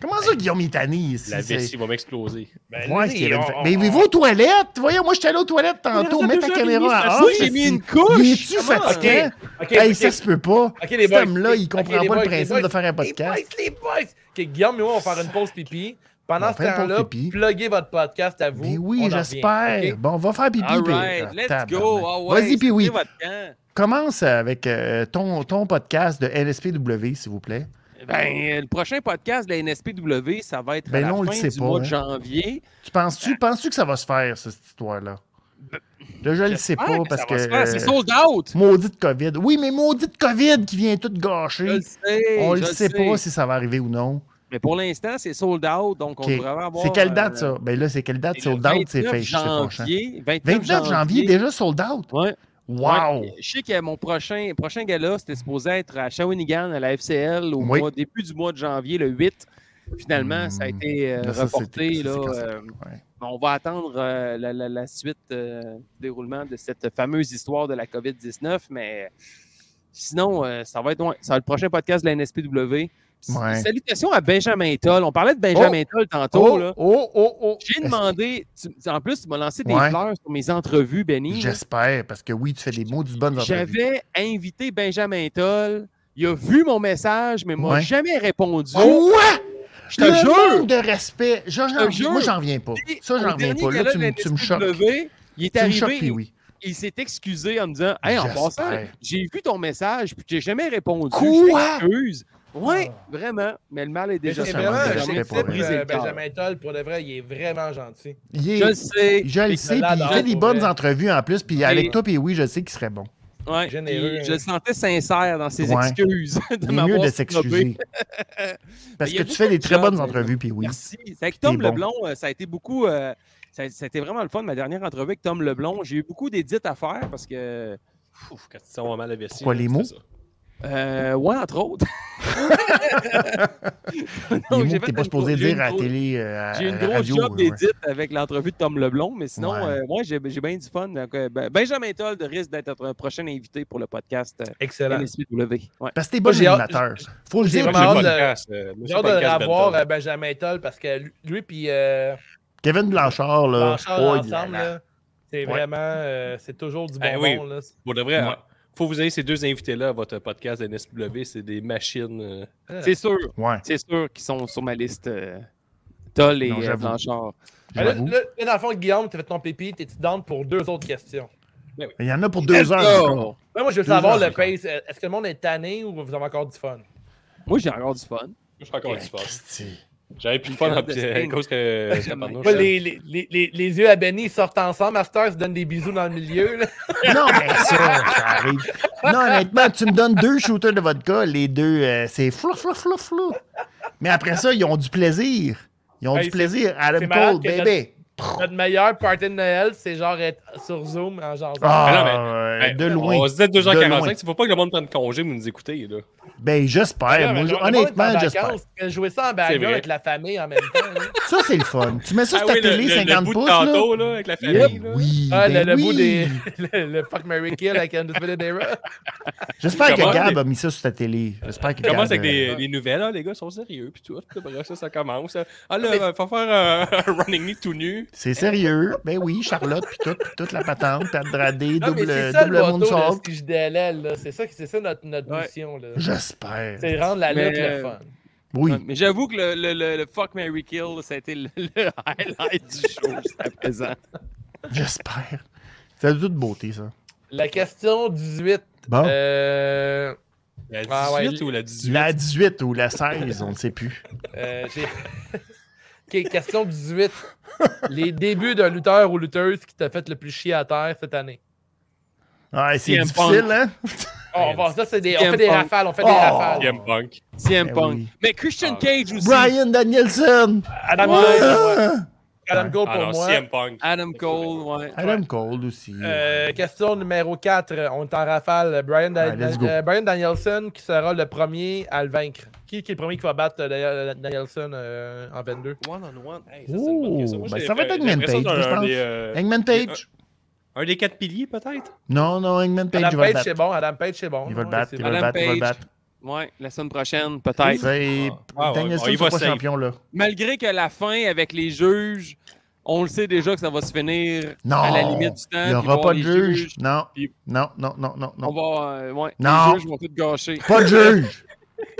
Comment ça, Guillaume il est tanné ici? La c'est- vessie va m'exploser. Ben, Ouais, lui, c'est qu'il avait on- une fa- on- Mais il va aux toilettes! Voyons, moi j'étais allé aux toilettes tantôt, mets ta caméra en Ah, off. j'ai mis une Il couche! est-tu Comment? fatigué? Ok, Hey, ok. ça se peut pas. Ok, les Cet boys. homme-là, il Ok, comprend les pas boys, le les principe boys, de faire un Les boys, podcast. les boys! Ok, Guillaume et moi, on va faire une pause pipi. On Pendant ce fait une pause temps-là, pipi. pluguez votre podcast à vous. Mais On oui, en revient, j'espère. ok? Bon, on va faire pipi. All puis- right, Ah, let's tabarnak. go! Ah ouais, Vas-y, puis oui. c'est votre camp. Commence avec euh, ton, ton podcast de LSPW, s'il vous plaît. Ben, le prochain podcast de la NSPW, ça va être à Ben la non, on le fin sait du pas, mois de hein. janvier. Euh, Tu penses-tu penses-tu que ça va se faire, ça, cette histoire-là? Là, je le sais Ah, pas parce ça que. va se faire, c'est euh, sold out! Maudite COVID. Oui, mais maudite COVID qui vient tout Je le gâcher. sais! On je le sait pas si ça va arriver ou non. Mais pour l'instant, c'est sold out, donc OK. on va vraiment avoir... C'est quelle date, euh, ça? Ben là, c'est quelle date? le Sold out, c'est 29 fait. C'est fâchant. janvier, 29, 29 janvier, déjà sold out. Ouais. Wow! Ouais. Je sais que mon prochain, prochain gala, c'était supposé être à Shawinigan, à la FCL, au Oui. mois- début du mois de janvier, le 8. Finalement, ça a Hmm. été euh, Là, ça, c'est- reporté. c'est- là, c'est- euh, ouais. on va attendre euh, la, la- la suite euh, du déroulement de cette fameuse histoire de la COVID-19, mais sinon, euh, ça, va être, loin. ça va être le prochain podcast de la NSPW. Ouais. Salutations à Benjamin Toll. On parlait de Benjamin Toll tantôt. Oh, là. oh, oh, oh. J'ai Est-ce- demandé, tu- en plus, tu m'as lancé des Ouais. fleurs sur mes entrevues, Benny. là. J'espère, parce que oui, tu fais des maudites bonnes entrevues. J'avais invité Benjamin Toll. Il a vu mon message, mais m'a Ouais. Oh! jamais répondu. Quoi? Oh, je te Le jure! manque de respect. Je- j'en- jure. moi, j'en reviens pas. Ça, j'en Au reviens dernier pas. gala Là, tu, de la me- tu me choques. NSPW, Il est Tu me choques, arrivé, puis oui. il s'est excusé en me disant Hey, en J'espère. passant, j'ai vu ton message, puis j'ai jamais répondu. Quoi? Je m'excuse. Oui, vraiment. Mais le mal est Ah. Mais déjà c'est ça vraiment manque de un respect gentil pour type, vrai. Briser euh, le corps. Benjamin Toll, pour de vrai, il est vraiment gentil. Il est- Je le sais. Je le sais, puis il fait des pour bonnes vrai. entrevues en plus, puis Et- avec toi, puis oui, je sais qu'il serait bon. Ouais, Généreux, puis hein. je le sentais sincère dans ses Ouais. excuses. de Il est mieux m'avoir snobé. de s'excuser. Parce il y que a tu fais beaucoup des de très gens, bonnes mais- entrevues, puis oui. Merci. C'est avec T'es Tom bon. Leblon, euh, ça a été beaucoup. euh, ça, ça a été vraiment le fun, ma dernière entrevue avec Tom Leblon. J'ai eu beaucoup d'édits à faire parce que. Ouf, quand tu sens vraiment la vessie. Quoi, là, les c'est mots? ça. Euh, ouais, entre autres. Les Non, mots j'ai fait que t'es pas une supposé gro- j'ai dire à une la gro- télé, euh, à J'ai une à la grosse radio. job ouais, ouais. d'édite avec l'entrevue de Tom Leblon, mais sinon, Ouais. euh, moi, j'ai j'ai bien du fun. Donc, euh, ben- Benjamin Toll risque d'être un prochain invité pour le podcast euh, Excellent. NSPW. Ouais. Parce que t'es Moi, bon j'ai hâte- animateur. Faut le j'ai dire. vraiment hâte Kevin. de- euh, J'ai monsieur hâte de le podcast revoir, Benton. euh, Benjamin Toll, parce que lui- lui puis euh, Kevin Blanchard, là. Blanchard oh, il a ensemble, l'air- là, c'est vraiment, euh, c'est toujours du Eh bonbon. oui. là. Pour de vrai, Ouais. hein, faut que vous ayez ces deux invités-là à votre podcast de NSW. C'est des machines. euh, C'est sûr, Ouais. c'est sûr qu'ils sont sur ma liste. euh, Toll et Non, euh, j'avoue. Blanchard. Ben Là, j'avoue. là, là, dans le fond, Guillaume, t'as fait ton pépi, t'es-tu down pour deux autres questions? Il y en a pour deux heures. encore. Ouais, moi, je veux Deux savoir heures, le encore. pace. Euh, Est-ce que le monde est tanné ou vous avez encore du fun? Moi, j'ai encore du fun. Je suis encore Ouais, du fun. Christy. J'avais plus de fun Une à, carte de à Sting. cause que. euh, Ouais, ça parle mais- nous, Moi, ça. les, les, les, les- les yeux à Benny ils sortent ensemble, Master se donne des bisous dans le milieu. là. Non, mais ça, ça arrive. Non, honnêtement, tu me donnes deux shooters de vodka, les deux, euh, c'est flou, flou, flou, flou. Mais après ça, ils ont du plaisir. Ils ont Hey, du c'est- plaisir. Adam c'est malade Cole, que notre- bébé. Notre meilleur party de Noël, c'est genre être sur Zoom en genre. Ah, Ah non, euh, ben, Hey, de loin. On se disait De loin. 2h45. Il faut pas que le monde prenne congé mais nous écouter. Là. Ben, j'espère. Moi, je- honnêtement, j'espère. Jouer ça en C'est bagarre vrai. avec la famille en même temps. là. Ça, c'est le fun. Tu mets ça sur ta Ah oui, le, télé le- le 50 bout de pouces, là. tantôt, là, avec la famille. Ben là. oui, Ah, le, ben le bout oui. des. le, le fuck Mary Kill avec Andrew Federa. J'espère que Comment Gab les- a mis ça sur ta télé. J'espère que Ça Gab... euh, commence avec des, ouais. des nouvelles, hein, les gars sont sérieux, puis tout. Puis après ça, ça commence. Ah là, il faut faire euh, un running knee tout nu. C'est sérieux. Ben oui, Charlotte, puis tout, puis toute la patente, Pat Dradé, Non, mais double, c'est ça le double bateau moonsault. de DLL, là. C'est ça, qui- c'est ça notre, notre Ouais. mission. là. J'espère. C'est rendre la Mais, lutte le euh, fun. Oui. Ouais, mais j'avoue que le, le- le- le fuck Mary Kill, ça a été le, le highlight du show jusqu'à présent. J'espère. C'est de toute beauté, ça. La question 18. Bon, Euh, La 18 Ah ouais, ou la 18? la 18 ou la 16, on ne sait plus. euh, j'ai- Ok, question 18. Les débuts d'un lutteur ou lutteuse qui t'a fait le plus chier à terre cette année. Ouais, c'est CM Punk. difficile, hein? Oh, on va- ça, c'est des, on CM fait des Punk. rafales, on fait Oh! des rafales. CM Punk. CM Ben Punk. oui. Mais Christian Ah. Cage aussi. Brian Danielson! Adam Ouais. Cole, pour moi. Adam Cole Ah pour non, moi. CM Punk. Adam Cole, ouais. Adam Cole aussi. Euh, question numéro 4, on est en rafale. Brian, Da- Ah, let's go. euh, Brian Danielson qui sera le premier à le vaincre. Qui, qui est le premier qui va battre euh, Dan- Danielson euh, en 22? One on one. Hey, ça, c'est une bonne Ouh, question. Moi, ben, j'ai- ça va être j'ai Hangman l'impression Page, d'un- je pense. Un, des, Euh, Hangman Page! des quatre piliers, peut-être. Non, non, Hangman Page, il Adam va le Page, battre. c'est bon. Adam Page, c'est bon. Il va le Ouais, battre, c'est il bon. va le Adam battre, il va le Page. battre. Ouais, la semaine prochaine, peut-être. C'est... Ah, ouais, Danielson, ouais, il c'est va pas save. champion, là. Malgré que la fin avec les juges, on le sait déjà que ça va se finir Non! à la limite du temps. Il puis n'y aura voir pas de les juge. juges, Non, puis- non, non, non, non, On non. va. euh, ouais, Non. Les juges vont tout gâcher. Pas de juge!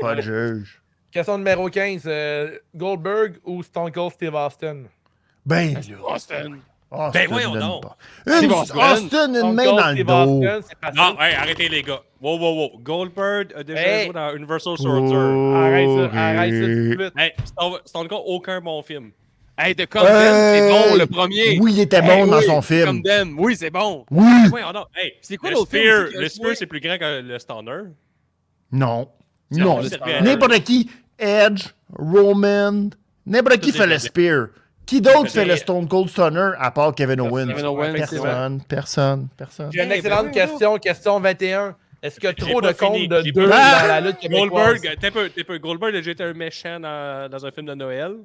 Pas de juge. Question numéro 15, euh, Goldberg ou Stone Cold Steve Austin? Ben, Austin. Austin Ben voyons Ah, donne donc. pas. Steve Une, Austin. Austin, une Stone main Cold dans le Steve dos. Austin, c'est facile. Ah, Non, hey, arrêtez, les gars. Wow, wow, wow. Goldberg a déjà Hey. joué dans Universal Soldier. Arrête ça, arrête ça tout de Horrible. suite. Hey, c'est en- c'est encore aucun bon film. Hey, The Condemn, c'est bon, le premier. Oui, il était Hey, bon dans Eh oui, son The film. Condemn, oui, c'est bon. Oui! Ouais, on a. Hey, C'est quoi le l'autre film Spear- aussi qu'il a Le joué? Spear, c'est plus grand que le Stunner. Non. Non, Non. c'est vrai. N'importe qui. Edge, Roman, n'importe qui fait Ça, c'est le vrai. Spear. Qui d'autre fait le vrai. Stone Cold Stunner à part Kevin Owens? Kevin Owens, c'est vrai. Personne, personne, personne. J'ai une Hey, excellente ben oui, question, question 21. Est-ce qu'il y a trop de pas comptes fini, de j'ai deux pas- dans la lutte québécoise? Goldberg, t'es peu, t'es peu. Goldberg a déjà été un méchant dans, dans un film de Noël.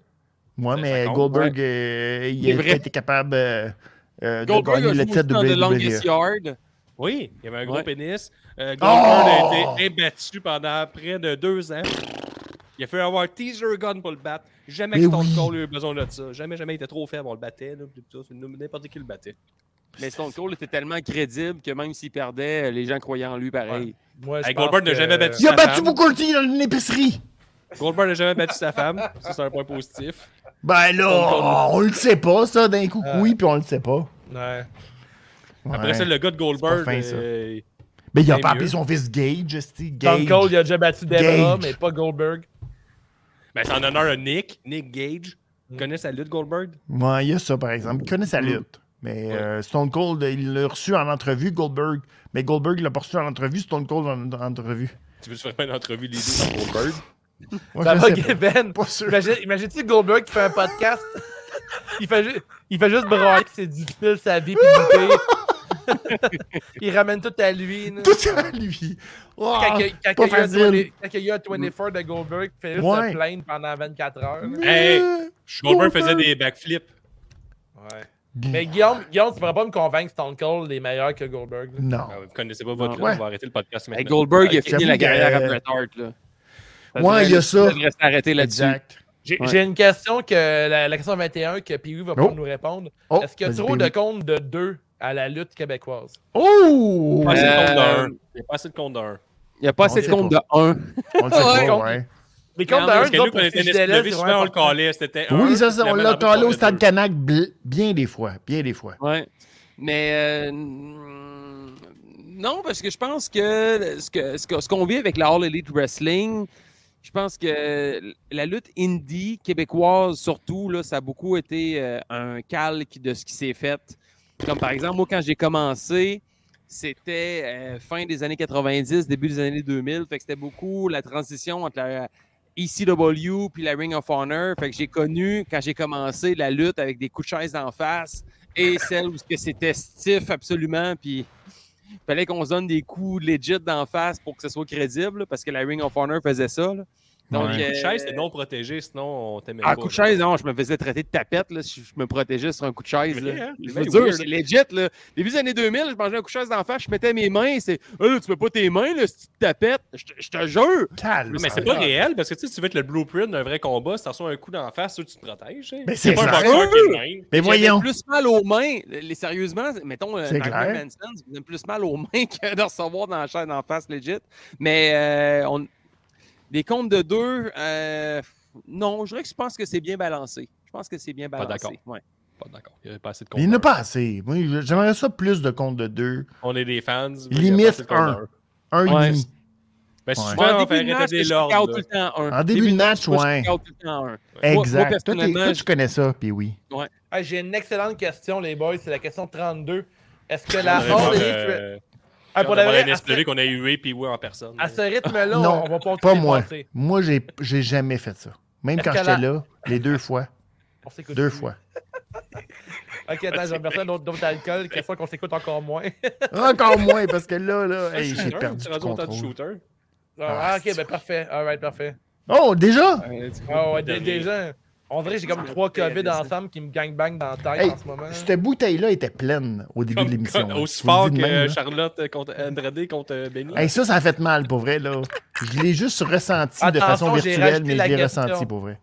Moi, Ça, mais ça compte, Goldberg, euh, il C'est a vrai. pas été capable euh, euh, de Goldberg gagner a le joué aussi titre de E. dans The Longest WWE. Yard. Oui, il y avait un gros Ouais. pénis. Euh, Goldberg Oh! a été imbattu pendant près de deux ans. Il a fait avoir un teaser gun pour le battre. Jamais Mais que Stone oui. Cold a eu besoin de ça. Jamais, jamais, il était trop faible. On le battait. là, puis tout ça, N'importe qui le battait. Mais Stone Cold était tellement crédible que même s'il perdait, euh, les gens croyaient en lui pareil. Moi, je Hey, pense Goldberg n'a que- jamais battu. Il a Sa battu femme. Booker T dans une épicerie. Goldberg n'a jamais battu sa femme. Ça, c'est un point positif. Ben là, on le sait pas, ça, d'un coup, Euh. oui, puis on le sait pas. Ouais. Après Ouais. ça, le gars de Goldberg, C'est pas fin, ça. euh, Mais il a C'est pas appelé mieux. son fils Gage, esti, Gage. Stone Cold, il a déjà battu Debra, Gage. mais pas Goldberg. Ben, c'est en honneur à Nick, Nick Gage. Tu connais sa lutte, Goldberg? Ouais, il y a ça, par exemple. Il connaît sa lutte. Mais euh, Stone Cold, il l'a reçu en entrevue, Goldberg. Mais Goldberg l'a pas reçu en entrevue, Stone Cold en, en entrevue. Tu veux faire une entrevue les deux sur Goldberg? Moi, Ça je va, sais pas. Gavin. Pas sûr. Imagine- Imagine-tu Goldberg qui fait un podcast? Il fait, ju- il fait juste brailler que c'est difficile sa vie, puis goûter. il ramène tout à lui. là. Tout à lui. Oh, Quand il y a- quand pas il y a facile. 20 quand il y a 24 de Goldberg, il fait juste Ouais. se plaindre pendant 24 heures. Euh, là. Hey, Je Goldberg comprends. faisait des backflips. Ouais. Mais Guillaume, Guillaume, tu pourras pas me convaincre que Stone Cold est meilleur que Goldberg. là. Non. Ah, Vous connaissez pas votre Ouais. nom, on va arrêter le podcast maintenant. Hey, Goldberg, il a Ok. fini la j'avoue que- carrière à Bret Hart. Là. euh, Ouais, il y a Il ça. devrait s'arrêter là-dessus. Exact. J'ai Ouais. j'ai une question que la, la question 21 que Pee-Wee va pas Oh. nous répondre. Oh, Est-ce qu'il y a vas-y, trop Pee-wee. de comptes de deux à la lutte québécoise? Oh! Pas assez de compte Euh, d'un. Il y a pas assez de compte d'un. Il n'y a pas assez On de sait compte pas. de 1. On le sait Ouais. pas, ouais. Les comptes de un, Parce que nous nous, autres, quand pour on était CJLL, SW, c'est souvent, on le vraiment important. calait. C'était un. Oui, ça, ça, on finalement, l'a dans calé au le stade deux. Canac bl- bien des fois. Bien des fois. Ouais. Mais euh, mm, non, parce que je pense que ce qu'on ce que- ce qu'on vit avec la All Elite Wrestling, je pense que la lutte indie québécoise, surtout, là, ça a beaucoup été euh, un calque de ce qui s'est fait. Comme par exemple, moi, quand j'ai commencé, c'était euh, fin des années 90, début des années 2000. Fait que c'était beaucoup la transition entre la ECW puis la Ring of Honor. Fait que j'ai connu, quand j'ai commencé, la lutte avec des coups de chaise en face et celle où que c'était stiff absolument, puis il fallait qu'on se donne des coups legit d'en face pour que ce soit crédible, là, parce que la Ring of Honor faisait ça. là. Donc, Coup de euh, chaise, c'était non protégé, sinon on t'aimait pas. ah, coup de chaise, non, je me faisais traiter de tapette là, si je me protégeais sur un coup de chaise. Mais, là. hein, je c'est veux bien dire, weird. c'est legit. Là. Début des années 2000, je mangeais un coup de chaise d'en face, je mettais mes mains, c'est Euh, tu mets pas tes mains, là, si tu tapettes, je te- je te jure. Calme. Mais c'est ça. pas réel, parce que tu sais, tu veux être le blueprint d'un vrai combat, si t'en reçois un coup d'en face, sûr que tu te protèges. hein. Mais c'est pas un clair. boxeur qui est le même. Mais J'avais voyons. plus mal aux mains, les, sérieusement, mettons, euh, C'est Marilyn clair. Manson, ça faisait plus mal aux mains que de recevoir dans la chaîne d'en face, legit. Mais euh, on... des comptes de deux, euh, non, je dirais que je pense que c'est bien balancé. Je pense que c'est bien Pas balancé. d'accord. ouais. Pas d'accord, il y avait pas assez de Il n'y en a compteur. pas assez. Moi, je- j'aimerais ça plus de comptes de deux. On est des fans. mais Limite il y a pas assez de un. compteur. Un et Ouais, demi. Ben, Ouais. souvent, en on fait début de match, répéter je scout l'ordre. tout là. le temps un. En début de match, moi, ouais. Je scout tout le temps un. Moi- moi, Exact. Toi, t'es- personnellement, toi, tu connais ça, puis oui. Ouais. Ah, J'ai une excellente question, les boys. C'est la question 32. Est-ce que la On devrait voir, All Elite... euh, Ah, on pour devrait la vraie, à avoir un ce, SPV qu'on a hué puis ouais en personne. Ah, à ce rythme-là, Non, on va pas Pas continuer moi. de passer. Moi, j'ai j'ai jamais fait ça. Même Est-ce quand qu'elle j'étais a- là, les deux fois. On s'écoute Deux plus. fois. Ok, attends, j'ai besoin d'autres d'autres d'alcool. Question qu'on s'écoute encore moins. Encore moins, parce que là, là, Un hey, j'ai shooter, perdu c'est tout rendu au temps du contrôle. shooter. Ah, ok, c'est- ben parfait. Alright, parfait. Oh, déjà? Ah ouais, Dernier. déjà. On dirait que j'ai comme trois COVID ensemble qui me gangbang dans la tête Hey, en ce moment. Cette bouteille-là était pleine au début de Comme- l'émission. comme- là. Aussi Je vous le fort dis que de euh, même, là. Charlotte contre Andrade contre Benny. Hey, ça, ça a fait mal, pour vrai, là. Je l'ai juste ressenti de Attention, façon j'ai virtuelle, rajouté mais la je l'ai question. ressenti, pour vrai.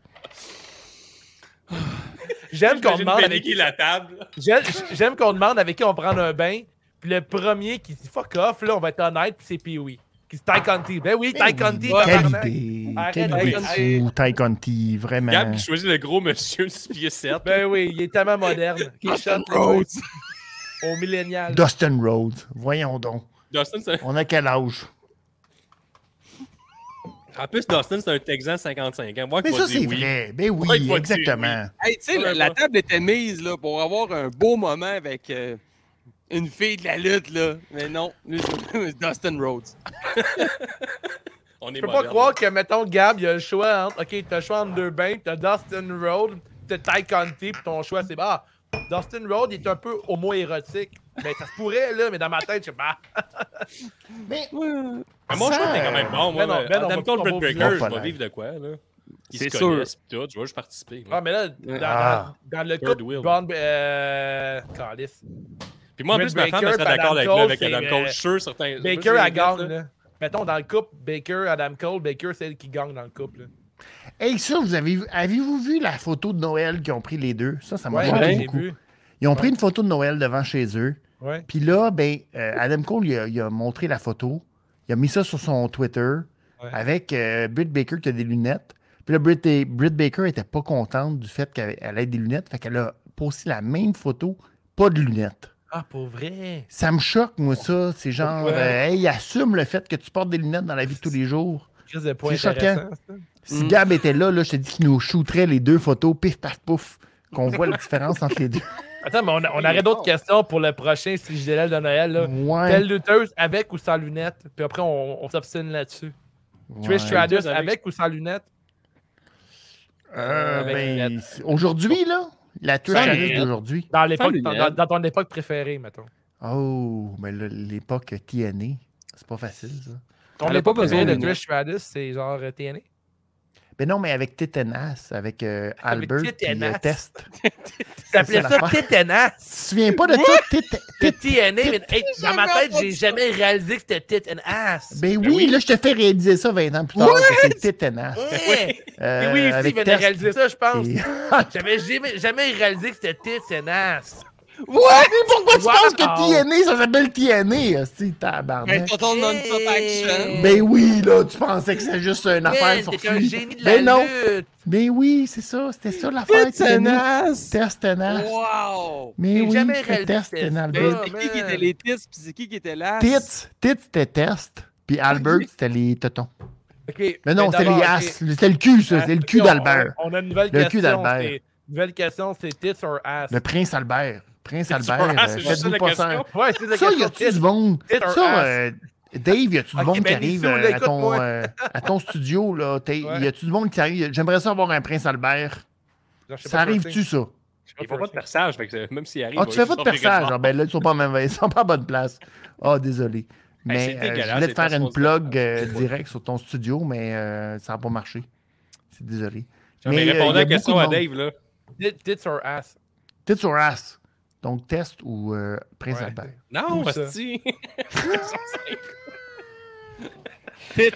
J'aime qu'on J'imagine demande Benny avec qui la table. J'aime j'aime qu'on demande avec qui on prend un bain, puis le premier qui dit fuck off, là, on va être honnête, puis c'est Pee-Wee. Qui se Ty Conti. Ben oui, Ty Conti, Quelle tabarnak. idée! Arrête, Quelle arrête, idée arrête. fou, Ty Conti, vraiment. Gab qui choisit le gros monsieur 6 pieds 7. Ben oui, il est tellement moderne. Il Ah, chante Rhodes. au millénial. Dustin Rhodes, voyons donc. Dustin, c'est On a quel âge? un- en plus, Dustin, c'est un Texan 55 ans. Moi, Mais qui va ça, dire c'est oui. vrai. Ben Ouais, il oui, va exactement. Hey, tu sais, la, la table était mise là, pour avoir un beau moment avec euh, une fille de la lutte, là. Mais non, Dustin Rhodes. On est Je peux pas moderne. croire que, mettons, Gab, il y a le choix entre. Ok, t'as le choix entre deux bains, t'as Dustin Road, t'as Ty Conti, puis ton choix, c'est. Bah, Dustin Road, il est un peu homo-érotique. Mais ça se pourrait, là, mais dans ma tête, je ah, sais pas. Mais Mais Mon Ça- choix était quand même bon. Moi, Ben non, ben non, Adam on va- Cole, on Britt va- Baker, on je va- vais vivre de quoi, là. Ils C'est se sûr. connaissent, pis tout. Je vais juste participer. Ah, là. mais là, dans, Ah. dans- dans le Third couple, wheel. Braun. Euh. Calisse. Puis moi, en plus, ma Britt femme elle Baker, puis serait d'accord Adam avec Cole, moi, avec c'est, Adam Cole. euh, Je suis sûr, certain. Baker, elle gagne, là. Mettons, dans le couple, Baker, Adam Cole, Baker, c'est elle qui gagne dans le couple. là. Hey, ça, vous avez avez-vous vu la photo de Noël qu'ils ont pris les deux? Ça, ça m'a Ouais, choqué j'ai beaucoup. vu. Ils ont pris une photo de Noël devant chez eux. Ouais. Puis là, ben, euh, Adam Cole, il a, il a montré la photo. Il a mis ça sur son Twitter Ouais. avec euh, Britt Baker qui a des lunettes. Puis là, Britt, et- Britt Baker était pas contente du fait qu'elle elle ait des lunettes. Fait qu'elle a posté la même photo, pas de lunettes. Ah, pour vrai. Ça me choque, moi, ça. C'est genre, Pourquoi? euh, hey, assume le fait que tu portes des lunettes dans la vie de tous les jours. Crise de points C'est intéressants. ça. Si Mm. Gab était là, là, je te dis qu'il nous shooterait les deux photos, pif, paf, pouf, qu'on voit la différence entre les deux. Attends, mais on, a- on aurait d'autres questions pour le prochain CJDL de Noël. Là. Ouais. Telle lutteuse avec ou sans lunettes. Puis après, on, on s'obstine là-dessus. Trish ouais. Stratus Lutteuse avec- avec ou sans lunettes. Euh, avec ben, lunettes. c'est- aujourd'hui, là, la Trish Sans Stratus lunettes. d'aujourd'hui. Dans, l'époque, lunettes. dans, dans ton époque préférée, mettons. Oh, mais là, l'époque TNA, c'est pas facile, ça. Ton Elle a pas époque besoin préférée de de Trish Stratus, c'est genre euh, TNA. Mais Ben non, mais avec Tétanas, avec euh, Albert et Tétanas. Test. T'appelais ça, ça l'affaire. Tétanas. Tu te souviens pas de ça? Tét- Le Tét- TNA, mais hey, dans ma tête, j'ai jamais réalisé que c'était tit and ass. Ben oui, là, je te fais réaliser ça 20 ans plus tard. que C'est Tétanas. Ouais. Et Euh, oui, Steve avec venait Test réaliser ça, je pense. et- J'avais jamais, jamais réalisé que c'était tit and ass. Ouais, pourquoi Wow. tu Ben, penses que TNA, ça s'appelle TNA, hostie, Un tabarnak? total non-stop action. Ben oui, là, tu pensais que c'était juste une affaire Man, sur Ben, t'es un génie de la Ben non, lutte. ben oui, c'est ça, c'était ça l'affaire TNA. Test tenace. Wow! Mais J'ai oui, jamais c'était réalisé test que c'était and Albert. ça. C'est qui qui était les tits, puis c'est qui qui était là? Tits, tits, c'était test, puis Albert, c'était les totons. Ok, Mais non, c'était d'abord, les ok. Ah, asses, c'était le cul, ça, c'était le Ok, cul on- d'Albert. Hein? On, on a une nouvelle Le cul question. d'Albert. c'est- Nouvelle question, c'est tits or ass? Le prince Albert. Prince pas- Albert, ah, euh, c'est juste ça faites-vous la pas ça. question. Oh, Ouais, c'est la Ça, y question. a-tu du tits. monde? tits or Ça, ass? euh, Dave, y a-tu du Ok, monde qui ben, arrive Nisou, euh, à, écoute, ton, moi. euh, à ton studio? Là, T'es- Ouais. Y a-tu du monde qui arrive? J'aimerais ça avoir un prince Albert. Non, je sais Ça pas arrive-tu, je ça? Il sais ne fait pas de perçage, fait que, euh, même s'il arrive. Ah, tu il fais va pas de sortir quelque perçage. part. Ah, ben là, ils sont pas en même ils sont pas en bonne place. Ah, désolé. Mais c'est euh, je dégueulasse, voulais les te faire une façons de plug faire. euh, direct sur ton studio, mais euh, ça n'a pas marché. C'est désolé. Non, Mais, Mais, euh, il y répondez a à la question beaucoup de à monde. Dave, là. Tits- Tits or ass? Tits or ass? Donc, test ou euh, prince Ouais. Albert? Non, Où ça? hostie.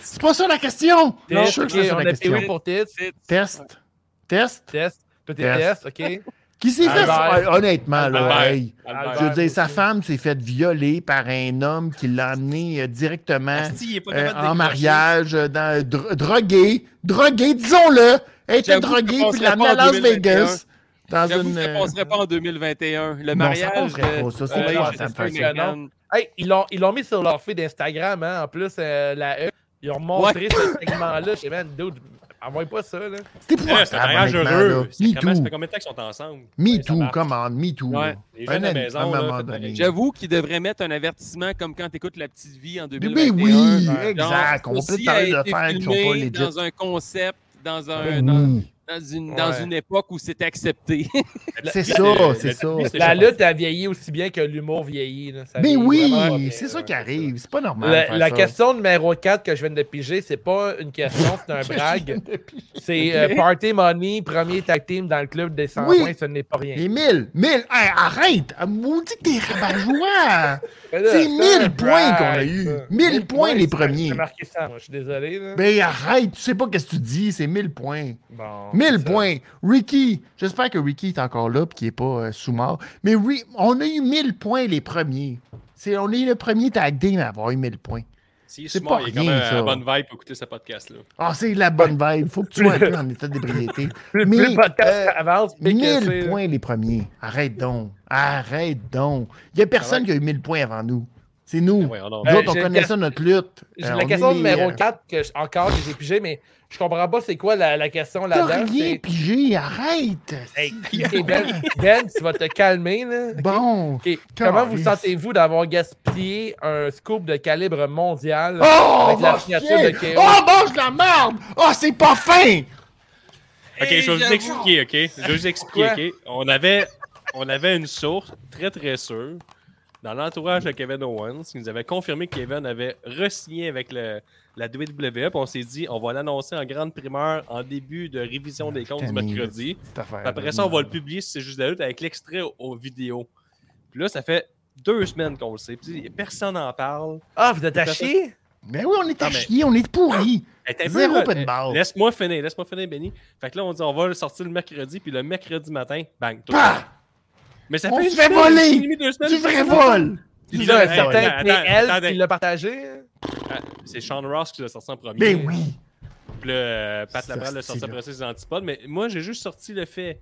C'est pas ça la question! Tits, Je suis sûr ok, que c'est ça on la a question. PO pour tits. Test. Test. Test. Toi, t'es Test. test, ok? Qui s'est fait. Albert. Ah, Honnêtement, là, Albert. hey. Albert. Je veux dire, aussi. sa femme s'est faite violer par un homme qui l'a amené euh, directement Hostie, il est pas euh, capable de en décrocher. mariage, euh, dans, dro- drogué, drogué, disons-le. Elle était J'avoue que droguée, je puis l'a amenée penserais à pas en Las Vegas. Dans J'avoue une. que ça euh, passerait pas en 2021. Le non, ça mariage passerait de- euh, pas, ça, c'est Ouais, pas je passable, sais ça, pas, c'est Meghan. canon. Hey, ils l'ont, ils l'ont mis sur leur feed Instagram, hein, en plus, euh, la E. Ils ont montré ce segment-là. Je sais, man, dude, envoie pas ça, là. C'est Eh, C'est un mariage épouvantable, honnêtement, Ah, là. heureux. C'est Me comment- Ça fait too. combien de temps qu'ils sont ensemble? Me Ouais, ça too, marche. come on, me too. Ouais, les gens à la Un an- maison, un là, moment faites donné. pareil. J'avoue qu'il devrait mettre un avertissement comme quand t'écoutes La Petite Vie en 2021. ben oui, Genre, exact. On peut ceci parler a de été faire qui sont filmé pas legit. Dans un concept, dans, un, Ben dans, oui. dans une, dans Ouais. une époque où c'est accepté. C'est La- ça, la- c'est la- ça. La la- lutte a vieilli aussi bien que l'humour vieillit. là. Ça Mais vieillit vraiment ben oui, bien, c'est ça ouais. qui arrive. C'est pas normal. de euh, La, faire la ça. question numéro 4 que je viens de piger, c'est pas une question, c'est un brag. C'est euh, Party Money, premier tag team dans le club des 100 Oui. points, ce n'est pas rien. Les 1000, 1000, hey, arrête! Ah, Maudit que t'es rabat Mais là, C'est un 1000 points brag, qu'on a eu! ça. 1000 points les c'est- premiers! J'ai marqué ça, moi, je suis désolé. là. Ben arrête, tu sais pas qu'est-ce que tu dis, c'est 1000 points. Bon, 1000 c'est ça. points! Ricky, j'espère que Ricky est encore là et qu'il est pas euh, sous-mort. Mais oui, on a eu 1000 points les premiers. C'est, on est le premier tag team à avoir eu 1000 points. S'il C'est se mord, pas il est rien, quand même à ça. la bonne vibe pour écouter ce podcast-là. Ah, c'est la bonne vibe. Faut que tu sois un peu en état d'ébriété. Plus, Mais, plus le podcast euh, avance, plus que 1000 c'est- points les premiers. Arrête donc. Arrête donc. Il n'y a personne qui a eu 1000 points avant nous. C'est nous. Ah ouais, alors, Nous Euh, autres, on j'ai connaît une ça, notre lutte. J'ai Euh, on la est question les, numéro euh, 4 que je- encore que j'ai pigé, mais je comprends pas c'est quoi la, la question T'as là-dedans. rien c'est- pigé, arrête! Hey, C'est ok, ben, Ben, tu vas te calmer. Là. Bon! Ok, Comment vous Caliste. sentez-vous d'avoir gaspillé un scoop de calibre mondial Oh! avec va la signature de chier. KO? Oh, mange la merde! Oh, c'est pas fin! Ok, Et je vais vous j'avoue. expliquer, ok? Je vais vous expliquer, ok? On avait, on avait une source très très sûre dans l'entourage de Kevin Owens qui nous avait confirmé que Kevin avait re-signé avec le- la WWE. Puis on s'est dit, on va l'annoncer en grande primeur en début de révision des comptes du Putain, mais- mercredi. Cette affaire. Puis après ça, on va le publier si c'est juste de la lutte avec l'extrait au- aux vidéos. Puis là, ça fait deux semaines qu'on le sait. Puis personne n'en parle. Ah, vous êtes à Tout à fait. chier? Mais oui, on est à Non, Ah, mais- chier, on est pourri. Elle était un peu- Zéro euh, open bar. Laisse-moi finir, laisse-moi finir, Benny. Fait que là, on dit on va le sortir le mercredi, puis le mercredi matin, bang, tout. Bah! Mais ça On fait se une fait semaine, voler! une semaine, deux semaines, Du je sais vrai pas. vol! Puis Il y là, a un attends, certain attends, PL attendez. qui l'a partagé. C'est Sean Ross qui l'a sorti en premier. Mais Ben oui! Puis là, euh, Pat Ça, Labrade l'a sorti c'est après ça, ses antipodes. Mais moi, j'ai juste sorti le fait,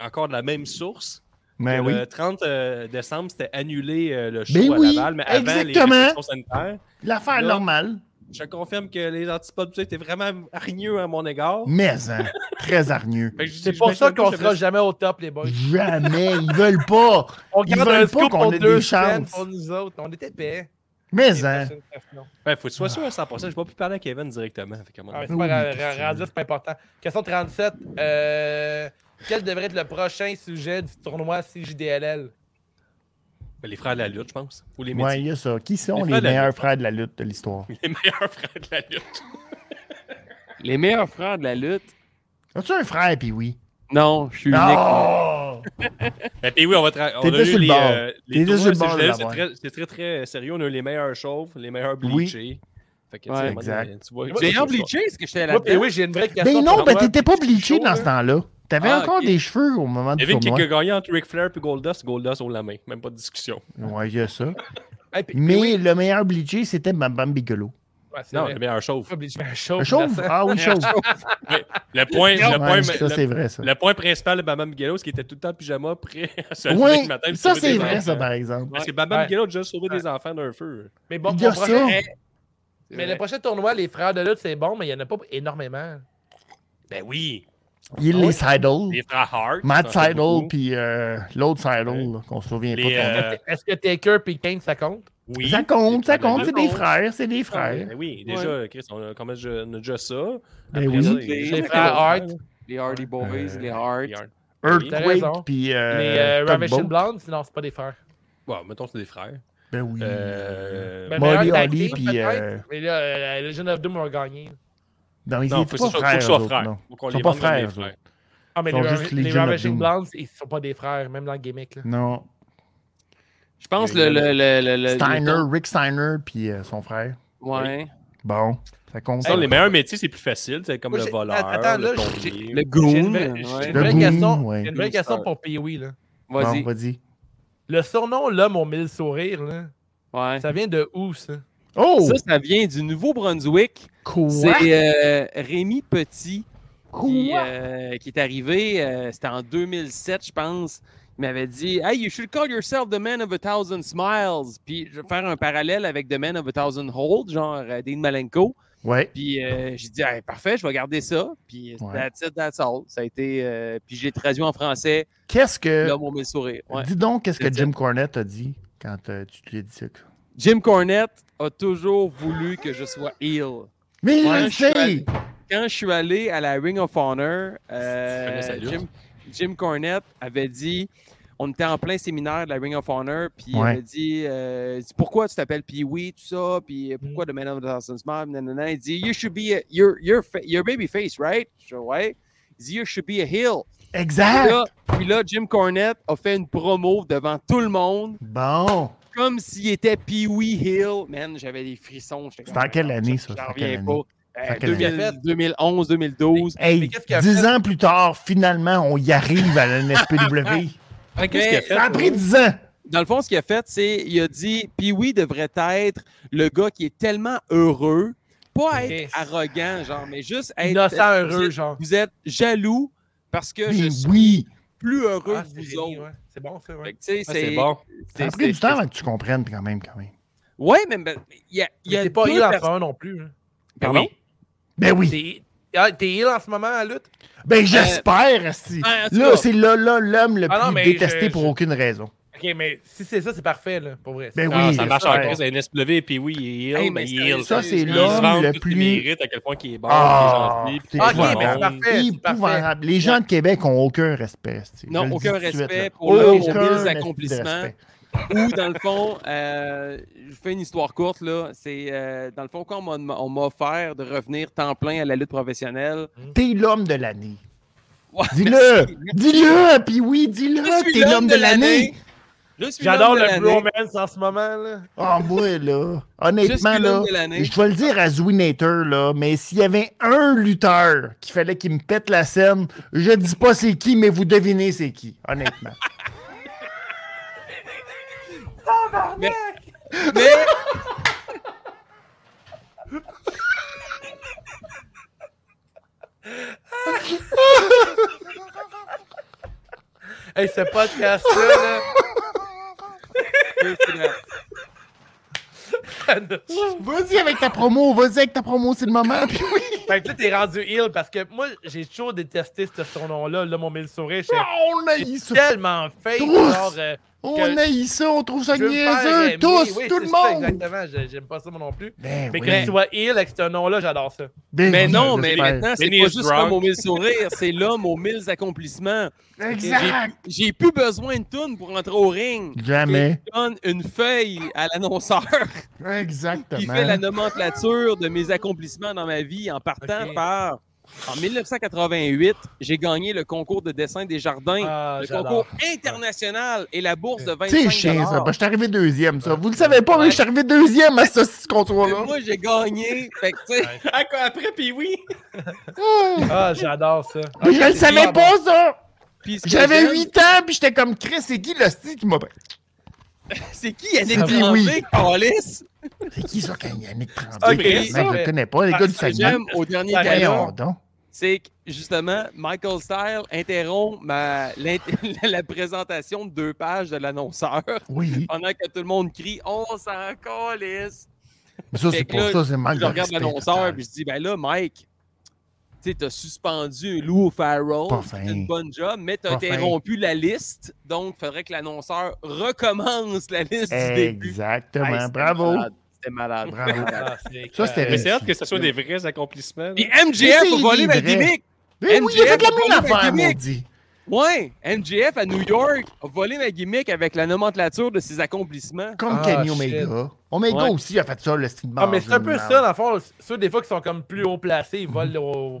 encore de la même source, Mais Ben oui. Le 30 euh, décembre, c'était annulé euh, le show Ben à oui, Laval, mais avant exactement. les restrictions sanitaires. L'affaire Là. normale, Je te confirme que les antipodes, tu étaient vraiment hargneux à mon égard. mais hein, très hargneux. Fait que je- C'est je pour mets ça le qu'on gauche, sera je jamais au top, les boys. Jamais, ils veulent pas. On Ils garde veulent un pas scoop qu'on pour ait deux des semaines chances. pour nous autres. On était épais. Mais hein, mets- Ouais, Ben, faut que tu sois sûr à 100%. Je vais plus parler à Kevin directement. Fait qu'à un moment Ah, donné- c'est pas, Oui, qu'est-ce que tu rendu, c'est pas important. Question 37. euh, quel devrait être le prochain sujet du tournoi CJDLL? Mais les frères de la lutte, je pense. Ou les ouais, médecins. il y a ça. Qui sont Les les, frères de la meilleurs frères de la lutte de l'histoire? Les meilleurs frères de la lutte. Les meilleurs frères de la lutte? As-tu un frère, puis oui? Ah! Non, je suis unique. Non! Et Ben, puis oui, on va tra- on T'étais a sur eu le les, bord. euh, les T'étais sur le tournois, bord de c'est- l'avoir. c'est très, c'est très, très sérieux. On a eu les meilleurs chauves, les meilleurs Oui. bleachés. Fait que, tu sais, Ouais, à un moment donné, Tu vois, tu J'ai vois- obligé ce que j'étais Moi, puis là-dedans. oui, j'ai une vraie question. Ben non, pour ben toi, t'étais pas puis je suis bleaché chaud, hein? dans là. ce temps-là. T'avais Ah, encore ok. des cheveux au moment du Devine qui tournoi. a gagné entre Ric Flair et Goldust. Goldust au la main. Même pas de discussion. Ouais, il y a ça. Hey, puis- Mais puis oui, le meilleur bleaché, c'était Bam Bam Bigelow. ouais, c'est Non, vrai. le meilleur chauve. Pas bleaché, mais Oh, chauve, Le chauve? blassant. Ah oui, chauve. Le point, le Ouais, point, ça, le- c'est vrai, ça. le point principal de Baba Miguelo, c'est qu'il était tout le temps en pyjama prêt à se lever Oui, le matin. pour ça, sauver c'est des vrai, enfants. ça, par exemple. Parce que Baba Ouais. Miguelo a déjà sauvé des enfants d'un feu. Mais bon, Il y a mon prochain- ça. hey, mais le prochain tournoi, les frères de lutte, c'est bon, mais il n'y en a pas énormément. Ben oui, Il y a Ah les oui. Seidel, les frères Hart. Matt ça en fait Seidel, beaucoup. puis euh, l'autre Seidel, là, qu'on se souvient Les, pas. qu'on a. Euh. Est-ce que Taker et Kane, ça compte? Oui. Ça compte, ça les frères compte, c'est des Bigelow. frères, c'est des Ben frères. oui, déjà, Chris, on a, comment je, on a déjà ça. Ben Après oui. ça, Les- il y a Les les frères Hart, Les Hardy Boys, Euh, les Les Hart. Hart. T'as raison. Earthquake, puis. euh, les euh, Tugboat. Ravishing Blonde, sinon, c'est pas des frères. Bon, mettons, c'est des frères. Ben oui. Euh, Ben, Molly, meilleur tag Holly, team, puis, peut-être, euh, Mais là, euh, Legend of Doom a gagné. Non, ils non, étaient faut pas que ce soit- faut frères. que ce eux soit autres, frère. non. Faut qu'on Ils sont les pas vende comme des frères, frères. Ah, mais Ils sont les, juste Rav- les Legion of Ravishing Doom. Blondes, ils sont pas des frères, même dans le gimmick. Là. Non. Je pense le. le, le, le- le- Steiner, le- Rick Steiner, puis euh, son frère. Ouais. Bon, ça compte. Ça, les meilleurs métiers, c'est plus facile, c'est comme Moi, le j'ai- voleur, attends, là, le plombier. Le J'ai une Goon. vraie, ouais. j'ai une Le vraie Goon, question, ouais. j'ai une vraie question pour Pee-Wee. Là. Vas-y. Bon, vas-y. Le surnom L'homme au mille sourires, là, Ouais. ça vient de où, ça? Oh! Ça, ça vient du Nouveau-Brunswick. quoi? C'est euh, Rémi Petit qui, Quoi? euh, qui est arrivé, euh, c'était en 2007, je pense. Il m'avait dit Hey, you should call yourself the man of a thousand smiles. Puis je vais faire un parallèle avec The Man of a thousand holds, genre euh, Dean Malenko. Ouais. Puis euh, j'ai dit Hey, parfait, je vais garder ça. Puis euh, Ouais. that's it, that's all. Ça a été. euh, puis j'ai traduit en français Qu'est-ce que. L'homme au mille sourires. Ouais. Dis donc, qu'est-ce que C'est ça. Jim Cornette a dit quand euh, tu lui as dit ça? quoi. Jim Cornette a toujours voulu que je sois ill. Ouais, Mais je le je suis sais! allé- quand je suis allé à la Ring of Honor, euh, Tu connais sa lutte? Jim, Jim Cornette avait dit, on était en plein séminaire de la Ring of Honor, puis il Ouais. avait dit, euh, il dit, pourquoi tu t'appelles Pee Wee, tout ça, puis euh, Mm. pourquoi The Man of a Thousand Smiles, nanana. Il dit, you should be a, you're, you're, fa- you're baby face, right? Je dis, ouais. Il dit, you should be a heel. Puis Exact! là, puis là, Jim Cornette a fait une promo devant tout le monde, Bon! comme s'il était Pee Wee Hill. Man, j'avais des frissons. J'étais C'était en comme, quelle j'en- année, ça? J'en C'était en reviens quelle pas. année? Euh, C'était en quelle 2000, 2011, 2012. Hey, Mais qu'est-ce qu'il a dix fait? ans plus tard, finalement, on y arrive à la NSPW. Ah, Qu'est-ce qu'il a fait? ça a pris dix ans! Dans le fond, ce qu'il a fait, c'est il a dit Pee Wee devrait être le gars qui est tellement heureux, pas Yes. être arrogant, genre, mais juste être. Innocent, heureux, Vous êtes, genre. vous êtes jaloux parce que je Mais suis oui! plus heureux Ah, que c'est vous génie, autres. ouais. C'est bon, ça, Fait ouais. que, tu sais, Ah, C'est bon. c'est- Ça a c'est- pris du temps avant que tu comprennes, quand même, quand même. Ouais, mais ben, il y a, il y Mais a T'es pas deux heal en ce personnes- moment non plus. hein. Pardon? Oui. Ben oui! T'es ah, t'es heal en ce moment à la lutte? Ben j'espère, esti. en tout Là, cas- c'est là, là, l'homme le Ah non, plus mais détesté je- pour je- aucune raison. Ok, mais si c'est ça, c'est parfait, là, pour vrai. Ben Non, oui, ça marche en j'espère. crise à NSW, puis oui, il est Hey, ill, mais mais il est ill. Ça, c'est Il se l'homme vante le tout ce plus- qu'il mérite à quel point qu'il est bon, Ah, qu'il est gentil. c'est puis Ah, qu'il est ok, épouvantable. mais c'est bon. parfait. c'est parfait. Épouvantable. Les gens de Québec ont aucun respect. esti. Non, Je le aucun dis tout de suite, respect là. pour leurs Aucun habiles esti de accomplissements. respect. Ou dans le fond, euh, je fais une histoire courte là. C'est euh, dans le fond quand on m'a- on m'a offert de revenir temps plein à la lutte professionnelle. T'es l'homme de l'année. Ouais, Dis-le! merci. Dis-le! Puis oui, Je dis-le! suis T'es l'homme de l'année! Je suis J'adore l'homme de le l'année. bromance en ce moment, là. Ah, moi, Je là, suis honnêtement, là, l'homme de l'année. je vais le dire à Zwinator, là, mais s'il y avait un lutteur qu'il fallait qu'il me pète la scène, je dis pas c'est qui, mais vous devinez c'est qui, honnêtement. Mais Hey, ce podcast-là, là. Vas-y avec ta promo, vas-y avec ta promo, c'est le moment. Puis oui. fait que là, t'es rendu ill parce que moi, j'ai toujours détesté ce son nom-là. Là, mon mille sourire, On haït c'est ça. tellement fake. Trousse. Genre, euh, On haït ça, on trouve ça je veux me faire niaiseux, aimer. tous, Oui, tout c'est le ça, monde. Exactement, J'ai- j'aime pas ça moi non plus. Ben Mais oui. que tu sois ill avec ce nom-là, j'adore ça. Ben Mais oui, non, mais j'espère. maintenant, c'est Vinny pas is juste drunk. l'homme aux mille sourires, c'est l'homme aux mille accomplissements. Exact. J'ai plus besoin de tune pour entrer au ring. Jamais. Je donne une feuille à l'annonceur Exactement. qui fait la nomenclature de mes accomplissements dans ma vie en partant Ok. par. En 1988, j'ai gagné le concours de dessin des jardins, Ah, le j'adore. concours international et la bourse de 25 C'est chiant, ça. Ben, dollars. je suis arrivé deuxième, ça. Vous le savez pas, mais je suis arrivé deuxième à ce ce comptoir-là. Moi, j'ai gagné. Fait que, tu sais, Après, puis oui. Hum. Ah, j'adore ça. Mais je le savais pas, ça. puis ce que J'avais j'aime, 8 ans, puis j'étais comme Chris, c'est qui le style qui m'a. C'est qui Yannick Puis oui. Tremblay, Carlis? C'est qui ça, quand Yannick Ah, Tremblay? Chris, Ok. Man, Ben, je le connais pas, les gars du Ce que Saguenay. j'aime au dernier Ah, gagnant, Voyons donc. c'est que justement, Michael Style interrompt ma- l'int- la présentation de deux pages de l'annonceur Oui. pendant que tout le monde crie On s'en calisse. Mais ça, Fait c'est que pour là, ça, c'est manque Je de regarde respect l'annonceur total. et je dis Ben là, Mike, tu sais, t'as suspendu Lou Farrell, Pas c'est fin. une bonne job, mais t'as Pas fin. interrompu la liste, donc faudrait que l'annonceur recommence la liste du début. Hey, Exactement. c'était Bravo. malade, C'était malade. Bravo. Ah, c'est Ça, c'était Mais c'est hâte que ce soit des vrais accomplissements. là. Puis MJF Mais a c'est volé ma vrai. gimmick. Eh oui, il a fait MJF, la même bravo, affaire, Yannick. maudit. Ouais, MJF à New York a volé ma gimmick avec la nomenclature de ses accomplissements. Comme Ah, Kenny shit. Omega. Omega Ouais. aussi a fait ça, le style de Ah, mais c'est un base, peu une ça, merde. dans le fond. Ceux, des fois, qui sont comme plus haut placés, ils volent au,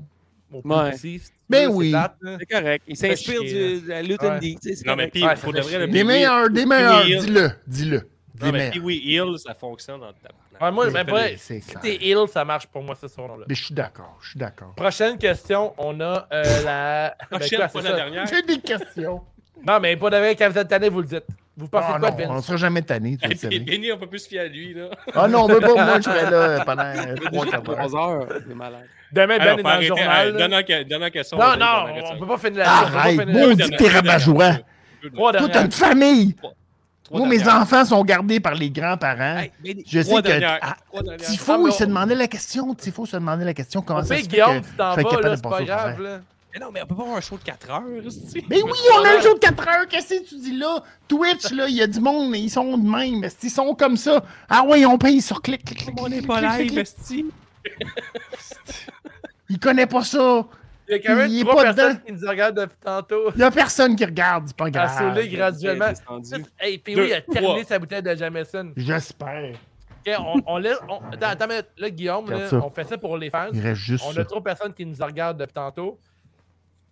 au plus Ouais. petit. c'est- Ben c'est oui. plate, là. C'est correct. Il s'inspire Fait chier, du- de la lutte Ouais. indie. tu sais, c'est Non, mais correct. puis, Ouais, ça pour fait de vrai, chier. le Des meilleurs, des meilleurs. Hill. Dis-le, dis-le. Des Non, mais meilleurs. puis oui, Hill, ça fonctionne dans le tabarnak. Ouais, moi, Mais ben, ouais, c'est si clair. t'es ill, ça marche pour moi, ce soir-là. Mais je suis d'accord, je suis d'accord. Prochaine question, on a euh, la. Ben, Prochaine quoi, fois, c'est la ça. dernière. J'ai des questions. Non, mais pas de vrai, quand vous êtes tanné, vous le dites. Vous pensez Ah quoi, non, Vince? on ne sera jamais tanné, tu Et le puis savais. Benny, on peut plus se fier à lui, là. Ah non, mais pas moi, je serais là pendant trois quarts d'heure. Trois heures, c'est malade. Demain, Alors, Ben est dans faut le arrêter. journal. Hey, là. Dernière que- dernière question. Non, Benny, dernière non, on question. peut pas finir la on peut pas Arrête, finir la- Deux Ah, maudit dernières- t'es deux dernières. rabat-joie. Deux dernières. Trois Toi, t'as dernières. une famille. Trois Moi, mes dernières. enfants sont gardés par les grands-parents. Hey, Benny, Je sais Trois que dernières. ah, Trois dernières. Ah, Tifo, mais il se on- demandait la question. Tifo se demandait la question. Comment On ça sait, se fait Guillaume, que... tu t'en je serais vas, capable là, de c'est passer pas au grave, travers. là. Mais non, mais on peut pas avoir un show de 4 heures, c'est-tu? Mais oui, on a un jour de 4 heures. Qu'est-ce que tu dis là? Twitch, là, il y a du monde, mais ils sont de même. est-ce qu'ils sont comme ça. Ah ouais, on paye sur clic, clic, clic. On clic, n'est pas clic, clic, live, clic. esti. Il connaît pas ça. Il y a quand même Il est trois pas personnes dedans. qui nous regardent depuis tantôt. Il y a personne qui regarde. C'est pas À grave. saouler graduellement. Descendu. Hey, puis Deux, oui, il a trois. terminé sa bouteille de Jameson. J'espère. Ok, on, on laisse. on- Attends, attends, mais là, Guillaume, Regarde là, ça. on fait ça pour les fans. Il reste juste On ça. a trop personnes qui nous regardent depuis tantôt.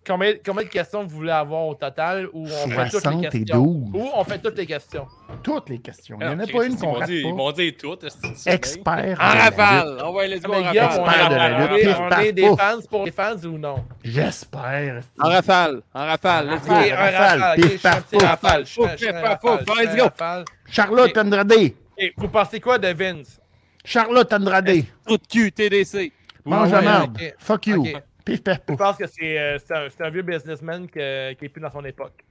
Combien, combien de questions vous voulez avoir au total ou on fait toutes 60 les et questions? 12. Ou on fait toutes les questions. Toutes les questions. Il n'y Ah, en a Christ, pas une ils qu'on m'ont dit- rate Ils pas. m'ont dit toutes, esti. Expert. En de la rafale. On va aller se Ah, Mais voir en Guillaume, on, J'espère est- de la on lutte. est, Pif, on paf, est des pouf. fans pour les fans ou non? lutte. J'espère. En rafale. En rafale. let's Ok, go. Ah, un rafale, rafale, pif, ok, je suis un paf, petit pouf. rafale, je suis un- Pouf, je suis un pif, paf, rafale, pouf, je suis un let's go. rafale. Charlotte Andrade. Ok, Vous pensez quoi de Vince? Charlotte Andrade. Trou de cul, TDC. Mange ouais, la merde. ok. Fuck you. Ok. Pif, paf, Je pouf. pense que c'est euh, c'est un, c'est un vieux businessman que- qui n'est plus dans son époque.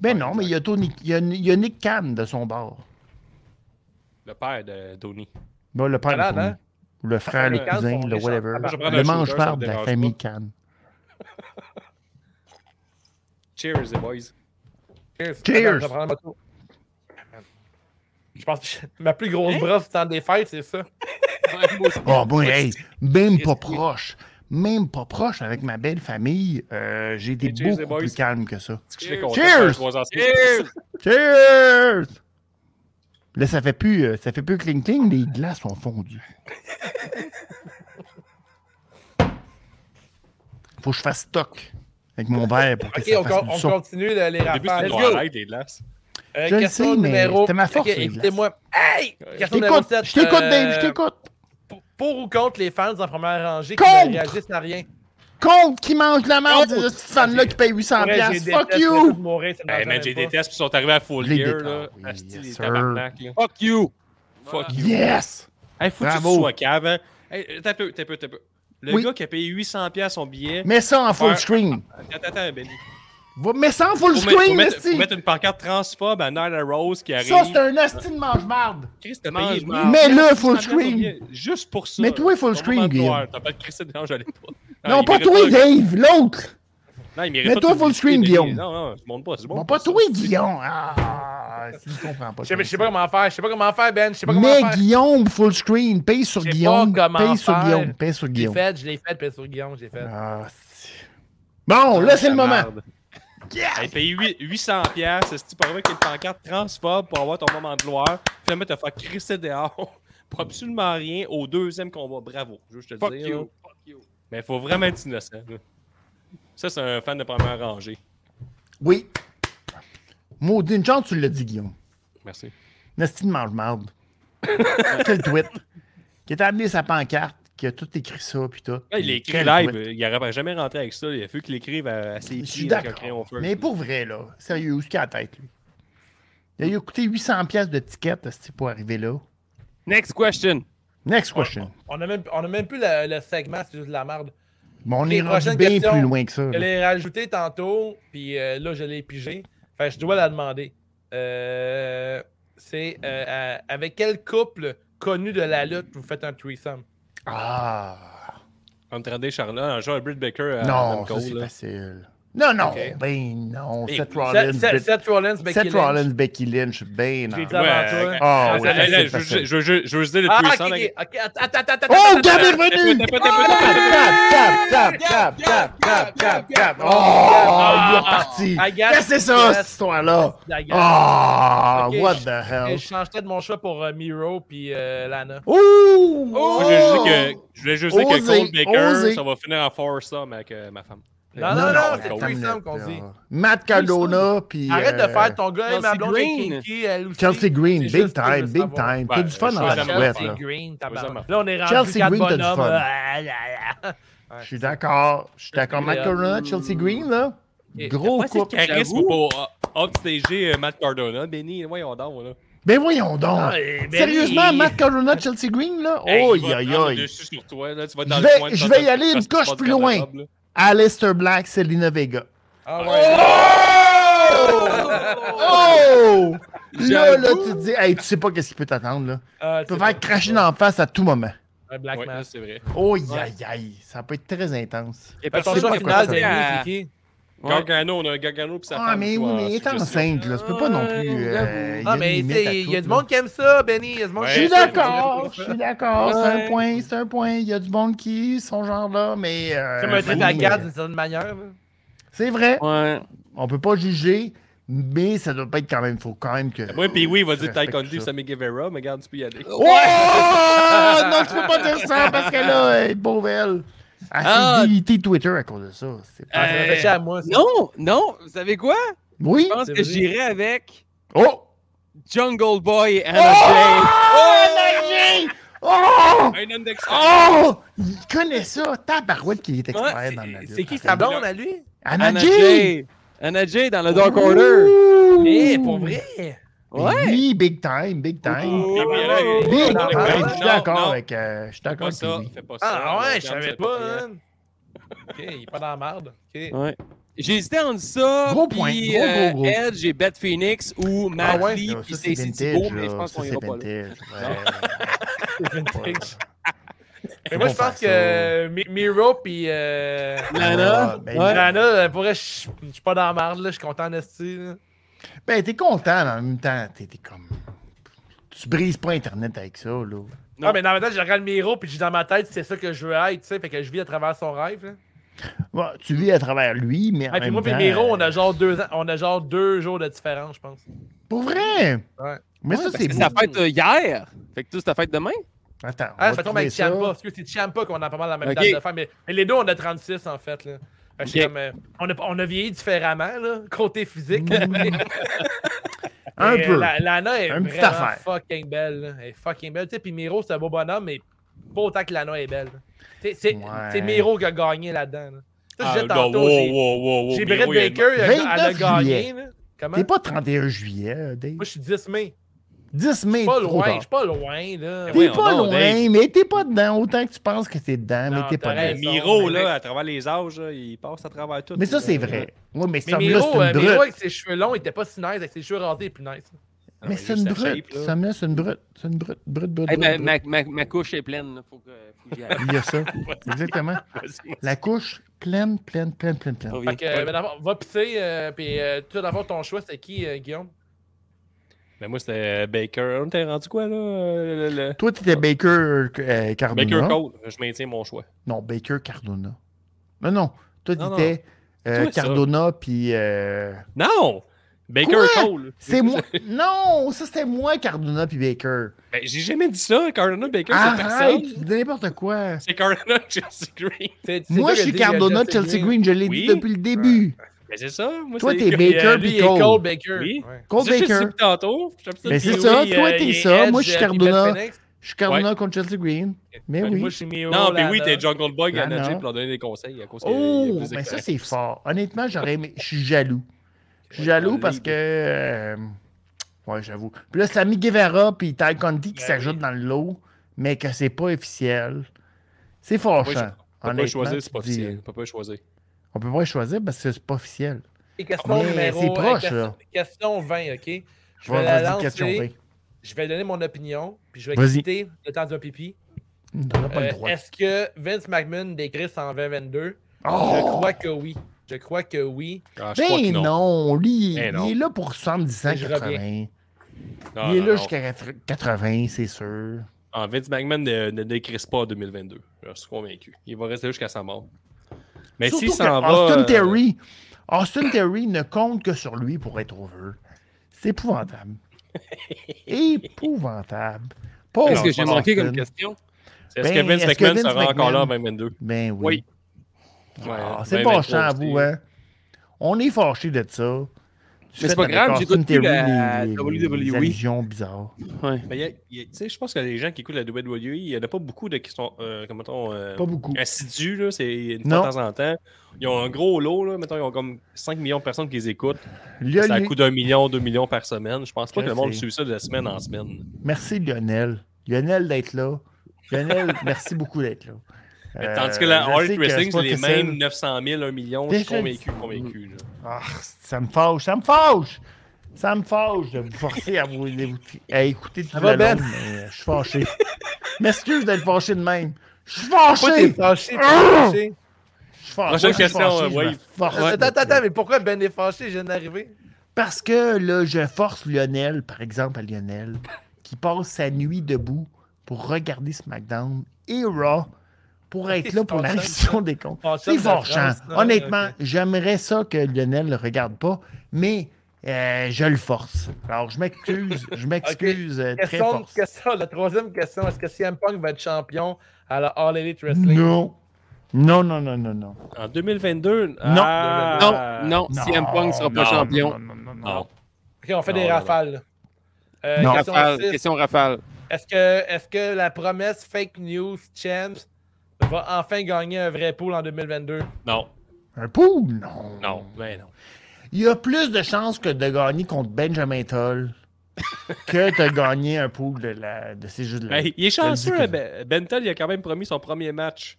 Ben non, mais il y a, Tony, il y a, il y a Nick Khan de son bord. Le père de Tony. Ben, le père Malade, de Tony. hein? Ou le frère, Le le Khan, cousin, son le méchant. whatever. Ah, je prends Le le shooter, ça mange-marde me de la dérange famille Khan. Cheers, les boys. Cheers. Cheers. Attends, je vais prendre ma tour. Je pense que ma plus grosse brosse dans des fêtes, c'est ça. Oh, bon, hey, même pas proche. Même pas proche avec ma belle famille. euh, J'ai été Et cheers, les beaucoup boys. plus calme que ça. Est-ce que je suis content Cheers! de faire trois ans- Cheers! Cheers! Là, ça fait plus, euh, ça fait plus cling cling, les glaces sont fondues. Faut que je fasse stock avec mon verre pour que Ok, ça on, fasse con- du on son. continue les, les Au début, c'était rafales. noir à l'aide, les glaces. Euh, Je le question sais, mais numéro... c'était ma force, Ok, les Écoutez-moi. Hey! Je Question numéro t'écoute, sept, je t'écoute, euh, Dave, je t'écoute. pour- Pour ou contre les fans en première rangée qui Contre! ne réagissent à rien? Compte qui mange de la merde, Contre! ce petit fan-là qui paye 800$. Oh, Ouais, piastres. j'ai Fuck détesté tout you! mourir, ça ne Hey, man, m'intéresse j'ai pas. des tests, puis ils sont arrivés à full Les gear, détails, là. oui, Asti, yes, les sir. tabarnak, là. Fuck you! Fuck you. Yes! Hey, faut que tu Bravo. sois cave, hein. Hey, t'as peu, t'as peu, t'as peu. Le Oui. gars qui a payé 800$ piastres son billet. Mets ça en full Ouais. screen. Attends, attends, Benny. Va, mets ça en full Faut mettre- faut screen, mettre- esti. faut mettre une pancarte transphobe à Nyla Rose qui arrive. Ça, c'est un asti de mange-marde. Chris, t'as mange- payé mille Mets-le piastres, full tu t'en mets screen. combien? Juste pour ça. Mets-toi full Ton screen, moment de Guillaume. gloire. T'as pas de Chris, non, j'allais Ah, pas. Non, il pas mérite toi, pas- Dave, l'autre. Non, il mérite Mets-toi pas full de publicité, screen, mais- Guillaume. Non, non, je monte pas. Je monte Bon, pas. pas toi, Guillaume. Ah, si je comprends pas. Je sais pas- je sais pas comment faire, je sais pas comment faire, Ben, je sais pas comment Mais faire. Guillaume, full screen, paye sur Je sais Guillaume, pas comment paye sur faire. Guillaume, paye sur Je l'ai Guillaume. fait, je l'ai fait, puis sur Guillaume, je l'ai fait. Ah, si. Bon, là, c'est le moment. Hey, paye 8 800 pièces, c'est pas vrai qu'il y a une pancarte transphobe pour avoir ton moment de gloire. Finalement, t'as fait crisser dehors pour absolument rien au deuxième combat. Bravo. Je veux juste te Fuck le dire. là. you. Fuck you. Mais faut vraiment être innocent. là. Ça, c'est un fan de première rangée. Oui. Maudit, une chance, tu l'as dit, Guillaume. Merci. Nasty de mange-marde. Quel tweet. Qui a amené sa pancarte, qui a tout écrit ça, puis tout. Là, il l'a écrit Quel live, tweet. euh, il n'aurait jamais rentré avec ça. Il a fallu qu'il écrive à, à ses Je suis pieds avec un crayon d'accord. feu. Mais pour vrai, là, sérieux, où est-ce qu'il a la tête, lui? Il a eu coûté 800$ piastres de tickets esti, pour arriver là. Next question. Next question. On a même, on a même plus le, le segment, c'est juste de la merde. Bon, on Ok, est rendu prochaine bien question. plus loin que ça. Je là. l'ai rajouté tantôt, puis euh, là, je l'ai pigé. Fait que je dois la demander. Euh, c'est euh, à- avec quel couple connu de la lutte vous faites un threesome? Ah. Andrade Charlotte, un joueur Britt Baker à Ah, Adam non, ça, Cole, c'est là. facile. Non, non, Ok. ben non. Ben Seth oui. Rollins, Seth- Becky- Seth Rollins, Becky Seth Lynch. Rollins, Becky Lynch, ben Je l'ai non. dit avant toi. Ah, Ouais, Ah, ouais, ça, Là, ça, là, facile, je veux facile. juste- je veux juste- je veux juste dire le Ah, ok, puissant. ok, ok, attends, attends, attends, attends, Oh, attends, Gab est attends. revenu! Tape, tape, tape, Cap, cap, cap, cap, cap, cap, cap. Oh, il est reparti. Ah, I got- Qu'est-ce que c'est ça, yes. cette histoire-là? I got- Ah, Ok, what je- the hell? Et je changerais de mon choix pour euh, Miro puis euh, Lana. Ouh! Moi, je, veux juste que, je voulais juste dire que Oh! Osez, Cole Baker, osez. ça va finir en foursome avec euh, ma femme. Non, non, non, c'est Cole. attends une threesome qu'on là. dit. Matt Cardona, puis. Arrête euh, de faire ton gars, hey, ma Chelsea blonde est Green. kinky, elle aussi. Chelsea Green, C'est big juste pour time, le big savoir. time. T'as Ouais, du fun je dans la sais, chouette, Chelsea là. Green, Deuxième tabarnak. Là, on est rendu Chelsea quatre Green, t'as du bonhommes, fun. euh, ah, là, là. Je suis d'accord. Je suis d'accord. Matt Euh, Cardona, Chelsea Green, là. Et- Gros couple. Charisme pour euh, upstager euh, Matt Cardona. Benny, voyons donc, là. Ben voyons donc. Ah, eh, ben Sérieusement, oui. Matt Cardona, Chelsea Green, là. Hey, Oh, il va aïe, prendre le aïe. dessus sur toi, là. Tu vas Je dans le vais- coin, je t'as- vais y aller t'as- une t'as- coche t'as- plus t'as- loin. t'as- là. Alistair Black, Selena Vega. Ah ouais. Oh! Là, là, tu te dis, hey, tu sais pas qu'est-ce qui peut t'attendre, là. Ah, Tu peux c'est faire bon. cracher dans la face à tout moment. Un Black Ouais, là, Mass. c'est vrai. Oh, aïe, aïe, ça peut être très intense. Et Fait que Ton personne choix n'a final, pensé à- Denis, c'est qui? Ouais. Gargano, on a un Gargano pis sa femme. Ah, mais oui, toi, en mais il est suggestion. enceinte, là. Tu peux pas non plus. euh, il y a Ah, une mais tu limite à sais, il y a tout, du là. monde qui aime ça, Benny. Il y a du monde Ouais, Je suis qui aime ça. d'accord, je suis d'accord. C'est un point, c'est un point. Il y a du monde qui sont genre là, mais. euh, C'est comme un tête à oui, garde euh, d'une certaine manière. là. C'est vrai, Ouais. on peut pas juger, mais ça doit pas être quand même. Faut quand même que. Ouais, pis Ben oui, il va Je dire Ty respecte Conti ça. ça Sammy Guevara, mais regarde, tu peux y aller. Oh! Non, tu peux pas dire ça parce que là, elle est pauvre elle. Elle Ah. s'est délitée Twitter à cause de ça. C'est pas- Ah, Ça me fait chier à moi. ça. Non, non, vous savez quoi? Oui! Je pense C'est que vrai. j'irai avec Oh! Jungle Boy et Anna Jay. Oh! Oh! Un index. Oh! Il connaît ça! Tabarouette qui est expert Ouais, dans la lutte. C'est qui sa blonde à lui? Anna Anna Jay! Jay. Anna Jay dans le Dark Order. Ouh! Eh, pour vrai? Ouais. Oui, big time, big time. Ah, mais là, il- Big non, time. non, je suis non, d'accord non. avec. euh, je suis Fais pas d'accord ça, avec lui. fais pas ça. Ah ouais, je Regarde, savais c'est payant. pas. hein. Ok, il est pas dans la merde. Ok. Ouais. J'ai hésité entre ça, Gros puis, point, gros, euh, gros, gros. Edge et Beth Phoenix ou Matt Ah ouais? Lee Là, puis Ça, c'est Stacy Thibault, vintage. mais je là. pense Ça, qu'on c'est ira pas là. vintage. ouais. Ouais. Mais moi, Ils je vont pense que faire ça. euh, Mi- Miro puis euh, Lana, Ah, ben, ouais. Lana, euh, pour vrai, je suis- je suis pas dans la merde, là, je suis content de ce Ben, t'es content, mais en même temps, t'es t'es comme. Tu brises pas Internet avec ça, là. Non, mais dans ma tête, je regarde Miro puis je dis dans ma tête, c'est ça que je veux être, tu sais, fait que je vis à travers son rêve. là. Bon, tu vis à travers lui, mais. En Ah, puis même moi puis temps, Miro, on euh, a genre deux ans- on a genre deux jours de différence, je pense. Pour vrai! Ouais. Mais ça, Parce c'est que beau. ça fête euh, hier. Fait que tout, c'est ta fête demain. Attends. on Ah, va je me trompe trouver avec ça. Champa. Parce que c'est Champa qu'on a pas mal la même Ok. date de faire. Mais, mais les deux, on a 36 en fait. Là. Fait que je suis Ok. comme, euh, on, a, on a vieilli différemment, là, côté physique. Un Mais, peu. euh, la- Lana est Une petite vraiment affaire. fucking belle. là. Elle est fucking belle. Tu sais, puis Miro, c'est un beau bonhomme, mais pas autant que Lana est belle. là. C'est- C'est Ouais. c'est Miro qui a gagné là-dedans. là. Ça, je Ah, disais non, tantôt, wow, j'ai- wow, wow, wow, j'ai mais Brett oui, elle- Baker, elle, a- elle a 29 gagné. juillet. là. Comment? T'es pas 31 juillet, euh, Dave. Moi, je suis 10 mai. 10 mai, Pas trop loin, je tard. suis pas loin, là. Eh T'es oui, pas non, loin, Dave. mais t'es pas dedans. Autant que tu penses que t'es dedans, Non, mais t'es pas t'as Hey, dedans. raison. Ben, Miro, mais- là, à travers les âges, là, il passe à travers tout. Mais ça, c'est vrai. Oui, mais Mais ce là Miro, c'est euh, une Miro brute. avec ses cheveux longs, il était pas si nice. Avec ses cheveux rasés, il est plus nice. Mais c'est une brute. Ça... Somme-là, c'est une brute. C'est une brute, brute, brute, Hey, brute, ma, brute. ma- ma- ma couche est pleine. là. Faut que, faut que j'y aille. Il y a ça. Exactement. La couche pleine, pleine, pleine, pleine, pleine. Reviens. Fait que, euh, mais d'abord, va pisser, euh, puis euh, toi, d'abord, ton choix, c'est qui, euh, Guillaume? Mais moi, c'était euh, Baker. On t'est rendu quoi, là euh, le- le- Toi, t'étais Baker euh, Cardona. Baker Cole. Je maintiens mon choix. Non, Baker Cardona. Non, non. Toi, Non, t'étais euh, Toi, ça. Cardona, puis. euh, Non Baker Quoi? Cole. C'est moi. Non, ça, c'était moi, Cardona, puis Baker. Ben, j'ai jamais dit ça. Cardona Baker, c'est Arrête, tu personne. dis n'importe quoi. C'est Cardona Chelsea Green. C'est- c'est Moi, toi je qui suis as dit, euh, Cardona, Chelsea Green, je l'ai Oui. dit depuis le début. Mais Ben, c'est ça. Moi, Toi, c'est- t'es Puis, euh, Baker, lui, Lui, puis il est Cole. Cold Baker. Oui. Ouais. Cold Ça, je le sais Baker. depuis tantôt. Je suis absolument- Mais c'est Puis ça, oui, toi, euh, t'es il- ça. Moi, je suis Edge, euh, puis Cardona. Beth Phoenix. Je suis Cardona contre Chelsea Green. Mais Fait Ben, que Moi, oui. je suis Miro. Non, mais oui, Lana. t'es John Goldboy qui a Lana. nagé pour leur donner des conseils. À cause qu'il- Oh, qu'il faisait mais ça, correct. c'est fort. Honnêtement, j'aurais aimé. Je suis jaloux. Je suis jaloux parce que. euh, Ouais, j'avoue. Puis là, c'est l'ami Guevara puis Ty Conti qui Ben s'ajoutent oui. dans le lot, mais que c'est pas officiel. C'est Faut fâchant. pas- On peut pas honnêtement, choisir, c'est pas tu dis. euh, officiel. On peut pas choisir. On peut pas choisir parce que c'est pas officiel. Et question Mais numéro- c'est proche, euh, question- là. Question 20, OK? Je vais la Vas-y, lancer, question B. je vais donner mon opinion, puis je vais Vas-y. quitter le temps d'un pipi. On a pas Euh, le droit. Est-ce que Vince McMahon décrit ça en 2022? Je Oh! crois que oui. Je crois que oui. Ah, je crois que Ben non. non, lui, Ben il non. est là pour 70 ans, Et je 80. Non, il est non, là non. jusqu'à 80, c'est sûr. Ah, Vince McMahon ne, ne décrisse pas en 2022. Je suis convaincu. Il va rester jusqu'à sa mort. Mais Surtout s'il s'en que va. Austin euh, Terry, Austin Terry ne compte que sur lui pour être over. C'est épouvantable. épouvantable. Pauvre Qu'est-ce que j'ai Austin. manqué comme question? Est-ce Ben, que Vince est-ce que McMahon Vince sera encore là en McMahon? 2022? Ben oui. Oui. Ah, Ouais, c'est 2023 fâchant à aussi. vous, hein. On est fâchés de ça. Mais c'est pas grave, j'écoute plus la E. WWE. allusions bizarres. Mais il y a- il y a- tu sais, je pense que les gens qui écoutent la WWE, il n'y en a pas beaucoup de qui sont, euh, comme mettons, euh, Pas beaucoup. assidus, là, c'est une Non. fois de temps en temps. Ils ont un gros lot, là, mettons, ils ont comme 5 millions de personnes qui les écoutent. Lionel- Ça coûte un million, deux millions par semaine. Je pense pas Je que le monde sais. suit ça de la semaine en semaine. Merci Lionel. Lionel d'être là. Lionel, merci beaucoup d'être là. Euh, Tandis que la je Hard sais que Wrestling, c'est pas les facile. mêmes 900 000, 1 million. Je suis Déjà convaincu, convaincu. là. Ah, ça me fâche, ça me fâche! Ça me fâche de vous forcer à, vous, à écouter tout Ça le va, long, Ben? mais euh, je suis fâché. M'excuse d'être fâché de même. Je suis Pourquoi t'es fâché! fâché? t'es Ah! fâché? Je suis fâché. Prochaine je suis question, fâché, euh, je me Wave. force. Attends, attends, attends, mais pourquoi Ben est fâché? Je viens d'arriver. Parce que là, je force Lionel, par exemple, à Lionel, qui passe sa nuit debout pour regarder SmackDown et Raw pour être là pour la révision des comptes. C'est fâchant. Honnêtement, j'aimerais ça que Lionel le regarde pas, mais euh, je le force. Alors, je m'excuse, je m'excuse euh, très Question, fort. question, la troisième question, est-ce que CM Punk va être champion à la All Elite Wrestling? Non. Non, non, non, non, non. En 2022. Non, ah, Non, non, CM Punk ne sera pas non, champion. Non, non, non, non, Euh, Non. non. Ok, on fait Non, des non, rafales. Euh, Non. question Rafale, six, question rafale. Est-ce que, est que la promesse fake news champs va enfin gagner un vrai pool en 2022? Non, Un pool? Non. non, ben non. Il y a plus de chances que de gagner contre Benjamin Toll que de gagner un pool de, la, de ces jeux de la. Ben, il est chanceux, Je le dis ben, Bentel, il a quand même promis son premier match.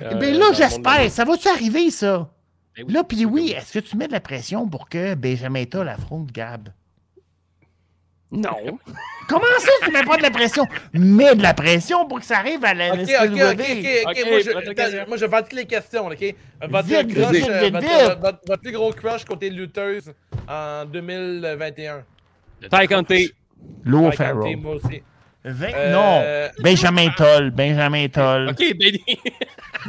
Eh Euh, ben dans là, le monde j'espère. Ça va-tu arriver, ça? de- Ben Là, puis sûr que oui, est-ce que tu mets de la pression pour que Benjamin Toll affronte Gab? Non. Comment ça, tu mets pas de la pression? Mets de la pression pour que ça arrive à la Ok, ok, ok, ok, SPW. ok. Ok, Moi, je, prends ta question. attends, moi, je vais toutes les questions, ok? Votre, Vite, crush, vite, euh, vite, votre- vite. votre- votre- votre plus gros crush côté lutteuse en 2021. Le- Ty Conte. Lou Ouais, comptez, Ferrell. moi aussi. Vingt- Euh, Non, Benjamin Toll, Benjamin Toll. Ok, Benny.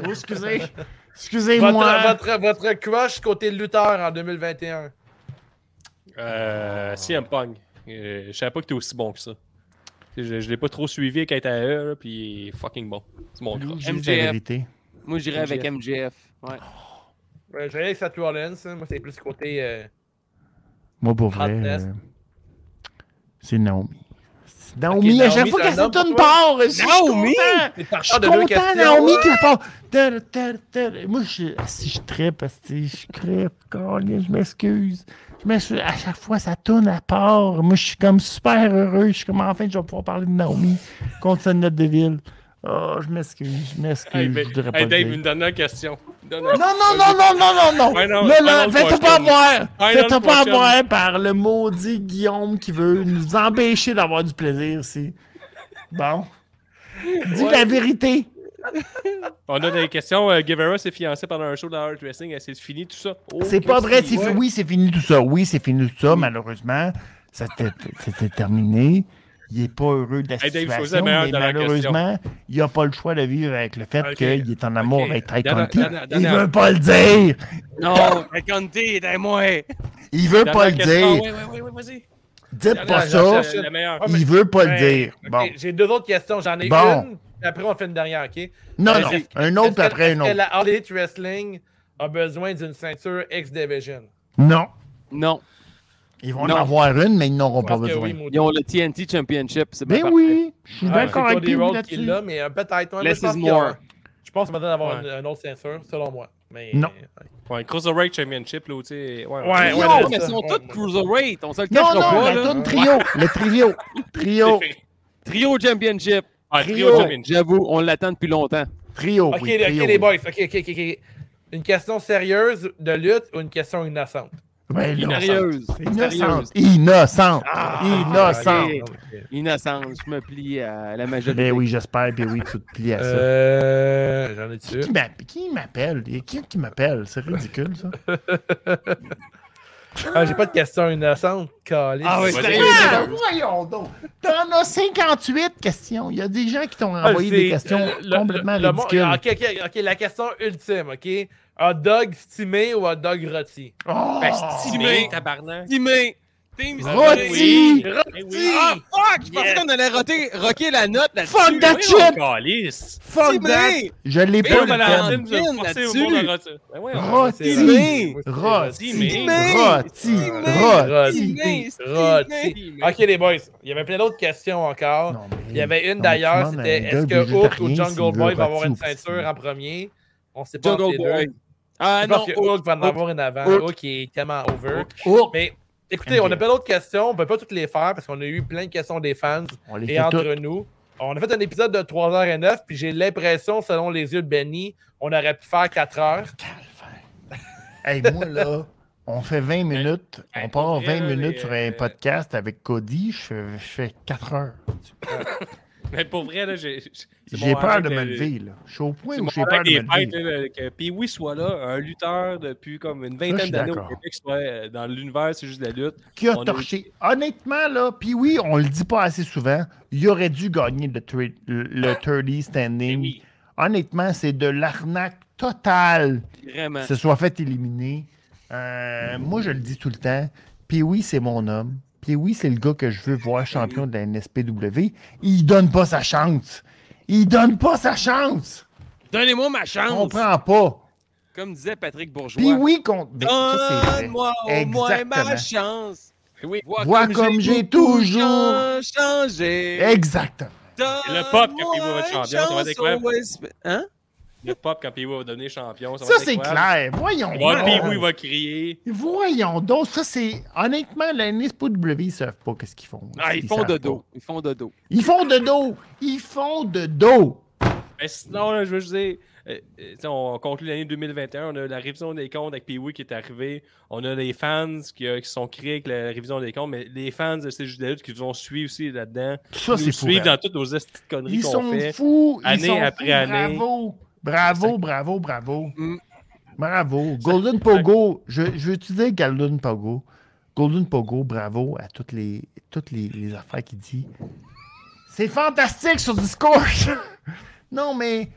Oh, excusez. Votre, Excusez-moi. votre, votre crush côté lutteur en 2021. Euh, CM Punk. Euh, je savais pas que t'es aussi bon que ça. Je, je l'ai pas trop suivi quand t'es à eux, là, puis il est fucking bon. C'est mon Lou, crush. j'ai dit la MJF. vérité. Moi, j'irais avec MJF. MJF. Ouais. Ouais, je vais aller avec Seth Rollins. hein. Moi, c'est plus côté. euh, Moi, pour vrai, Hotness. euh, c'est Naomi. Naomi, Ok, à chaque Naomi, fois c'est qu'elle un homme pour s'étonne toi? part, je suis Naomi? content. C'est par Je suis de deux content, questions. Naomi, qui part. Tel, tel, tel. Moi, je si je trippe, si je trippe, câlin, je m'excuse. Je m'excuse. À chaque fois, ça tourne à part. Moi, je suis comme super heureux. Je suis comme, enfin, je vais pouvoir parler de Naomi contre cette note de ville. Oh, je m'excuse, je m'excuse. Hey, mais- je voudrais pas hey, le Dave, dire. une dernière question. Une dernière- Non, non, non, non, non, non, Ouais, non, non. Là, là, final fais-toi prochaine. pas avoir. Final Fais-toi pas prochaine. avoir par le maudit Guillaume qui veut nous empêcher d'avoir du plaisir ici. Bon. Dis Ouais. la vérité. On a des questions. Euh, Guevara s'est fiancé pendant un show dans Heart Wrestling. Est-ce que C'est fini tout ça. Oh, C'est pas Christy, vrai. c'est ouais. fi- Oui, c'est fini tout ça. Oui, c'est fini tout ça, malheureusement. Ça t'est- C'était terminé. Il n'est pas heureux de la Hey, Dave, je situation, faisais meilleur mais dans la malheureusement, il n'a pas le choix de vivre avec le fait Ok. qu'il est en amour Ok. avec Ty Dernière- Conti. dernière- Il dernière- veut pas le dire. Non, Conti, aidez-moi. Il veut Dernière pas le question. dire. Ouais, ouais, ouais, ouais, vas-y. Dites pas Dernière- ça. dernière- Euh, la meilleure. Ouais, mais- Il veut pas le Ouais. dire. Ok, Bon. J'ai deux autres questions. J'en ai Bon. une, puis après, on fait une dernière, OK? Non, Euh, non. est-ce- Un Est-ce autre, puis que- après est-ce un que autre. la All Elite Wrestling a besoin d'une ceinture X-Division? Non. Non. Ils vont Non. en avoir une, mais ils n'auront Je pas pense que besoin. oui, Moody. Ils ont le TNT Championship. c'est bien Ben parfait. oui, je suis Ouais, d'accord c'est avec Cody lui Rhodes qui là-dessus. l'a, mais euh, peut-être. ouais, mais Less je pense is qu'il y a- more. Je pense qu'on va d'avoir Ouais. une- un autre ceinture, selon moi. Mais, Non. Ouais, Cruiserweight Championship, là, tu Ouais, sais. Ouais, Yo, ouais, non, c'est Ben mais ça. ils sont Ouais, tous ouais. Cruiserweight. On se le Non, cachera non, pas. la là. toune trio, le trio, trio, Trio Championship. Ah, Trio. Trio Championship. J'avoue, on l'attend depuis longtemps. trio. Ok, oui, les- ok, trio, les oui. boys. Ok, ok, ok, ok. Une question sérieuse de lutte ou une question innocente? Ben là, Sérieuse. c'est innocente, innocente, innocente. Ah, ok. Innocente. Je me plie à la majorité. Ben oui, j'espère, ben oui, tu te plies à ça. Euh. J'en ai dessus. Qui m'a- Qui m'appelle? Il y a Qui qui m'appelle? C'est ridicule, ça. Ah, j'ai pas de question innocente, Calis. Ah oui, Vas-y. sérieux. Ah, voyons donc! T'en as 58 questions. Il y a des gens qui t'ont envoyé des questions complètement Ah, le- le- ridicules. ok, ok, ok, la question ultime, ok? Hot dog stimé ou hot dog rôti? Oh! Estimé, tabarnak. Timé. Team Rôti. Stimé. Eh oui. Ah, fuck! Je pensais qu'on allait roter, rocker la note là-dessus. Fuck that Voyons, shit! oh, calice. Fuck that! Timé. Je l'ai Et on pas, va le la thème. vous avez forcé au là-dessus. monde à retirer. Ben ouais, on- Rôti. C'est Timé. Moi, c'est Rôti. Timé. Rôti. Rôti. Timé. Rôti. Ok, les boys, il y avait plein d'autres questions encore. Non, mais- Il y avait une non, d'ailleurs, mais tu c'était est-ce demandes à un que gars Hook ou végétarien s'il Jungle Boy veut va rôti avoir une ou piscine. ceinture en premier? On sait pas entre les Jungle Boy. deux. Ah Je non, pense que oh, Hook va en Hook. avoir une avant. Hook. Hook est tellement over. Oh, Mais écoutez, MJF. on a plein d'autres questions. On peut pas toutes les faire parce qu'on a eu plein de questions des fans on les et fait entre toutes. nous. On a fait un épisode de 3h09, puis j'ai l'impression, selon les yeux de Benny, on aurait pu faire 4h. Calvaire. Hey, moi, là, on fait 20 minutes. hey, On part pour vrai, 20 là, minutes les, sur euh, un podcast avec Cody. Je fais, je fais 4 heures. Mais pour vrai, là, j'ai. j'ai- c'est J'ai mon peur rêve de me que- lever, là. Je suis au point C'est où mon j'ai rêve peur de des me lever. fêtes, là, que Pee-Wee soit là, un lutteur depuis comme une je suis vingtaine d'années au d'accord. Québec, soit euh, dans l'univers, c'est juste de la lutte. Qui a On a- torché. Honnêtement, là, puis oui, on le dit pas assez souvent, il aurait dû gagner le, tri- le 30 standing. oui. Honnêtement, c'est de l'arnaque totale Vraiment. se soit fait éliminer. Euh, Moi, je le dis tout le temps. Puis oui, c'est mon homme. Puis oui, c'est le gars que je veux voir champion de la NSPW. Il donne pas sa chance. Il donne pas sa chance. Donnez-moi ma On chance. comprend pas. Comme disait Patrick Bourgeois. Puis oui, qu'on. Ben, ça, c'est vrai. Donne-moi au moins ma Exactement. chance. Ben Oui. Vois comme j'ai beaucoup toujours chan- changé. Exactement. le pop qui a pris votre champion, ça va être quoi? champion. Hein? Le pop, quand Pee-Wee va devenir champion, ça, Ça, va être c'est incroyable. clair. Voyons. Il va- donc. Pee-Wee va crier. Voyons donc. Ça, c'est. Honnêtement, la NSPW, ils savent pas qu'est-ce qu'ils font. Ah, ils, font savent de pas. dos. Ils font de dos. Ils font de dos. Ils font de dos. Mais sinon, là, je veux juste dire, euh, euh, tu sais, on conclut l'année 2021, on a la révision des comptes avec Pee-Wee qui est arrivée, on a les fans qui, euh, qui sont créés avec la révision des comptes, mais les fans de ces jeux de lutte qui vont suivre aussi là-dedans, Ça, nous c'est fou. suivent dans toutes nos petites conneries Ils qu'on sont fait. fous. Ils année sont après fous. année. Bravo. Bravo, bravo, bravo. Mm. Bravo. Golden Pogo. Je, je veux utiliser Golden Pogo. Golden Pogo, bravo à toutes les, toutes les, les affaires qu'il dit. C'est fantastique sur Discord. non, mais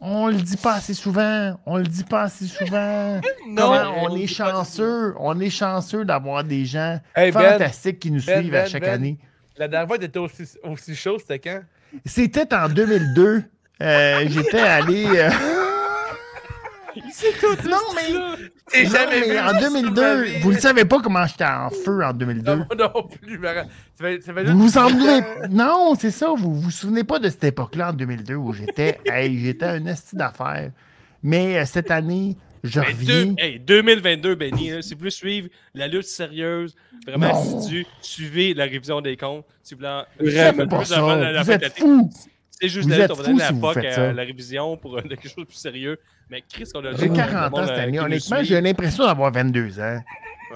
on le dit pas assez souvent. On le dit pas assez souvent. Comment on est chanceux. On est chanceux d'avoir des gens Hey, Ben. fantastiques qui nous Ben, suivent à Ben, chaque Ben. année. La dernière fois, t'étais aussi, aussi chaud, c'était quand? C'était en 2002. Euh, J'étais allé. euh, Non, mais. T'es jamais Non, mais vu en ça, 2002, Marie. vous ne savez pas comment j'étais en feu en Non, 2002. moi non plus, Marie. Tu fais- tu fais juste- Vous vous en souvenez. Non, c'est ça. Vous vous souvenez pas de cette époque-là en 2002 où j'étais. hey, j'étais un esti d'affaires. Mais euh, cette année, je Mais deux- reviens. hey, 2022, Benny, là, si vous voulez suivre la lutte sérieuse, vraiment Non. assidue, suivez la révision des comptes. Si vous voulez en- Vous euh, faites pas plus avant la- ça. la Vous fin de êtes l'été. fous. C'est juste Vous la lutte, êtes on va fous donner si la vous POC faites à ça. la révision pour euh, quelque chose de plus sérieux. Mais Chris, qu'on a J'ai le 40 ans monde, cette euh, qui année. nous Honnêtement, suit. j'ai l'impression d'avoir 22 ans.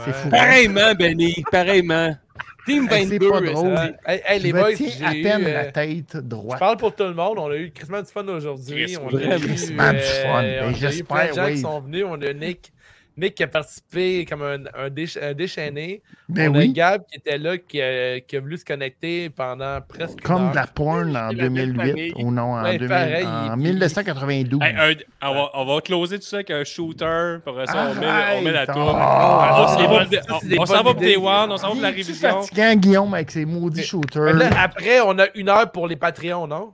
C'est fou. Pareillement, Benny, pareillement. Team Hey, 22, c'est pas ça. drôle. Hey, hey, Je les me boys, tiens à j'ai eu, peine euh, la tête Je droite. parle pour tout le monde. On a eu crissement du fun aujourd'hui. Chris, On a vraiment eu, crissement du on fun. Ben, a eu plein de j'espère, gens qui oui. sont venus. On a Nick, Nick qui a participé comme un, un déch- un déchaîné. Ben on a oui, Gab qui était là, qui, a- qui a voulu se connecter pendant presque une comme heure. de la porn en C'est la belle 2008 famille. ou non, en, Ouais, 2000 pareil, en il- 1992. Hey, un- on, va, on va closer tout ça avec un shooter. Pour ça, on met, on met la Arrête. tour. Ah, c'est bon. c'est des on s'en va bonnes pour Day idées. One, on s'en va pour la Il est-tu révision. fatigant, Guillaume, avec ses maudits Mais- shooters. Fait que là, après, on a une heure pour les Patreons, non?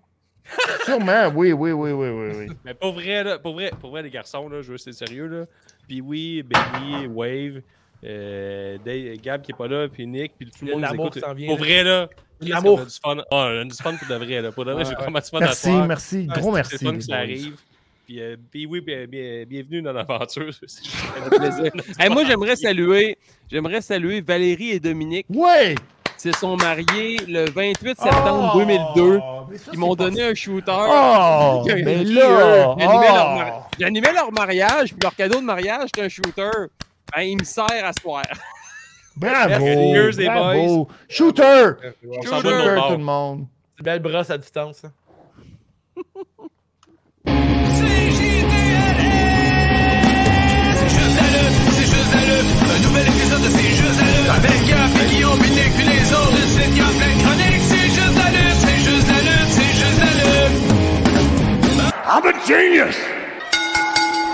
Sûrement, oui, oui, oui, oui, oui. oui. Mais pour vrai, là, pour vrai, pour vrai, les garçons, là, je veux c'est sérieux là. Puis oui, Benny, Wave, euh, Dave- Gab qui est pas là, puis Nick, puis tout le monde nous L'amour écoute. s'en vient, Pour là. vrai là, Chris, L'amour. on a du fun. Ah, on a du fun pour de vrai là. Pour de vrai, j'ai vraiment du fun à Merci, soir. merci, Ah, gros c'est- merci. C'est le fun les que ça boys. arrive. Puis, euh, puis oui, bien- bien- bienvenue dans l'aventure. C'est juste un plaisir. Hey, moi, j'aimerais saluer, j'aimerais saluer Valérie et Dominique. Ouais! Ils se sont mariés le 28 septembre 2002. Ils m'ont donné un shooter. Oh! Qui- Mais qui, là! euh, j'animais leur oh. mari- J'animais leur mariage, puis leur cadeau de mariage, c'était un shooter. Ben, il me sert à soir. Bravo! Cheers, les bravo. Shooter! On s'en va Shooter, de l'autre bord. tout le monde. C'est une belle brosse à distance. hein. I'm a genius!